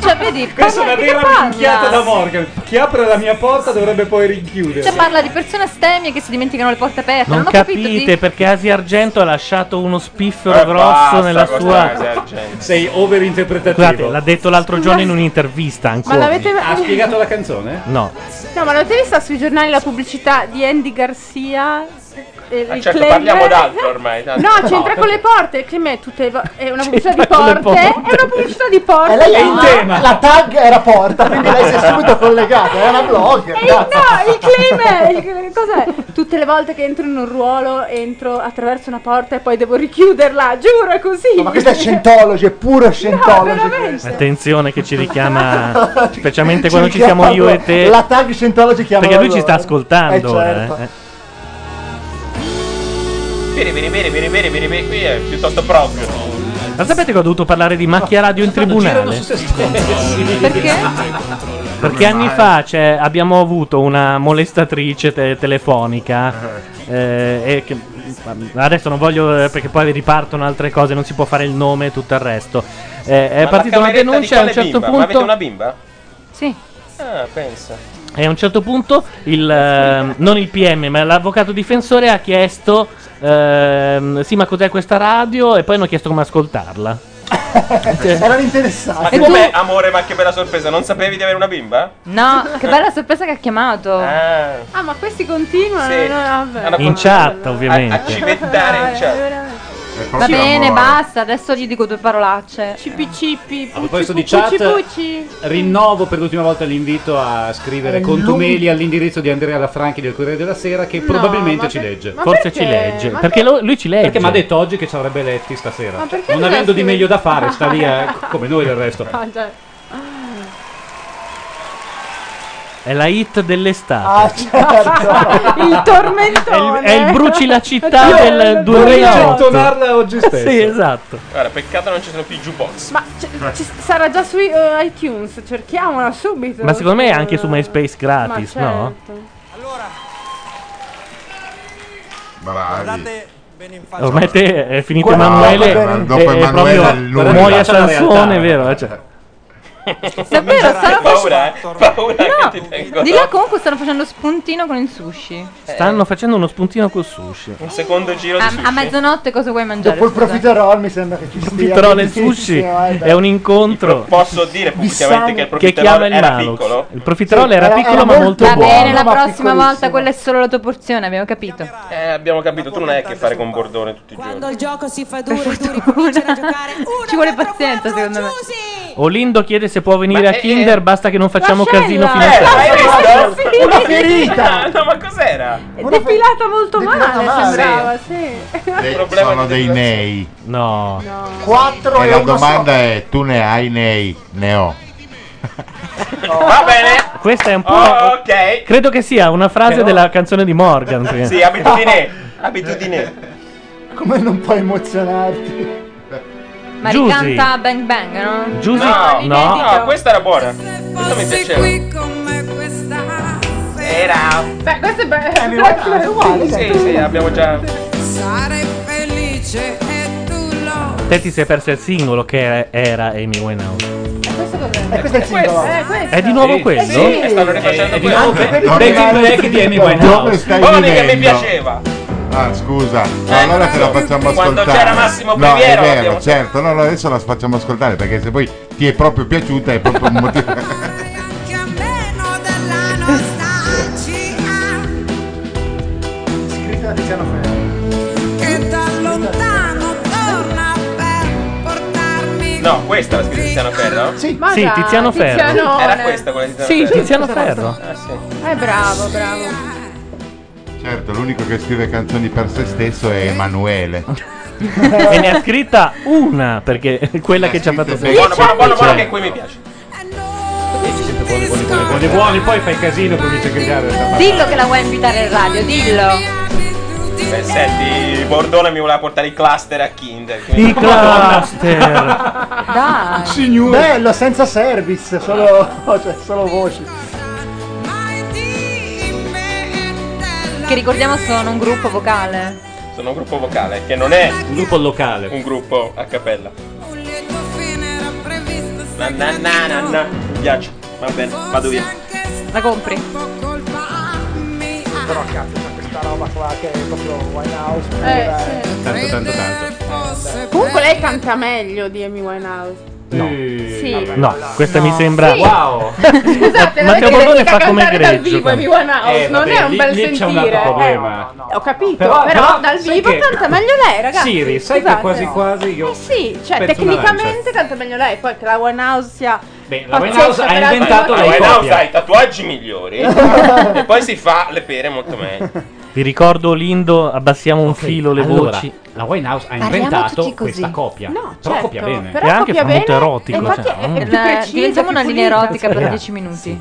[SPEAKER 6] Cioè, vedi,
[SPEAKER 2] Questa è una
[SPEAKER 6] parla- di che
[SPEAKER 2] vera
[SPEAKER 6] parla?
[SPEAKER 2] minchiata da Morgan. Chi apre la mia porta dovrebbe poi rinchiudere.
[SPEAKER 6] Cioè, parla di persone astemie che si dimenticano le porte aperte. Non,
[SPEAKER 1] Non
[SPEAKER 6] ho capito. di-
[SPEAKER 1] capite perché Asi Argento ha lasciato uno spiffero
[SPEAKER 2] Eh,
[SPEAKER 1] grosso
[SPEAKER 2] basta
[SPEAKER 1] nella
[SPEAKER 2] con Asi
[SPEAKER 1] sua.
[SPEAKER 3] Argento.
[SPEAKER 2] Sei overinterpretativo.
[SPEAKER 1] Scusate, l'ha detto l'altro giorno in un'intervista ancora. Ah,
[SPEAKER 7] l'avete-
[SPEAKER 2] Ha spiegato la canzone?
[SPEAKER 1] No,
[SPEAKER 7] No, ma l'avete vista sui giornali la pubblicità di Andy Garcia? Eh,
[SPEAKER 3] Ah,
[SPEAKER 7] il
[SPEAKER 3] certo,
[SPEAKER 7] claim-
[SPEAKER 3] parliamo d'altro ormai. tanto.
[SPEAKER 7] No, c'entra con le porte. Il claim è, tutte le vo- è una pubblicità di
[SPEAKER 3] C'entra con le
[SPEAKER 7] porte. È una pubblicità di porte.
[SPEAKER 28] E Eh, lei è in tema. La tag era porta, quindi lei si è subito collegata. Era una blog.
[SPEAKER 7] Eh, no, il claim è. il- cos'è? Tutte le volte che entro in un ruolo, entro attraverso una porta e poi devo richiuderla. Giuro, è così.
[SPEAKER 28] Ma questo è Scientology, è puro Scientology.
[SPEAKER 1] attenzione che ci richiama, specialmente quando ci
[SPEAKER 28] Ci
[SPEAKER 1] siamo io e
[SPEAKER 28] chiamano-
[SPEAKER 1] te.
[SPEAKER 28] La tag Scientology chiama.
[SPEAKER 1] Perché lui ci
[SPEAKER 28] loro.
[SPEAKER 1] sta ascoltando
[SPEAKER 28] Eh,
[SPEAKER 1] ora,
[SPEAKER 28] certo.
[SPEAKER 1] eh.
[SPEAKER 3] Bene, bene, bene, bene, bene, bene, bene, qui è piuttosto proprio.
[SPEAKER 1] Ma sapete che ho dovuto parlare di macchia radio in tribunale?
[SPEAKER 3] Perché?
[SPEAKER 1] Perché anni fa cioè, abbiamo avuto una molestatrice te- telefonica. eh, e che- adesso non voglio eh, perché poi ripartono altre cose, non si può fare il nome e tutto il resto. Eh, è
[SPEAKER 3] Ma la
[SPEAKER 1] partita una
[SPEAKER 3] cameretta di
[SPEAKER 1] denuncia a un
[SPEAKER 3] quale
[SPEAKER 1] certo
[SPEAKER 3] bimba? Ma avete
[SPEAKER 1] punto.
[SPEAKER 3] una bimba?
[SPEAKER 6] Sì.
[SPEAKER 3] Ah, pensa.
[SPEAKER 1] E a un certo punto il, ehm, non il PM, ma l'avvocato difensore ha chiesto: ehm, Sì, ma cos'è questa radio? E poi hanno chiesto come ascoltarla.
[SPEAKER 28] Erano interessati.
[SPEAKER 3] Ma come amore, ma che bella sorpresa, non sapevi di avere una bimba?
[SPEAKER 6] No, che bella sorpresa che ha chiamato.
[SPEAKER 3] Ah,
[SPEAKER 7] ma questi continuano.
[SPEAKER 3] Sì.
[SPEAKER 7] no, vabbè.
[SPEAKER 3] Hanno
[SPEAKER 1] In chat, ovviamente.
[SPEAKER 3] A civettare in chat.
[SPEAKER 6] Va bene, basta, adesso gli dico due parolacce.
[SPEAKER 7] Cipi cipi,
[SPEAKER 2] A proposito di chat, rinnovo per l'ultima volta l'invito a scrivere
[SPEAKER 7] È
[SPEAKER 2] contumeli all'indirizzo di Andrea Lafranchi del Corriere della Sera che
[SPEAKER 7] No,
[SPEAKER 2] probabilmente
[SPEAKER 7] ma
[SPEAKER 2] ci
[SPEAKER 7] per-
[SPEAKER 2] legge.
[SPEAKER 7] ma Forse perché? ci legge, Ma perché
[SPEAKER 1] lui ci
[SPEAKER 2] legge. Perché mi ha detto oggi che ci avrebbe letti stasera.
[SPEAKER 7] Ma perché
[SPEAKER 2] Non
[SPEAKER 7] deve
[SPEAKER 2] avendo di
[SPEAKER 7] essere-
[SPEAKER 2] meglio da Ah, fare, sta lì eh, come noi del resto.
[SPEAKER 7] Ah, già.
[SPEAKER 1] È la hit dell'estate.
[SPEAKER 2] Ah,
[SPEAKER 6] il tormentone.
[SPEAKER 1] È il bruci la città del 2008. Sì, esatto.
[SPEAKER 3] Guarda, peccato non ci sono più i jukebox.
[SPEAKER 6] Ma c- ci sarà già su eh, iTunes, cerchiamola subito.
[SPEAKER 1] Ma secondo me è anche su MySpace gratis,
[SPEAKER 6] Ma
[SPEAKER 1] no?
[SPEAKER 7] certo.
[SPEAKER 5] Bravi.
[SPEAKER 1] Ormai te è finito
[SPEAKER 5] Qua-
[SPEAKER 1] Emanuele.
[SPEAKER 5] No,
[SPEAKER 1] e-
[SPEAKER 5] dopo
[SPEAKER 1] e
[SPEAKER 5] Emanuele
[SPEAKER 1] proprio
[SPEAKER 5] è Eh. il numero.
[SPEAKER 1] muoia
[SPEAKER 5] Faccia la
[SPEAKER 1] Sansone,
[SPEAKER 5] realtà.
[SPEAKER 1] vero? Cioè.
[SPEAKER 6] Davvero, stanno
[SPEAKER 3] Paura, eh? Paura
[SPEAKER 6] No,
[SPEAKER 3] che ti tengo.
[SPEAKER 6] di là comunque stanno facendo spuntino con il sushi.
[SPEAKER 1] Stanno facendo uno spuntino col sushi.
[SPEAKER 3] Un secondo giro di
[SPEAKER 6] A,
[SPEAKER 3] sushi.
[SPEAKER 6] a mezzanotte cosa vuoi mangiare?
[SPEAKER 28] Dopo il
[SPEAKER 6] scusa?
[SPEAKER 28] profiterol mi sembra che ci sia.
[SPEAKER 1] Profiterol e
[SPEAKER 28] Benissimo,
[SPEAKER 1] sushi
[SPEAKER 28] eh, beh.
[SPEAKER 1] è un incontro.
[SPEAKER 3] Posso dire pubblicamente che il profiterol
[SPEAKER 1] chiama il
[SPEAKER 3] era
[SPEAKER 1] Malox.
[SPEAKER 3] piccolo?
[SPEAKER 1] Il profiterol
[SPEAKER 28] Sì,
[SPEAKER 1] era,
[SPEAKER 28] era-
[SPEAKER 1] piccolo
[SPEAKER 28] era
[SPEAKER 1] ma molto
[SPEAKER 6] Va
[SPEAKER 1] buono.
[SPEAKER 6] bene, la
[SPEAKER 28] Ma
[SPEAKER 6] prossima
[SPEAKER 28] piccolissimo.
[SPEAKER 6] volta quella è solo la tua porzione, abbiamo capito.
[SPEAKER 3] Eh, abbiamo capito, tu non hai a che fare con Bordone tutti i giorni.
[SPEAKER 41] Quando il gioco si fa duro, e duri, cominciano a giocare.
[SPEAKER 6] Ci vuole pazienza, secondo me.
[SPEAKER 1] Olindo chiede se può venire a
[SPEAKER 3] eh,
[SPEAKER 1] Kinder, basta che non facciamo
[SPEAKER 6] Lascella!
[SPEAKER 1] casino fino
[SPEAKER 3] Eh,
[SPEAKER 1] a certo.
[SPEAKER 3] l'hai
[SPEAKER 1] sera.
[SPEAKER 3] visto?
[SPEAKER 6] Una
[SPEAKER 3] Ah, no, ma cos'era?
[SPEAKER 6] È depilata molto male,
[SPEAKER 28] male.
[SPEAKER 6] sembrava, sì.
[SPEAKER 5] Eh, Sono dei nei.
[SPEAKER 1] No.
[SPEAKER 28] Quattro
[SPEAKER 5] E
[SPEAKER 28] e,
[SPEAKER 5] la
[SPEAKER 28] uno so-
[SPEAKER 5] domanda è: tu ne hai nei? Ne ho.
[SPEAKER 3] Va bene.
[SPEAKER 1] Questa è un po'.
[SPEAKER 3] Oh, ok.
[SPEAKER 1] Eh, Credo che sia una frase della canzone di Morgan. prima.
[SPEAKER 3] Sì, abitudine. Abitudine.
[SPEAKER 28] Come non puoi emozionarti?
[SPEAKER 6] Ma
[SPEAKER 1] Giusy.
[SPEAKER 6] ricanta Bang Bang, no?
[SPEAKER 1] Giusy-
[SPEAKER 3] No,
[SPEAKER 1] no.
[SPEAKER 3] no, questa era buona. Questa mi piaceva. Era.
[SPEAKER 6] Beh, questo è bello.
[SPEAKER 28] Eh, mi guarda, è uguale.
[SPEAKER 6] cioè,
[SPEAKER 3] Sì, sì, abbiamo già.
[SPEAKER 12] Sarei felice e tu lo
[SPEAKER 1] Te ti sei perso il singolo che era Amy Winehouse.
[SPEAKER 6] Questo cos'è?
[SPEAKER 28] E questo è il singolo.
[SPEAKER 6] Eh, questo.
[SPEAKER 1] È di nuovo quello?
[SPEAKER 3] Sì, stanno rifacendo
[SPEAKER 2] È di
[SPEAKER 3] quello.
[SPEAKER 2] nuovo
[SPEAKER 5] Dove-
[SPEAKER 2] Baby Black di Amy
[SPEAKER 5] Dove
[SPEAKER 2] Winehouse.
[SPEAKER 5] stai
[SPEAKER 3] Buoni che mi
[SPEAKER 5] vivendo?
[SPEAKER 3] piaceva.
[SPEAKER 5] Ah, scusa, no, allora te la facciamo ascoltare.
[SPEAKER 3] Quando c'era Massimo
[SPEAKER 5] No, è
[SPEAKER 3] Piviero
[SPEAKER 5] vero,
[SPEAKER 3] l'abbiamo-
[SPEAKER 5] certo. No, no, adesso la facciamo ascoltare perché se poi ti è proprio piaciuta è proprio un motivo.
[SPEAKER 28] Scritta da Tiziano Ferro.
[SPEAKER 12] che da lontano torna per portarmi
[SPEAKER 3] No, questa è la scritta di Tiziano Ferro?
[SPEAKER 28] Sì,
[SPEAKER 6] Ma
[SPEAKER 1] Sì,
[SPEAKER 6] dai,
[SPEAKER 1] Tiziano Ferro.
[SPEAKER 6] Tizianone.
[SPEAKER 3] Era questa quella di Tiziano
[SPEAKER 1] Sì,
[SPEAKER 3] Ferro?
[SPEAKER 1] Tiziano Ferro.
[SPEAKER 3] Ah, sì.
[SPEAKER 6] Eh, bravo, bravo.
[SPEAKER 5] certo, l'unico che scrive canzoni per se stesso è Emanuele.
[SPEAKER 1] e ne ha scritta una perché è quella che ci ha fatto
[SPEAKER 5] Buono,
[SPEAKER 3] Buono, buono, buono, buono,
[SPEAKER 1] Cioè,
[SPEAKER 3] che qui mi piace.
[SPEAKER 2] Buoni buoni, poi fai casino con i segretari.
[SPEAKER 6] Dillo che la vuoi invitare in radio, dillo.
[SPEAKER 3] Beh, Eh, senti, Bordone mi voleva portare i cluster a Kinder.
[SPEAKER 1] I cluster.
[SPEAKER 4] Ah,
[SPEAKER 6] Dai.
[SPEAKER 28] Bello, senza service, solo, cioè, solo voci.
[SPEAKER 6] Che ricordiamo sono un gruppo vocale.
[SPEAKER 3] Sono un gruppo vocale che non è
[SPEAKER 2] Un gruppo locale.
[SPEAKER 3] un gruppo a cappella. Na na na na na. Mi piace. Va bene, vado via.
[SPEAKER 6] La compri?
[SPEAKER 28] Però capita questa roba qua che è proprio Winehouse.
[SPEAKER 6] Eh,
[SPEAKER 28] pura, eh.
[SPEAKER 6] sì.
[SPEAKER 7] certo.
[SPEAKER 2] Tanto, tanto, tanto.
[SPEAKER 7] Comunque lei canta meglio di Amy Winehouse.
[SPEAKER 1] No.
[SPEAKER 7] Sì.
[SPEAKER 1] No, questa mi sembra.
[SPEAKER 7] Sì.
[SPEAKER 2] Wow.
[SPEAKER 7] Scusate, non è
[SPEAKER 1] Matteo
[SPEAKER 7] che
[SPEAKER 1] Bordone
[SPEAKER 7] le dica
[SPEAKER 1] fa come
[SPEAKER 7] cantare dal
[SPEAKER 1] Greggio,
[SPEAKER 7] vivo
[SPEAKER 1] però.
[SPEAKER 7] Amy Winehouse,
[SPEAKER 2] Eh,
[SPEAKER 7] non
[SPEAKER 2] vabbè,
[SPEAKER 7] è un
[SPEAKER 2] lì-
[SPEAKER 7] bel
[SPEAKER 2] lì c'è un
[SPEAKER 7] sentire.
[SPEAKER 2] altro
[SPEAKER 7] eh.
[SPEAKER 2] problema.
[SPEAKER 7] Ho capito,
[SPEAKER 2] Però-
[SPEAKER 7] però,
[SPEAKER 2] però
[SPEAKER 7] dal
[SPEAKER 2] sai
[SPEAKER 7] vivo
[SPEAKER 2] che-
[SPEAKER 7] canta meglio lei, ragazzi.
[SPEAKER 2] Siri, sai che
[SPEAKER 7] scusate.
[SPEAKER 2] quasi
[SPEAKER 6] esatto.
[SPEAKER 2] quasi io.
[SPEAKER 7] Eh sì, cioè
[SPEAKER 2] Pezzo
[SPEAKER 7] tecnicamente canta meglio lei, poi che la Winehouse sia
[SPEAKER 2] Beh, la
[SPEAKER 7] pazzesca
[SPEAKER 2] Winehouse ha
[SPEAKER 7] per la
[SPEAKER 2] inventato
[SPEAKER 7] prima
[SPEAKER 2] lei
[SPEAKER 3] Allora,
[SPEAKER 7] volta.
[SPEAKER 3] Winehouse ha i tatuaggi migliori e poi si fa le pere molto meglio.
[SPEAKER 1] Vi ricordo Lindo, abbassiamo un filo le
[SPEAKER 2] Allora,
[SPEAKER 1] voci.
[SPEAKER 2] La Winehouse ha
[SPEAKER 7] Parliamo
[SPEAKER 2] inventato
[SPEAKER 7] tutti così.
[SPEAKER 2] questa copia.
[SPEAKER 7] No,
[SPEAKER 2] però
[SPEAKER 7] certo,
[SPEAKER 2] copia bene.
[SPEAKER 7] però
[SPEAKER 1] E anche
[SPEAKER 7] copia
[SPEAKER 1] fa molto
[SPEAKER 7] bene, e
[SPEAKER 1] erotico,
[SPEAKER 7] Infatti
[SPEAKER 1] cioè,
[SPEAKER 7] è
[SPEAKER 1] mm.
[SPEAKER 7] più
[SPEAKER 6] La-
[SPEAKER 7] precisa,
[SPEAKER 6] diventiamo
[SPEAKER 7] più
[SPEAKER 6] una linea
[SPEAKER 7] pulita,
[SPEAKER 6] erotica per
[SPEAKER 7] sì.
[SPEAKER 6] 10 minuti.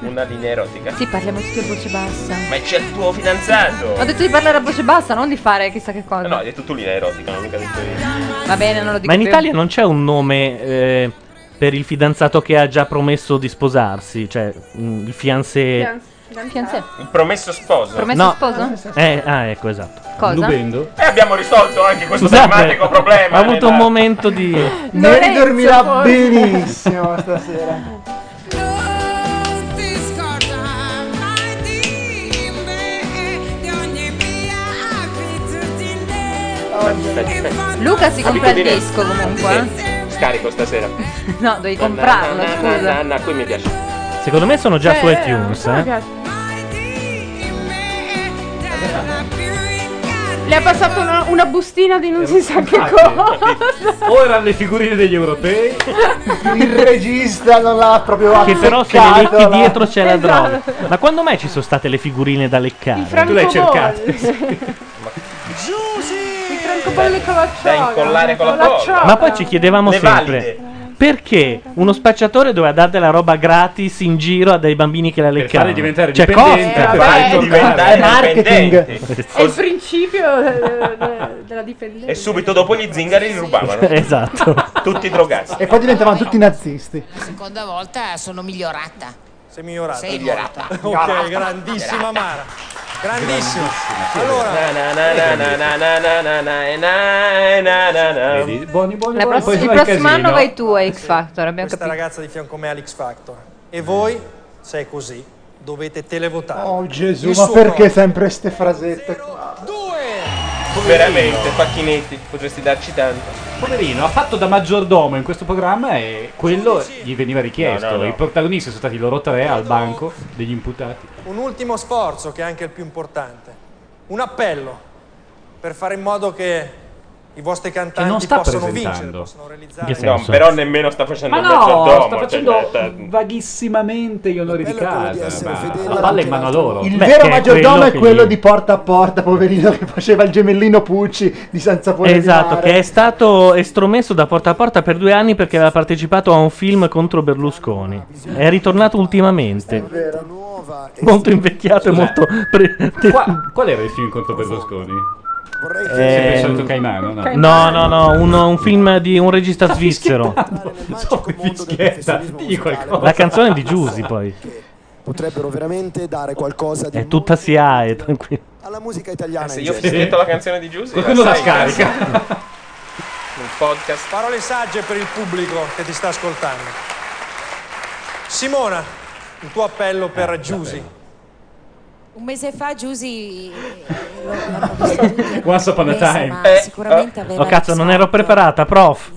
[SPEAKER 3] Una linea erotica.
[SPEAKER 6] Sì, parliamo tutti a voce bassa.
[SPEAKER 3] Ma c'è il tuo fidanzato.
[SPEAKER 6] Ho detto di parlare a voce bassa, non di fare chissà che cosa.
[SPEAKER 3] Eh, No, hai detto tu linea erotica, non ho mica detto io.
[SPEAKER 6] Va bene, non lo dico
[SPEAKER 1] Ma in
[SPEAKER 6] più.
[SPEAKER 1] Italia non c'è un nome eh, per il fidanzato che ha già promesso di sposarsi, cioè mm, il fiancé.
[SPEAKER 6] Fiancé.
[SPEAKER 3] Il promesso sposo.
[SPEAKER 6] Promesso sposo?
[SPEAKER 1] Eh, ah, ecco, esatto.
[SPEAKER 6] Cosa?
[SPEAKER 2] Lubendo.
[SPEAKER 3] E Eh, abbiamo risolto anche questo
[SPEAKER 1] Scusate,
[SPEAKER 3] drammatico problema. eh,
[SPEAKER 1] ha avuto un
[SPEAKER 3] nella-
[SPEAKER 1] momento di...
[SPEAKER 28] Neri
[SPEAKER 7] Lorenzo,
[SPEAKER 28] dormirà
[SPEAKER 7] forse.
[SPEAKER 28] benissimo stasera.
[SPEAKER 12] ti scorda mai di me di ogni mia abitudine
[SPEAKER 3] Aspetta, aspetta.
[SPEAKER 6] Luca si compra il
[SPEAKER 3] Abitudine.
[SPEAKER 6] disco comunque. eh?
[SPEAKER 3] Sì, Scarico stasera.
[SPEAKER 6] No, devi comprarlo,
[SPEAKER 3] Na, na, na, na,
[SPEAKER 6] scusa.
[SPEAKER 3] na, qui mi piace.
[SPEAKER 1] Secondo me sono già
[SPEAKER 7] Cioè,
[SPEAKER 1] su iTunes,
[SPEAKER 7] non mi
[SPEAKER 1] eh.
[SPEAKER 7] piace. Le ha passato una, una bustina di non si sa che cosa.
[SPEAKER 2] O erano le figurine degli europei.
[SPEAKER 28] Il regista non l'ha proprio
[SPEAKER 1] Che Esatto. però se le
[SPEAKER 28] azzeccato,
[SPEAKER 1] lecchi
[SPEAKER 28] l'ha-
[SPEAKER 1] dietro c'è la droga. Ma quando mai ci sono state le figurine da leccare?
[SPEAKER 7] Franco
[SPEAKER 2] l'hai
[SPEAKER 7] Bolli.
[SPEAKER 2] cercato.
[SPEAKER 7] Il francobollo con la
[SPEAKER 3] Da incollare con la
[SPEAKER 7] Con la
[SPEAKER 3] colla.
[SPEAKER 7] ciolla.
[SPEAKER 1] Ma poi ci chiedevamo
[SPEAKER 3] Le
[SPEAKER 1] sempre
[SPEAKER 3] valide.
[SPEAKER 1] Perché uno spacciatore doveva dare della roba gratis in giro a dei bambini che la leccavano?
[SPEAKER 2] farli diventare
[SPEAKER 1] cioè,
[SPEAKER 2] dipendenti,
[SPEAKER 1] costa.
[SPEAKER 2] per farli
[SPEAKER 1] Eh,
[SPEAKER 2] diventare
[SPEAKER 1] è marketing.
[SPEAKER 7] È il principio eh, de- della dipendenza.
[SPEAKER 3] E subito dopo gli zingari li rubavano.
[SPEAKER 1] esatto.
[SPEAKER 3] Tutti drogati.
[SPEAKER 28] E poi diventavano tutti nazisti.
[SPEAKER 6] Seconda volta sono migliorata.
[SPEAKER 8] Sei migliorata.
[SPEAKER 6] Sei migliorata.
[SPEAKER 8] Ok, grandissima Mara. Grandissima. Allora,
[SPEAKER 3] Vedi?
[SPEAKER 2] Buoni, buoni,
[SPEAKER 42] La
[SPEAKER 2] buoni.
[SPEAKER 42] pross-
[SPEAKER 2] Poi
[SPEAKER 42] il
[SPEAKER 2] vai
[SPEAKER 42] prossimo
[SPEAKER 2] casino.
[SPEAKER 42] anno vai tu a X Factor, abbiamo
[SPEAKER 8] questa
[SPEAKER 42] capito.
[SPEAKER 8] ragazza di fianco a me all'X Factor. E voi, se è così, dovete televotare.
[SPEAKER 28] Oh Gesù,
[SPEAKER 8] Il
[SPEAKER 28] ma
[SPEAKER 8] suo
[SPEAKER 28] perché sempre ste frasette qua?
[SPEAKER 3] Veramente, Facchinetti, potresti darci tanto.
[SPEAKER 2] Poverino, ha fatto da maggiordomo in questo programma e quello gli veniva richiesto.
[SPEAKER 3] No, no, no.
[SPEAKER 2] I protagonisti sono stati loro tre al banco degli imputati.
[SPEAKER 8] Un ultimo sforzo, che è anche il più importante. Un appello per fare in modo che i vostri cantanti
[SPEAKER 2] non sta
[SPEAKER 8] possano vincere,
[SPEAKER 2] presentando.
[SPEAKER 8] possano
[SPEAKER 2] In
[SPEAKER 8] realizzare.
[SPEAKER 2] che
[SPEAKER 3] No,
[SPEAKER 2] senso?
[SPEAKER 3] però nemmeno sta facendo
[SPEAKER 2] Ma
[SPEAKER 3] il
[SPEAKER 2] no, sta
[SPEAKER 3] maggiordomo. cioè,
[SPEAKER 2] facendo
[SPEAKER 3] sta-
[SPEAKER 2] vassimamente gli onori di casa. ma La palla è in mano a loro.
[SPEAKER 28] Il
[SPEAKER 2] Beh,
[SPEAKER 28] vero
[SPEAKER 2] che è
[SPEAKER 28] maggiordomo è
[SPEAKER 2] che
[SPEAKER 28] quello
[SPEAKER 2] gli-
[SPEAKER 28] di porta a porta, poverino, che faceva il gemellino Pucci di San Sapore di
[SPEAKER 1] Esatto,
[SPEAKER 28] Mare.
[SPEAKER 1] che è stato estromesso da porta a porta per due anni perché aveva partecipato a un film contro Berlusconi. È ritornato ultimamente. Molto invecchiato e
[SPEAKER 2] Scusa,
[SPEAKER 1] molto. pre-
[SPEAKER 2] Cioè, Qua- qual era il film contro Berlusconi? Vorrei Cioè,
[SPEAKER 1] Eh,
[SPEAKER 2] Sempre il solito Ehm, Caimano, no?
[SPEAKER 1] No, no, no, un, un film di un regista svizzero.
[SPEAKER 2] So che fischietta, digli qualcosa.
[SPEAKER 1] La canzone di Giusy, poi.
[SPEAKER 15] Potrebbero veramente dare qualcosa di
[SPEAKER 1] È tutta SIAE, tranquillo.
[SPEAKER 15] alla musica italiana.
[SPEAKER 3] se
[SPEAKER 15] in
[SPEAKER 3] io
[SPEAKER 15] genere.
[SPEAKER 3] fischietto la canzone di Giusy,
[SPEAKER 1] Qualcuno la
[SPEAKER 3] sai,
[SPEAKER 1] scarica.
[SPEAKER 3] Un podcast.
[SPEAKER 8] Parole sagge per il pubblico che ti sta ascoltando. Simona, il tuo appello per
[SPEAKER 10] Eh,
[SPEAKER 8] Giusy.
[SPEAKER 6] Un mese fa Giusy
[SPEAKER 1] Once upon
[SPEAKER 6] a time. Eh, Ma sicuramente aveva
[SPEAKER 1] Oh cazzo, non ero
[SPEAKER 6] risolto.
[SPEAKER 1] preparata, prof.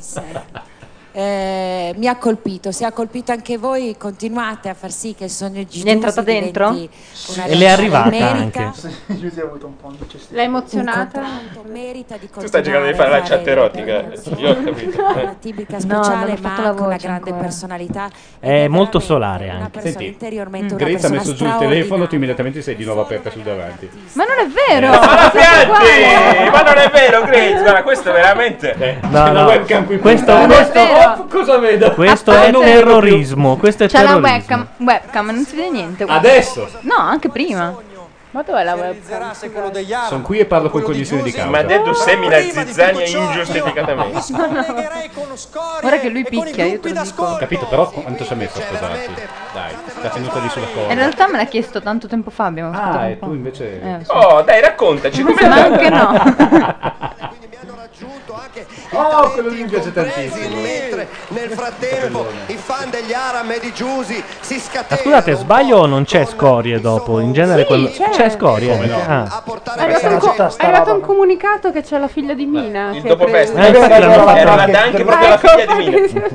[SPEAKER 6] eh, mi ha colpito. Se ha colpito anche voi, continuate a far sì che il sogno di Giusy
[SPEAKER 42] Gli è entrata
[SPEAKER 6] diventi
[SPEAKER 42] dentro?
[SPEAKER 6] una
[SPEAKER 1] E le è
[SPEAKER 6] realtà
[SPEAKER 1] arrivata
[SPEAKER 6] numerica.
[SPEAKER 1] anche.
[SPEAKER 28] Giusy ha avuto un po' di cestino.
[SPEAKER 6] L'ha
[SPEAKER 7] emozionata?
[SPEAKER 6] Merita di
[SPEAKER 3] Tu stai cercando di fare la chat erotica. eh, Io ho capito.
[SPEAKER 6] una tipica
[SPEAKER 2] Eh.
[SPEAKER 42] No, non
[SPEAKER 6] speciale,
[SPEAKER 42] ho
[SPEAKER 6] ma
[SPEAKER 42] fatto la
[SPEAKER 6] anche una
[SPEAKER 42] voce
[SPEAKER 6] grande
[SPEAKER 42] ancora.
[SPEAKER 6] personalità.
[SPEAKER 1] È molto solare anche.
[SPEAKER 6] Persona interiormente una
[SPEAKER 2] Grezza ha
[SPEAKER 6] persona
[SPEAKER 2] messo giù il
[SPEAKER 6] straordinaria.
[SPEAKER 2] telefono, tu immediatamente sei di nuovo aperta sul davanti.
[SPEAKER 42] Ma non è vero!
[SPEAKER 2] Eh, Ma la
[SPEAKER 42] Siete uguali!
[SPEAKER 3] Eh, ma non è vero, Grace, guarda, questo veramente.
[SPEAKER 1] No, no. Questo,
[SPEAKER 42] Non è
[SPEAKER 1] questo-
[SPEAKER 42] vero.
[SPEAKER 2] cosa vedo?
[SPEAKER 1] questo è terrorismo. Questo è
[SPEAKER 42] C'è la
[SPEAKER 1] terrorismo.
[SPEAKER 42] webcam, webcam, non si vede niente. guarda.
[SPEAKER 2] Adesso?
[SPEAKER 42] No, anche prima.
[SPEAKER 7] Ma dov'è la webcam?
[SPEAKER 2] Sono qui e parlo con cognizione di causa.
[SPEAKER 3] Ma Deddu semina zizzania
[SPEAKER 2] ingiustificatamente.
[SPEAKER 42] Ora che lui picchia, io te lo dico.
[SPEAKER 2] Capito, però quanto ci ha messo a sposarsi? Dai, la tenuta lì sulla
[SPEAKER 42] In
[SPEAKER 2] corda.
[SPEAKER 42] realtà me l'ha chiesto tanto tempo fa, abbiamo fatto
[SPEAKER 2] Ah,
[SPEAKER 42] un
[SPEAKER 2] e
[SPEAKER 42] po'.
[SPEAKER 2] tu invece...
[SPEAKER 42] Eh, sì.
[SPEAKER 3] Oh, dai, raccontaci come
[SPEAKER 42] Ma anche no.
[SPEAKER 43] Oh, quello lì mi piace tantissimo.
[SPEAKER 15] Mentre nel frattempo i fan degli Aram e di Giusy si
[SPEAKER 1] Ma
[SPEAKER 15] scatenano
[SPEAKER 1] scusate, sbaglio o non c'è scorie dopo? In genere
[SPEAKER 7] Sì,
[SPEAKER 1] quello...
[SPEAKER 7] c'è.
[SPEAKER 1] c'è scorie.
[SPEAKER 7] Come no?
[SPEAKER 1] Ah.
[SPEAKER 7] È arrivato, un, co- è arrivato un comunicato che c'è la figlia di Mina.
[SPEAKER 3] Il
[SPEAKER 7] che ha
[SPEAKER 3] dopo
[SPEAKER 7] preso-
[SPEAKER 28] Eh,
[SPEAKER 10] Eh,
[SPEAKER 3] festa. Era una
[SPEAKER 7] Ecco,
[SPEAKER 3] Danke proprio la figlia di Mina.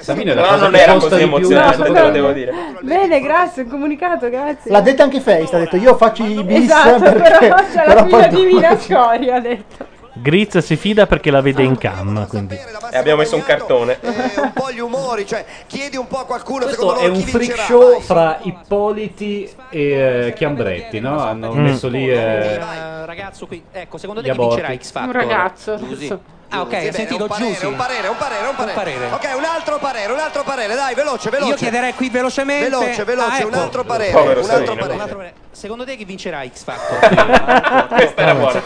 [SPEAKER 2] Sabino è la
[SPEAKER 3] Però
[SPEAKER 2] cosa
[SPEAKER 3] non
[SPEAKER 2] che
[SPEAKER 3] era
[SPEAKER 2] costa
[SPEAKER 3] così
[SPEAKER 2] di più.
[SPEAKER 3] emozionante,
[SPEAKER 2] No,
[SPEAKER 3] te lo
[SPEAKER 2] no.
[SPEAKER 3] devo dire.
[SPEAKER 7] Bene, grazie, un comunicato, grazie.
[SPEAKER 28] L'ha detto anche Face, ha detto io faccio i bis
[SPEAKER 7] Esatto,
[SPEAKER 28] perché...
[SPEAKER 7] però c'è la
[SPEAKER 28] però poi
[SPEAKER 7] figlia di
[SPEAKER 28] dopo-
[SPEAKER 7] Mina Scoria, ha detto.
[SPEAKER 1] Grizz si fida perché la vede in cam. Quindi.
[SPEAKER 3] E abbiamo messo un cartone.
[SPEAKER 15] un po' gli umori, cioè chiedi un po' a qualcuno
[SPEAKER 2] Questo
[SPEAKER 15] secondo
[SPEAKER 2] è
[SPEAKER 15] loro
[SPEAKER 2] un
[SPEAKER 15] chi
[SPEAKER 2] freak
[SPEAKER 15] vincerà.
[SPEAKER 2] show fra Ippoliti e eh, Chiambretti, no? Hanno
[SPEAKER 1] Mm.
[SPEAKER 2] messo lì... eh,
[SPEAKER 10] ragazzo qui, ecco, secondo
[SPEAKER 2] te Gli chi aborti. vincerà
[SPEAKER 10] X
[SPEAKER 7] Un ragazzo. adesso.
[SPEAKER 10] Ah, ok,
[SPEAKER 15] Sì,
[SPEAKER 10] hai
[SPEAKER 15] beh,
[SPEAKER 10] sentito
[SPEAKER 15] un parere,
[SPEAKER 10] Giusy.
[SPEAKER 15] un parere, un parere, un parere.
[SPEAKER 10] parere.
[SPEAKER 15] Ok, un altro parere, un altro parere, dai, veloce, veloce.
[SPEAKER 10] Io chiederei qui velocemente.
[SPEAKER 15] Veloce, veloce,
[SPEAKER 10] Ah, ecco.
[SPEAKER 15] un altro parere,
[SPEAKER 10] Povero
[SPEAKER 15] un altro
[SPEAKER 10] Savino.
[SPEAKER 15] parere.
[SPEAKER 10] Un altro parere. Secondo te chi vincerà X Factor?
[SPEAKER 1] Questa era buona.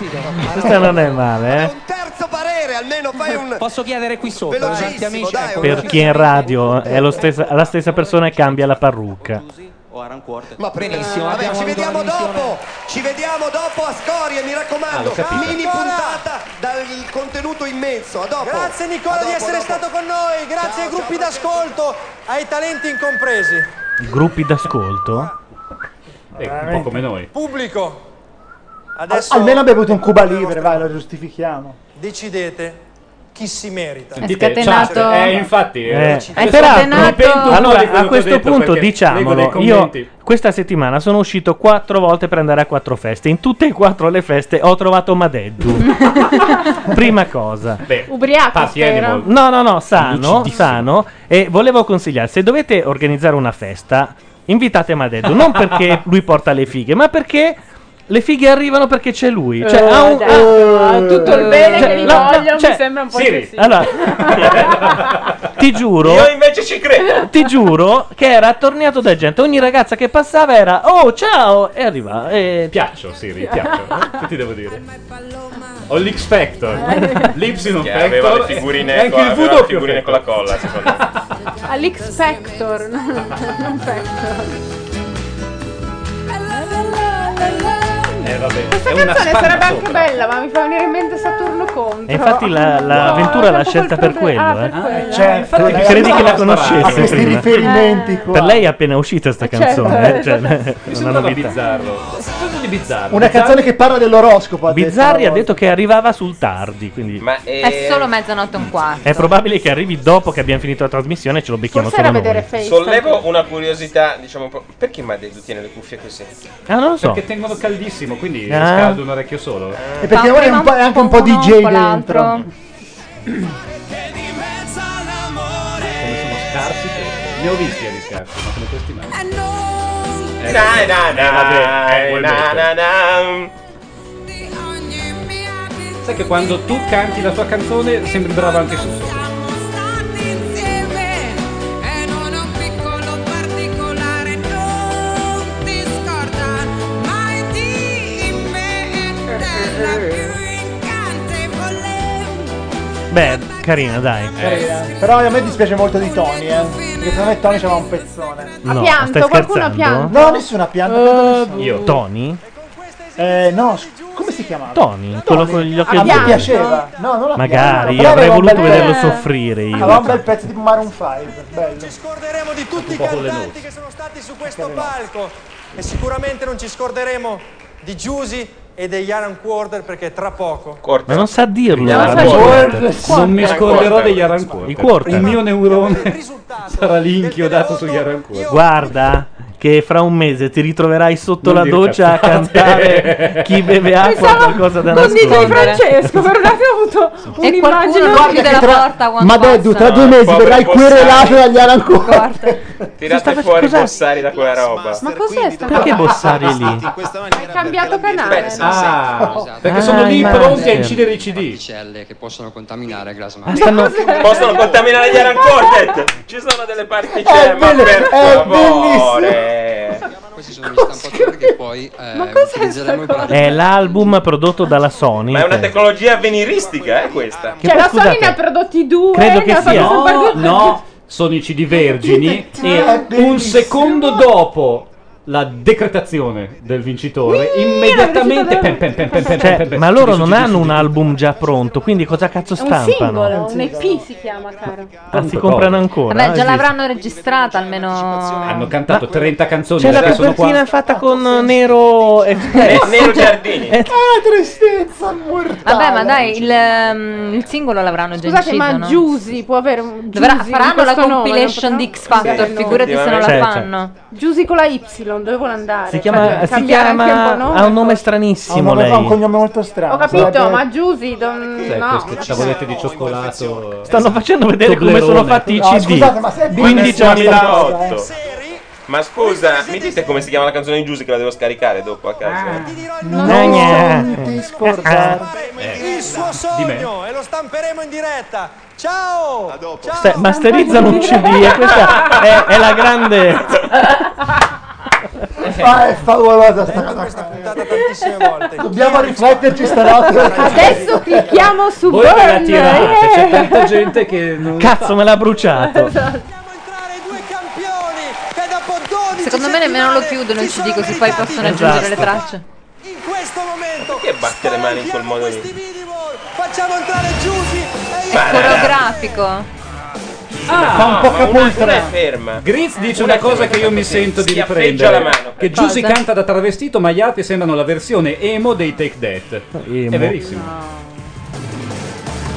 [SPEAKER 1] Questa non è male, eh?
[SPEAKER 15] Terzo parere, almeno fai un
[SPEAKER 10] Posso chiedere qui sopra? Tanti amici, ecco.
[SPEAKER 1] Per chi è in radio è lo stessa- la stessa persona e cambia la parrucca.
[SPEAKER 10] O Arancuorte.
[SPEAKER 15] Ma
[SPEAKER 10] benissimo,
[SPEAKER 15] Vabbè,
[SPEAKER 10] abbiamo
[SPEAKER 15] ci
[SPEAKER 10] avuto
[SPEAKER 15] vediamo
[SPEAKER 10] una missione.
[SPEAKER 15] dopo. Ci vediamo dopo a Scorie, mi raccomando.
[SPEAKER 10] Ah, l'ho capito.
[SPEAKER 15] Mini puntata dal contenuto immenso. A dopo.
[SPEAKER 8] Grazie Nicola di essere stato con noi, grazie ai gruppi d'ascolto, ai talenti incompresi.
[SPEAKER 1] I gruppi d'ascolto?
[SPEAKER 2] un po' come noi.
[SPEAKER 8] Pubblico, adesso
[SPEAKER 28] Almeno ha bevuto un Cuba Libre, vai, lo giustifichiamo.
[SPEAKER 8] decidete chi si merita.
[SPEAKER 2] Sentite, chat, eh, infatti,
[SPEAKER 1] Eh,
[SPEAKER 2] mi
[SPEAKER 1] peraltro,
[SPEAKER 2] pento un po' di
[SPEAKER 1] allora
[SPEAKER 2] quello che
[SPEAKER 1] a
[SPEAKER 2] ho
[SPEAKER 1] questo
[SPEAKER 2] detto,
[SPEAKER 1] punto
[SPEAKER 2] perché leggo
[SPEAKER 1] diciamolo,
[SPEAKER 2] dei
[SPEAKER 1] io
[SPEAKER 2] commenti.
[SPEAKER 1] questa settimana sono uscito quattro volte per andare a quattro feste. In tutte e quattro le feste ho trovato Madeddu. Prima cosa. Ah,
[SPEAKER 7] Ubriaco, spero.
[SPEAKER 1] No, no, no, sano, sano. E volevo consigliare, se dovete organizzare una festa, invitate Madeddu, non perché lui porta le fighe, ma perché le fighe arrivano perché c'è lui. Cioè,
[SPEAKER 7] Eh,
[SPEAKER 1] ha un-
[SPEAKER 7] dai,
[SPEAKER 1] ha-
[SPEAKER 7] no, tutto il bene che gli
[SPEAKER 1] no, no,
[SPEAKER 7] voglio, mi sembra un po' eccessivo.
[SPEAKER 1] Allora, cioè, ti giuro.
[SPEAKER 3] Io invece ci credo.
[SPEAKER 1] Ti giuro che era attorniato da gente. Ogni ragazza che passava era oh ciao e arriva. E...
[SPEAKER 2] Piaccio, Siri, piaccio. Che ti devo dire? Ho l'X Factor, l'Y Factor.
[SPEAKER 3] Che aveva le figurine,
[SPEAKER 2] e anche
[SPEAKER 3] con,
[SPEAKER 2] il
[SPEAKER 3] aveva
[SPEAKER 2] W
[SPEAKER 3] le figurine con la colla. secondo me.
[SPEAKER 7] All'X Factor, no, no, non Factor.
[SPEAKER 2] Eh, vabbè.
[SPEAKER 7] Questa
[SPEAKER 2] è una
[SPEAKER 7] canzone
[SPEAKER 2] spanna
[SPEAKER 7] sarebbe anche
[SPEAKER 2] sopra.
[SPEAKER 7] bella, ma mi fa venire in mente Saturno Contro.
[SPEAKER 1] E infatti la, la
[SPEAKER 7] No,
[SPEAKER 1] Ventura l'ha
[SPEAKER 7] proprio
[SPEAKER 1] scelta
[SPEAKER 7] quel
[SPEAKER 1] per
[SPEAKER 7] problema- ah,
[SPEAKER 1] quello. eh.
[SPEAKER 7] per quello.
[SPEAKER 1] Certo,
[SPEAKER 7] Infatti-
[SPEAKER 1] perché credi che la
[SPEAKER 28] A
[SPEAKER 1] conoscesse
[SPEAKER 28] questi
[SPEAKER 1] prima.
[SPEAKER 28] riferimenti qua.
[SPEAKER 1] Per lei è appena uscita sta
[SPEAKER 28] Certo,
[SPEAKER 1] canzone. eh, cioè,
[SPEAKER 28] esatto.
[SPEAKER 2] Mi
[SPEAKER 1] una
[SPEAKER 2] sembrava
[SPEAKER 1] novità.
[SPEAKER 2] bizzarro. Qualcosa di bizzarro.
[SPEAKER 28] Una canzone che parla dell'oroscopo. ha detto
[SPEAKER 1] Bizzarri
[SPEAKER 28] una
[SPEAKER 1] ha
[SPEAKER 28] volta.
[SPEAKER 1] detto che arrivava sul tardi, quindi
[SPEAKER 6] È solo mezzanotte e un quarto.
[SPEAKER 1] è probabile che arrivi dopo che abbiamo finito la trasmissione e ce lo becchiamo solo noi.
[SPEAKER 6] Face.
[SPEAKER 3] Sollevo una curiosità, diciamo un po'. Perché Madeddu tiene le cuffie così?
[SPEAKER 1] Ah, non lo so.
[SPEAKER 2] Perché tengono caldissimo, quindi
[SPEAKER 1] Ah. Eh,
[SPEAKER 2] scaldo un orecchio solo.
[SPEAKER 10] Eh,
[SPEAKER 28] E perché ora è, un po'- è anche un po'
[SPEAKER 6] uno,
[SPEAKER 28] DJ
[SPEAKER 6] un po' l'altro.
[SPEAKER 28] dentro.
[SPEAKER 2] Come sono scarsi che... Ne ho visti di scarsi, ma sono questi mai. Eh,
[SPEAKER 3] Na, na, na,
[SPEAKER 2] eh, vabbè, eh, vuoi
[SPEAKER 3] na, na,
[SPEAKER 2] mettere.
[SPEAKER 3] na.
[SPEAKER 28] Ehm.
[SPEAKER 2] Sai che quando tu canti la tua canzone sembrava anche su
[SPEAKER 1] Beh, carina, dai.
[SPEAKER 28] Carina. eh. Però a me dispiace molto di Tony, eh. Perché secondo me Tony c'aveva un pezzone.
[SPEAKER 1] No, pianto, stai qualcuno ha scherzando? pianto?
[SPEAKER 28] No, nessuno ha pianto. credo nessuno.
[SPEAKER 1] Io. Tony?
[SPEAKER 28] Eh, no, s- come si chiamava?
[SPEAKER 1] Tony, quello con gli occhi
[SPEAKER 28] a me
[SPEAKER 1] azzurri.
[SPEAKER 28] piaceva. No, non la
[SPEAKER 1] Magari,
[SPEAKER 28] piaceva,
[SPEAKER 1] avrei
[SPEAKER 28] però aveva
[SPEAKER 1] voluto
[SPEAKER 28] un bel
[SPEAKER 1] vederlo
[SPEAKER 28] pezzo.
[SPEAKER 1] soffrire
[SPEAKER 28] Aveva un
[SPEAKER 1] io.
[SPEAKER 28] bel pezzo tipo Maroon 5, bello.
[SPEAKER 8] di tutti i cantanti che sono stati su questo palco e sicuramente non ci scorderemo di Giusy e degli Aran Quarter perché tra poco
[SPEAKER 1] Ma non sa dirlo.
[SPEAKER 8] Non
[SPEAKER 1] guarda,
[SPEAKER 8] sa
[SPEAKER 1] guarda.
[SPEAKER 8] dirlo.
[SPEAKER 2] Non mi scorderò degli
[SPEAKER 1] I
[SPEAKER 2] Arancuori.
[SPEAKER 1] quarter.
[SPEAKER 2] Il mio neurone sarà lì inchiodato sugli Arancuori.
[SPEAKER 1] Guarda che fra un mese ti ritroverai sotto
[SPEAKER 2] Non
[SPEAKER 1] la
[SPEAKER 2] dire
[SPEAKER 1] doccia a
[SPEAKER 2] cazzate.
[SPEAKER 1] cantare chi beve acqua o
[SPEAKER 7] Pensavo
[SPEAKER 1] qualcosa da
[SPEAKER 7] con DJ
[SPEAKER 1] nascondere.
[SPEAKER 7] Francesco, per un attimo ho avuto
[SPEAKER 6] E
[SPEAKER 7] un'immagine
[SPEAKER 6] qualcuno chiude la porta quando
[SPEAKER 28] Ma
[SPEAKER 6] passa.
[SPEAKER 28] Deddu, tra due mesi
[SPEAKER 3] poveri
[SPEAKER 28] verrai
[SPEAKER 3] bossari.
[SPEAKER 28] querelato dagli Alan ancora.
[SPEAKER 3] Tirate fuori i bossari da quella roba. diciamo
[SPEAKER 7] Ma cos'è sta
[SPEAKER 1] Perché
[SPEAKER 7] cosa?
[SPEAKER 1] Bossari lì?
[SPEAKER 7] Hai cambiato canale. no?
[SPEAKER 2] Ah, perché
[SPEAKER 1] Ah,
[SPEAKER 2] sono lì
[SPEAKER 1] immagino.
[SPEAKER 2] pronti a incidere i CD.
[SPEAKER 44] che possono contaminare il plasma.
[SPEAKER 3] Possono contaminare gli Aran Quartet. Ci sono delle particelle, ma
[SPEAKER 44] bello-
[SPEAKER 3] per
[SPEAKER 44] è
[SPEAKER 3] favore.
[SPEAKER 44] Questi sono gli stampatori che poi eh, utilizzeremo per
[SPEAKER 1] È l'album prodotto dalla Sony.
[SPEAKER 3] Ma è una tecnologia avveniristica, eh, questa.
[SPEAKER 1] Che
[SPEAKER 7] Cioè,
[SPEAKER 1] poi,
[SPEAKER 7] la Sony
[SPEAKER 1] scusate,
[SPEAKER 7] ne ha prodotti due.
[SPEAKER 1] credo che
[SPEAKER 7] ne ha fatti
[SPEAKER 1] sia-
[SPEAKER 7] super
[SPEAKER 2] No,
[SPEAKER 7] due.
[SPEAKER 2] no, sono i CD vergini
[SPEAKER 7] È
[SPEAKER 2] e un secondo dopo la decretazione del vincitore immediatamente pem, pem, pem, pem, pem,
[SPEAKER 1] Cioè,
[SPEAKER 2] pem, pem.
[SPEAKER 1] ma loro non
[SPEAKER 2] Subito,
[SPEAKER 1] hanno un album già pronto, quindi cosa cazzo
[SPEAKER 7] È un singolo,
[SPEAKER 1] stampano?
[SPEAKER 7] un EP si chiama, caro.
[SPEAKER 1] Ah, si comprano ancora?
[SPEAKER 6] Vabbè,
[SPEAKER 1] Ah,
[SPEAKER 6] già
[SPEAKER 1] esiste.
[SPEAKER 6] l'avranno registrata almeno.
[SPEAKER 2] hanno cantato 30 canzoni
[SPEAKER 1] C'è la
[SPEAKER 2] adesso sono qua.
[SPEAKER 1] copertina fatta con eh, Nero Express.
[SPEAKER 2] Ne- Nero
[SPEAKER 1] Giardini.
[SPEAKER 28] Ah, tristezza mortale.
[SPEAKER 6] Eh, Vabbè, ma dai, il, ehm, il singolo l'avranno già
[SPEAKER 7] Scusate,
[SPEAKER 6] inciso,
[SPEAKER 7] ma
[SPEAKER 6] no?
[SPEAKER 7] Giusy può avere un
[SPEAKER 6] Dovrà-
[SPEAKER 7] Giusy di
[SPEAKER 6] faranno la
[SPEAKER 7] questo nome,
[SPEAKER 6] compilation
[SPEAKER 7] non
[SPEAKER 6] di
[SPEAKER 7] potranno
[SPEAKER 6] X Factor,
[SPEAKER 7] cambiare il
[SPEAKER 6] figurati
[SPEAKER 7] nome.
[SPEAKER 6] se non la
[SPEAKER 1] Cioè,
[SPEAKER 6] fanno.
[SPEAKER 7] Giusy con la Y, dove vuole andare?
[SPEAKER 1] Si chiama,
[SPEAKER 7] Cioè,
[SPEAKER 1] si
[SPEAKER 7] cambiare anche
[SPEAKER 1] chiama-
[SPEAKER 7] un po' nome.
[SPEAKER 1] ha un nome
[SPEAKER 28] Ha un
[SPEAKER 1] stranissimo
[SPEAKER 28] nome-
[SPEAKER 1] lei.
[SPEAKER 28] ha un cognome molto strano.
[SPEAKER 7] Ho capito,
[SPEAKER 28] sarebbe-
[SPEAKER 7] ma Giusy, don-
[SPEAKER 2] Cos'è
[SPEAKER 7] no.
[SPEAKER 2] questo tavolette di cioccolato eh,
[SPEAKER 1] Stanno facendo vedere come
[SPEAKER 2] Toblerone.
[SPEAKER 1] sono fatti i
[SPEAKER 28] No,
[SPEAKER 1] CD.
[SPEAKER 28] scusate, ma se è
[SPEAKER 1] Quindi
[SPEAKER 28] business
[SPEAKER 1] c'è una
[SPEAKER 28] questa
[SPEAKER 1] sta-
[SPEAKER 28] cosa, eh.
[SPEAKER 3] 2008. Ma scusa, mi dite come si chiama la canzone di Giusy che la devo scaricare dopo a casa?
[SPEAKER 28] Non
[SPEAKER 1] Gna, gna.
[SPEAKER 28] ti scordare.
[SPEAKER 3] Eh.
[SPEAKER 8] il suo sogno e lo stamperemo in diretta ciao ciao
[SPEAKER 1] sta- masterizzano un CD e questa è, è la grande...
[SPEAKER 28] Ma Ah, è favolosa sta cosa. Dobbiamo rifletterci stanotte.
[SPEAKER 7] Adesso clicchiamo su
[SPEAKER 2] voi ve la
[SPEAKER 7] Burn.
[SPEAKER 2] tirate c'è
[SPEAKER 7] eh.
[SPEAKER 2] tanta gente che non
[SPEAKER 1] Cazzo, me l'ha bruciato.
[SPEAKER 6] Secondo me nemmeno lo chiudono il CD così poi possono aggiungere le
[SPEAKER 1] Esatto.
[SPEAKER 6] tracce.
[SPEAKER 3] Perché batte le mani in quel modo lì?
[SPEAKER 8] facciamo entrare Giusy
[SPEAKER 6] È coreografico.
[SPEAKER 2] fa un po'
[SPEAKER 3] Ah, ma una-
[SPEAKER 2] capoltra.
[SPEAKER 3] una è ferma.
[SPEAKER 2] Grizz dice
[SPEAKER 3] Una
[SPEAKER 2] una cosa
[SPEAKER 3] ferma,
[SPEAKER 2] che io mi
[SPEAKER 3] sì.
[SPEAKER 2] sento di
[SPEAKER 3] Si affeggia
[SPEAKER 2] riprendere
[SPEAKER 3] la mano.
[SPEAKER 2] che Giusy
[SPEAKER 6] Cosa?
[SPEAKER 2] canta da travestito ma gli altri sembrano la versione emo dei Take That è verissimo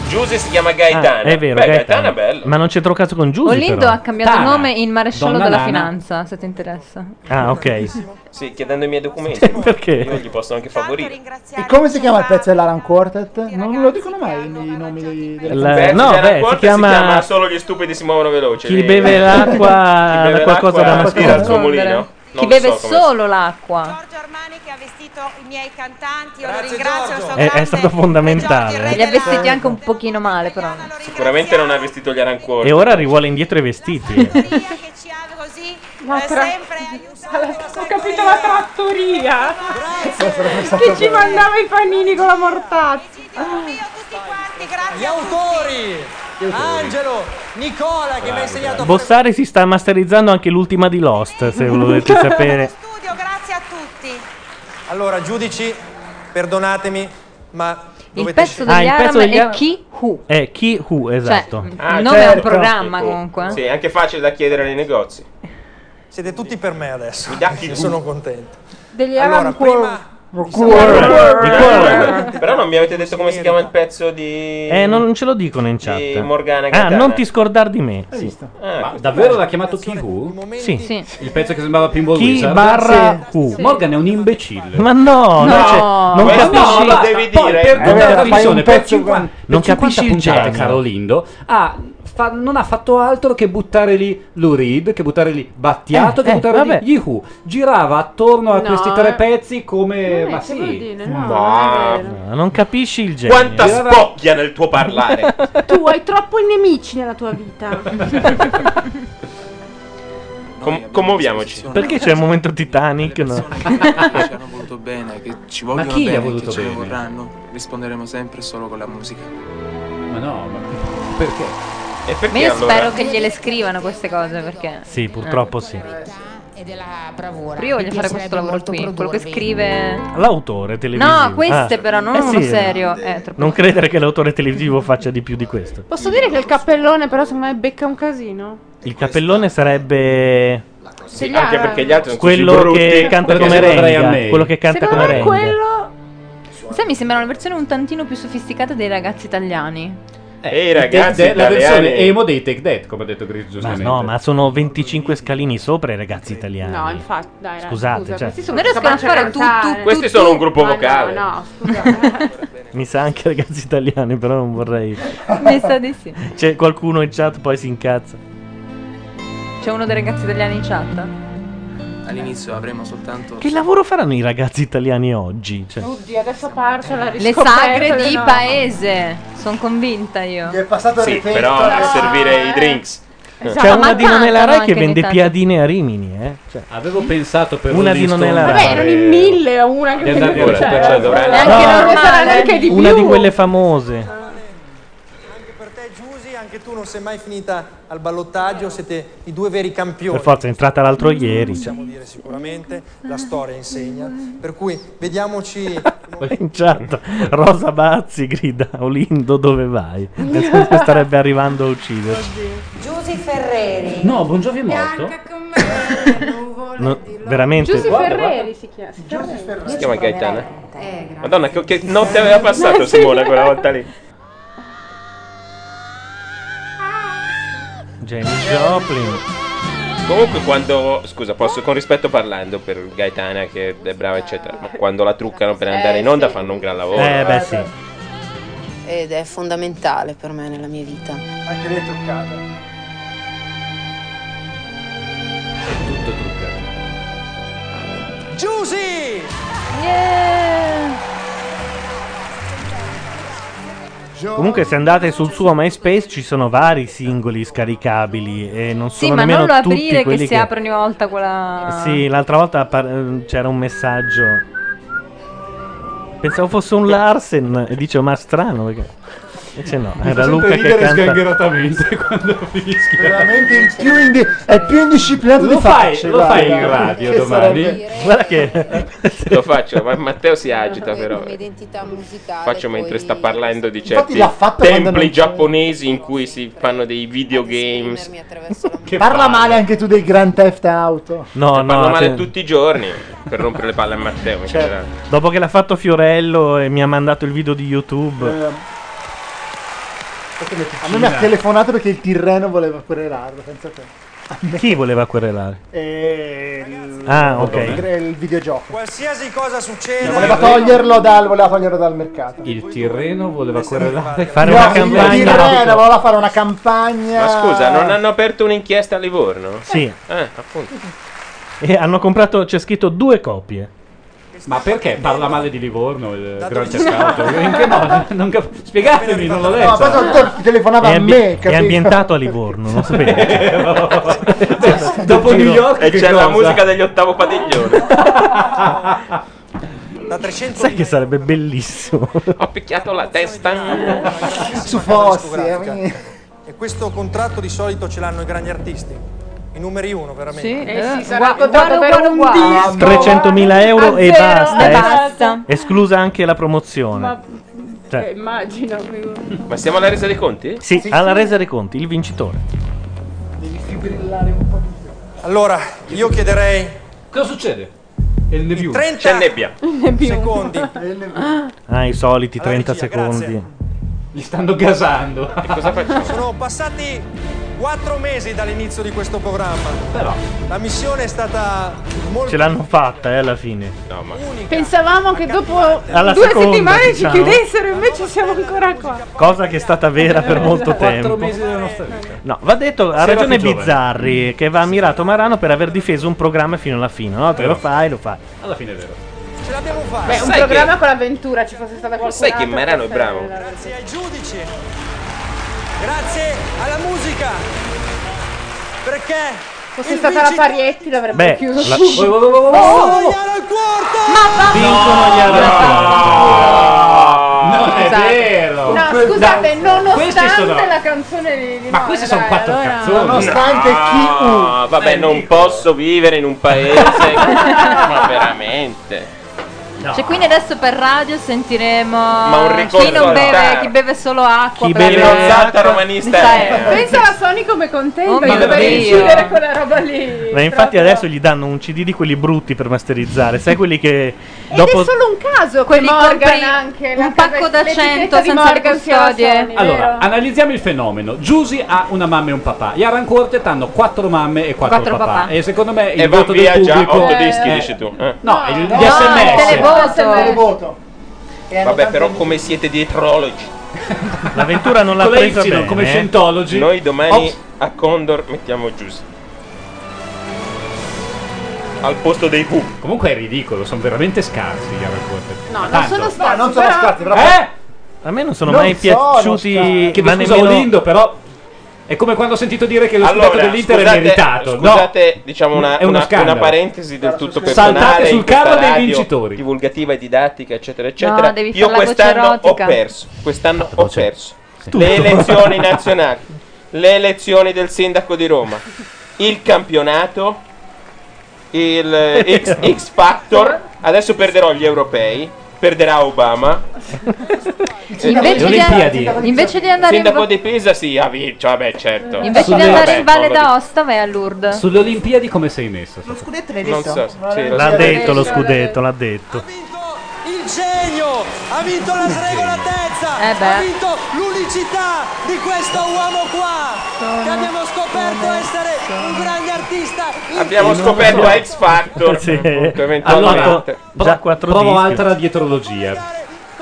[SPEAKER 3] Giusy si chiama
[SPEAKER 1] Ah,
[SPEAKER 3] Gaetana.
[SPEAKER 1] è vero,
[SPEAKER 3] Beh,
[SPEAKER 1] Gaetano.
[SPEAKER 3] Gaetana è bello.
[SPEAKER 1] Ma non c'entrò cazzo con Giulio.
[SPEAKER 6] Olindo ha cambiato
[SPEAKER 3] Tana,
[SPEAKER 6] nome in maresciallo
[SPEAKER 3] donna
[SPEAKER 6] della
[SPEAKER 3] Nana.
[SPEAKER 6] finanza, se ti interessa.
[SPEAKER 1] Ah, ok.
[SPEAKER 3] Sì, chiedendo i miei documenti. Perché? Io gli posso anche favorire.
[SPEAKER 28] E come si chiama il pezzo dell'Aran Quartet? Non me lo dicono mai i nomi dei, delle
[SPEAKER 1] La-
[SPEAKER 3] Beh,
[SPEAKER 28] canzoni.
[SPEAKER 1] no,
[SPEAKER 3] Zidane
[SPEAKER 1] beh, si
[SPEAKER 3] Quartet
[SPEAKER 1] chiama-
[SPEAKER 3] Solo gli stupidi si muovono veloci. Eh.
[SPEAKER 1] Chi beve l'acqua da qualcosa da
[SPEAKER 3] tira il suo
[SPEAKER 1] nascondere.
[SPEAKER 3] mulino. Non
[SPEAKER 6] Chi
[SPEAKER 3] lo
[SPEAKER 6] beve
[SPEAKER 3] so come-
[SPEAKER 6] solo l'acqua.
[SPEAKER 1] È, è stato fondamentale. eh.
[SPEAKER 6] Li ha vestiti anche un pochino male, però.
[SPEAKER 3] Sicuramente non ha vestito gli arancuori.
[SPEAKER 1] E ora rivuole indietro i vestiti.
[SPEAKER 7] La tra- Ho capito la trattoria che ci mandava i panini con la mortazza.
[SPEAKER 8] Gli autori! Angelo, Nicola che mi ha insegnato
[SPEAKER 1] Bossari si sta masterizzando anche l'ultima di Lost, se volete sapere.
[SPEAKER 8] Allora, giudici, perdonatemi, ma
[SPEAKER 6] Il
[SPEAKER 8] dovete
[SPEAKER 6] pezzo
[SPEAKER 1] Ah,
[SPEAKER 6] degli Aram è chi? Who.
[SPEAKER 1] È chi Who, esatto.
[SPEAKER 6] Cioè,
[SPEAKER 3] mm.
[SPEAKER 6] il nome è un programma
[SPEAKER 1] Ecco.
[SPEAKER 6] comunque.
[SPEAKER 3] Ah, certo. Sì, è anche facile da chiedere nei negozi.
[SPEAKER 8] Siete tutti per me adesso.
[SPEAKER 3] Mi dà chi
[SPEAKER 8] Io
[SPEAKER 3] tu.
[SPEAKER 8] sono contento.
[SPEAKER 7] Degli
[SPEAKER 8] Allora,
[SPEAKER 7] Aram
[SPEAKER 8] prima
[SPEAKER 3] Però non mi avete detto come si chiama il pezzo di.
[SPEAKER 1] Eh, non ce lo dicono in chat.
[SPEAKER 3] Sì, Morgana
[SPEAKER 1] ah,
[SPEAKER 3] Gaetana.
[SPEAKER 1] non ti scordar di me. Sì.
[SPEAKER 3] Ah,
[SPEAKER 2] Ma davvero l'ha chiamato Chi Who?
[SPEAKER 1] Sì.
[SPEAKER 2] Il pezzo che sembrava Pinball
[SPEAKER 1] Chi
[SPEAKER 2] Wizard?
[SPEAKER 1] barra Sì. Who.
[SPEAKER 2] Morgan è un imbecille.
[SPEAKER 1] Ma no,
[SPEAKER 2] No.
[SPEAKER 1] non c'è- non
[SPEAKER 2] Questo
[SPEAKER 1] capisci.
[SPEAKER 2] no, lo devi
[SPEAKER 1] Poi,
[SPEAKER 2] dire.
[SPEAKER 1] per-
[SPEAKER 2] Eh,
[SPEAKER 1] per
[SPEAKER 2] vabbè,
[SPEAKER 1] definizione,
[SPEAKER 2] fai un
[SPEAKER 1] per
[SPEAKER 2] pezzo
[SPEAKER 1] 50
[SPEAKER 2] qua.
[SPEAKER 1] non
[SPEAKER 2] per 50
[SPEAKER 1] capisci il
[SPEAKER 2] puntate,
[SPEAKER 1] genio.
[SPEAKER 2] caro Lindo. Ah, fa- non ha fatto altro che buttare lì Lou Reed, che buttare lì Battiato,
[SPEAKER 1] Eh,
[SPEAKER 2] che
[SPEAKER 1] eh,
[SPEAKER 2] buttare
[SPEAKER 1] vabbè.
[SPEAKER 2] lì Yahoo. Girava attorno a
[SPEAKER 1] No,
[SPEAKER 2] questi
[SPEAKER 1] eh.
[SPEAKER 2] tre pezzi come... ma sì.
[SPEAKER 1] No, non capisci il genio.
[SPEAKER 3] Quanta spocchia nel tuo parlare.
[SPEAKER 7] Tu hai troppo nemici nella tua vita.
[SPEAKER 3] Com- commuoviamoci.
[SPEAKER 1] Perché c'è il momento Titanic? No.
[SPEAKER 45] ci hanno voluto bene, che ci
[SPEAKER 1] Ma
[SPEAKER 45] vogliono
[SPEAKER 1] chi gli ha
[SPEAKER 45] bene,
[SPEAKER 1] voluto
[SPEAKER 45] che ce ne
[SPEAKER 1] bene?
[SPEAKER 45] vorranno. Risponderemo sempre solo con la musica.
[SPEAKER 2] Ma no, ma perché?
[SPEAKER 3] E
[SPEAKER 6] Ma io spero che gliele scrivano queste cose perché.
[SPEAKER 1] Sì, purtroppo sì.
[SPEAKER 6] Però io voglio fare questo lavoro qui. Quello che scrive.
[SPEAKER 1] L'autore televisivo.
[SPEAKER 6] No, queste però, non
[SPEAKER 1] Eh
[SPEAKER 6] uno
[SPEAKER 1] sì.
[SPEAKER 6] serio. Eh, troppo-
[SPEAKER 1] Non credere che l'autore televisivo faccia di più di questo.
[SPEAKER 7] Posso dire che il cappellone però secondo me becca un casino?
[SPEAKER 1] Il cappellone sarebbe
[SPEAKER 7] Sì, anche
[SPEAKER 3] Anche perché gli altri sono tutti
[SPEAKER 1] quello
[SPEAKER 3] brutti.
[SPEAKER 1] che canta
[SPEAKER 3] Perché
[SPEAKER 1] come
[SPEAKER 3] sembra Brian
[SPEAKER 1] Renga.
[SPEAKER 3] May.
[SPEAKER 1] Quello che canta
[SPEAKER 6] Secondo
[SPEAKER 1] come
[SPEAKER 6] me
[SPEAKER 1] Renga.
[SPEAKER 6] quello. Sai, mi sembra una versione un tantino più sofisticata dei ragazzi italiani.
[SPEAKER 3] Ehi
[SPEAKER 2] Take
[SPEAKER 3] ragazzi,
[SPEAKER 2] That- la versione
[SPEAKER 3] italiani.
[SPEAKER 2] emo dei Take That, come ha detto Gris
[SPEAKER 1] Ma
[SPEAKER 2] giustamente.
[SPEAKER 1] no, ma sono 25 scalini sopra i ragazzi italiani.
[SPEAKER 7] No, infatti, dai, dai,
[SPEAKER 1] Scusate,
[SPEAKER 7] scusa,
[SPEAKER 1] cioè-
[SPEAKER 7] questi sono
[SPEAKER 6] Non riescono a
[SPEAKER 7] capaci di
[SPEAKER 6] fare tu,
[SPEAKER 7] cantare.
[SPEAKER 6] tu,
[SPEAKER 3] Questi sono un gruppo
[SPEAKER 7] Ma no,
[SPEAKER 3] vocale.
[SPEAKER 7] No, scusa.
[SPEAKER 1] Mi sa anche ragazzi italiani, però non vorrei.
[SPEAKER 6] Mi sa di sì.
[SPEAKER 1] C'è qualcuno in chat poi si incazza.
[SPEAKER 6] C'è uno dei ragazzi italiani in chat.
[SPEAKER 45] All'inizio avremo soltanto...
[SPEAKER 1] Che lavoro faranno i ragazzi italiani oggi? Cioè,
[SPEAKER 7] Oddio, adesso parte la
[SPEAKER 6] Le
[SPEAKER 7] riscoperta.
[SPEAKER 6] sagre
[SPEAKER 7] del
[SPEAKER 6] di
[SPEAKER 7] no.
[SPEAKER 6] paese. Sono convinta io.
[SPEAKER 28] È passato
[SPEAKER 3] Sì, però a servire i drinks.
[SPEAKER 1] c'è una
[SPEAKER 6] ma
[SPEAKER 1] di non è la
[SPEAKER 6] cantano
[SPEAKER 1] Rai
[SPEAKER 6] anche
[SPEAKER 1] che
[SPEAKER 6] ogni
[SPEAKER 1] vende
[SPEAKER 6] tanto.
[SPEAKER 1] piadine a Rimini, eh. Cioè,
[SPEAKER 2] Avevo pensato per
[SPEAKER 1] Una
[SPEAKER 2] Rolling
[SPEAKER 1] di non è la
[SPEAKER 2] Stone
[SPEAKER 1] Rai.
[SPEAKER 2] di
[SPEAKER 7] Vabbè, erano
[SPEAKER 2] fare-
[SPEAKER 7] in mille, una che
[SPEAKER 2] di andare a
[SPEAKER 7] Cioè,
[SPEAKER 2] recuperare
[SPEAKER 3] dovrei-
[SPEAKER 7] neanche
[SPEAKER 1] No.
[SPEAKER 7] non sarà neanche di
[SPEAKER 1] una
[SPEAKER 7] più.
[SPEAKER 1] di quelle famose.
[SPEAKER 8] Giusi, anche tu non sei mai finita al ballottaggio, siete i due veri campioni. Mm-hmm.
[SPEAKER 1] Per forza è entrata l'altro
[SPEAKER 8] Mm.
[SPEAKER 1] ieri. cioè.
[SPEAKER 8] Possiamo dire sicuramente, la storia insegna. Per cui vediamoci
[SPEAKER 1] In chat Rosa Bazzi grida Olindo dove vai? Nel senso che starebbe arrivando a ucciderci.
[SPEAKER 46] Giusy Ferreri.
[SPEAKER 2] No, Buongiovi è morto.
[SPEAKER 1] No, veramente.
[SPEAKER 7] Giusy
[SPEAKER 1] Guarda,
[SPEAKER 7] Ferreri si Eh, chiama. si chiama.
[SPEAKER 3] Si chiama Gaetana. Madonna, che, che notte aveva passato Simone quella volta lì.
[SPEAKER 1] guarda. Janis Joplin.
[SPEAKER 3] Comunque quando, scusa, posso con rispetto parlando per Gaetana che è brava eccetera, ma quando la truccano per andare in onda fanno un gran lavoro.
[SPEAKER 1] Eh beh sì.
[SPEAKER 12] Ed è fondamentale per me nella mia vita. Anche lei è truccata.
[SPEAKER 2] Tutto truccato.
[SPEAKER 8] Giusi!
[SPEAKER 1] Comunque se andate sul suo MySpace ci sono vari singoli scaricabili e non
[SPEAKER 6] Sì,
[SPEAKER 1] sono
[SPEAKER 6] ma
[SPEAKER 1] nemmeno
[SPEAKER 6] non lo
[SPEAKER 1] tutti
[SPEAKER 6] aprire che
[SPEAKER 1] quelli
[SPEAKER 6] si apre ogni volta quella.
[SPEAKER 1] Sì, l'altra volta par- ehm, c'era un messaggio. Pensavo fosse un Larsen e dicevo ma strano perché... Invece no,
[SPEAKER 2] Mi
[SPEAKER 1] era
[SPEAKER 2] fa sempre
[SPEAKER 1] Luca che
[SPEAKER 2] ridere
[SPEAKER 1] canta...
[SPEAKER 2] sgangheratamente quando fischia.
[SPEAKER 28] Veramente il più indi- è più indisciplinato
[SPEAKER 2] Lo
[SPEAKER 28] di
[SPEAKER 2] fai-
[SPEAKER 28] faccia.
[SPEAKER 2] lo
[SPEAKER 28] guarda.
[SPEAKER 2] fai in radio
[SPEAKER 28] Che
[SPEAKER 2] domani?
[SPEAKER 28] sarebbe-
[SPEAKER 1] Guarda che...
[SPEAKER 3] Lo faccio, ma Matteo si agita però.
[SPEAKER 12] Identità musicale.
[SPEAKER 3] Faccio mentre sta parlando di certi
[SPEAKER 28] l'ha fatto quando
[SPEAKER 3] templi
[SPEAKER 28] non-
[SPEAKER 3] giapponesi in cui si fanno dei videogames.
[SPEAKER 28] Parla male anche tu dei Grand Theft Auto.
[SPEAKER 1] No, no,
[SPEAKER 3] Fanno male
[SPEAKER 1] cioè,
[SPEAKER 3] tutti i giorni per rompere le palle a Matteo. in generale.
[SPEAKER 1] dopo che l'ha fatto Fiorello e mi ha mandato il video di YouTube...
[SPEAKER 28] Eh, a me mi ha telefonato perché il Tirreno voleva querelarlo, pensa te.
[SPEAKER 2] Eh.
[SPEAKER 1] Chi voleva querelare?
[SPEAKER 28] E il,
[SPEAKER 1] Ah, ok.
[SPEAKER 28] il- il videogioco.
[SPEAKER 8] Qualsiasi cosa succeda,
[SPEAKER 28] Voleva toglierlo dal, voleva toglierlo dal mercato.
[SPEAKER 2] Il Tirreno voleva correlare fare
[SPEAKER 1] No,
[SPEAKER 2] una
[SPEAKER 1] il
[SPEAKER 2] campagna.
[SPEAKER 28] Il Tirreno voleva fare una campagna. Ah.
[SPEAKER 3] Ma scusa, non hanno aperto un'inchiesta a Livorno?
[SPEAKER 1] Sì.
[SPEAKER 3] Eh, appunto.
[SPEAKER 1] E hanno comprato, c'è scritto due copie.
[SPEAKER 2] Ma
[SPEAKER 3] Eh,
[SPEAKER 2] perché parla male di Livorno il grande
[SPEAKER 1] che-
[SPEAKER 2] scouto? In che modo? Non cap- Spiegatemi, non l'ho letto.
[SPEAKER 28] No, poi te- telefonava
[SPEAKER 1] è,
[SPEAKER 28] a
[SPEAKER 1] ambi-
[SPEAKER 28] me,
[SPEAKER 1] è
[SPEAKER 28] capito?
[SPEAKER 1] ambientato a Livorno, non sapevo.
[SPEAKER 2] Dopo New York
[SPEAKER 3] E
[SPEAKER 2] che
[SPEAKER 3] c'è la
[SPEAKER 2] cosa?
[SPEAKER 3] musica degli ottavo padiglione.
[SPEAKER 8] Da 300
[SPEAKER 1] Sai che sarebbe bellissimo.
[SPEAKER 3] Ho picchiato la testa.
[SPEAKER 28] Su Fossi, eh.
[SPEAKER 8] E questo contratto di solito ce l'hanno i grandi artisti. I numeri uno, veramente.
[SPEAKER 7] Sì, Eh sì, eh, sarà gua- contratto guarda, per guarda, un guarda. disco.
[SPEAKER 1] 300.000 euro
[SPEAKER 7] A
[SPEAKER 1] e
[SPEAKER 7] zero,
[SPEAKER 1] basta.
[SPEAKER 7] e
[SPEAKER 1] eh.
[SPEAKER 7] basta.
[SPEAKER 1] Esclusa anche la promozione.
[SPEAKER 7] Ma-
[SPEAKER 1] Cioè-
[SPEAKER 7] eh, immagino. quindi-
[SPEAKER 3] Ma siamo alla resa dei conti?
[SPEAKER 1] Sì, alla resa dei conti, il vincitore.
[SPEAKER 8] Allora, io chiederei.
[SPEAKER 2] Cosa succede? Il nebbio.
[SPEAKER 8] 30
[SPEAKER 3] C'è nebbia.
[SPEAKER 8] secondi.
[SPEAKER 1] Ah, i soliti 30 secondi.
[SPEAKER 2] Li stanno gasando. E
[SPEAKER 3] cosa
[SPEAKER 8] Sono passati quattro mesi dall'inizio di questo programma.
[SPEAKER 2] Però.
[SPEAKER 8] La missione è stata molto.
[SPEAKER 1] Ce l'hanno fatta, eh, alla fine.
[SPEAKER 7] Pensavamo che dopo
[SPEAKER 1] Alla
[SPEAKER 7] due
[SPEAKER 1] seconda,
[SPEAKER 7] settimane
[SPEAKER 1] diciamo.
[SPEAKER 7] ci chiudessero, invece siamo ancora qua. Esatto.
[SPEAKER 1] Cosa che è stata vera per molto
[SPEAKER 2] Quattro
[SPEAKER 1] tempo.
[SPEAKER 2] mesi della nostra vita.
[SPEAKER 1] No, va detto, ha
[SPEAKER 2] Sei
[SPEAKER 1] ragione
[SPEAKER 2] proprio giovane.
[SPEAKER 1] Bizzarri che va ammirato Marano per aver difeso un programma fino alla fine. No, te lo fai, lo fai.
[SPEAKER 2] Alla fine è vero.
[SPEAKER 8] Ce l'abbiamo fatta.
[SPEAKER 7] Beh, un
[SPEAKER 8] Sai
[SPEAKER 7] programma con l'avventura ci fosse stata qualcun
[SPEAKER 8] sai che
[SPEAKER 7] altro,
[SPEAKER 8] Marano è
[SPEAKER 7] forse
[SPEAKER 8] bravo.
[SPEAKER 7] era-
[SPEAKER 8] Grazie ai giudici. Grazie alla musica. Perché?
[SPEAKER 7] Fosse stata la Parietti l'avrebbe
[SPEAKER 1] Beh,
[SPEAKER 7] chiuso.
[SPEAKER 1] la-
[SPEAKER 7] subito.
[SPEAKER 1] Oh, oh, oh, oh,
[SPEAKER 8] oh, oh.
[SPEAKER 1] Vincono gli
[SPEAKER 2] No! Non è
[SPEAKER 1] Esatto.
[SPEAKER 7] Scusate.
[SPEAKER 2] vero!
[SPEAKER 7] No,
[SPEAKER 2] Que-
[SPEAKER 7] scusate,
[SPEAKER 2] no,
[SPEAKER 7] nonostante
[SPEAKER 2] questi sono-
[SPEAKER 7] la canzone di, di
[SPEAKER 2] Ma
[SPEAKER 7] Moira,
[SPEAKER 2] questi sono
[SPEAKER 7] dai,
[SPEAKER 2] quattro
[SPEAKER 7] allora-
[SPEAKER 2] cazzoni.
[SPEAKER 28] Nonostante chi
[SPEAKER 3] Ah, vabbè, non posso vivere in un paese. ma veramente.
[SPEAKER 6] Cioè, quindi adesso per radio sentiremo
[SPEAKER 3] un ricordo Certo.
[SPEAKER 6] chi non beve,
[SPEAKER 3] lontano.
[SPEAKER 6] chi beve solo acqua.
[SPEAKER 3] Chi
[SPEAKER 6] per-
[SPEAKER 3] beve non salta romanista
[SPEAKER 6] Sai,
[SPEAKER 3] è.
[SPEAKER 7] Pensa alla Sony come
[SPEAKER 2] Oh,
[SPEAKER 7] contenta
[SPEAKER 6] mio
[SPEAKER 7] di dover
[SPEAKER 6] Dio.
[SPEAKER 7] incidere quella roba lì.
[SPEAKER 1] Ma infatti adesso gli danno un CD di quelli brutti per masterizzare, sai quelli che dopo
[SPEAKER 7] Ed è solo un caso che
[SPEAKER 6] Quelli
[SPEAKER 7] Morgan
[SPEAKER 6] compri
[SPEAKER 7] anche
[SPEAKER 6] un pacco da 100 senza le custodie.
[SPEAKER 2] Allora, analizziamo il fenomeno. Giusy ha una mamma e un papà. Yaran Cortet hanno quattro mamme e quattro,
[SPEAKER 6] Quattro
[SPEAKER 2] papà.
[SPEAKER 6] papà.
[SPEAKER 2] E secondo me il
[SPEAKER 3] E va
[SPEAKER 2] voto del
[SPEAKER 3] via già
[SPEAKER 2] pubblico
[SPEAKER 3] 8 dischi,
[SPEAKER 2] Eh,
[SPEAKER 3] dici tu. eh.
[SPEAKER 2] No, il- gli
[SPEAKER 6] No,
[SPEAKER 2] SMS.
[SPEAKER 6] televoto.
[SPEAKER 3] Vabbè, però come siete dietrologi.
[SPEAKER 1] l'avventura non l'ha
[SPEAKER 3] Con la
[SPEAKER 1] presa
[SPEAKER 3] Y,
[SPEAKER 1] bene.
[SPEAKER 3] come
[SPEAKER 1] eh.
[SPEAKER 2] Scientology.
[SPEAKER 3] Noi domani
[SPEAKER 1] Ops.
[SPEAKER 3] a Condor mettiamo Giusy. Al posto dei V.
[SPEAKER 2] Comunque è ridicolo, sono veramente scarsi gli Eh, Yaran Cortet.
[SPEAKER 7] No, non
[SPEAKER 2] Tanto.
[SPEAKER 7] sono scarsi, No, non sono però- scarsi, però-
[SPEAKER 2] Eh?
[SPEAKER 1] A me non sono mai piaciuti.
[SPEAKER 2] Che
[SPEAKER 1] ma
[SPEAKER 2] scusa
[SPEAKER 1] nemmeno-
[SPEAKER 2] Olindo, però è come quando ho sentito dire che lo scudetto dell'Inter
[SPEAKER 3] scusate,
[SPEAKER 2] è meritato.
[SPEAKER 3] Scusate,
[SPEAKER 2] no.
[SPEAKER 3] diciamo una,
[SPEAKER 2] è uno
[SPEAKER 3] una-
[SPEAKER 2] scandalo.
[SPEAKER 3] una parentesi del tutto personale.
[SPEAKER 2] Saltate sul
[SPEAKER 3] in questa
[SPEAKER 2] carro dei
[SPEAKER 3] radio
[SPEAKER 2] vincitori.
[SPEAKER 3] Divulgativa e didattica, eccetera, eccetera.
[SPEAKER 6] devi
[SPEAKER 3] Io
[SPEAKER 6] far la voce
[SPEAKER 3] quest'anno ho
[SPEAKER 6] erotica.
[SPEAKER 3] perso.
[SPEAKER 2] Ah,
[SPEAKER 3] Quest'anno ho perso. Le
[SPEAKER 2] certo. Tutto.
[SPEAKER 3] elezioni nazionali, le elezioni del sindaco di Roma, il campionato, il eh, X, X Factor. Adesso perderò gli europei. Perderà Obama.
[SPEAKER 6] Invece di, invece di andare in
[SPEAKER 3] Sindaco
[SPEAKER 6] va-
[SPEAKER 3] di Pisa, sì, ha vinto. Vabbè, certo.
[SPEAKER 6] invece di
[SPEAKER 2] Sulle-
[SPEAKER 6] andare
[SPEAKER 3] Vabbè,
[SPEAKER 6] in Valle
[SPEAKER 3] non lo
[SPEAKER 6] d'Aosta vai a Lourdes.
[SPEAKER 2] Sulle Olimpiadi come sei messo?
[SPEAKER 3] Non so. Sì,
[SPEAKER 1] L'ha detto lo scudetto, l'ha detto.
[SPEAKER 8] Il genio ha vinto la
[SPEAKER 6] Eh
[SPEAKER 8] sregolatezza, ha vinto l'unicità di questo uomo qua che abbiamo scoperto essere un grande artista.
[SPEAKER 3] Abbiamo
[SPEAKER 8] Non lo
[SPEAKER 3] scoperto
[SPEAKER 8] so.
[SPEAKER 3] X Factor.
[SPEAKER 2] Sì.
[SPEAKER 3] Appunto, eventualmente.
[SPEAKER 2] Allora, già
[SPEAKER 1] quattro
[SPEAKER 2] provo
[SPEAKER 1] dischi.
[SPEAKER 2] altra dietrologia.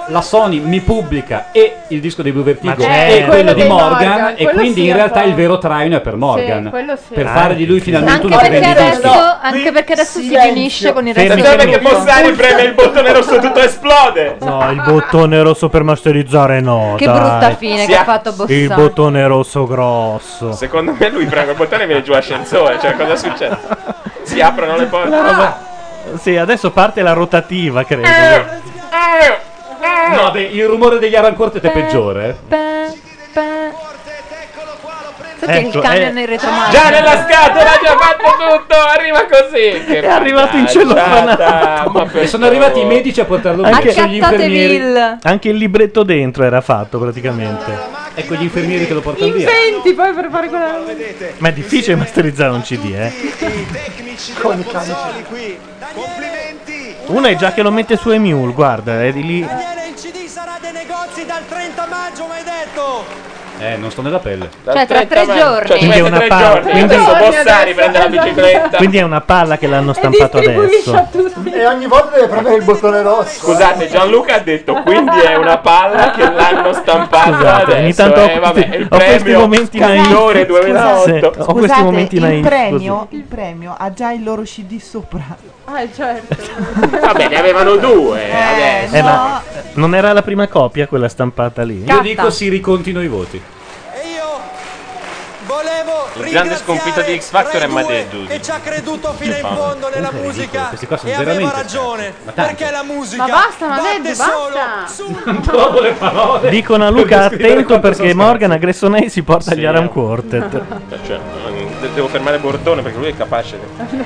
[SPEAKER 2] La Sony mi pubblica e il disco dei Blue Vertigo
[SPEAKER 1] Ma c'è.
[SPEAKER 2] e
[SPEAKER 1] Eh,
[SPEAKER 2] quello di
[SPEAKER 1] quello
[SPEAKER 2] Morgan,
[SPEAKER 7] Morgan,
[SPEAKER 2] e
[SPEAKER 7] quello
[SPEAKER 2] quindi
[SPEAKER 7] sì,
[SPEAKER 2] in
[SPEAKER 7] un
[SPEAKER 2] realtà
[SPEAKER 7] po'.
[SPEAKER 2] il vero traino è per Morgan.
[SPEAKER 7] quello sì.
[SPEAKER 2] Per fare di lui finalmente
[SPEAKER 6] Ah, Anche
[SPEAKER 2] una
[SPEAKER 6] perché,
[SPEAKER 2] grande
[SPEAKER 6] adesso,
[SPEAKER 2] artista.
[SPEAKER 6] anche perché adesso si
[SPEAKER 2] silenzio.
[SPEAKER 6] riunisce con il resto
[SPEAKER 1] Fermi,
[SPEAKER 6] del
[SPEAKER 1] fermi.
[SPEAKER 3] Che
[SPEAKER 6] gruppo.
[SPEAKER 3] Bossari preme il bottone rosso, tutto esplode.
[SPEAKER 1] No, il bottone rosso per masterizzare no.
[SPEAKER 6] Che
[SPEAKER 1] dai.
[SPEAKER 6] brutta fine che ha fatto
[SPEAKER 1] Il
[SPEAKER 6] Bossari.
[SPEAKER 1] bottone rosso grosso.
[SPEAKER 3] Secondo me lui preme il bottone e viene giù l'ascensore. Cioè, cosa succede? Si aprono le porte.
[SPEAKER 1] Ah, Sì, adesso parte la rotativa, credo.
[SPEAKER 6] Eh,
[SPEAKER 8] Eh.
[SPEAKER 2] No, beh, il rumore degli Aran Cortet è peggiore. eh.
[SPEAKER 6] Senti il
[SPEAKER 2] Ecco,
[SPEAKER 6] camion
[SPEAKER 2] eh.
[SPEAKER 6] in retromano.
[SPEAKER 3] Già nella scatola, già fatto tutto. Arriva così. Che
[SPEAKER 2] È arrivato in cielo
[SPEAKER 3] mannaggiata, ma per
[SPEAKER 2] E sono arrivati i
[SPEAKER 3] favore.
[SPEAKER 2] medici a portarlo via.
[SPEAKER 1] Anche,
[SPEAKER 2] Sono gli infermieri.
[SPEAKER 1] anche il libretto dentro era fatto praticamente.
[SPEAKER 2] Ecco gli infermieri che lo portano via.
[SPEAKER 7] Inventi poi per fare quella roba.
[SPEAKER 1] Ma è difficile masterizzare un CD, eh.
[SPEAKER 34] I tecnici della Pozzoli qui. Complimenti.
[SPEAKER 1] Uno è già che lo mette su Emule, guarda, è di lì.
[SPEAKER 8] Daniele, il CD sarà dei negozi dal 30 maggio, mi hai detto.
[SPEAKER 2] Eh, non sto nella pelle.
[SPEAKER 6] Cioè, tra tre giorni.
[SPEAKER 2] Cioè,
[SPEAKER 1] Quindi è una
[SPEAKER 2] tre
[SPEAKER 1] palla.
[SPEAKER 2] giorni,
[SPEAKER 1] Quindi,
[SPEAKER 2] adesso Bossari
[SPEAKER 3] prende la bicicletta.
[SPEAKER 1] Quindi è una palla che l'hanno stampato adesso.
[SPEAKER 28] E ogni volta deve prendere il bottone rosso.
[SPEAKER 3] Scusate, Gianluca ha detto quindi è una palla che l'hanno stampata
[SPEAKER 1] Scusate,
[SPEAKER 3] adesso.
[SPEAKER 1] ogni tanto ho-
[SPEAKER 3] eh, vabbè, il
[SPEAKER 1] ho questi
[SPEAKER 3] premio
[SPEAKER 1] momenti naif.
[SPEAKER 3] migliore 2008.
[SPEAKER 1] Sì, ho questi Scusate, momenti il naif, premio-
[SPEAKER 10] il premio ha già il loro CD sopra.
[SPEAKER 7] Ah, certo.
[SPEAKER 3] Vabbè, ne avevano due.
[SPEAKER 1] Eh, ma non era la prima copia quella stampata lì?
[SPEAKER 2] Io dico si ricontino i voti.
[SPEAKER 47] La grande sconfitta di X Factor è Madeddu.
[SPEAKER 48] che ci ha creduto fino in
[SPEAKER 47] Paolo.
[SPEAKER 48] fondo nella
[SPEAKER 47] Comunque è ridicolo,
[SPEAKER 48] musica
[SPEAKER 47] questi qua sono
[SPEAKER 48] e aveva
[SPEAKER 47] veramente
[SPEAKER 48] ragione
[SPEAKER 47] scherzi, ma
[SPEAKER 8] Eh,
[SPEAKER 47] tanto.
[SPEAKER 48] perché la musica
[SPEAKER 7] Ma basta, ma
[SPEAKER 48] batte
[SPEAKER 7] vedi,
[SPEAKER 48] solo
[SPEAKER 7] basta.
[SPEAKER 2] Dopo le parole.
[SPEAKER 1] Dicono a Luca
[SPEAKER 2] Devo scrivere
[SPEAKER 1] attento
[SPEAKER 2] quanto sono
[SPEAKER 1] perché Morgan a Gressonei si porta
[SPEAKER 3] Sì,
[SPEAKER 1] agli Aram
[SPEAKER 3] eh.
[SPEAKER 1] Quartet.
[SPEAKER 3] Cioè, cioè, mm, de- devo fermare Bordone perché lui è capace. Di...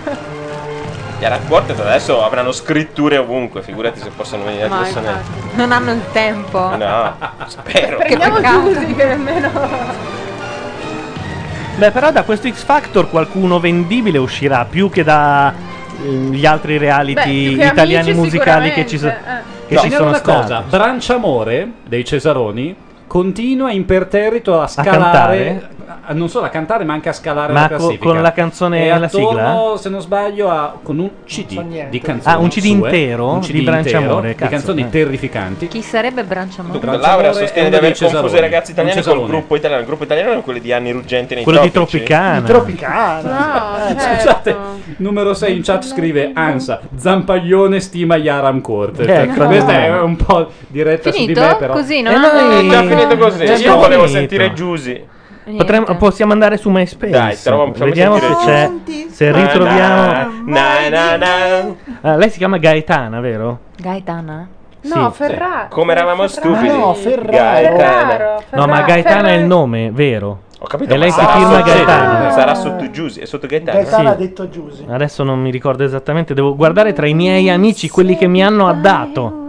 [SPEAKER 3] Gli Aran Quartet adesso avranno scritture ovunque, figurati se possono venire a
[SPEAKER 6] Ma
[SPEAKER 3] Gressonei.
[SPEAKER 6] infatti, non hanno il tempo.
[SPEAKER 3] No, spero.
[SPEAKER 7] Prendiamo
[SPEAKER 6] peccato.
[SPEAKER 7] Giusy che nemmeno...
[SPEAKER 1] Beh, però da questo X Factor qualcuno vendibile uscirà più che da eh, gli altri reality
[SPEAKER 2] Beh, più che
[SPEAKER 1] italiani
[SPEAKER 2] amici
[SPEAKER 1] musicali che ci, so-
[SPEAKER 2] sicuramente, Eh.
[SPEAKER 1] che
[SPEAKER 2] No,
[SPEAKER 1] ci
[SPEAKER 2] segnalo
[SPEAKER 1] sono
[SPEAKER 2] una
[SPEAKER 1] stati.
[SPEAKER 2] cosa, Branciamore dei Cesaroni continua imperterrito a
[SPEAKER 1] cantare?
[SPEAKER 2] scalare, a- non solo a cantare, ma anche a scalare
[SPEAKER 1] Ma
[SPEAKER 2] la
[SPEAKER 1] co-
[SPEAKER 2] classifica.
[SPEAKER 1] con la canzone
[SPEAKER 2] e
[SPEAKER 1] e la sigla?
[SPEAKER 2] attorno, se non sbaglio, a- con un CD di canzoni.
[SPEAKER 1] Ah, un CD
[SPEAKER 2] sue,
[SPEAKER 1] intero?
[SPEAKER 2] un
[SPEAKER 1] Di
[SPEAKER 2] CD intero
[SPEAKER 1] Branciamore,
[SPEAKER 2] di
[SPEAKER 1] cazzo,
[SPEAKER 2] canzoni
[SPEAKER 1] eh.
[SPEAKER 2] terrificanti.
[SPEAKER 6] Chi sarebbe Branciamore?
[SPEAKER 2] Dunque,
[SPEAKER 3] Laura
[SPEAKER 2] Cesarone
[SPEAKER 3] sostiene
[SPEAKER 2] è
[SPEAKER 3] di
[SPEAKER 2] uno
[SPEAKER 3] aver
[SPEAKER 2] dei
[SPEAKER 3] confuso i
[SPEAKER 2] Cesaroni.
[SPEAKER 3] ragazzi italiani
[SPEAKER 2] Un
[SPEAKER 3] col
[SPEAKER 2] Cesarone.
[SPEAKER 3] gruppo italiano. Il gruppo italiano erano quelli di anni ruggenti nei
[SPEAKER 1] eh. Quello di
[SPEAKER 3] tropici.
[SPEAKER 1] Tropicana.
[SPEAKER 7] cioè-
[SPEAKER 28] Tropicana.
[SPEAKER 2] Eh, Scusate, numero 6 in chat scrive Ansa, Zampaglione stima Yaram Corte.
[SPEAKER 1] Ecco.
[SPEAKER 2] Questa è un po' diretta su
[SPEAKER 6] Finito?
[SPEAKER 2] di me, però.
[SPEAKER 6] Così,
[SPEAKER 2] Eh,
[SPEAKER 6] non
[SPEAKER 2] no,
[SPEAKER 6] hanno...
[SPEAKER 2] è già finito
[SPEAKER 3] così.
[SPEAKER 1] Già
[SPEAKER 3] Io volevo
[SPEAKER 1] finito.
[SPEAKER 3] sentire Giusy.
[SPEAKER 1] Potremmo- possiamo andare su MySpace.
[SPEAKER 3] Dai, trova- fammi
[SPEAKER 1] Vediamo se
[SPEAKER 3] sentire
[SPEAKER 1] c'è. Se ritroviamo.
[SPEAKER 3] Na, na, na.
[SPEAKER 1] Ah, lei si chiama Gaetana, vero?
[SPEAKER 6] Gaetana?
[SPEAKER 1] No, Sì. Cioè,
[SPEAKER 6] Ferrara.
[SPEAKER 3] Come eravamo stupidi.
[SPEAKER 1] Ma no,
[SPEAKER 3] Ferraro.
[SPEAKER 1] No, ma Gaetana è il nome, vero?
[SPEAKER 3] Ho capito.
[SPEAKER 1] E lei
[SPEAKER 3] ma
[SPEAKER 1] si
[SPEAKER 3] sarà
[SPEAKER 1] firma
[SPEAKER 3] sotto-
[SPEAKER 1] Gaetana.
[SPEAKER 3] Sarà sotto Giusy. È sotto Gaetano.
[SPEAKER 28] Gaetano ha detto Giusy.
[SPEAKER 1] Adesso non mi ricordo esattamente, devo guardare tra i miei amici quelli che mi hanno addato.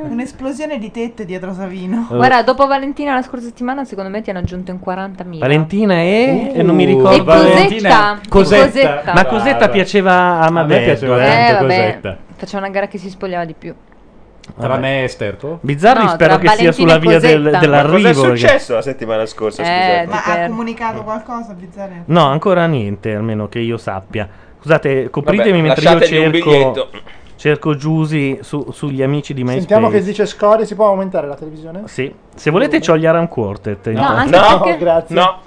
[SPEAKER 10] Un'esplosione di tette dietro Savino.
[SPEAKER 1] Eh.
[SPEAKER 6] Guarda, dopo Valentina la scorsa settimana, secondo me ti hanno aggiunto in 40.000.
[SPEAKER 1] Valentina e...
[SPEAKER 6] Uh,
[SPEAKER 1] e non mi ricordo.
[SPEAKER 6] e Cosetta. E
[SPEAKER 1] Cosetta.
[SPEAKER 6] Cosetta.
[SPEAKER 1] Ma Cosetta
[SPEAKER 6] Brava.
[SPEAKER 1] piaceva a Mabeto.
[SPEAKER 2] piaceva
[SPEAKER 6] Eh, vabbè. Faceva una gara che si spogliava di più.
[SPEAKER 2] Tra me e Sterpo?
[SPEAKER 1] Bizzarri
[SPEAKER 6] No, tra
[SPEAKER 1] spero che sia
[SPEAKER 6] Valentina
[SPEAKER 1] sulla
[SPEAKER 6] e
[SPEAKER 1] via del-
[SPEAKER 6] Cosetta.
[SPEAKER 1] dell'arrivo.
[SPEAKER 3] Cosa è
[SPEAKER 1] perché-
[SPEAKER 3] successo la settimana scorsa?
[SPEAKER 10] Eh,
[SPEAKER 3] Scusate.
[SPEAKER 10] ma ha comunicato qualcosa, Bizzarre?
[SPEAKER 1] No, ancora niente, almeno che io sappia. Scusate, copritemi
[SPEAKER 3] Vabbè,
[SPEAKER 1] mentre io
[SPEAKER 3] lasciategli un
[SPEAKER 1] cerco...
[SPEAKER 3] biglietto.
[SPEAKER 1] Cerco Giusy su- sugli amici di MySpace.
[SPEAKER 28] Sentiamo che dice Scori, si può aumentare la televisione?
[SPEAKER 1] Sì. Se volete c'ho gli Aram Quartet. intanto.
[SPEAKER 6] anche No, perché-
[SPEAKER 28] grazie.
[SPEAKER 3] No.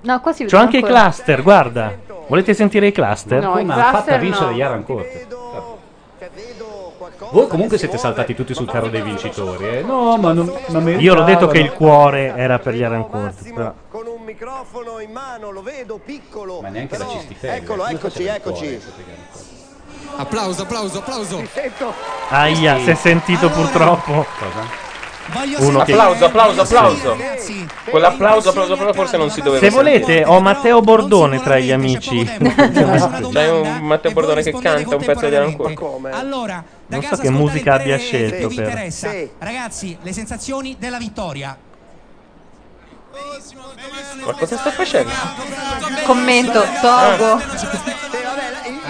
[SPEAKER 6] No, qua si
[SPEAKER 1] C'ho
[SPEAKER 6] vede
[SPEAKER 1] anche i
[SPEAKER 6] ancora.
[SPEAKER 1] cluster, guarda. Volete sentire i cluster?
[SPEAKER 6] No, i
[SPEAKER 2] Come ha
[SPEAKER 6] cluster
[SPEAKER 2] fatto a vincere
[SPEAKER 6] no.
[SPEAKER 2] Yaran Corte? Voi comunque siete saltati tutti sul carro dei vincitori, eh? No, ma non. ma
[SPEAKER 1] Io l'ho detto
[SPEAKER 2] meritavano.
[SPEAKER 1] che il cuore era per gli Aram Quartet. però.
[SPEAKER 2] Ma neanche la cistifera.
[SPEAKER 15] Eccolo, eccoci, eccoci.
[SPEAKER 16] Applauso, applauso, applauso.
[SPEAKER 1] Aia, si è sentito purtroppo. Uno che-
[SPEAKER 3] applauso, applauso, applauso. Quell'applauso, applauso, applauso forse non si doveva
[SPEAKER 1] Se volete, ho Matteo Bordone tra gli amici.
[SPEAKER 3] sentire. C'è Cioè, un Matteo Bordone che canta un pezzo di Alan
[SPEAKER 8] Allora,
[SPEAKER 1] Non so che musica abbia scelto. Per...
[SPEAKER 8] interessa, ragazzi, le sensazioni della vittoria.
[SPEAKER 3] Ma cosa sta facendo?
[SPEAKER 6] Commento, Togo.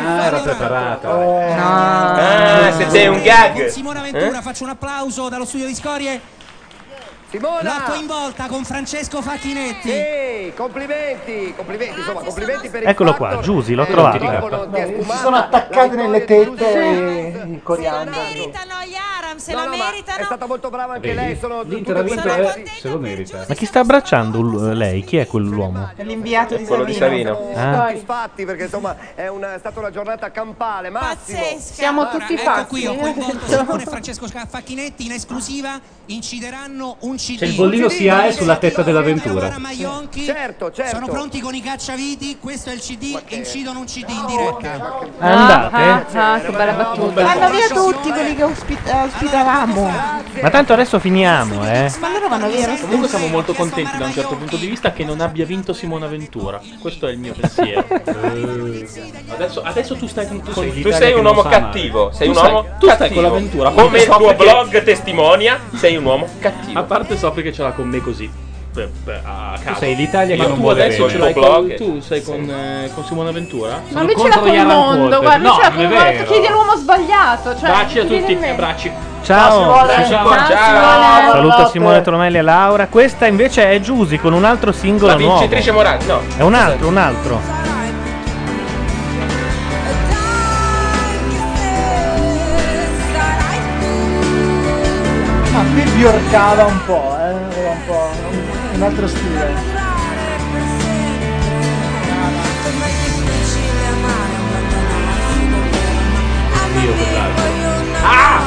[SPEAKER 2] Ah, era preparata.
[SPEAKER 7] Oh.
[SPEAKER 3] Ah, se sei un gag.
[SPEAKER 8] Con Simona Ventura
[SPEAKER 3] Eh?
[SPEAKER 8] faccio un applauso dallo studio di Scorie. Simona! L'otto in volta con Francesco Facchinetti.
[SPEAKER 15] complimenti, complimenti, insomma, complimenti per il
[SPEAKER 1] Eccolo qua, Giusy,
[SPEAKER 3] eh,
[SPEAKER 1] l'ho trovato.
[SPEAKER 28] No, si sono attaccati nelle tette e i coriandoli.
[SPEAKER 15] se la meritano. È stata molto brava anche
[SPEAKER 1] Vedi?
[SPEAKER 15] lei, sono
[SPEAKER 2] L'intervento è. se lo merita.
[SPEAKER 1] Ma chi sta abbracciando l- lei? Chi è quell'uomo?
[SPEAKER 15] È l'inviato
[SPEAKER 1] di Quello di Savino. Savino. Ah.
[SPEAKER 15] soddisfatti perché insomma è, una- è stata una giornata campale, massimo.
[SPEAKER 7] Siamo tutti
[SPEAKER 8] Ecco
[SPEAKER 7] pazzi.
[SPEAKER 8] qui, ho coinvolto Simone e Francesco Facchinetti in esclusiva incideranno un CD.
[SPEAKER 2] C'è il bollino
[SPEAKER 8] sia
[SPEAKER 2] SIAE sulla testa dell'avventura.
[SPEAKER 15] Certo, certo.
[SPEAKER 8] Sono pronti con i cacciaviti, questo è il CD, incidono un CD in diretta.
[SPEAKER 1] Andate.
[SPEAKER 10] Ah,
[SPEAKER 6] che bella battuta.
[SPEAKER 10] Vanno via tutti quelli che ospi- eh, ospitavamo. Ma
[SPEAKER 1] Ma tanto adesso finiamo, eh.
[SPEAKER 10] loro vanno via. lo
[SPEAKER 30] Comunque siamo molto contenti da un certo punto di vista che non abbia vinto Simona Ventura. Questo è il mio pensiero. adesso, adesso tu stai con tu sei,
[SPEAKER 3] Eh. Tu sei un uomo cattivo.
[SPEAKER 30] Tu
[SPEAKER 3] Sei un
[SPEAKER 30] stai-
[SPEAKER 3] uomo
[SPEAKER 30] tu stai
[SPEAKER 3] cattivo.
[SPEAKER 30] con l'avventura.
[SPEAKER 3] Come il
[SPEAKER 30] So
[SPEAKER 3] tuo
[SPEAKER 30] perché-
[SPEAKER 3] blog testimonia, sei un uomo cattivo.
[SPEAKER 30] A parte so perché ce l'ha con me così. per- per- a caso.
[SPEAKER 2] sei l'Italia
[SPEAKER 30] Ma
[SPEAKER 2] che non
[SPEAKER 30] tu
[SPEAKER 2] vuole
[SPEAKER 30] adesso
[SPEAKER 2] bene.
[SPEAKER 30] ce l'hai
[SPEAKER 2] Col tuo
[SPEAKER 30] con,
[SPEAKER 2] blog.
[SPEAKER 30] tu sei con, eh, con Simona Ventura?
[SPEAKER 7] Ma lui ce l'ha col mondo, guarda, lui ce l'ha col mondo. Chiedi all'uomo sbagliato. Cioè,
[SPEAKER 30] Baci a
[SPEAKER 7] ti viene
[SPEAKER 30] tutti,
[SPEAKER 7] in mente.
[SPEAKER 30] abbracci.
[SPEAKER 1] Ciao.
[SPEAKER 3] Simone. Ciao, Simone.
[SPEAKER 1] Saluta Simone Tromelli e Laura. Questa invece è Giusy con un altro singolo
[SPEAKER 3] La vincitrice
[SPEAKER 1] nuovo.
[SPEAKER 3] Morandi, no.
[SPEAKER 1] È un altro, un altro.
[SPEAKER 28] Ma qui Ah, biorcava un po', eh, era un po' un- un altro stile.
[SPEAKER 2] Dio, che bravo. Ah!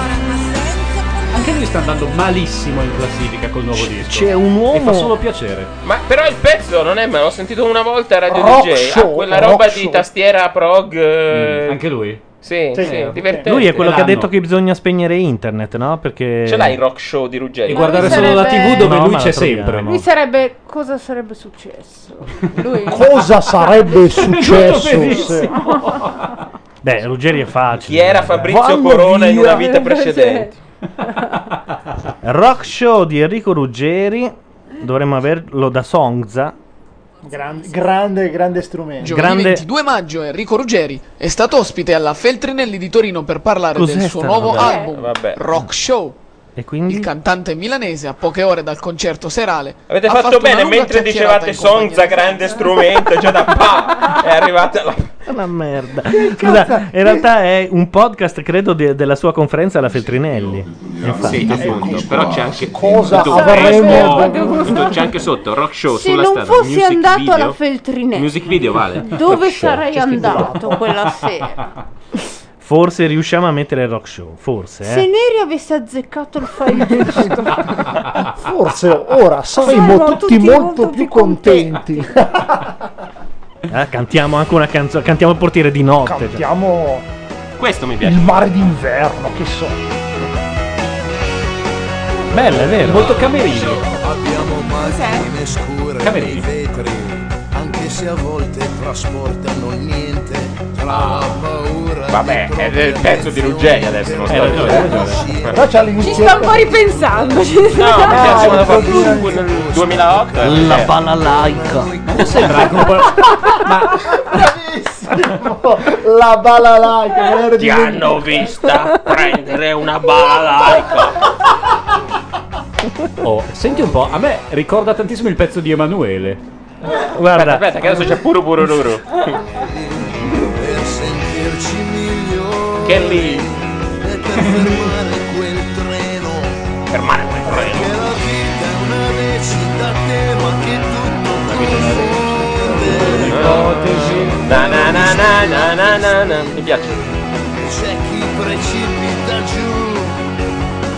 [SPEAKER 2] Anche lui sta andando malissimo in classifica col nuovo disco.
[SPEAKER 1] c'è un uomo-
[SPEAKER 2] E fa solo piacere.
[SPEAKER 3] Ma però il pezzo non è male, l'ho sentito una volta a Radio
[SPEAKER 2] Rock
[SPEAKER 3] DJ, ha
[SPEAKER 2] show,
[SPEAKER 3] quella
[SPEAKER 2] rock
[SPEAKER 3] roba di
[SPEAKER 2] show.
[SPEAKER 3] tastiera prog. anche
[SPEAKER 2] lui?
[SPEAKER 3] Sì, sì,
[SPEAKER 2] Sì, ok.
[SPEAKER 3] divertente.
[SPEAKER 1] Lui è quello che ha detto che bisogna spegnere internet, no? Perché
[SPEAKER 3] Ce l'hai il rock show di Ruggeri?
[SPEAKER 1] E guardare Ma lui solo la sarebbe- TV dove lui
[SPEAKER 3] ma
[SPEAKER 1] c'è
[SPEAKER 3] la troviamo.
[SPEAKER 1] sempre, no?
[SPEAKER 7] Lui sarebbe. Cosa sarebbe successo? Lui.
[SPEAKER 28] Cosa sarebbe successo
[SPEAKER 1] benissimo.
[SPEAKER 28] se...
[SPEAKER 1] Beh, Ruggeri è facile.
[SPEAKER 3] Chi era Fabrizio
[SPEAKER 1] Vanno
[SPEAKER 3] Corona in
[SPEAKER 1] via.
[SPEAKER 3] una vita precedente?
[SPEAKER 1] Rock show di Enrico Ruggeri. Dovremmo averlo da Songza.
[SPEAKER 28] Grande, grande, grande strumento.
[SPEAKER 30] Giovedì 22 maggio Enrico Ruggeri è stato ospite alla Feltrinelli di Torino per parlare
[SPEAKER 1] Cos'è
[SPEAKER 30] del suo
[SPEAKER 1] sta
[SPEAKER 30] nuovo
[SPEAKER 1] roba?
[SPEAKER 3] Eh,
[SPEAKER 30] album Rock Show.
[SPEAKER 1] Il
[SPEAKER 30] cantante milanese a poche ore dal concerto serale
[SPEAKER 3] Avete
[SPEAKER 30] ha
[SPEAKER 3] fatto,
[SPEAKER 30] fatto una
[SPEAKER 3] bene
[SPEAKER 30] lunga
[SPEAKER 3] mentre
[SPEAKER 30] chiacchierata
[SPEAKER 3] dicevate
[SPEAKER 30] in compagnia
[SPEAKER 3] Sonza, grande strumento, già da pa! È arrivata la.
[SPEAKER 1] Una merda. Scusa, in realtà è un podcast, credo, de- della sua conferenza alla Feltrinelli. Infatti.
[SPEAKER 3] Sì,
[SPEAKER 30] Eh,
[SPEAKER 3] appunto, però c'è anche
[SPEAKER 28] Ecco. Cosa
[SPEAKER 3] tutto
[SPEAKER 28] avremmo
[SPEAKER 3] questo,
[SPEAKER 28] dovuto-
[SPEAKER 3] tutto c'è anche sotto rock show
[SPEAKER 7] Se
[SPEAKER 3] Cioè, sulla
[SPEAKER 7] non
[SPEAKER 3] strada,
[SPEAKER 7] fossi
[SPEAKER 3] music
[SPEAKER 7] andato
[SPEAKER 3] video,
[SPEAKER 7] alla Feltrinelli,
[SPEAKER 3] music video Cioè, vale.
[SPEAKER 7] dove sarei andato quella sera?
[SPEAKER 1] Forse riusciamo a mettere il rock show. Forse,
[SPEAKER 7] Se
[SPEAKER 1] eh.
[SPEAKER 7] Neri avesse azzeccato il file disco,
[SPEAKER 28] Forse ora saremmo
[SPEAKER 7] Saremmo tutti
[SPEAKER 28] tutti, molto più contenti.
[SPEAKER 1] Eh, Cantiamo anche una canzone. Cantiamo il portiere di notte.
[SPEAKER 28] Cantiamo
[SPEAKER 3] Questo mi
[SPEAKER 28] il mare d'inverno, che so.
[SPEAKER 1] Bella, è vero.
[SPEAKER 2] Molto camerino.
[SPEAKER 10] Abbiamo macchine scure
[SPEAKER 2] Camerini.
[SPEAKER 10] nei vetri, anche se a volte trasportano niente tra la
[SPEAKER 1] Ah.
[SPEAKER 10] paura.
[SPEAKER 3] Vabbè, è del pezzo di Ruggeri adesso, non sto
[SPEAKER 28] Però c'ha
[SPEAKER 7] ci
[SPEAKER 28] l'inizio.
[SPEAKER 7] sto un po' ripensando. ci sto-
[SPEAKER 3] No, perché siamo da fare nel 2008 eh,
[SPEAKER 1] La
[SPEAKER 3] eh.
[SPEAKER 1] palla laica.
[SPEAKER 28] La balalaica,
[SPEAKER 3] Ti hanno vista prendere una ecco. balaica.
[SPEAKER 2] Oh, senti un po', a me ricorda tantissimo il pezzo di Emanuele.
[SPEAKER 3] Guarda, aspetta, che adesso c'è puro puro loro.
[SPEAKER 10] Per sentirci migliori.
[SPEAKER 3] Kelly.
[SPEAKER 10] E per fermare quel treno.
[SPEAKER 3] Fermare quel treno.
[SPEAKER 10] Che la vita è una recita a te, ma che tutto confonde.
[SPEAKER 3] Na na na na na na na na. Mi piace.
[SPEAKER 10] C'è chi precipita giù.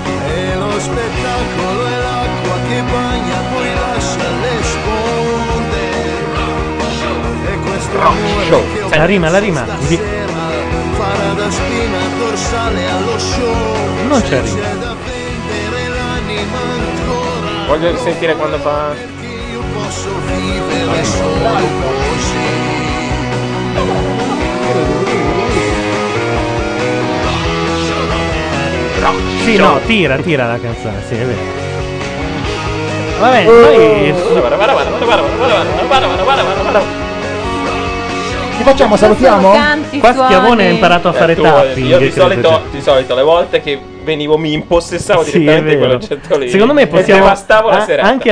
[SPEAKER 10] E lo spettacolo è l'acqua che bagna, poi lascia le sponde. E questo amore che ho
[SPEAKER 1] La rima, la rima. Di-
[SPEAKER 10] Farà da spina dorsale allo show.
[SPEAKER 1] Non c'è rima.
[SPEAKER 10] C'è da vendere l'anima ancora.
[SPEAKER 3] Voglio sentire quando fa.
[SPEAKER 10] Io posso vivere solo così.
[SPEAKER 1] Sì,
[SPEAKER 3] diciamo
[SPEAKER 1] no, tira, tira la canzone. Sì, è vero. Va bene,
[SPEAKER 3] Uh,
[SPEAKER 1] noi-
[SPEAKER 3] Guarda, guarda, guarda, guarda, guarda, guarda, guarda, guarda, guarda, guarda, guarda.
[SPEAKER 28] Che facciamo? Salutiamo?
[SPEAKER 1] Qua Schiavone ha imparato a
[SPEAKER 3] Eh,
[SPEAKER 1] fare
[SPEAKER 3] tu,
[SPEAKER 1] tapping.
[SPEAKER 3] Io di
[SPEAKER 1] credo, cioè.
[SPEAKER 3] solito, di solito, le volte che venivo mi impossessavo
[SPEAKER 1] Sì,
[SPEAKER 3] direttamente
[SPEAKER 1] è vero.
[SPEAKER 3] quell'oggetto lì.
[SPEAKER 1] Secondo me
[SPEAKER 3] E
[SPEAKER 1] possiamo Ah,
[SPEAKER 3] devastavo la
[SPEAKER 1] a-
[SPEAKER 3] serata.
[SPEAKER 1] anche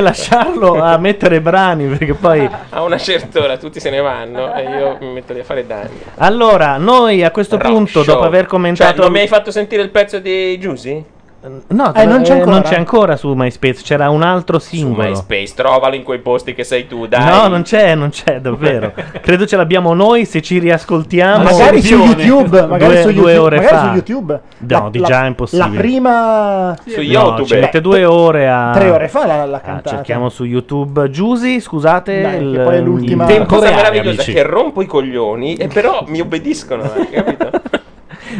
[SPEAKER 1] lasciarlo a mettere brani perché poi
[SPEAKER 3] A una certa ora tutti se ne vanno e io mi metto lì a fare danni.
[SPEAKER 1] Allora, noi a questo punto dopo aver
[SPEAKER 3] Cioè,
[SPEAKER 1] commentato
[SPEAKER 3] non mi hai fatto sentire il pezzo di Giusy?
[SPEAKER 1] No,
[SPEAKER 3] Eh, non c'è
[SPEAKER 1] eh,
[SPEAKER 3] ancora.
[SPEAKER 1] non c'è ancora su MySpace, c'era un altro singolo.
[SPEAKER 3] MySpace, trovalo in quei posti che sei tu, dai.
[SPEAKER 1] No, non c'è, non c'è davvero. Credo ce l'abbiamo noi se ci riascoltiamo.
[SPEAKER 28] magari su YouTube, magari
[SPEAKER 1] due,
[SPEAKER 28] su
[SPEAKER 1] due
[SPEAKER 28] YouTube,
[SPEAKER 1] ore
[SPEAKER 28] magari
[SPEAKER 1] fa.
[SPEAKER 28] su YouTube.
[SPEAKER 1] Ah. No, di già è impossibile.
[SPEAKER 28] La prima
[SPEAKER 1] No, ci mette due ore a
[SPEAKER 28] tre ore fa la, la
[SPEAKER 1] Ah,
[SPEAKER 28] cantata.
[SPEAKER 1] cerchiamo su YouTube Giusy, scusate,
[SPEAKER 28] Dai, che
[SPEAKER 1] il,
[SPEAKER 28] poi è l'ultima-
[SPEAKER 1] il
[SPEAKER 3] Che
[SPEAKER 1] tempo
[SPEAKER 3] cosa
[SPEAKER 1] reale,
[SPEAKER 3] meravigliosa
[SPEAKER 1] amici.
[SPEAKER 3] che rompo i coglioni e però mi obbediscono. eh, capito?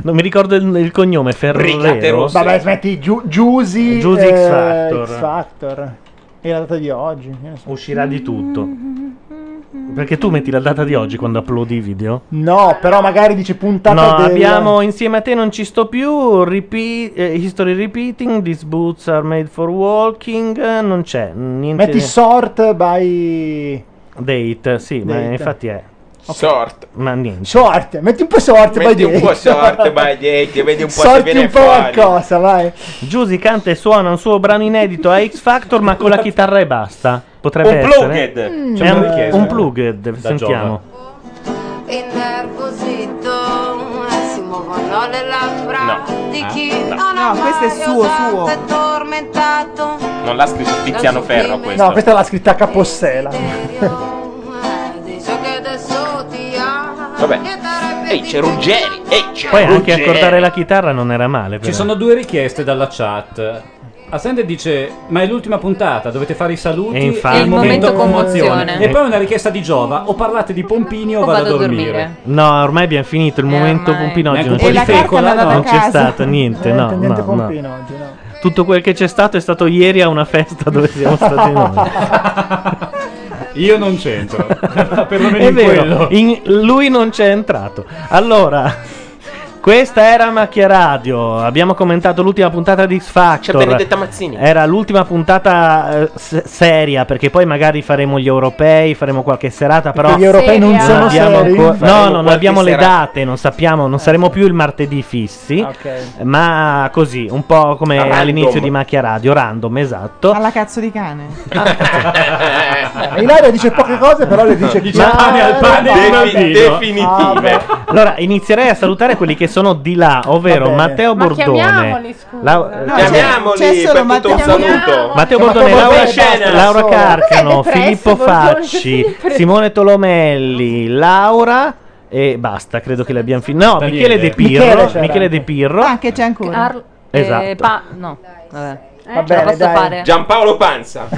[SPEAKER 1] Non mi ricordo il, il cognome,
[SPEAKER 3] Brigate
[SPEAKER 1] Ferrero.
[SPEAKER 3] Rosse.
[SPEAKER 28] Vabbè, smetti Giu- Giusy,
[SPEAKER 1] Giusy X
[SPEAKER 28] eh,
[SPEAKER 1] Factor.
[SPEAKER 28] X Factor. E la data di oggi. che ne so.
[SPEAKER 1] Uscirà di tutto. Perché tu metti la data di oggi quando uploadi i video?
[SPEAKER 28] No, però magari dice puntata
[SPEAKER 1] No,
[SPEAKER 28] del-
[SPEAKER 1] abbiamo insieme a te non ci sto più, repeat- eh, history repeating, these boots are made for walking, eh, non c'è niente
[SPEAKER 28] Metti sort by
[SPEAKER 1] date, sì, ma
[SPEAKER 28] Date.
[SPEAKER 1] infatti è
[SPEAKER 27] Sort.
[SPEAKER 1] Ma niente.
[SPEAKER 28] Sorte, metti un po' sorte, vai
[SPEAKER 27] Metti un po' sorte, vai dietro, vedi un po' ecco. se viene fuori.
[SPEAKER 28] cosa, vai.
[SPEAKER 1] Giusy canta e suona un suo brano inedito a X Factor, ma con la chitarra e basta. Potrebbe
[SPEAKER 27] Unplugged.
[SPEAKER 1] essere.
[SPEAKER 27] Mm.
[SPEAKER 1] È
[SPEAKER 27] Ci hanno
[SPEAKER 1] un,
[SPEAKER 27] richiesto.
[SPEAKER 1] un plugged,
[SPEAKER 27] Da
[SPEAKER 1] sentiamo.
[SPEAKER 17] Innervosito eh, si muovono le labbra
[SPEAKER 3] No.
[SPEAKER 17] di
[SPEAKER 3] Ah,
[SPEAKER 17] chi
[SPEAKER 3] no.
[SPEAKER 17] non
[SPEAKER 16] No,
[SPEAKER 17] ha
[SPEAKER 16] questo è
[SPEAKER 17] mai
[SPEAKER 16] suo,
[SPEAKER 17] osato
[SPEAKER 16] suo.
[SPEAKER 17] e tormentato
[SPEAKER 3] Non l'ha scritto Tiziano Ferro questo.
[SPEAKER 28] No, questa l'ha scritta Capossela.
[SPEAKER 17] di ciò che adesso ti ha.
[SPEAKER 3] Vabbè. Ehi, c'è Ruggeri. Ehi, c'è
[SPEAKER 1] Poi anche
[SPEAKER 2] Ruggeri.
[SPEAKER 1] accordare la chitarra non era male.
[SPEAKER 2] Ci
[SPEAKER 1] però.
[SPEAKER 2] sono due richieste dalla chat. Ascende dice: Ma è l'ultima puntata, dovete fare i saluti.
[SPEAKER 1] E infatti-
[SPEAKER 2] è
[SPEAKER 1] Il momento commozione.
[SPEAKER 2] E poi una richiesta di Giova: O parlate di Pompini o, vado, a dormire. Eh,
[SPEAKER 1] No, ormai abbiamo finito il momento Pompino oggi
[SPEAKER 2] Neanche
[SPEAKER 1] non
[SPEAKER 2] un po'
[SPEAKER 1] c'è
[SPEAKER 2] di
[SPEAKER 1] stato.
[SPEAKER 2] fecola,
[SPEAKER 1] non,
[SPEAKER 2] no?
[SPEAKER 1] c'è stato niente, no,
[SPEAKER 28] Niente, niente
[SPEAKER 1] no, no.
[SPEAKER 28] pompino oggi, no.
[SPEAKER 1] Tutto quel che c'è stato è stato ieri a una festa dove siamo stati noi.
[SPEAKER 2] Io non c'entro. Perlomeno
[SPEAKER 1] È
[SPEAKER 2] in
[SPEAKER 1] vero,
[SPEAKER 2] quello.
[SPEAKER 1] in- lui non c'è entrato. Allora, questa era Macchia Radio. Abbiamo commentato l'ultima puntata di X
[SPEAKER 3] C'è
[SPEAKER 1] Factor.
[SPEAKER 3] Benedetta Mazzini.
[SPEAKER 1] Era l'ultima puntata eh, se- seria, perché poi magari faremo gli europei, faremo qualche serata, però...
[SPEAKER 28] Perché gli europei non
[SPEAKER 1] Non
[SPEAKER 28] sono
[SPEAKER 1] abbiamo
[SPEAKER 28] seri.
[SPEAKER 1] ancora-
[SPEAKER 28] Faremo
[SPEAKER 1] no, no, non
[SPEAKER 28] qualche
[SPEAKER 1] abbiamo le
[SPEAKER 28] serata.
[SPEAKER 1] date, non sappiamo, non saremo più il martedì fissi,
[SPEAKER 16] Ok.
[SPEAKER 1] ma così, un po' come
[SPEAKER 16] Random.
[SPEAKER 1] all'inizio di Macchia Radio, random, esatto.
[SPEAKER 16] Alla cazzo di cane.
[SPEAKER 28] Ilaria dice poche cose, però le dice
[SPEAKER 1] Dice pane al pane di Naldino. Definitive. Ah, Allora, inizierei a salutare quelli che sono di là,
[SPEAKER 28] Va
[SPEAKER 1] ovvero
[SPEAKER 28] bene.
[SPEAKER 1] Matteo
[SPEAKER 28] Ma
[SPEAKER 1] Bordone.
[SPEAKER 28] chiamiamoli,
[SPEAKER 1] Laura-
[SPEAKER 28] No, c'è- Chiamiamoli, c'è solo per tutto un Matteo- saluto.
[SPEAKER 1] Matteo
[SPEAKER 27] Cioè,
[SPEAKER 28] Chiama
[SPEAKER 1] Bordone,
[SPEAKER 28] Matteo
[SPEAKER 1] Laura,
[SPEAKER 28] Bordone, basta,
[SPEAKER 1] Laura
[SPEAKER 28] solo.
[SPEAKER 1] Carcano,
[SPEAKER 28] Cos'è depresso,
[SPEAKER 1] Filippo
[SPEAKER 28] Bordone?
[SPEAKER 1] Facci,
[SPEAKER 28] Sempre.
[SPEAKER 1] Simone Tolomelli, Laura e basta, credo che le abbiamo finito. No,
[SPEAKER 16] Daniele.
[SPEAKER 1] Michele De Pirro,
[SPEAKER 16] Michele
[SPEAKER 1] Michele,
[SPEAKER 16] c'era
[SPEAKER 1] De Pirro.
[SPEAKER 16] Ah, che c'è ancora.
[SPEAKER 1] Esatto.
[SPEAKER 6] eh, pa- no. Vabbè. Eh,
[SPEAKER 16] Va
[SPEAKER 6] Ce la
[SPEAKER 16] bene,
[SPEAKER 6] posso
[SPEAKER 16] dai.
[SPEAKER 6] fare?
[SPEAKER 27] Giampaolo Panza.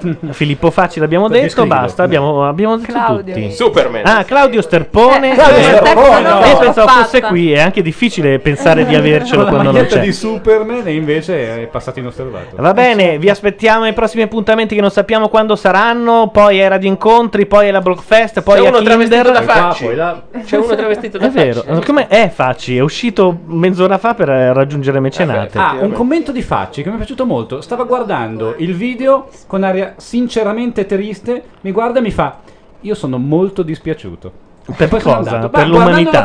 [SPEAKER 1] Filippo Facci l'abbiamo
[SPEAKER 27] Perché
[SPEAKER 1] detto,
[SPEAKER 27] scrivo?
[SPEAKER 1] basta, abbiamo, abbiamo detto
[SPEAKER 6] Claudio.
[SPEAKER 1] tutti.
[SPEAKER 27] Superman.
[SPEAKER 1] Ah, Claudio Sterpone.
[SPEAKER 27] Eh, Claudio
[SPEAKER 1] Eh,
[SPEAKER 27] Sterpone,
[SPEAKER 1] io
[SPEAKER 27] no.
[SPEAKER 1] pensavo
[SPEAKER 27] Fatta.
[SPEAKER 1] fosse qui, è anche difficile pensare di avercelo
[SPEAKER 2] Con la
[SPEAKER 1] quando non
[SPEAKER 2] maglietta
[SPEAKER 1] c'è.
[SPEAKER 2] di Superman e invece è passato inosservato.
[SPEAKER 1] Va bene, vi aspettiamo ai prossimi appuntamenti che non sappiamo quando saranno, poi ai Radio Incontri, poi alla Blockfest, poi
[SPEAKER 2] C'è
[SPEAKER 1] a
[SPEAKER 2] uno
[SPEAKER 1] Kinder.
[SPEAKER 2] travestito da Poi qua, Facci. poi là.
[SPEAKER 3] C'è uno travestito da
[SPEAKER 1] È vero, come è Facci? È uscito mezz'ora fa per eh, raggiungere Mecenate.
[SPEAKER 2] Ah, un commento di Facci che mi è piaciuto molto. Stava guardando il video con aria sinceramente triste. Mi guarda e mi fa: Io sono molto dispiaciuto.
[SPEAKER 1] Per
[SPEAKER 2] Poi sono
[SPEAKER 1] cosa?
[SPEAKER 2] andato,
[SPEAKER 1] Per
[SPEAKER 2] "Ma guardando
[SPEAKER 1] l'umanità?"
[SPEAKER 2] la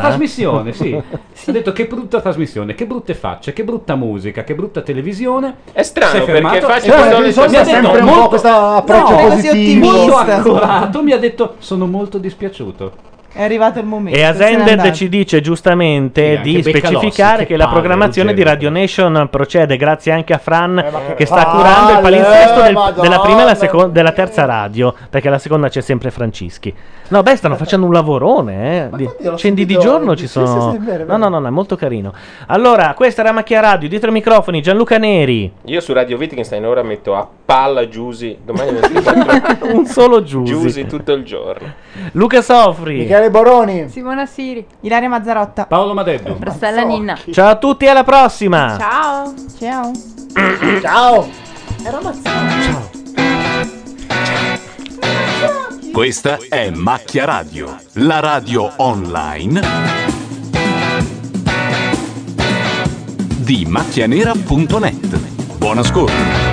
[SPEAKER 2] trasmissione, sì. Ha detto che brutta trasmissione, che brutte facce, che brutta musica, che brutta televisione.
[SPEAKER 3] È strano,
[SPEAKER 2] Si fermato
[SPEAKER 3] perché Facci
[SPEAKER 2] e poi
[SPEAKER 3] quando
[SPEAKER 2] mi
[SPEAKER 3] le
[SPEAKER 2] ha
[SPEAKER 3] trasmissioni
[SPEAKER 2] detto
[SPEAKER 3] sempre un po'
[SPEAKER 2] molto-
[SPEAKER 3] questo
[SPEAKER 16] approccio
[SPEAKER 2] no,
[SPEAKER 16] positivo.
[SPEAKER 2] Molto
[SPEAKER 16] ottimista.
[SPEAKER 2] accurato, mi ha detto sono molto dispiaciuto.
[SPEAKER 16] È arrivato il momento.
[SPEAKER 1] E
[SPEAKER 16] se n'è
[SPEAKER 1] Ascended
[SPEAKER 16] andato.
[SPEAKER 1] ci dice giustamente
[SPEAKER 2] Sì,
[SPEAKER 1] di
[SPEAKER 2] anche Beccalossi,
[SPEAKER 1] specificare
[SPEAKER 2] che
[SPEAKER 1] che la
[SPEAKER 2] palle,
[SPEAKER 28] eh,
[SPEAKER 1] programmazione di
[SPEAKER 2] Ruggero.
[SPEAKER 1] Radio Nation procede grazie anche a Fran che, sta
[SPEAKER 2] palle,
[SPEAKER 1] curando il palinsesto del-
[SPEAKER 2] Madonna.
[SPEAKER 1] della prima e la seco- della terza radio, perché la seconda c'è sempre Francischi. No, beh, stanno facendo un lavorone, eh. Di- Cendi di giorno ci
[SPEAKER 28] Sì, sì,
[SPEAKER 1] sono.
[SPEAKER 28] sì, è vero, è
[SPEAKER 1] No, no, no, no, è molto carino. Allora, questa era Macchia Radio, dietro i microfoni Gianluca Neri.
[SPEAKER 27] Io su Radio Wittgenstein ora metto a palla Giusy. Domani 24
[SPEAKER 1] Un solo Giusy.
[SPEAKER 27] Giusy tutto il giorno.
[SPEAKER 1] Luca Sofri.
[SPEAKER 28] Michele Boroni.
[SPEAKER 7] Simona Siri.
[SPEAKER 16] Ilaria Mazzarotta.
[SPEAKER 2] Paolo Madeddu.
[SPEAKER 7] Rossella Ninna.
[SPEAKER 1] Ciao a tutti e alla prossima.
[SPEAKER 7] Ciao.
[SPEAKER 16] Ciao.
[SPEAKER 28] Ciao.
[SPEAKER 16] Era
[SPEAKER 49] Questa è Macchia Radio, la radio online di macchianera.net. Buon ascolto.